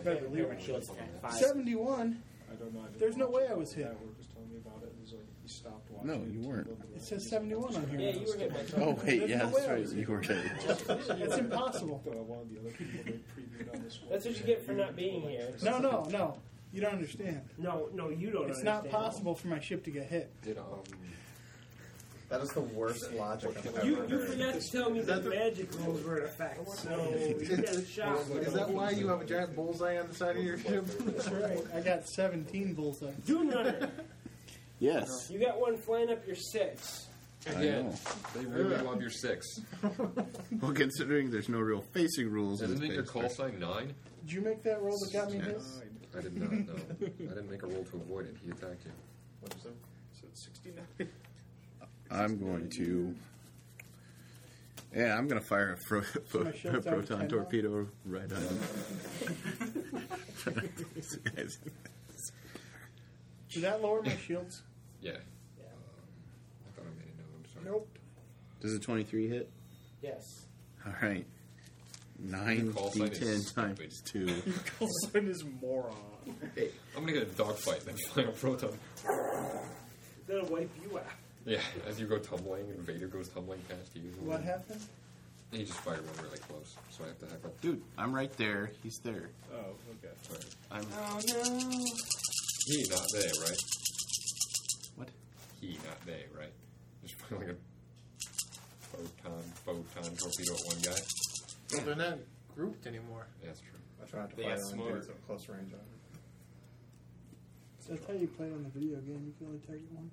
Speaker 9: better believe
Speaker 3: My shield's at five.
Speaker 9: 71.
Speaker 16: I don't know. I didn't
Speaker 9: There's no
Speaker 16: watch
Speaker 9: way
Speaker 16: it.
Speaker 9: I was hit.
Speaker 16: My dad was telling me about it. and He's like, he stopped watching.
Speaker 6: No, you weren't.
Speaker 9: It says 71 on here.
Speaker 2: Yeah, you were hit by
Speaker 6: Oh wait,
Speaker 9: There's
Speaker 6: yeah,
Speaker 9: no way
Speaker 6: that's
Speaker 9: I
Speaker 6: right.
Speaker 9: was hit.
Speaker 6: You were dead.
Speaker 9: That's impossible.
Speaker 16: But I wanted the other people to preview on this one.
Speaker 2: That's what you get for not being here.
Speaker 9: No, no, no. You don't understand.
Speaker 2: No, no, you don't
Speaker 9: It's
Speaker 2: understand.
Speaker 9: not possible for my ship to get hit.
Speaker 4: Did um,
Speaker 7: That is the worst logic I've ever
Speaker 2: You, you
Speaker 7: heard.
Speaker 2: forgot to tell me that magic rules were in effect, so you got a shot.
Speaker 7: Is that why you have a giant bullseye on the side of your ship?
Speaker 9: That's right. I got 17 bullseye.
Speaker 2: Do not.
Speaker 6: Yes.
Speaker 2: You got one flying up your six.
Speaker 6: I know.
Speaker 4: They really love your six.
Speaker 6: Well, considering there's no real facing rules in
Speaker 4: Doesn't
Speaker 6: this
Speaker 4: make your
Speaker 6: base,
Speaker 4: call sign nine?
Speaker 9: Did you make that roll that got me hit?
Speaker 4: Yes. I did not. No, I didn't make a roll to avoid it. He attacked you.
Speaker 7: What is it? So it's 69.
Speaker 6: I'm going to. Yeah, I'm going to fire a, fro- pro-
Speaker 9: my shield's
Speaker 6: a
Speaker 9: down to
Speaker 6: proton
Speaker 9: 10 now?
Speaker 6: torpedo right on him. This guy's-
Speaker 9: Did that lower my shields?
Speaker 4: Yeah. Um, I thought I made a note. I'm sorry.
Speaker 9: Nope.
Speaker 6: Does a 23 hit?
Speaker 2: Yes.
Speaker 6: All right. 9
Speaker 4: Your call sign is
Speaker 6: d10 times 2.
Speaker 9: Call sign is moron.
Speaker 4: Hey, I'm gonna get a dogfight then flying a proton.
Speaker 2: That'll wipe you out.
Speaker 4: Yeah, as you go tumbling, and Vader goes tumbling past you.
Speaker 9: What happened?
Speaker 4: He just fired one really close, so I have to hack up.
Speaker 6: Dude, I'm right there. He's there.
Speaker 16: Oh, okay.
Speaker 4: Sorry.
Speaker 6: I'm
Speaker 33: Oh no.
Speaker 4: He not they, right?
Speaker 6: What?
Speaker 4: He not they, right? Just like a photon, photon torpedo at one guy.
Speaker 34: Well, they're not grouped anymore.
Speaker 4: Yeah, that's true.
Speaker 7: I try not to
Speaker 33: They
Speaker 7: fire
Speaker 33: got
Speaker 7: on dudes
Speaker 33: smart.
Speaker 7: at close range on them.
Speaker 9: That's how you play on the video game. You can only target one.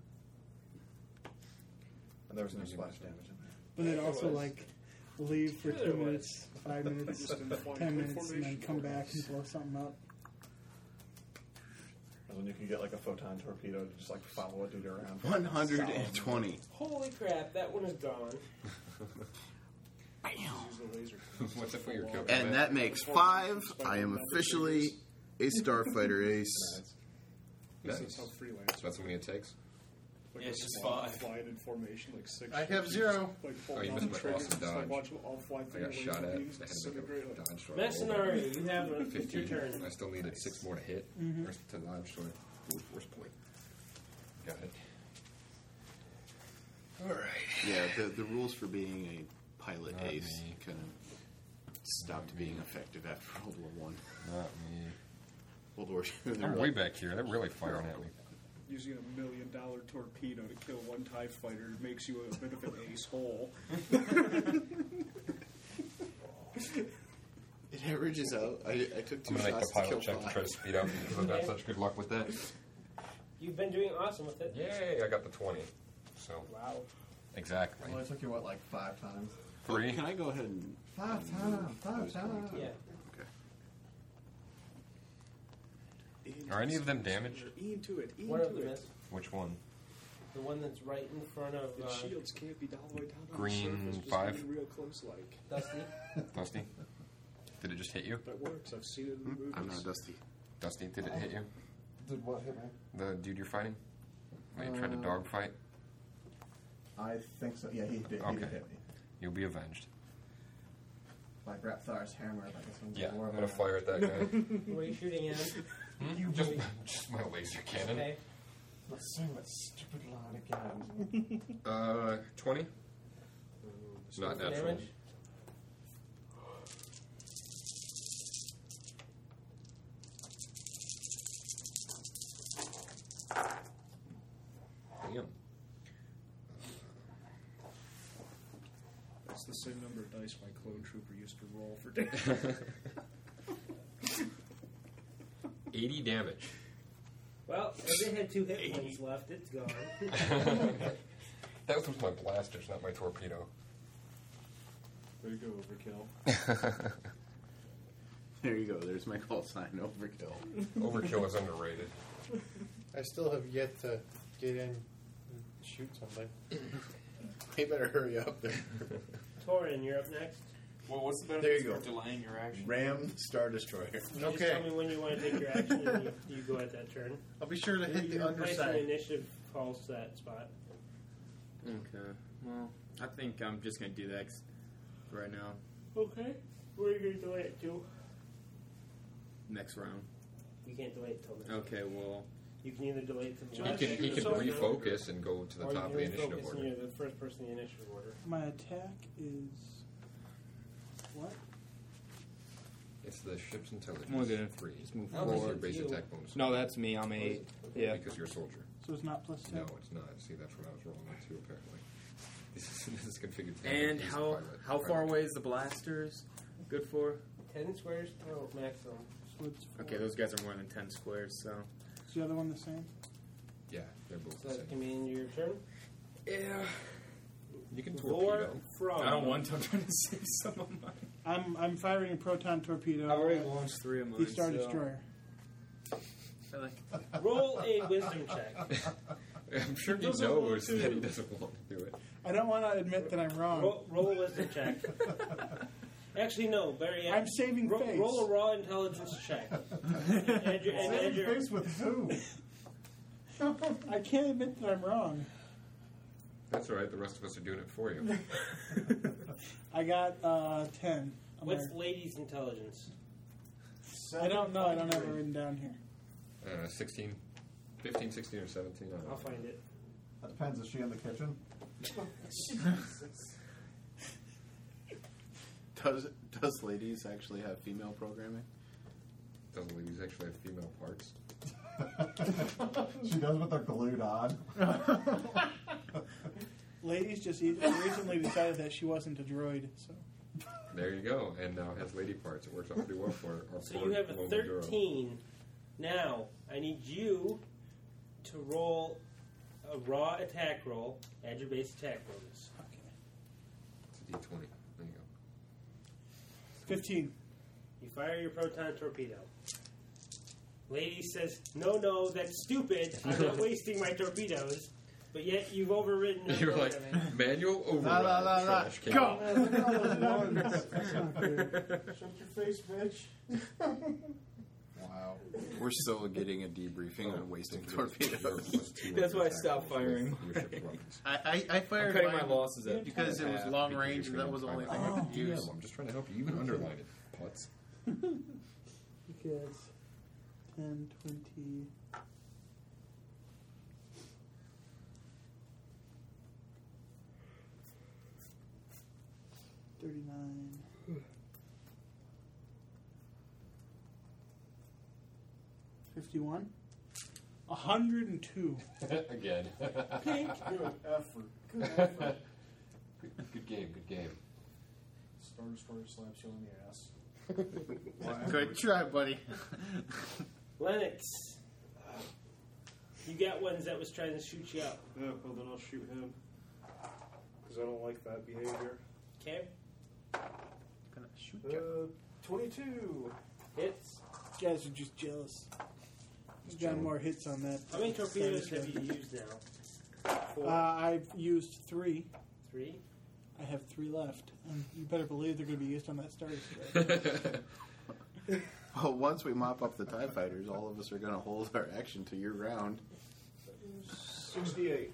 Speaker 7: And there was no splash damage in there.
Speaker 9: But then also, like, leave for
Speaker 16: Either
Speaker 9: two
Speaker 16: way.
Speaker 9: minutes, five minutes,
Speaker 16: Just in the flying
Speaker 9: ten
Speaker 16: code
Speaker 9: minutes, and then
Speaker 16: formation.
Speaker 9: come back and blow something up.
Speaker 7: And then you could get like a photon torpedo to just like follow a dude around.
Speaker 6: 120.
Speaker 2: Holy crap, that one is gone.
Speaker 4: What's if we were killed?
Speaker 6: And that makes 5. I am officially a Starfighter ace.
Speaker 4: Nice.
Speaker 16: This is how freelance.
Speaker 4: So that's how many it takes.
Speaker 16: Like
Speaker 33: Yeah,
Speaker 16: a
Speaker 33: it's just
Speaker 16: fly-
Speaker 33: five.
Speaker 16: fly in formation, like six.
Speaker 7: I have
Speaker 16: ships,
Speaker 7: zero.
Speaker 16: Like
Speaker 4: Oh, you missed
Speaker 16: hold on
Speaker 4: my
Speaker 16: to triggers,
Speaker 4: awesome
Speaker 16: just, like,
Speaker 4: dodge.
Speaker 16: watch them all fly
Speaker 4: I
Speaker 16: through
Speaker 4: got
Speaker 16: the
Speaker 4: shot at. I had
Speaker 16: leaves and
Speaker 4: to make
Speaker 16: disintegrate,
Speaker 4: a
Speaker 16: like,
Speaker 4: dodge roll.
Speaker 2: Messinari, you have one. It's your
Speaker 4: 15.
Speaker 2: turn.
Speaker 4: I still needed six more to hit. First to dodge, so I ooh, force point. Got it. All right.
Speaker 6: Yeah, the, the rules for being a pilot ace kind of stopped being effective after World War One.
Speaker 4: Not me.
Speaker 6: World War Two.
Speaker 4: I'm way back here. That really firing at me.
Speaker 35: Using a million dollar torpedo to kill one TIE fighter makes you a bit of an asshole.
Speaker 6: It averages out. I, I took
Speaker 4: I'm
Speaker 6: two
Speaker 4: gonna make the
Speaker 6: shots to kill
Speaker 4: pilot check to
Speaker 6: five.
Speaker 4: try to speed up because I've had
Speaker 2: Okay.
Speaker 4: such good luck with that.
Speaker 2: You've been doing awesome with it.
Speaker 4: Yay! I got the twenty. So
Speaker 2: Wow.
Speaker 4: exactly
Speaker 7: Well, I took you what like five times.
Speaker 4: three.
Speaker 6: Can I go ahead and
Speaker 7: Five times. Five times.
Speaker 2: Yeah.
Speaker 4: Are any of them damaged?
Speaker 35: E into it. E
Speaker 2: One of
Speaker 35: into
Speaker 2: them
Speaker 35: it.
Speaker 2: is
Speaker 4: Which one?
Speaker 2: the one that's right in front of
Speaker 35: The
Speaker 2: uh,
Speaker 35: shields can't be all the way down on the
Speaker 4: Green
Speaker 35: surface, just
Speaker 4: five.
Speaker 35: getting real close like.
Speaker 2: Dusty.
Speaker 4: Dusty. Did it just hit you?
Speaker 35: That works. I've seen it in the movies.
Speaker 6: I'm not dusty.
Speaker 4: Dusty, did it hit you?
Speaker 7: Did what hit me?
Speaker 4: The dude you're fighting? When you tried to
Speaker 7: Uh,
Speaker 4: dog fight?
Speaker 7: I think so. Yeah, he did, he did
Speaker 4: Okay.
Speaker 7: hit me.
Speaker 4: You'll be avenged.
Speaker 7: By Grapthar's hammer. Like this one's
Speaker 4: Yeah,
Speaker 7: like, war
Speaker 4: I'm gonna
Speaker 7: hammer.
Speaker 4: fire at that guy.
Speaker 2: What are you shooting at?
Speaker 4: Hmm? just, just my laser cannon.
Speaker 2: Okay.
Speaker 7: Let's sing that stupid line again.
Speaker 4: Uh, 20? It's not
Speaker 2: Damage?
Speaker 4: natural. Damn.
Speaker 35: That's the same number of dice my clone trooper used to roll for damage.
Speaker 4: 80 damage.
Speaker 2: Well, if it had two hit points left, it's gone.
Speaker 4: That was with my blasters, not my torpedo.
Speaker 35: Way to go, overkill.
Speaker 6: There you go. There's my call sign. Overkill.
Speaker 4: Overkill is underrated.
Speaker 36: I still have yet to get in and shoot something.
Speaker 6: They better hurry up. There.
Speaker 2: Torin, you're up next.
Speaker 16: Well, what's the benefit
Speaker 6: There you
Speaker 16: for
Speaker 6: go.
Speaker 16: delaying your action?
Speaker 6: Ram Star Destroyer.
Speaker 2: You Just tell me when you want to take your action, and you, you go at that turn.
Speaker 7: I'll be sure to
Speaker 2: Your-
Speaker 7: hit the
Speaker 2: your
Speaker 7: underside.
Speaker 2: placement initiative calls to that spot.
Speaker 16: Okay. Well, I think I'm just gonna do that 'cause for right now.
Speaker 2: Okay. Where are you going to delay it to?
Speaker 16: Next round.
Speaker 2: You can't delay it till next.
Speaker 16: Okay. Well,
Speaker 2: You can either delay it to the
Speaker 4: He can, he can refocus and go to the
Speaker 2: or
Speaker 4: top of the
Speaker 2: you can
Speaker 4: initiative
Speaker 2: refocus and
Speaker 4: order.
Speaker 2: You're the first person in the initiative order.
Speaker 9: My attack is what?
Speaker 4: It's the ship's intelligence.
Speaker 16: More than a
Speaker 4: three.
Speaker 16: just move
Speaker 4: Plus your
Speaker 16: forward.
Speaker 4: base
Speaker 16: You.
Speaker 4: attack bonus.
Speaker 16: No, that's me. I'm a yeah.
Speaker 4: Oh, Because you're a soldier.
Speaker 9: So it's not plus
Speaker 4: No,
Speaker 9: ten.
Speaker 4: it's not. See, that's what I was rolling on too, apparently. This is, this is configured to have
Speaker 16: And
Speaker 4: a base
Speaker 16: how
Speaker 4: pilot.
Speaker 16: how far
Speaker 4: Pilot.
Speaker 16: away is the blasters? Good for.
Speaker 2: Ten squares total maximum.
Speaker 9: So it's four.
Speaker 16: Okay, those guys are more than ten squares. So.
Speaker 9: Is the other one the same?
Speaker 4: Yeah, they're both
Speaker 2: So
Speaker 4: the
Speaker 2: that's
Speaker 4: same.
Speaker 2: gonna be in your turn.
Speaker 16: Yeah.
Speaker 4: You can
Speaker 2: Roar
Speaker 4: torpedo.
Speaker 2: from.
Speaker 16: Oh, I don't want to. I'm trying to save some of mine.
Speaker 9: I'm I'm firing a proton torpedo.
Speaker 16: I've already
Speaker 9: at
Speaker 16: launched three of mine.
Speaker 9: The Star
Speaker 16: so-
Speaker 9: Destroyer.
Speaker 16: I like-
Speaker 2: Roll a wisdom check.
Speaker 4: I'm sure he
Speaker 9: Doesn't want
Speaker 4: knows
Speaker 9: to.
Speaker 4: that he doesn't want to do it.
Speaker 9: I don't want to admit that I'm wrong.
Speaker 2: Roll, roll a wisdom check. Actually, no, Barry.
Speaker 9: I'm saving
Speaker 2: roll,
Speaker 9: face.
Speaker 2: Roll a raw intelligence check. Add your- and add
Speaker 7: Same
Speaker 2: your-
Speaker 7: face with who?
Speaker 9: I can't admit that I'm wrong.
Speaker 4: That's all right. The rest of us are doing it for you.
Speaker 9: I got uh, ten. I'm
Speaker 2: what's
Speaker 9: gonna-
Speaker 2: ladies' intelligence?
Speaker 9: I don't know. I don't have it written down here.
Speaker 4: Uh, 16, 15, 16, or 17. I don't know.
Speaker 2: I'll find it.
Speaker 7: That depends. Is she in the kitchen?
Speaker 6: Does does ladies actually have female programming?
Speaker 4: Doesn't ladies actually have female parts?
Speaker 7: she does with her glued on.
Speaker 9: Ladies just e- recently decided that she wasn't a droid, so
Speaker 4: There you go. And now has lady parts. It works out pretty well for our
Speaker 2: So
Speaker 4: poor
Speaker 2: you have a
Speaker 4: Loma Duro.
Speaker 2: 13. Now, I need you to roll a raw attack roll, add your base attack bonus.
Speaker 4: It's a D20. There you go.
Speaker 9: fifteen.
Speaker 2: You fire your proton torpedo. Lady says, No, no, that's stupid. I'm not wasting my torpedoes. But yet you've overridden her
Speaker 4: You're like
Speaker 2: programming.
Speaker 4: manual override.
Speaker 7: la, la, la.
Speaker 4: trash can.
Speaker 7: Go.
Speaker 37: Shut your face, bitch.
Speaker 6: Wow. We're still getting a debriefing on wasting torpedoes.
Speaker 16: That's why I stopped firing.
Speaker 7: I, I, I
Speaker 16: I'm
Speaker 7: fired
Speaker 16: cutting my
Speaker 7: mine
Speaker 16: losses at
Speaker 7: because it was long range, and that was the only thing I could use.
Speaker 4: Oh, I'm just trying to help you. You can underline it. Putz.
Speaker 9: Because 10, 20. Thirty-nine. 51. 102.
Speaker 4: Again.
Speaker 9: Pink.
Speaker 4: Good effort. Good effort. Good game. Good game.
Speaker 1: Star Destroyer slaps you on the ass.
Speaker 7: Good try, buddy.
Speaker 2: Lennox. You got ones that was trying to shoot you up.
Speaker 16: Yeah, well, then I'll shoot him. Because I don't like that behavior.
Speaker 2: Okay.
Speaker 16: Gonna shoot
Speaker 1: Uh, 22.
Speaker 2: Hits.
Speaker 9: You guys are just jealous. He's got more hits on that.
Speaker 2: How many torpedoes
Speaker 9: Sorry,
Speaker 2: have you
Speaker 9: sir.
Speaker 2: used now? Four.
Speaker 9: Uh, I've used three.
Speaker 2: Three.
Speaker 9: I have three left. And you better believe they're going to be used on that Star Destroyer.
Speaker 6: Well, once we mop up the TIE fighters, all of us are going to hold our action to your round.
Speaker 1: 68.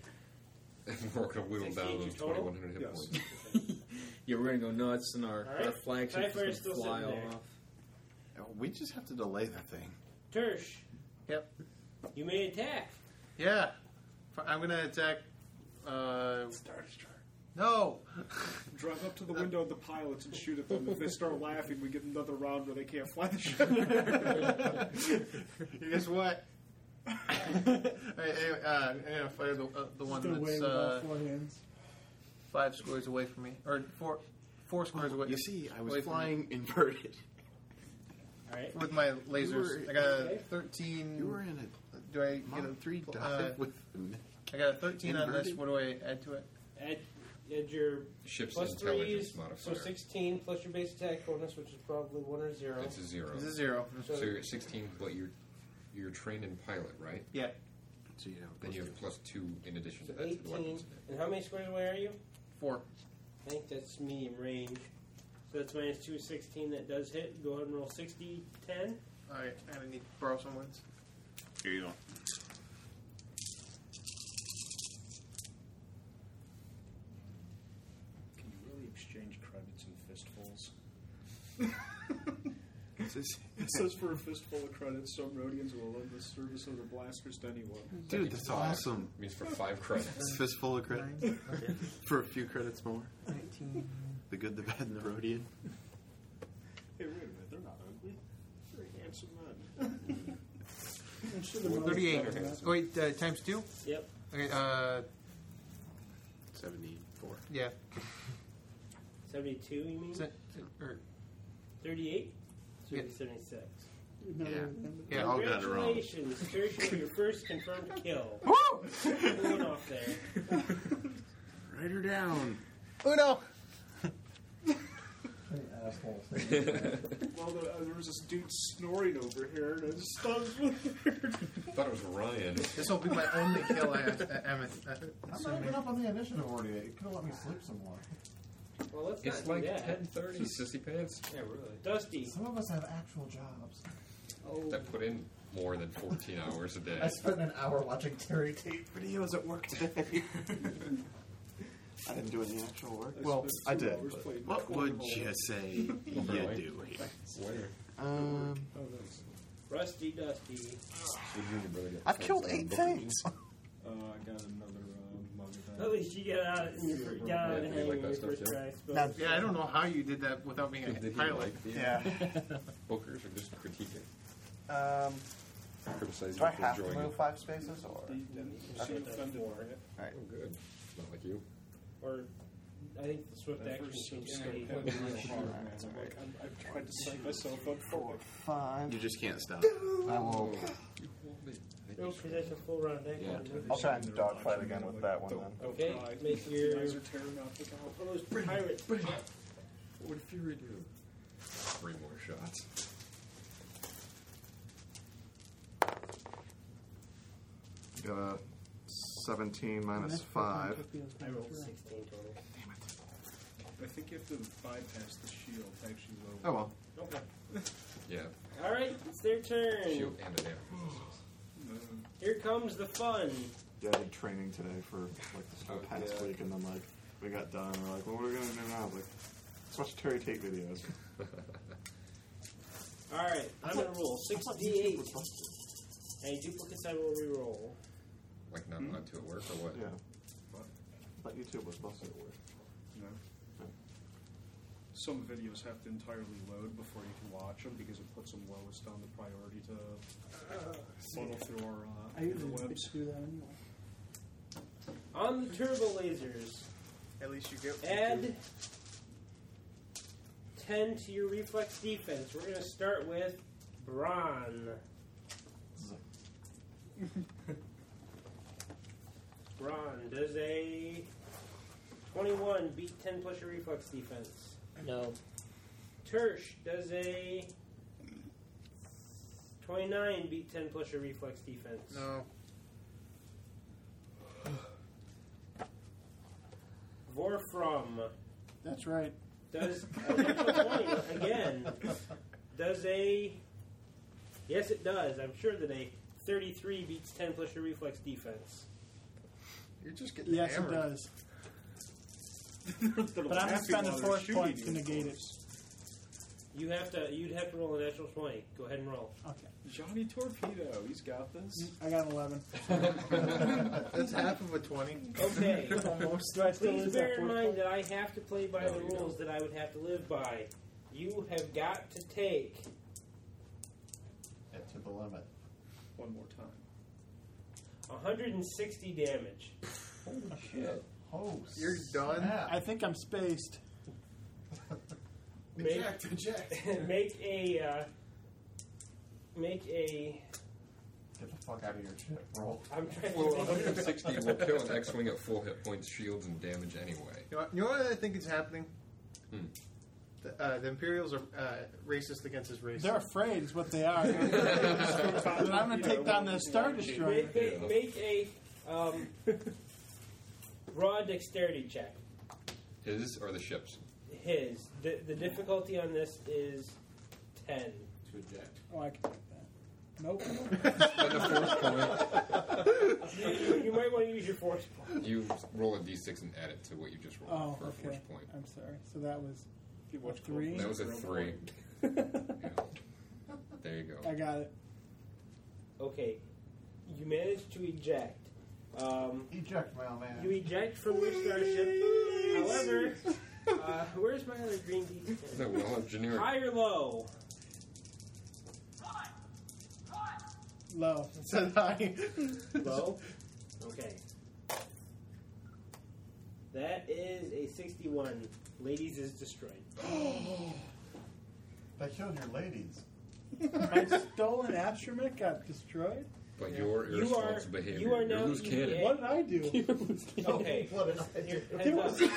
Speaker 4: We're gonna whittle
Speaker 2: 68
Speaker 4: down those
Speaker 2: total?
Speaker 4: 2,100 hit
Speaker 2: Yes.
Speaker 4: points.
Speaker 38: Yeah, we're gonna go nuts, and our,
Speaker 2: All right.
Speaker 38: our flagship
Speaker 2: Tie
Speaker 38: is gonna
Speaker 2: fire's still
Speaker 38: fly
Speaker 2: sitting there.
Speaker 38: off.
Speaker 6: We just have to delay the thing.
Speaker 2: Tersh.
Speaker 7: Yep.
Speaker 2: You may attack.
Speaker 7: Yeah. F- I'm going to attack. Uh,
Speaker 16: Star Destroyer.
Speaker 7: no!
Speaker 16: Drive up to the window of the pilots and shoot at them. If they start laughing, we get another round where they can't fly the ship.
Speaker 7: Guess what? I, I, uh, I'm going to fire the, uh, the
Speaker 39: Just
Speaker 7: one
Speaker 39: gonna wave
Speaker 7: that's
Speaker 39: with all
Speaker 7: uh,
Speaker 39: four hands.
Speaker 7: five squares away from me. Or four, four squares away.
Speaker 6: Oh, You see, I was
Speaker 7: away from me.
Speaker 6: flying inverted.
Speaker 2: All right.
Speaker 7: with my
Speaker 6: You
Speaker 7: lasers.
Speaker 6: were-
Speaker 7: I got a
Speaker 6: okay.
Speaker 7: 13.
Speaker 6: You were in a
Speaker 7: do I get a
Speaker 6: Mach
Speaker 7: three?
Speaker 6: dive
Speaker 7: Uh,
Speaker 6: with them.
Speaker 7: I got a 13 on this.
Speaker 6: Inverted.
Speaker 7: What do I add to it?
Speaker 2: Add, add your
Speaker 4: Ship's
Speaker 2: plus
Speaker 4: intelligence
Speaker 2: threes,
Speaker 4: modifier.
Speaker 2: so 16 plus your base attack bonus, which is probably one or zero.
Speaker 4: It's a zero.
Speaker 7: It's a zero.
Speaker 4: So you're at 16, but you're you're trained in pilot, right?
Speaker 7: Yeah.
Speaker 4: So you have then you have plus two in addition
Speaker 2: So
Speaker 4: to that to the
Speaker 2: 18.
Speaker 4: weapons.
Speaker 2: And how many squares away are you?
Speaker 7: Four.
Speaker 2: I think that's medium range. So that's minus 2 16 that does hit. Go ahead and roll 60, 10.
Speaker 7: Alright, I'm going to need to borrow someone's.
Speaker 40: Here you go.
Speaker 16: Can you really exchange credits in fistfuls? It says for a fistful of credits, some Rhodians will lend the service of the blasters to anyone.
Speaker 6: Dude, that's awesome.
Speaker 4: Means for five credits.
Speaker 6: Fistful of credits. For a few credits more. The good, the bad, and the Rhodian.
Speaker 16: Hey, wait a minute, they're not ugly. They're handsome men.
Speaker 39: I'm sure the models
Speaker 7: 38.
Speaker 39: probably not.
Speaker 7: Wait, uh, times two?
Speaker 2: Yep.
Speaker 7: Okay, uh,
Speaker 6: 74.
Speaker 7: yeah.
Speaker 2: 72, you mean?
Speaker 7: Se- se- er, or-
Speaker 2: 38? So
Speaker 7: Yeah.
Speaker 2: 76.
Speaker 39: No,
Speaker 6: Yeah.
Speaker 7: Yeah.
Speaker 6: All got it wrong.
Speaker 2: Congratulations, Tertia, your first confirmed kill. Going
Speaker 7: Woo!
Speaker 2: off there.
Speaker 6: Write her down.
Speaker 7: Uno!
Speaker 16: well, the, uh, there was this dude snoring over here, and I was stunned with
Speaker 4: thought it was Ryan.
Speaker 7: This will be my only kill, I, uh, I, I'm
Speaker 41: I'm not
Speaker 7: assuming.
Speaker 41: even up on the initiative order yet. You could have let me sleep some more.
Speaker 2: Well, let's not
Speaker 4: It's
Speaker 2: do
Speaker 4: like
Speaker 2: that.
Speaker 4: 10:30, sissy pants.
Speaker 2: Yeah, really. Dusty.
Speaker 41: Some of us have actual jobs.
Speaker 2: Oh,
Speaker 4: That put in more than 14 hours a day.
Speaker 41: I spent an hour watching Terry Tate videos at work today.
Speaker 6: I didn't do any actual work.
Speaker 16: I
Speaker 6: Well,
Speaker 16: spent
Speaker 6: I
Speaker 16: two
Speaker 6: did.
Speaker 16: hours
Speaker 6: but
Speaker 16: playing
Speaker 6: What would
Speaker 16: cornhole.
Speaker 6: you say you
Speaker 4: Really?
Speaker 6: do?
Speaker 4: Where?
Speaker 6: Um,
Speaker 2: Rusty Dusty.
Speaker 6: I've killed eight things.
Speaker 16: Uh, I got another uh, mug of that.
Speaker 2: At least you got out in your first, got out of the
Speaker 4: Yeah, you
Speaker 2: hang
Speaker 4: like
Speaker 2: in
Speaker 4: that
Speaker 2: your
Speaker 4: stuff,
Speaker 2: first
Speaker 4: yeah?
Speaker 2: try. I suppose.
Speaker 6: Now-
Speaker 7: Yeah, I don't know how you did that without being
Speaker 4: Did
Speaker 7: a
Speaker 4: you
Speaker 7: pilot.
Speaker 4: like the bookers or just critiquing?
Speaker 42: Um,
Speaker 4: Criticizing
Speaker 42: do I
Speaker 4: for
Speaker 42: have to
Speaker 4: enjoying
Speaker 42: move
Speaker 4: it.
Speaker 42: five spaces or?
Speaker 16: She offended by it.
Speaker 42: Alright.
Speaker 4: Oh, good. Not like you.
Speaker 2: Or I think the swift
Speaker 16: That
Speaker 2: action
Speaker 16: first
Speaker 2: changed
Speaker 16: step
Speaker 2: speed.
Speaker 16: hit me real hard, man.
Speaker 42: That's
Speaker 16: I'm
Speaker 42: alright.
Speaker 16: like, I'm, I've tried to psych myself up for it.
Speaker 42: Five.
Speaker 6: You just can't stop.
Speaker 42: I will.
Speaker 2: No, because that's a full round action.
Speaker 4: Yeah.
Speaker 2: isn't it?
Speaker 42: I'll try and dogfight again with that one then.
Speaker 2: Okay,
Speaker 16: Try.
Speaker 2: make your
Speaker 16: Guys are tearing out the top.
Speaker 2: opposed pirate.
Speaker 4: What would Fury do? Three more shots.
Speaker 41: Got
Speaker 7: Uh,
Speaker 41: a 17
Speaker 39: That's
Speaker 41: minus
Speaker 39: four
Speaker 41: 5.
Speaker 39: torpedoes
Speaker 2: I
Speaker 39: going
Speaker 2: rolled
Speaker 39: through.
Speaker 2: 16 total.
Speaker 16: I think you have to bypass the shield to actually lower.
Speaker 41: Oh well.
Speaker 2: Okay.
Speaker 4: Yeah.
Speaker 2: All right, it's their turn.
Speaker 4: Shield and an arrow.
Speaker 2: Here comes the fun.
Speaker 41: Yeah, I did training today for like this whole
Speaker 4: Oh,
Speaker 41: past
Speaker 4: yeah.
Speaker 41: week, and then like we got done. and We're like, well, what are we gonna do now? I was like, let's watch Terry Tate videos.
Speaker 2: All right, I'm gonna roll 68. Any duplicates I will re-roll.
Speaker 4: Like not allowed to at work or what?
Speaker 41: Yeah. But YouTube was busted at work.
Speaker 32: some videos have to entirely load before you can watch them because it puts them lowest on the priority to funnel through our uh,
Speaker 2: I usually
Speaker 32: interwebs.
Speaker 2: do that anyway. On the turbo lasers,
Speaker 32: uh,
Speaker 11: At least you get.
Speaker 2: add 10 to your reflex defense. We're going to start with Brawn. Brawn, does a 21 beat 10 plus your reflex defense?
Speaker 3: No.
Speaker 2: Tersh does a 29 beat 10 plus your reflex defense.
Speaker 11: No.
Speaker 2: Vorfrom
Speaker 9: That's right.
Speaker 2: does a natural 20 again. Does a yes, it does. I'm sure that a 33 beats 10 plus your reflex defense.
Speaker 11: You're just
Speaker 9: Yes, it does. but I'm gonna spend the fourth point to negate it.
Speaker 2: You have to. You'd have to roll a natural 20. Go ahead and roll.
Speaker 9: Okay.
Speaker 32: Johnny Torpedo, he's got this.
Speaker 9: I got an 11.
Speaker 11: That's half of a 20.
Speaker 2: Okay.
Speaker 16: Oh,
Speaker 9: Do I still
Speaker 2: Please
Speaker 9: lose
Speaker 2: bear
Speaker 9: that
Speaker 2: in
Speaker 9: fourth
Speaker 2: mind
Speaker 9: point?
Speaker 2: that I have to play by the rules that I would have to live by. You have got to take
Speaker 7: Get to the limit.
Speaker 32: One more time.
Speaker 2: 160 damage.
Speaker 7: Holy shit. Oh,
Speaker 11: You're done?
Speaker 9: I think I'm spaced.
Speaker 2: Make,
Speaker 7: Eject, eject.
Speaker 2: make a uh, make a.
Speaker 7: Get the fuck out of your ship. Roll.
Speaker 2: I'm trying
Speaker 4: Well,
Speaker 2: to think.
Speaker 4: 160 will kill an X-wing at full hit points, shields, and damage anyway.
Speaker 11: You know, you know what I think is happening?
Speaker 4: Hmm.
Speaker 11: The, uh, the Imperials are uh, racist against his race.
Speaker 9: They're afraid, is what they are. But I'm going to take down the Star Destroyer.
Speaker 2: Make, make, make a um, raw dexterity check.
Speaker 4: His or the ships?
Speaker 2: His the, the difficulty on this is ten.
Speaker 43: To eject.
Speaker 9: Oh, I can take that. Nope.
Speaker 4: At the fourth point,
Speaker 2: You, you might want to use your force point.
Speaker 4: you roll a d6 and add it to what you just rolled
Speaker 9: Oh,
Speaker 4: for a
Speaker 9: okay.
Speaker 4: force point.
Speaker 9: I'm sorry. So that was
Speaker 32: you
Speaker 9: a three.
Speaker 4: That was a three. Yeah. There you go.
Speaker 9: I got it.
Speaker 2: Okay, you managed to eject. Um,
Speaker 7: Eject, my old man.
Speaker 2: you eject from your starship. However, uh, where's my other green d
Speaker 4: No, well, generic.
Speaker 2: High or low?
Speaker 9: Low.
Speaker 11: Said hi.
Speaker 2: Low. Okay. That is a 61. Ladies is destroyed.
Speaker 7: That killed your ladies.
Speaker 9: My stolen astromech got destroyed?
Speaker 4: But your
Speaker 2: You are-
Speaker 4: irresponsible behavior.
Speaker 2: you are
Speaker 4: Your
Speaker 2: now
Speaker 4: loose cannon.
Speaker 2: EVA.
Speaker 9: What did I do?
Speaker 2: Okay.
Speaker 7: What did I
Speaker 2: Here,
Speaker 7: do?
Speaker 9: There
Speaker 2: heads
Speaker 9: was,
Speaker 2: up.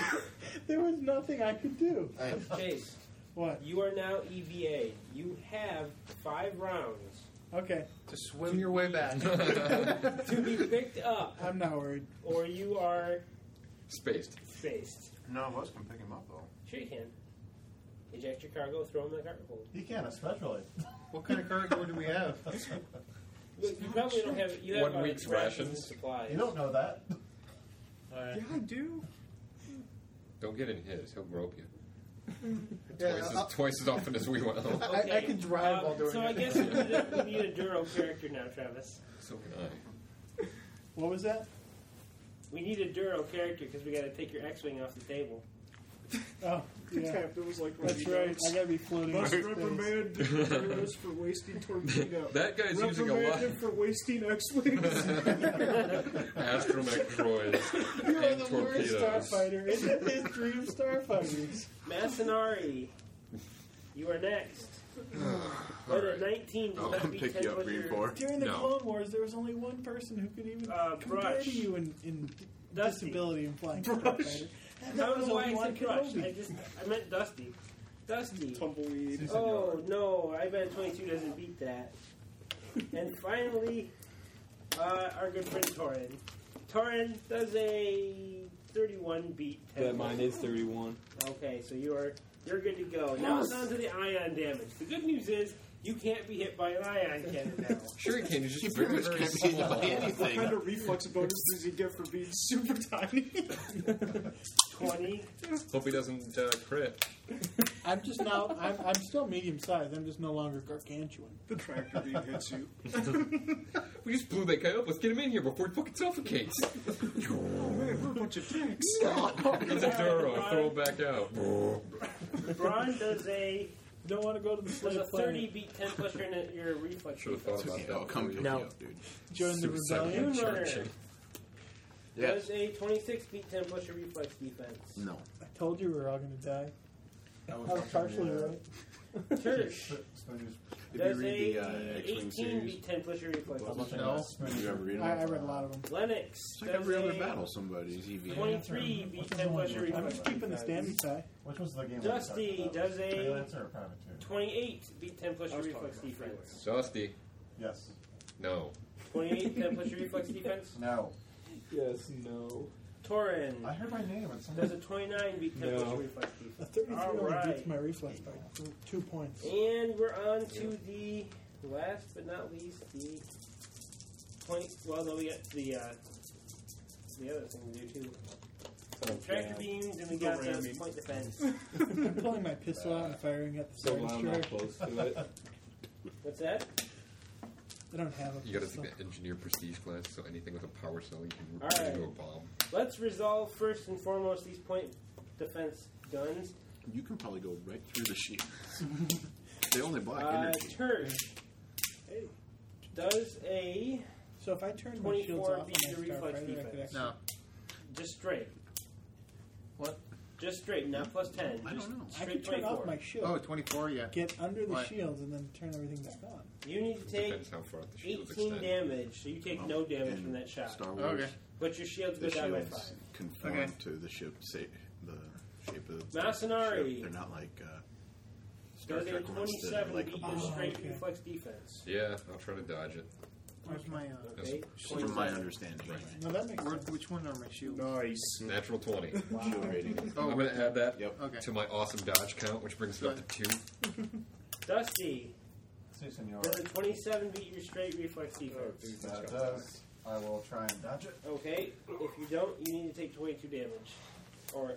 Speaker 9: there was nothing I could do.
Speaker 2: Chase,
Speaker 9: What?
Speaker 2: you are now EVA. You have five rounds
Speaker 9: Okay,
Speaker 11: To swim your way back.
Speaker 2: to be picked up,
Speaker 9: I'm not worried.
Speaker 2: or you are
Speaker 4: Spaced.
Speaker 2: spaced.
Speaker 7: None of us can pick him up, though.
Speaker 2: Sure you can. Eject your cargo, throw him in the cargo hold.
Speaker 7: He can, especially.
Speaker 11: what kind of cargo do we have?
Speaker 2: You, you probably don't have. You have
Speaker 4: One
Speaker 2: uh,
Speaker 4: week's
Speaker 2: and
Speaker 4: rations.
Speaker 2: supplies.
Speaker 7: You don't know that.
Speaker 3: Alright.
Speaker 11: I do.
Speaker 4: Don't get in his. He'll grope you.
Speaker 11: Yeah,
Speaker 4: Twice,
Speaker 11: I'll-
Speaker 4: as, twice as often as we will.
Speaker 11: I- I can drive
Speaker 2: uh,
Speaker 11: while doing
Speaker 2: So I
Speaker 11: it.
Speaker 2: guess we need, we need a Duro character now, Travis.
Speaker 4: So can I.
Speaker 9: What was that?
Speaker 2: We need a Duro character because we got to take your X-wing off the table.
Speaker 9: Oh, yeah.
Speaker 32: It was like
Speaker 9: That's right. I gotta be floating in
Speaker 32: Must
Speaker 9: space.
Speaker 32: reprimand Torpedoes for wasting torpedo.
Speaker 4: That guy's using a
Speaker 32: Reprimand
Speaker 4: lot-
Speaker 32: him for wasting X-wings.
Speaker 4: Astromech droids
Speaker 9: You are
Speaker 4: and
Speaker 9: the worst
Speaker 4: torpedoes.
Speaker 9: starfighter in his dream starfighters.
Speaker 2: Massanari, you are next. But at 19, does
Speaker 43: I'll
Speaker 2: not beat
Speaker 43: pick
Speaker 2: 10
Speaker 43: you up,
Speaker 2: plus
Speaker 43: Green
Speaker 2: your-
Speaker 43: 4.
Speaker 9: During the
Speaker 4: No.
Speaker 9: Clone Wars, there was only one person who could even
Speaker 2: Uh,
Speaker 9: compare
Speaker 2: Brush.
Speaker 9: to you in, in
Speaker 2: Dusty.
Speaker 9: disability and flying starfighter. That
Speaker 2: That was
Speaker 9: was
Speaker 2: why I
Speaker 9: Obi-Wan
Speaker 2: said crush. I
Speaker 9: Kenobi.
Speaker 2: just I meant Dusty. Dusty.
Speaker 32: Tumbleweed.
Speaker 2: Oh no, I bet 22 doesn't beat that. and finally, uh, our good friend Torin. Torin does a 31 beat. 10.
Speaker 16: Yeah, mine is 31.
Speaker 2: Okay, so you are you're good to go. Now it's on to the ion damage. The good news is you can't be hit by an ion cannon now.
Speaker 4: Sure he can. He's just
Speaker 43: Pretty
Speaker 4: very,
Speaker 43: much
Speaker 4: very
Speaker 43: can't be hit by
Speaker 4: small.
Speaker 32: What kind
Speaker 43: anything.
Speaker 32: of reflex bonus does he get for being super tiny?
Speaker 2: 20.
Speaker 4: Hope he doesn't uh, crit.
Speaker 9: I'm just now. I'm, I'm still medium sized. I'm just no longer gargantuan.
Speaker 32: the tractor beam hits you.
Speaker 4: We just blew that guy up. Let's get him in here before he fucking suffocates.
Speaker 32: Man, we're a bunch of tanks.
Speaker 4: It's a Duro. Throw him back out.
Speaker 2: Brawn does a.
Speaker 32: Don't want to go to the
Speaker 2: Does a
Speaker 32: slave planet.
Speaker 2: thirty beat ten plus your net- your reflex.
Speaker 43: Should've thought
Speaker 2: defense.
Speaker 43: about that. I'll oh, come pick you up, dude.
Speaker 9: Join the
Speaker 43: Suicide
Speaker 9: rebellion.
Speaker 43: by
Speaker 2: Runner.
Speaker 43: insurrection. Yes.
Speaker 2: Does a twenty six beat ten plus your reflex defense.
Speaker 43: No.
Speaker 9: I told you we were all going to die. I was partially right.
Speaker 2: Church.
Speaker 43: If you
Speaker 2: Does
Speaker 43: read the
Speaker 2: a
Speaker 43: uh, X-wing
Speaker 2: eighteen
Speaker 43: series,
Speaker 2: beat ten plus your reflex. defense.
Speaker 43: Did you ever read them?
Speaker 9: I, I read a lot of them.
Speaker 2: Lennox.
Speaker 43: It's like every
Speaker 2: does
Speaker 43: other
Speaker 2: a
Speaker 43: battle somebody's EVA.
Speaker 2: 23 beat 10 plus your
Speaker 9: I'm
Speaker 2: reflex.
Speaker 9: just keeping this damn side.
Speaker 7: Which was the game?
Speaker 2: Dusty does a
Speaker 7: Freelancer or private too?
Speaker 2: 28 beat 10 plus
Speaker 7: I
Speaker 2: your
Speaker 7: was
Speaker 2: reflex
Speaker 7: talking about
Speaker 2: defense.
Speaker 4: Dusty.
Speaker 7: Yes.
Speaker 4: No.
Speaker 2: 28 10 plus your reflex defense.
Speaker 7: No.
Speaker 10: Yes, no.
Speaker 2: Torin
Speaker 7: I heard my name. and someone-
Speaker 2: does a 29 beat 10 plus
Speaker 10: No.
Speaker 2: your reflex
Speaker 9: A
Speaker 2: defense.
Speaker 9: 33
Speaker 2: All
Speaker 9: only beats
Speaker 2: right.
Speaker 9: my reflex by two- two points.
Speaker 2: And we're on to the last but not least, the point. Well, then we got the, uh, the other thing to do too. Tractor beams, and we got the point defense.
Speaker 9: I'm pulling my pistol out and firing at the
Speaker 10: So
Speaker 9: Star
Speaker 10: glad I'm not
Speaker 9: Destroyer.
Speaker 10: close to it.
Speaker 2: What's that?
Speaker 9: I don't have a
Speaker 4: You gotta
Speaker 9: pistol.
Speaker 4: take the engineer prestige class, so anything with a power cell, you can
Speaker 2: All
Speaker 4: turn
Speaker 2: right.
Speaker 4: into a bomb.
Speaker 2: Let's resolve first and foremost these point defense guns.
Speaker 43: You can probably go right through the shield. they only block
Speaker 2: Uh,
Speaker 43: energy.
Speaker 2: Church does a
Speaker 9: So if I turn my shields
Speaker 2: 24
Speaker 9: off on
Speaker 2: beat
Speaker 9: my
Speaker 2: your reflex
Speaker 9: starfighter, I could
Speaker 2: defense.
Speaker 9: actually...
Speaker 7: No.
Speaker 2: Just straight.
Speaker 43: What?
Speaker 2: Just straight, not plus 10.
Speaker 43: I
Speaker 2: Just
Speaker 43: don't know.
Speaker 9: I
Speaker 2: straight
Speaker 9: could turn
Speaker 2: 24.
Speaker 9: off my shield,
Speaker 7: Oh, 24, yeah.
Speaker 9: get under the
Speaker 7: Right.
Speaker 9: shields, and then turn everything back on.
Speaker 2: You need to take
Speaker 4: Depends how far the shields
Speaker 2: 18
Speaker 4: extend.
Speaker 2: damage, so you take no damage
Speaker 43: in
Speaker 2: from that shot.
Speaker 43: Star Wars.
Speaker 7: Oh, Okay.
Speaker 2: But your shields go
Speaker 43: The
Speaker 2: down by
Speaker 43: shields
Speaker 2: 5.
Speaker 43: conform
Speaker 7: Okay.
Speaker 43: to the ship, say, the shape of the
Speaker 2: Masanari.
Speaker 43: ship. They're not like uh, Star
Speaker 2: Does a
Speaker 43: Trek ones that are
Speaker 2: 27
Speaker 43: like
Speaker 2: beat your
Speaker 9: oh,
Speaker 2: straight
Speaker 9: okay.
Speaker 2: reflex defense.
Speaker 4: Yeah, I'll try to dodge it.
Speaker 7: Where's my uh,
Speaker 4: That's
Speaker 2: Okay.
Speaker 43: from my understanding. Anyway.
Speaker 9: No, that makes
Speaker 7: where,
Speaker 9: sense.
Speaker 7: which one are my shields?
Speaker 32: Nice.
Speaker 4: natural 20.
Speaker 43: Shield rating.
Speaker 7: Oh,
Speaker 4: I'm gonna add that
Speaker 43: Yep.
Speaker 7: Okay.
Speaker 4: to my awesome dodge count, which brings it up to two.
Speaker 2: Dusty,
Speaker 7: See, senor.
Speaker 2: does a 27 beat your straight reflex defense?
Speaker 7: That does. I will try and dodge it.
Speaker 2: Okay, if you don't, you need to take 22 damage. Or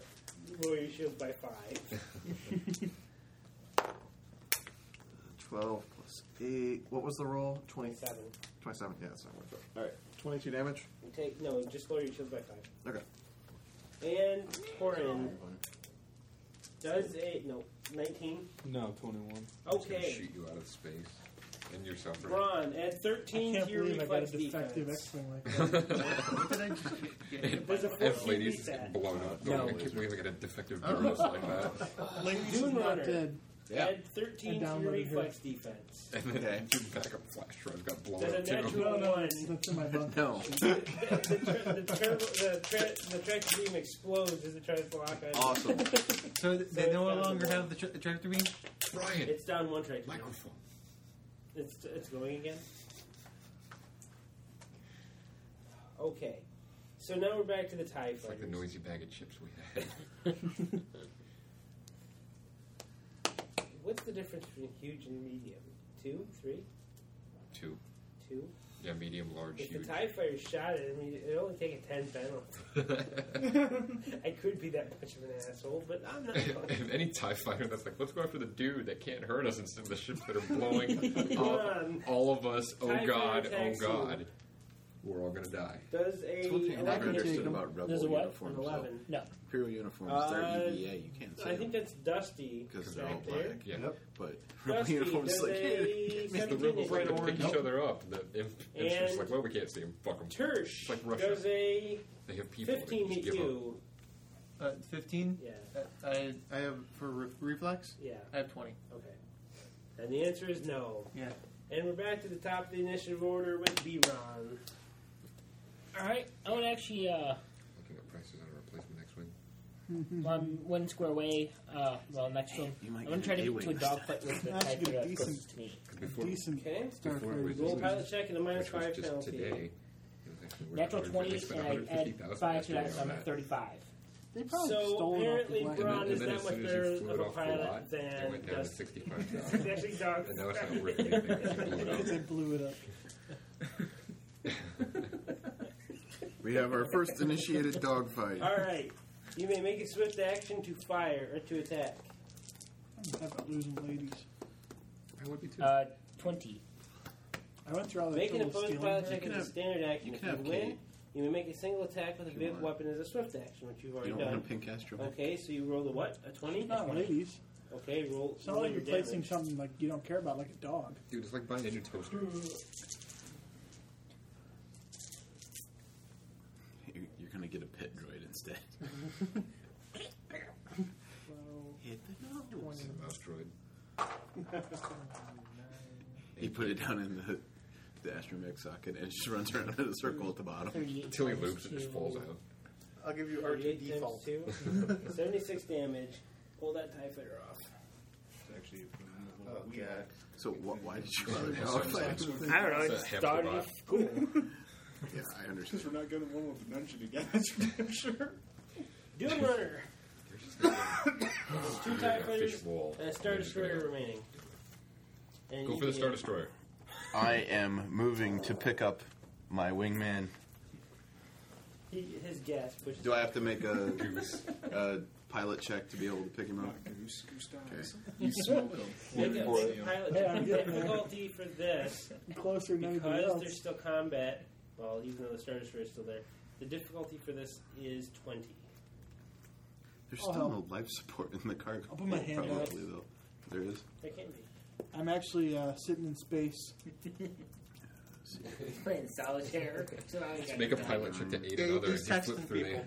Speaker 2: lower your shield by 5.
Speaker 14: 12 plus 8. What was the roll? 20,
Speaker 2: 27.
Speaker 14: 27. Yeah, that's not worth it. Alright. 22 damage.
Speaker 2: You take, no, just lower your shield by 5.
Speaker 14: Okay.
Speaker 2: And Torin does a, no, 19.
Speaker 10: No, 21.
Speaker 4: It's gonna
Speaker 2: Okay,
Speaker 4: shoot you out of space, and you're suffering.
Speaker 2: Braun, add
Speaker 9: I
Speaker 2: 13
Speaker 9: can't
Speaker 2: to your
Speaker 9: believe I got a
Speaker 2: reflex
Speaker 9: defective
Speaker 2: defense.
Speaker 9: X-Wing like that.
Speaker 2: There's a 14 beat
Speaker 4: Ladies
Speaker 2: that.
Speaker 4: blown up. No, I can't believe I got a defective
Speaker 2: Oh.
Speaker 4: arrows like that.
Speaker 9: Moon
Speaker 2: Moon
Speaker 9: not
Speaker 2: Runner.
Speaker 9: dead.
Speaker 43: Yeah.
Speaker 2: Add 13
Speaker 9: I
Speaker 2: to your
Speaker 9: downloaded her.
Speaker 2: reflex defense.
Speaker 4: And then I two backup flash drive got blown
Speaker 2: Does a
Speaker 4: up too.
Speaker 2: natural 1
Speaker 9: That's in my bunk.
Speaker 43: No.
Speaker 2: the, the, the, turbo- the, tra- the tractor beam explodes as it tries to lock on.
Speaker 43: Awesome.
Speaker 11: So th- they
Speaker 2: So
Speaker 11: no
Speaker 2: it's not
Speaker 11: longer
Speaker 2: the-
Speaker 11: have the tra- tractor beam.
Speaker 4: Brian,
Speaker 2: It's down one tractor. beam.
Speaker 4: microphone.
Speaker 2: It's, it's going again. Okay. So now we're back to the TIE
Speaker 4: It's like the
Speaker 2: fighters.
Speaker 4: noisy bag of chips we had.
Speaker 2: What's the difference between huge and medium? Two? Three?
Speaker 4: Two.
Speaker 2: Two?
Speaker 4: Yeah, medium, large,
Speaker 2: If the
Speaker 4: huge.
Speaker 2: TIE fighter shot it, I mean, it'd only take a 10 penalty. I could be that much of an asshole, but I'm not.
Speaker 4: if any TIE fighter that's like, let's go after the dude that can't hurt us instead of the ships that are blowing up
Speaker 2: Braun
Speaker 4: all of us, oh
Speaker 2: TIE
Speaker 4: god,
Speaker 2: fighter
Speaker 4: oh
Speaker 2: attacks you.
Speaker 4: god. We're all gonna die.
Speaker 2: does a
Speaker 43: Told you I never
Speaker 2: 11
Speaker 43: understood
Speaker 9: Take 'em.
Speaker 43: about
Speaker 3: There's a
Speaker 43: rebel
Speaker 3: what?
Speaker 43: uniforms.
Speaker 2: and
Speaker 43: though.
Speaker 2: 11.
Speaker 3: No.
Speaker 43: Imperial uniforms,
Speaker 2: Uh,
Speaker 6: E
Speaker 43: they're EVA. You can't say
Speaker 2: I think that's Dusty.
Speaker 43: because they're all
Speaker 2: back
Speaker 43: black.
Speaker 2: there.
Speaker 4: Yeah.
Speaker 43: But rebel
Speaker 2: Dusty,
Speaker 43: uniforms,
Speaker 2: does
Speaker 43: like, hey,
Speaker 2: a
Speaker 4: The
Speaker 2: 17
Speaker 4: rebels like
Speaker 2: hit.
Speaker 4: to pick each other up. The, if, it's
Speaker 2: And-
Speaker 4: just like, well, we can't see them. Fuck them.
Speaker 2: Tersh
Speaker 4: like Russia.
Speaker 2: does a
Speaker 4: They have people.
Speaker 2: 15
Speaker 4: that
Speaker 2: hit
Speaker 4: just give up.
Speaker 2: you.
Speaker 11: Uh, Fifteen.
Speaker 2: Yeah,
Speaker 11: Uh, I I have for re- reflex.
Speaker 2: yeah,
Speaker 11: I have twenty.
Speaker 2: okay. And the answer is no.
Speaker 11: Yeah.
Speaker 2: And we're back to the top of the initiative order with B-Ron.
Speaker 3: Alright, I would actually, uh,
Speaker 4: Looking at prices on a replacement X-wing.
Speaker 9: Mm-hmm.
Speaker 3: one, one square away, uh, well, next one.
Speaker 43: You might
Speaker 3: I'm going to
Speaker 43: get
Speaker 3: try to
Speaker 43: an
Speaker 3: get into a
Speaker 43: A-wing.
Speaker 3: dogfight with the
Speaker 9: That's
Speaker 3: TIE
Speaker 9: good,
Speaker 3: fighter that's
Speaker 9: decent.
Speaker 3: closest to me.
Speaker 4: Before,
Speaker 9: Decent
Speaker 2: Okay.
Speaker 4: before
Speaker 9: Starfighter.
Speaker 4: it was
Speaker 2: Roll
Speaker 4: just-
Speaker 2: pilot check and a minus
Speaker 4: which was
Speaker 2: 5
Speaker 4: just
Speaker 2: penalty.
Speaker 4: today. It was actually worth
Speaker 3: Natural
Speaker 4: 100.
Speaker 3: 20,
Speaker 4: They spent
Speaker 3: and I add
Speaker 4: 150,000
Speaker 3: 5 to that,
Speaker 4: yesterday
Speaker 3: so
Speaker 4: on
Speaker 3: I'm at 35.
Speaker 9: They probably
Speaker 2: So
Speaker 9: stole it off the
Speaker 2: apparently
Speaker 9: black
Speaker 4: And then,
Speaker 2: Braun
Speaker 4: and
Speaker 2: is
Speaker 4: then
Speaker 2: that
Speaker 4: as
Speaker 2: much
Speaker 4: soon as you
Speaker 2: better
Speaker 4: flew
Speaker 2: of
Speaker 4: it
Speaker 2: a
Speaker 4: off the lot,
Speaker 2: pilot
Speaker 4: it
Speaker 2: than
Speaker 4: went down to
Speaker 2: Dusty. It's
Speaker 4: 65,000.
Speaker 2: actually dog.
Speaker 4: and now it's not worth anything.
Speaker 9: because they blew it up.
Speaker 43: we have our first initiated dogfight.
Speaker 2: All right. You may make a swift action to fire or to attack.
Speaker 9: I'm gonna have losing ladies.
Speaker 4: I would be too.
Speaker 3: Uh, 20.
Speaker 9: I went
Speaker 43: Oh,
Speaker 9: through all that
Speaker 2: Make an
Speaker 9: trouble
Speaker 2: opposed
Speaker 9: stealing.
Speaker 2: pilot
Speaker 9: her.
Speaker 2: check
Speaker 43: can
Speaker 2: as a
Speaker 43: have-
Speaker 2: standard action.
Speaker 43: you
Speaker 2: if
Speaker 43: can
Speaker 2: you
Speaker 43: have
Speaker 2: win,
Speaker 43: Kate.
Speaker 2: you may make a single attack with a
Speaker 43: If you
Speaker 2: viv
Speaker 43: want.
Speaker 2: weapon as a swift action, which you've
Speaker 43: You
Speaker 2: already
Speaker 43: don't want
Speaker 2: done.
Speaker 43: a pink Astro.
Speaker 2: Okay, so you roll the what? A 20?
Speaker 9: Not ladies.
Speaker 2: Okay, roll.
Speaker 9: It's not
Speaker 2: roll
Speaker 9: like
Speaker 2: your
Speaker 9: you're placing
Speaker 2: damage.
Speaker 9: something like you don't care about, like a dog.
Speaker 4: Dude, it's like buying a new toaster.
Speaker 6: You're, you're gonna get a pet droid instead. Hit the nose.
Speaker 4: Mouse droid.
Speaker 6: You put it down in the, the astromech socket and it just runs around in a circle at the bottom.
Speaker 3: 38 Until he times loops, it just two. falls
Speaker 6: out.
Speaker 44: I'll give you
Speaker 2: Thirty-eight
Speaker 44: RT default.
Speaker 2: times two. Seventy-six damage. Pull that tie fighter off.
Speaker 6: Actually, oh, yeah. So wh- why did you bother
Speaker 2: I don't
Speaker 6: me?
Speaker 2: know, it started
Speaker 6: cool. yeah, I
Speaker 16: Because
Speaker 6: understand.
Speaker 16: we're not going to one with the dungeon again, that's for damn sure.
Speaker 2: Doom Runner. There's two tie
Speaker 4: a
Speaker 2: fighters
Speaker 4: fishbowl.
Speaker 2: and a Star Destroyer remaining. And
Speaker 4: Go
Speaker 2: you
Speaker 4: for the
Speaker 2: can-
Speaker 4: Star Destroyer.
Speaker 45: I am moving to pick up my wingman.
Speaker 2: He, his gas pushes.
Speaker 6: Do I have to make a, a pilot check to be able to pick him up?
Speaker 16: Goose, goose dies.
Speaker 6: Okay.
Speaker 16: You smoked them.
Speaker 2: Make
Speaker 6: Wait
Speaker 2: a
Speaker 6: for
Speaker 2: make
Speaker 6: it.
Speaker 2: a pilot
Speaker 9: Yeah, I'm getting there.
Speaker 2: difficulty for this
Speaker 9: Closer than anybody
Speaker 2: because
Speaker 9: else.
Speaker 2: there's still combat. Well, even though the Star Destroyer is still there, the difficulty for this is twenty.
Speaker 6: There's
Speaker 9: I'll
Speaker 2: Oh.
Speaker 6: still
Speaker 9: help.
Speaker 6: no life support in the cargo.
Speaker 9: I'll put my hand
Speaker 6: Probably,
Speaker 9: out.
Speaker 6: though. There is.
Speaker 2: There can be.
Speaker 9: I'm actually uh, sitting in space.
Speaker 3: He's playing solitaire. So now he got
Speaker 4: Make a
Speaker 3: done.
Speaker 4: pilot check to aid
Speaker 3: Yeah, you
Speaker 4: another and just
Speaker 3: just touch
Speaker 4: flip
Speaker 3: the
Speaker 4: through the
Speaker 3: people.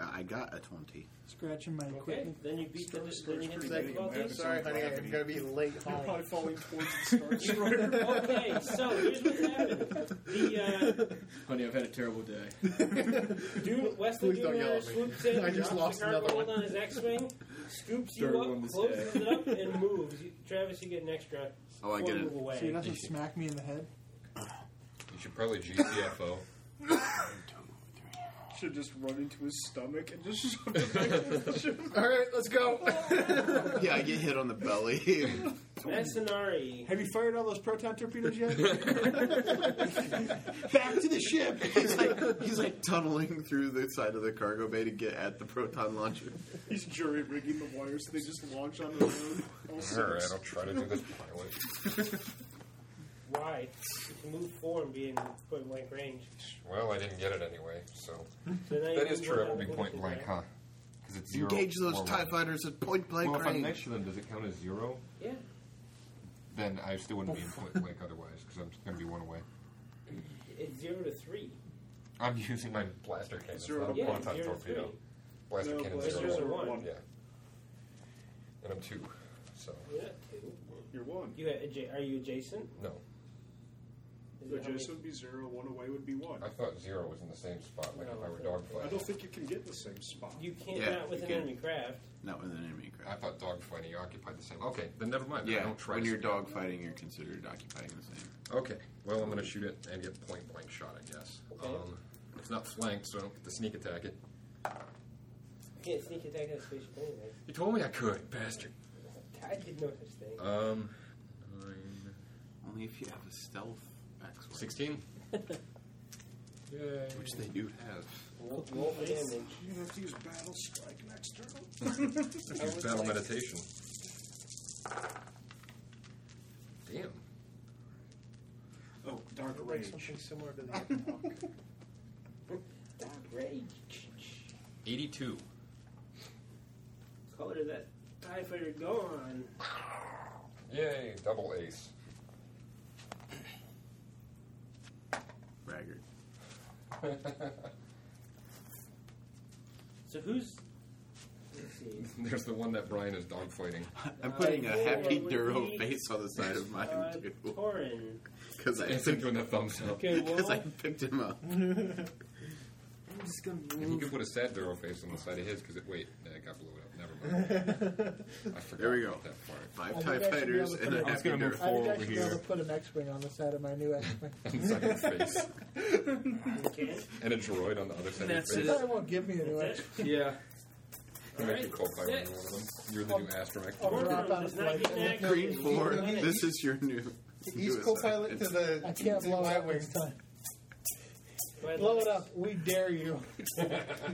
Speaker 6: Uh, I got a 20.
Speaker 9: Scratching my
Speaker 2: Okay,
Speaker 9: equipment.
Speaker 2: then you beat the then you hit
Speaker 46: Pretty
Speaker 2: the
Speaker 46: good.
Speaker 2: difficulty.
Speaker 46: Sorry, honey, I'm going to be late
Speaker 16: You're
Speaker 46: home.
Speaker 16: probably falling towards the Star Destroyer.
Speaker 2: okay, so here's what happened. The
Speaker 6: Honey, I've had a terrible day.
Speaker 2: uh, Doom, Wesley
Speaker 47: Please don't yell
Speaker 2: Doomhammer
Speaker 47: at me.
Speaker 2: swoops in,
Speaker 47: I just
Speaker 2: drops
Speaker 47: lost
Speaker 2: the cargo
Speaker 47: another
Speaker 2: hold
Speaker 47: one.
Speaker 2: on his X-wing, scoops
Speaker 48: Third
Speaker 2: you
Speaker 48: one
Speaker 2: up,
Speaker 48: was
Speaker 2: closes
Speaker 48: dead.
Speaker 2: it up, and moves. You, Travis, you get an extra.
Speaker 6: Oh, I
Speaker 2: one
Speaker 6: get it.
Speaker 2: move
Speaker 9: So he
Speaker 2: away.
Speaker 9: doesn't smack me in the head.
Speaker 4: You should probably GTFO.
Speaker 16: Should just run into his stomach and just shove it back in the ship.
Speaker 47: All right, let's go.
Speaker 6: yeah, I get hit on the belly.
Speaker 2: Masonari.
Speaker 9: Have you fired all those proton torpedoes yet?
Speaker 6: Back to the ship! He's like, he's like tunneling through the side of the cargo bay to get at the proton launcher.
Speaker 16: He's jury rigging the wires. They just launch on their own. All
Speaker 4: Alright,
Speaker 16: six.
Speaker 4: I'll try to do this pilot.
Speaker 2: Why? You can move four and be in point blank range.
Speaker 4: Well, I didn't get it anyway, so.
Speaker 2: So now you
Speaker 4: That is
Speaker 2: move
Speaker 4: true,
Speaker 2: one
Speaker 4: it will be
Speaker 2: up,
Speaker 4: point
Speaker 2: which is
Speaker 4: blank,
Speaker 2: right.
Speaker 4: huh? Because it's zero.
Speaker 6: Engage those
Speaker 4: or
Speaker 6: TIE
Speaker 4: one.
Speaker 6: fighters at point blank
Speaker 4: Well, if I'm
Speaker 6: range.
Speaker 4: next to them, does it count as zero?
Speaker 2: Yeah.
Speaker 4: Then I still wouldn't be in point blank otherwise, because I'm going to be one away.
Speaker 2: It's zero to three.
Speaker 4: I'm using my blaster cannon.
Speaker 16: Zero
Speaker 4: not
Speaker 16: to
Speaker 4: a
Speaker 2: one.
Speaker 4: proton
Speaker 2: Yeah, zero to
Speaker 4: torpedo.
Speaker 2: three.
Speaker 4: Blaster
Speaker 16: No,
Speaker 4: cannon
Speaker 16: blasters
Speaker 4: zero to
Speaker 2: are
Speaker 4: one.
Speaker 2: one.
Speaker 4: Yeah. And I'm two, so
Speaker 2: Yeah, two.
Speaker 16: You're one.
Speaker 2: You ha- adja- are you adjacent?
Speaker 4: no.
Speaker 2: Is
Speaker 16: So
Speaker 2: it how many-
Speaker 16: Jason would be zero, one away would be one.
Speaker 4: I thought zero was in the same spot, like if I were dogfighting.
Speaker 16: I don't think you can get the same spot.
Speaker 2: You can't
Speaker 6: Yeah,
Speaker 2: not with
Speaker 6: you
Speaker 2: an
Speaker 6: can.
Speaker 2: enemy craft.
Speaker 6: Not with an enemy
Speaker 4: I
Speaker 6: craft.
Speaker 4: thought dogfighting, you occupied the same. Okay, then never mind. I
Speaker 6: Yeah,
Speaker 4: don't try
Speaker 6: when
Speaker 4: to
Speaker 6: you're
Speaker 4: speak up.
Speaker 6: dogfighting, you're considered occupying the same.
Speaker 4: Okay. Well, I'm going to shoot it and get point blank shot, I guess. Um, it's not flanked, so I don't get to sneak attack it.
Speaker 2: You can't sneak attack on a spaceship anyway.
Speaker 4: You told me I could, bastard.
Speaker 2: I did no such thing.
Speaker 4: Um, nine,
Speaker 6: Only if you have a stealth X-wing,
Speaker 4: 16. Yay.
Speaker 6: which they do have.
Speaker 2: Roll, roll for damage.
Speaker 16: You have to use battle strike next turn.
Speaker 4: Let's use battle meditation. Damn.
Speaker 16: Oh, dark
Speaker 7: Like
Speaker 16: rage.
Speaker 7: something similar to that.
Speaker 4: 82.
Speaker 2: Color of that TIE fighter gone.
Speaker 4: Yay, double ace.
Speaker 6: Braggart.
Speaker 2: So who's. Let's see.
Speaker 4: There's the one that Brian is dogfighting.
Speaker 6: I'm putting a
Speaker 2: Uh,
Speaker 6: happy
Speaker 2: four would
Speaker 6: Duro
Speaker 2: be,
Speaker 6: face on the side of mine
Speaker 2: Uh,
Speaker 6: too,
Speaker 2: Torin.
Speaker 6: because I
Speaker 4: It's him doing the thumbs up.
Speaker 2: Okay,
Speaker 6: because I
Speaker 2: well,
Speaker 6: picked him up.
Speaker 3: I'm just gonna
Speaker 4: And you
Speaker 3: move.
Speaker 4: can put a sad Duro face on the side of his because it. Wait, nah, it got blown up. Never mind. I forgot
Speaker 6: There we go.
Speaker 4: about that part.
Speaker 6: Five Tie
Speaker 9: I think I should be
Speaker 6: Fighters
Speaker 9: able to
Speaker 6: and
Speaker 9: put
Speaker 6: a
Speaker 9: it- I was
Speaker 6: happy
Speaker 4: gonna
Speaker 6: Duro.
Speaker 4: move
Speaker 9: I would
Speaker 4: Four over
Speaker 9: actually be able to
Speaker 4: here.
Speaker 9: put an X-wing on the side of my new X-wing.
Speaker 4: On the side of his face.
Speaker 2: okay.
Speaker 4: And a droid on the other side
Speaker 9: That's
Speaker 4: of his face.
Speaker 9: won't give me a new
Speaker 2: That's
Speaker 9: X.
Speaker 2: it.
Speaker 48: Yeah.
Speaker 4: You make your
Speaker 2: Alright,
Speaker 4: co-pilot one
Speaker 2: six.
Speaker 4: of them. You're the new astromech.
Speaker 9: I'll
Speaker 2: Torin
Speaker 9: drop out
Speaker 2: does
Speaker 9: of
Speaker 2: not
Speaker 9: flight.
Speaker 2: get an action.
Speaker 6: Green four.
Speaker 2: Planet.
Speaker 6: This is your new.
Speaker 7: He's
Speaker 6: newest
Speaker 7: co-pilot
Speaker 6: act.
Speaker 7: to the.
Speaker 9: I can't
Speaker 7: to
Speaker 9: blow
Speaker 7: the
Speaker 9: it up
Speaker 7: Wing.
Speaker 9: this time.
Speaker 2: But
Speaker 9: Blow it up. We dare you.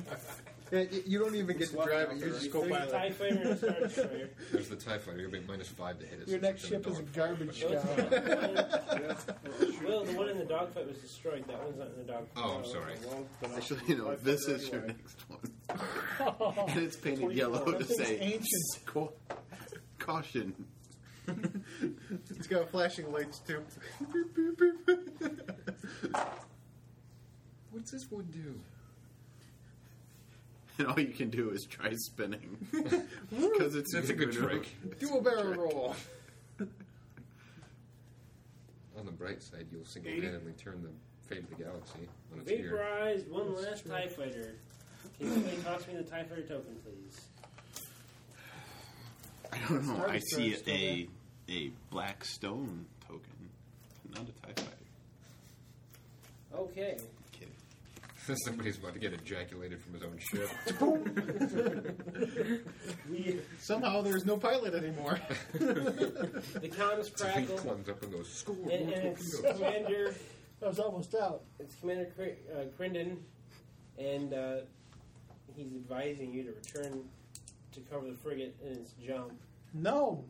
Speaker 7: Yeah, y- You don't even get to drive it. You're just co-pilot.
Speaker 2: TIE fighter and a Star Destroyer.
Speaker 4: There's the TIE fighter. You'll be minus five to hit it.
Speaker 9: Your
Speaker 4: so it's
Speaker 9: next
Speaker 4: in
Speaker 9: ship
Speaker 4: the
Speaker 9: is a
Speaker 4: dog.
Speaker 9: garbage
Speaker 2: No, it's
Speaker 9: guy.
Speaker 2: not. Well, the one in the dogfight was destroyed. That one's not in the dogfight.
Speaker 4: Oh, I'm sorry.
Speaker 6: Actually, no. This is your next one.
Speaker 43: and it's painted yellow to
Speaker 9: That thing's
Speaker 43: say
Speaker 9: ancient.
Speaker 43: "Cau- caution.
Speaker 7: It's got flashing lights too.
Speaker 4: What's this one do?
Speaker 43: And all you can do is try spinning because it's
Speaker 4: That's a good
Speaker 43: maneuver.
Speaker 4: trick.
Speaker 43: It's
Speaker 4: Do a barrel roll. On the bright side, you'll single-handedly turn the fate of the galaxy on its ear.
Speaker 2: Vaporized one last TIE fighter. Can somebody toss me the TIE fighter token, please?
Speaker 43: I don't know.
Speaker 2: Star
Speaker 43: I see
Speaker 2: Destroyer's still
Speaker 43: a a black stone token, not a Tie Fighter.
Speaker 2: Okay.
Speaker 4: Somebody's about to get ejaculated from his own ship.
Speaker 7: Somehow there's no pilot anymore.
Speaker 2: The Countess
Speaker 4: he
Speaker 2: Crackle.
Speaker 4: climbs up and goes, score!
Speaker 2: and,
Speaker 4: more
Speaker 2: and it's
Speaker 4: torpedoes."
Speaker 2: Commander.
Speaker 9: I was almost out.
Speaker 2: It's Commander Cri- uh, Crindon, and uh, he's advising you to return to cover the frigate in its jump.
Speaker 9: No.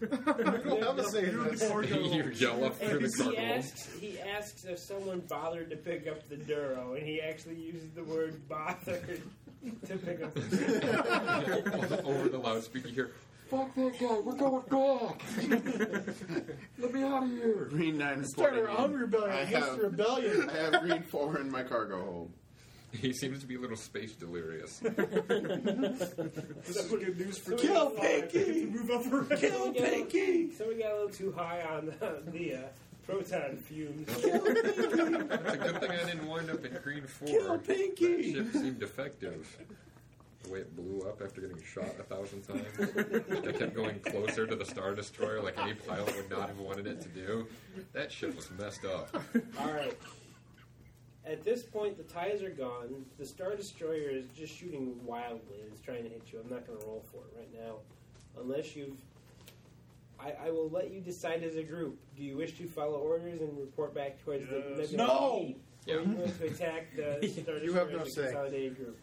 Speaker 7: don't have a say in this.
Speaker 4: You yell up through
Speaker 2: And
Speaker 4: the
Speaker 2: he
Speaker 4: cargo.
Speaker 2: asks, he asks if someone bothered to pick up the Duro, and he actually uses the word bothered to pick up the
Speaker 4: Over- Over the loudspeaker here.
Speaker 12: Fuck that guy. We're going back. Let me out of here.
Speaker 43: Green Nine
Speaker 9: Start
Speaker 43: reporting.
Speaker 9: our own
Speaker 43: in.
Speaker 9: rebellion
Speaker 43: I
Speaker 9: against
Speaker 43: have-
Speaker 9: the rebellion.
Speaker 43: I have Green Four in my cargo hold.
Speaker 4: He seems to be a little space delirious.
Speaker 32: This is good news for
Speaker 9: Kill
Speaker 32: Pinky. Move up around.
Speaker 2: Kill Pinky! Somebody got a little too high on the, the uh, proton fumes.
Speaker 4: It's a good thing I didn't wind up in Green 4. Kill Pinky! That ship seemed effective. The way it blew up after getting shot a thousand times. they kept going closer to the Star Destroyer like any pilot would not have wanted it to do. That ship was messed up.
Speaker 2: All right. At this point, the ties are gone. The Star Destroyer is just shooting wildly and is trying to hit you. I'm not going to roll for it right now, unless you've. I, I will let you decide as a group. Do you wish to follow orders and report back towards the
Speaker 32: Yes.
Speaker 2: Nebula
Speaker 32: No!
Speaker 2: E, Or are you going to attack the Star Destroyer
Speaker 32: You have no
Speaker 2: as a
Speaker 32: say.
Speaker 2: consolidated group?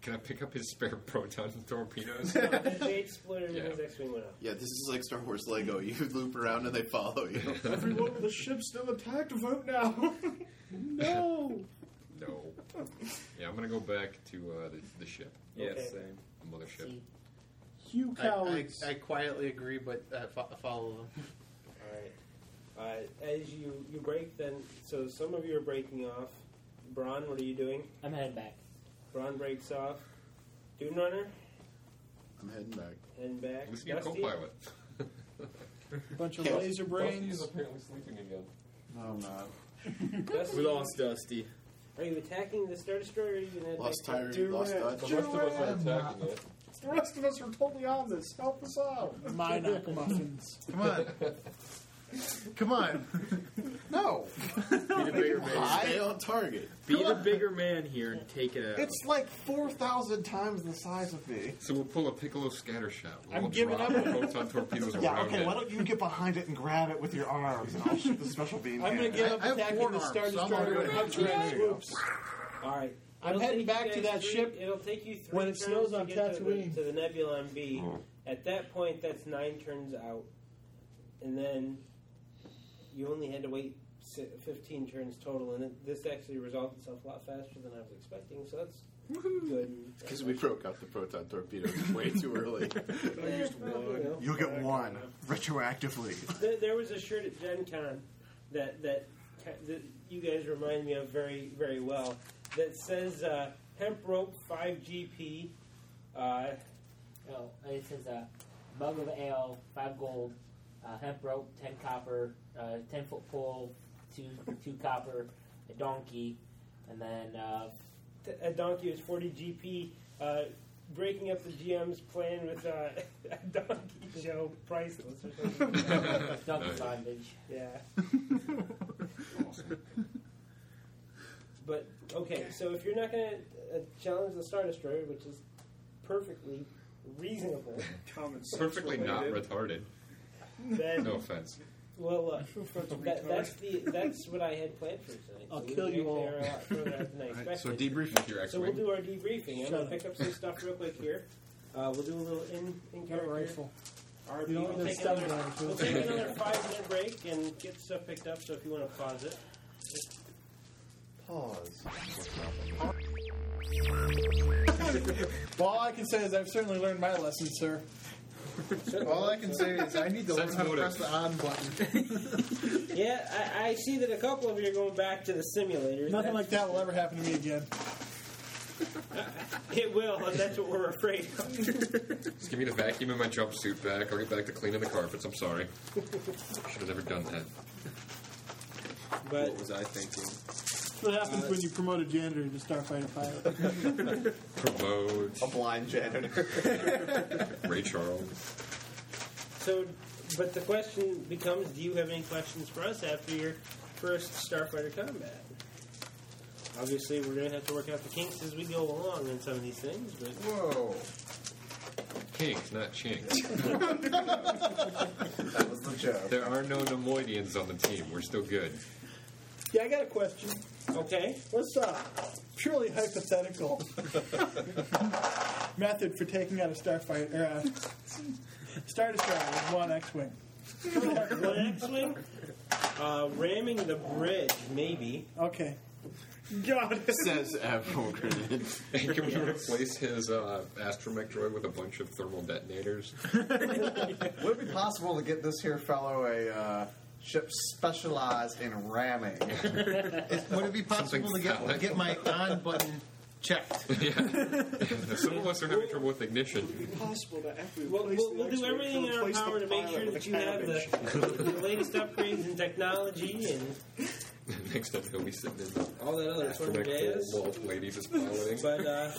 Speaker 4: Can I pick up his spare proton torpedoes?
Speaker 2: The Jade Splitter and
Speaker 4: Yeah.
Speaker 2: his X-wing went up.
Speaker 43: Yeah, this is like Star Wars Lego. You loop around and they follow you.
Speaker 32: Everyone with the ship still intact, vote now. no.
Speaker 4: no. Yeah, I'm gonna go back to uh, the, the ship.
Speaker 10: Yeah,
Speaker 2: Okay.
Speaker 10: same.
Speaker 4: The mothership.
Speaker 9: You
Speaker 49: I, I,
Speaker 9: cowards.
Speaker 49: I quietly agree, but uh, fo- follow them.
Speaker 2: All right. Uh, as you you break, then so some of you are breaking off. Braun, what are you doing?
Speaker 3: I'm heading back.
Speaker 2: Braun breaks off. Dune Runner,
Speaker 43: I'm heading back.
Speaker 2: heading back.
Speaker 4: We see a
Speaker 2: Dusty?
Speaker 4: co-pilot.
Speaker 9: Bunch of
Speaker 43: Yeah.
Speaker 9: laser brains.
Speaker 4: apparently sleeping again.
Speaker 43: No, I'm not.
Speaker 2: Dusty,
Speaker 10: We lost Dusty.
Speaker 2: Are you attacking the Star Destroyer? Or are you gonna head
Speaker 43: Lost
Speaker 2: back?
Speaker 43: Tyree, lost Dodge.
Speaker 4: The rest of us are attacking it.
Speaker 32: The rest of us are totally on this. Help us out.
Speaker 9: My knock muffins.
Speaker 7: Come on. Come on. no.
Speaker 10: Be the bigger man.
Speaker 43: Stay on target.
Speaker 10: Be the bigger man here and take it out.
Speaker 7: It's like 4,000 times the size of me.
Speaker 4: So we'll pull a piccolo scatter shot. We'll
Speaker 7: I'm
Speaker 4: all
Speaker 7: giving
Speaker 4: drop
Speaker 7: up.
Speaker 4: proton torpedoes
Speaker 43: Yeah,
Speaker 4: around
Speaker 43: okay,
Speaker 4: it.
Speaker 43: why don't you get behind it and grab it with your arms and I'll shoot the special beam.
Speaker 9: I'm gonna
Speaker 43: cannon.
Speaker 9: get up
Speaker 7: I have
Speaker 9: attacking
Speaker 7: four
Speaker 9: the Star
Speaker 7: arms, so I'm already
Speaker 9: Destroyer.
Speaker 7: gonna
Speaker 9: Up
Speaker 7: have
Speaker 9: to
Speaker 7: two.
Speaker 9: its
Speaker 7: There you go.
Speaker 9: swoops.
Speaker 2: All right.
Speaker 9: I'm
Speaker 2: It'll
Speaker 9: heading
Speaker 2: take
Speaker 9: back
Speaker 2: you
Speaker 9: to
Speaker 2: guys
Speaker 9: that
Speaker 2: three-
Speaker 9: ship
Speaker 2: It'll take you three
Speaker 9: when it
Speaker 2: turns
Speaker 9: snows
Speaker 2: to
Speaker 9: on
Speaker 2: get to the-
Speaker 9: Tatooine.
Speaker 2: to the Nebula and B.
Speaker 43: Hmm.
Speaker 2: At that point, that's nine turns out, and then you only had to wait si- fifteen turns total, and it, this actually resolved itself a lot faster than I was expecting. So that's good.
Speaker 43: Because we broke out the proton torpedoes way too early.
Speaker 2: Eh, well, you know.
Speaker 43: You'll get one retroactively.
Speaker 2: There, there was a shirt at Gen Con that, that ca- that you guys remind me of very very well that says uh, hemp rope five GP. Uh,
Speaker 3: No, it says uh, mug of ale, five gold, uh, hemp rope, ten copper, uh, ten foot pole, two two copper, a donkey, and then uh,
Speaker 2: t- a donkey was 40 GP. Uh, breaking up the GM's plan with uh, a donkey show, priceless. Or something.
Speaker 3: donkey
Speaker 4: Nice.
Speaker 3: bondage.
Speaker 2: yeah. But okay, so if you're not going to uh, challenge the Star Destroyer, which is perfectly reasonable,
Speaker 32: Common sense.
Speaker 4: Perfectly not
Speaker 32: related.
Speaker 4: retarded.
Speaker 2: then
Speaker 4: No offense.
Speaker 2: well, uh,
Speaker 32: Fucking
Speaker 2: that, that's
Speaker 32: retard.
Speaker 2: the that's what I had planned for tonight.
Speaker 9: I'll
Speaker 2: so we
Speaker 9: kill you
Speaker 2: actually
Speaker 9: all.
Speaker 2: are a lot further out than I expected.
Speaker 43: so debrief.
Speaker 4: With your
Speaker 2: So we'll
Speaker 4: X-wing.
Speaker 2: do our debriefing. I'm
Speaker 9: Shut
Speaker 2: gonna
Speaker 9: up.
Speaker 2: pick up some stuff real quick here. Uh, we'll do a little in in
Speaker 9: Got a
Speaker 2: character.
Speaker 9: rifle.
Speaker 2: RP.
Speaker 9: You don't
Speaker 2: We'll
Speaker 9: have
Speaker 2: take
Speaker 9: stun
Speaker 2: another-
Speaker 9: damage,
Speaker 2: We'll
Speaker 9: do you?
Speaker 2: take another five minute break and get stuff picked up. So if you want to pause it,
Speaker 43: Pause.
Speaker 9: Well, all I can say is I've certainly learned my lesson, sir.
Speaker 7: All I can say is I need to learn how to press the on button.
Speaker 2: Yeah, I, I see that a couple of you are going back to the simulator.
Speaker 9: Nothing like that will ever happen to me again.
Speaker 2: It will, and that's what we're afraid of.
Speaker 4: Just give me the vacuum and my jumpsuit back. I'll get back to cleaning the carpets. I'm sorry. Should have never done that.
Speaker 2: But
Speaker 16: what was I thinking?
Speaker 9: That's what happens when you promote a janitor to starfighter pilot.
Speaker 4: Promote
Speaker 7: A blind janitor.
Speaker 4: Ray Charles.
Speaker 2: So, but the question becomes: Do you have any questions for us after your first starfighter combat? Obviously, we're going to have to work out the kinks as we go along in some of these things. But
Speaker 7: Whoa.
Speaker 4: Kinks, not chinks.
Speaker 7: That was the joke.
Speaker 4: there are no Nemoidians on the team. We're still good.
Speaker 9: yeah, I got a question.
Speaker 2: okay,
Speaker 9: What's up? Purely hypothetical method for taking out a starfighter. Or uh Star Destroyer with one X-wing.
Speaker 2: one X-wing, uh, ramming the bridge, maybe.
Speaker 9: Okay.
Speaker 2: God,
Speaker 43: Says Admiral Grenade.
Speaker 4: Can we replace his uh, astromech droid with a bunch of thermal detonators?
Speaker 7: Would it be possible to get this here fellow a uh, ship specialized in ramming?
Speaker 32: Would it be possible
Speaker 4: Something
Speaker 32: to get,
Speaker 4: phallic.
Speaker 32: get my on button checked?
Speaker 4: yeah. Some of us are having trouble with ignition.
Speaker 32: Possible to actually
Speaker 2: We'll,
Speaker 32: replace
Speaker 2: we'll,
Speaker 32: the
Speaker 2: we'll do
Speaker 32: X-ray
Speaker 2: everything in
Speaker 32: to
Speaker 2: our
Speaker 32: replace the
Speaker 2: power to make
Speaker 32: pilot
Speaker 2: sure
Speaker 32: with
Speaker 2: that
Speaker 32: a
Speaker 2: you have
Speaker 32: cabbage.
Speaker 2: the, the latest upgrades in technology and
Speaker 4: Next up, he'll be sitting in the
Speaker 2: all that other sort of
Speaker 4: astromech
Speaker 2: jazz.
Speaker 4: full of ladies is piloting.
Speaker 2: But uh,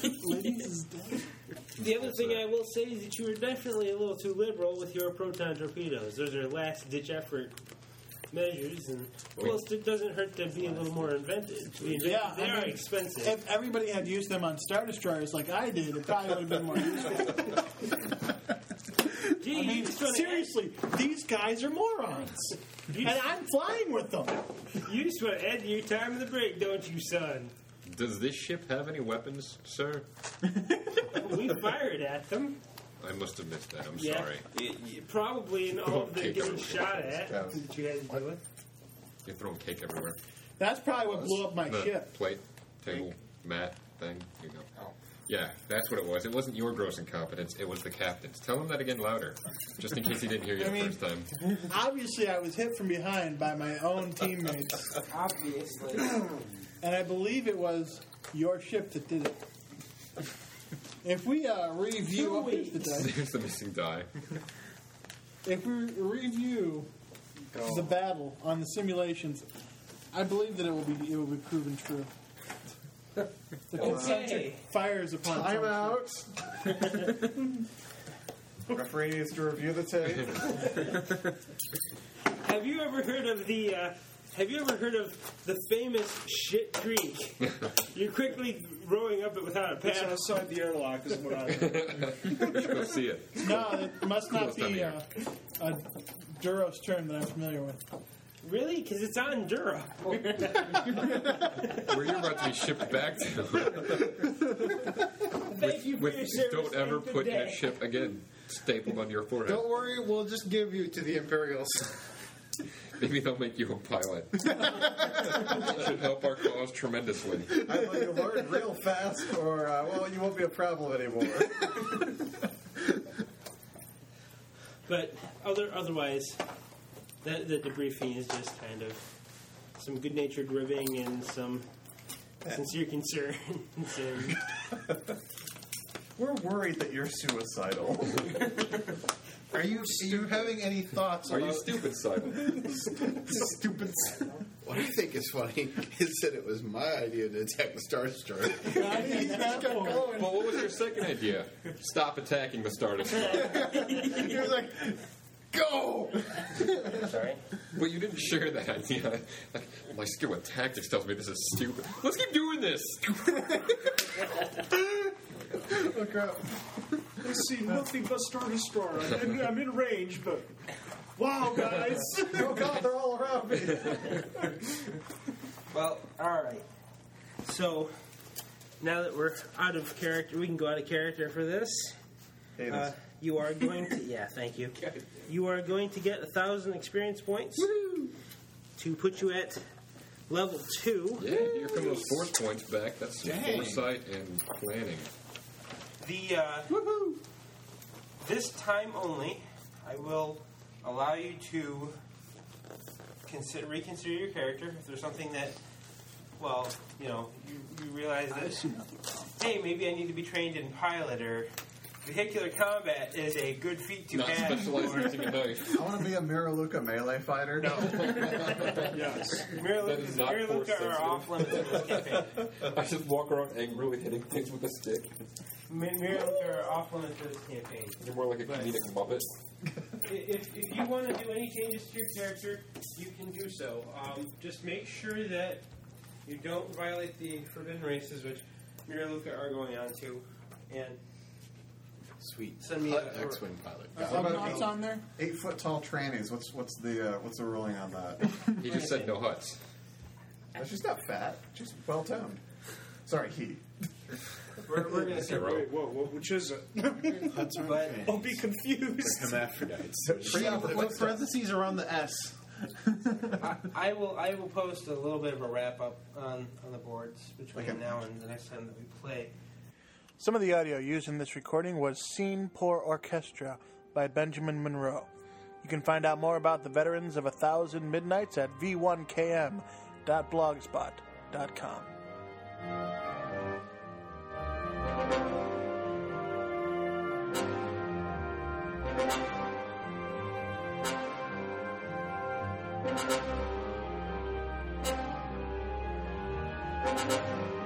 Speaker 2: the other thing I will say is that you were definitely a little too liberal with your proton torpedoes. Those are last-ditch effort measures, and well, it doesn't hurt to be a little more inventive. I mean, they-
Speaker 9: Yeah,
Speaker 2: they
Speaker 9: I
Speaker 2: are
Speaker 9: mean,
Speaker 2: expensive.
Speaker 9: If everybody had used them on Star Destroyers like I did, it probably would have been more useful.
Speaker 2: Gee,
Speaker 9: I
Speaker 2: you
Speaker 9: mean,
Speaker 2: just wanna-
Speaker 9: seriously, these guys are morons.
Speaker 2: you
Speaker 9: And
Speaker 2: just-
Speaker 9: I'm flying with them.
Speaker 2: you just want to end your time in the brig, don't you, son?
Speaker 4: Does this ship have any weapons, sir?
Speaker 2: We fired at them.
Speaker 4: I must have missed that. I'm
Speaker 2: Yeah.
Speaker 4: sorry.
Speaker 2: Y- y- probably in all of the
Speaker 4: Okay,
Speaker 2: getting
Speaker 4: go.
Speaker 2: shot at.
Speaker 7: Yeah.
Speaker 2: Did you guys do it?
Speaker 4: You're throwing cake everywhere.
Speaker 9: That's probably what blew up my
Speaker 4: the
Speaker 9: ship.
Speaker 4: plate, table, mat thing. You go. Yeah, that's what it was. It wasn't your gross incompetence. It was the captain's. Tell him that again louder, just in case he didn't hear you
Speaker 9: I mean-
Speaker 4: the first time.
Speaker 9: Obviously, I was hit from behind by my own teammates,
Speaker 10: Obviously.
Speaker 9: and I believe it was your ship that did it. If we uh, review, oh, here's the die.
Speaker 4: There's the missing die.
Speaker 9: if we review the battle on the simulations, I believe that it will be it will be proven true. The concentric fires upon
Speaker 7: I'm
Speaker 9: Thomas.
Speaker 7: out. Referee needs to review the tape.
Speaker 2: Have you ever heard of the? Uh, have you ever heard of the famous shit creek? You're quickly rowing up it without a
Speaker 32: It's
Speaker 2: paddle.
Speaker 32: outside the airlock is what I
Speaker 4: Go see it.
Speaker 9: No, it must not
Speaker 4: It's not
Speaker 9: be
Speaker 4: here.
Speaker 9: uh, a Duros term that I'm familiar with.
Speaker 2: Really? Because it's on Dura.
Speaker 4: Where you're about to be shipped back to.
Speaker 2: Thank you for your
Speaker 4: With
Speaker 2: service.
Speaker 4: don't ever
Speaker 2: Have a good
Speaker 4: put your
Speaker 2: day.
Speaker 4: ship again stapled on your forehead.
Speaker 32: Don't worry, we'll just give you to the Imperials.
Speaker 4: Maybe they'll make you a pilot. Should help our cause tremendously.
Speaker 7: I will you learn real fast, or uh, well, you won't be a problem anymore.
Speaker 2: But other otherwise, the, the debriefing is just kind of some good-natured ribbing and some sincere concern. and
Speaker 7: We're worried that you're suicidal.
Speaker 32: Are you are you having any thoughts
Speaker 4: Are
Speaker 32: about
Speaker 4: you stupid, Simon?
Speaker 7: Stupid.
Speaker 43: What I think is funny is that it was my idea to attack the Star Destroyer.
Speaker 4: Well, what was your second idea? Stop attacking the Star Destroyer.
Speaker 7: You're like, go.
Speaker 2: Sorry.
Speaker 4: But you didn't share that idea. Like, my skill with tactics tells me this is stupid. Let's keep doing this.
Speaker 7: Oh crap.
Speaker 32: I see nothing but Star Destroyer. I'm in, I'm in range, but wow, guys!
Speaker 7: Oh god, they're all around me.
Speaker 2: Well, all right. So now that we're out of character, we can go out of character for this. Uh, you are going to yeah, thank you. You are going to get a thousand experience points to put you at level two.
Speaker 4: Yeah, here come those force points back. That's some
Speaker 2: Dang.
Speaker 4: foresight and planning.
Speaker 2: The uh, This time only, I will allow you to consider reconsider your character if there's something that, well, you know, you, you realize that. Hey, maybe I need to be trained in pilot or vehicular combat is a good feat to
Speaker 4: Not
Speaker 2: have.
Speaker 4: specialized in using a knife.
Speaker 7: I want to be a Miraluka melee fighter. No.
Speaker 4: yes.
Speaker 2: Miraluka,
Speaker 4: is not
Speaker 2: Miraluka
Speaker 4: force
Speaker 2: are
Speaker 4: sensitive.
Speaker 2: off limits in this campaign.
Speaker 4: I just walk around angrily hitting things with a stick.
Speaker 2: Mi- Miraluka are off limits in this campaign.
Speaker 4: You're more like a comedic muppet.
Speaker 2: if, if you want to do any changes to your character, you can do so. Um, just make sure that you don't violate the forbidden races, which Miraluka are going on to. And
Speaker 43: Sweet.
Speaker 2: Send me
Speaker 43: Hut
Speaker 2: a-
Speaker 43: X-wing pilot.
Speaker 7: Are
Speaker 43: What about
Speaker 7: knots
Speaker 43: eight-
Speaker 7: on there? Eight foot tall trannies. What's what's the uh, what's the ruling on that?
Speaker 4: He just said no huts.
Speaker 7: Oh, she's not fat. She's well toned. Sorry, he.
Speaker 32: We're, we're going to say,
Speaker 7: Hero.
Speaker 32: wait, whoa, what, which is it?
Speaker 2: but
Speaker 32: Don't be confused.
Speaker 9: Put parentheses around the S.
Speaker 2: I, I will I will post a little bit of a wrap up on, on the boards between now and the next time that we play.
Speaker 1: Some of the audio used in this recording was Scene Poor Orchestra by Benjamin Monroe. You can find out more about the veterans of a thousand midnights at v1km.blogspot.com.
Speaker 12: Thank you.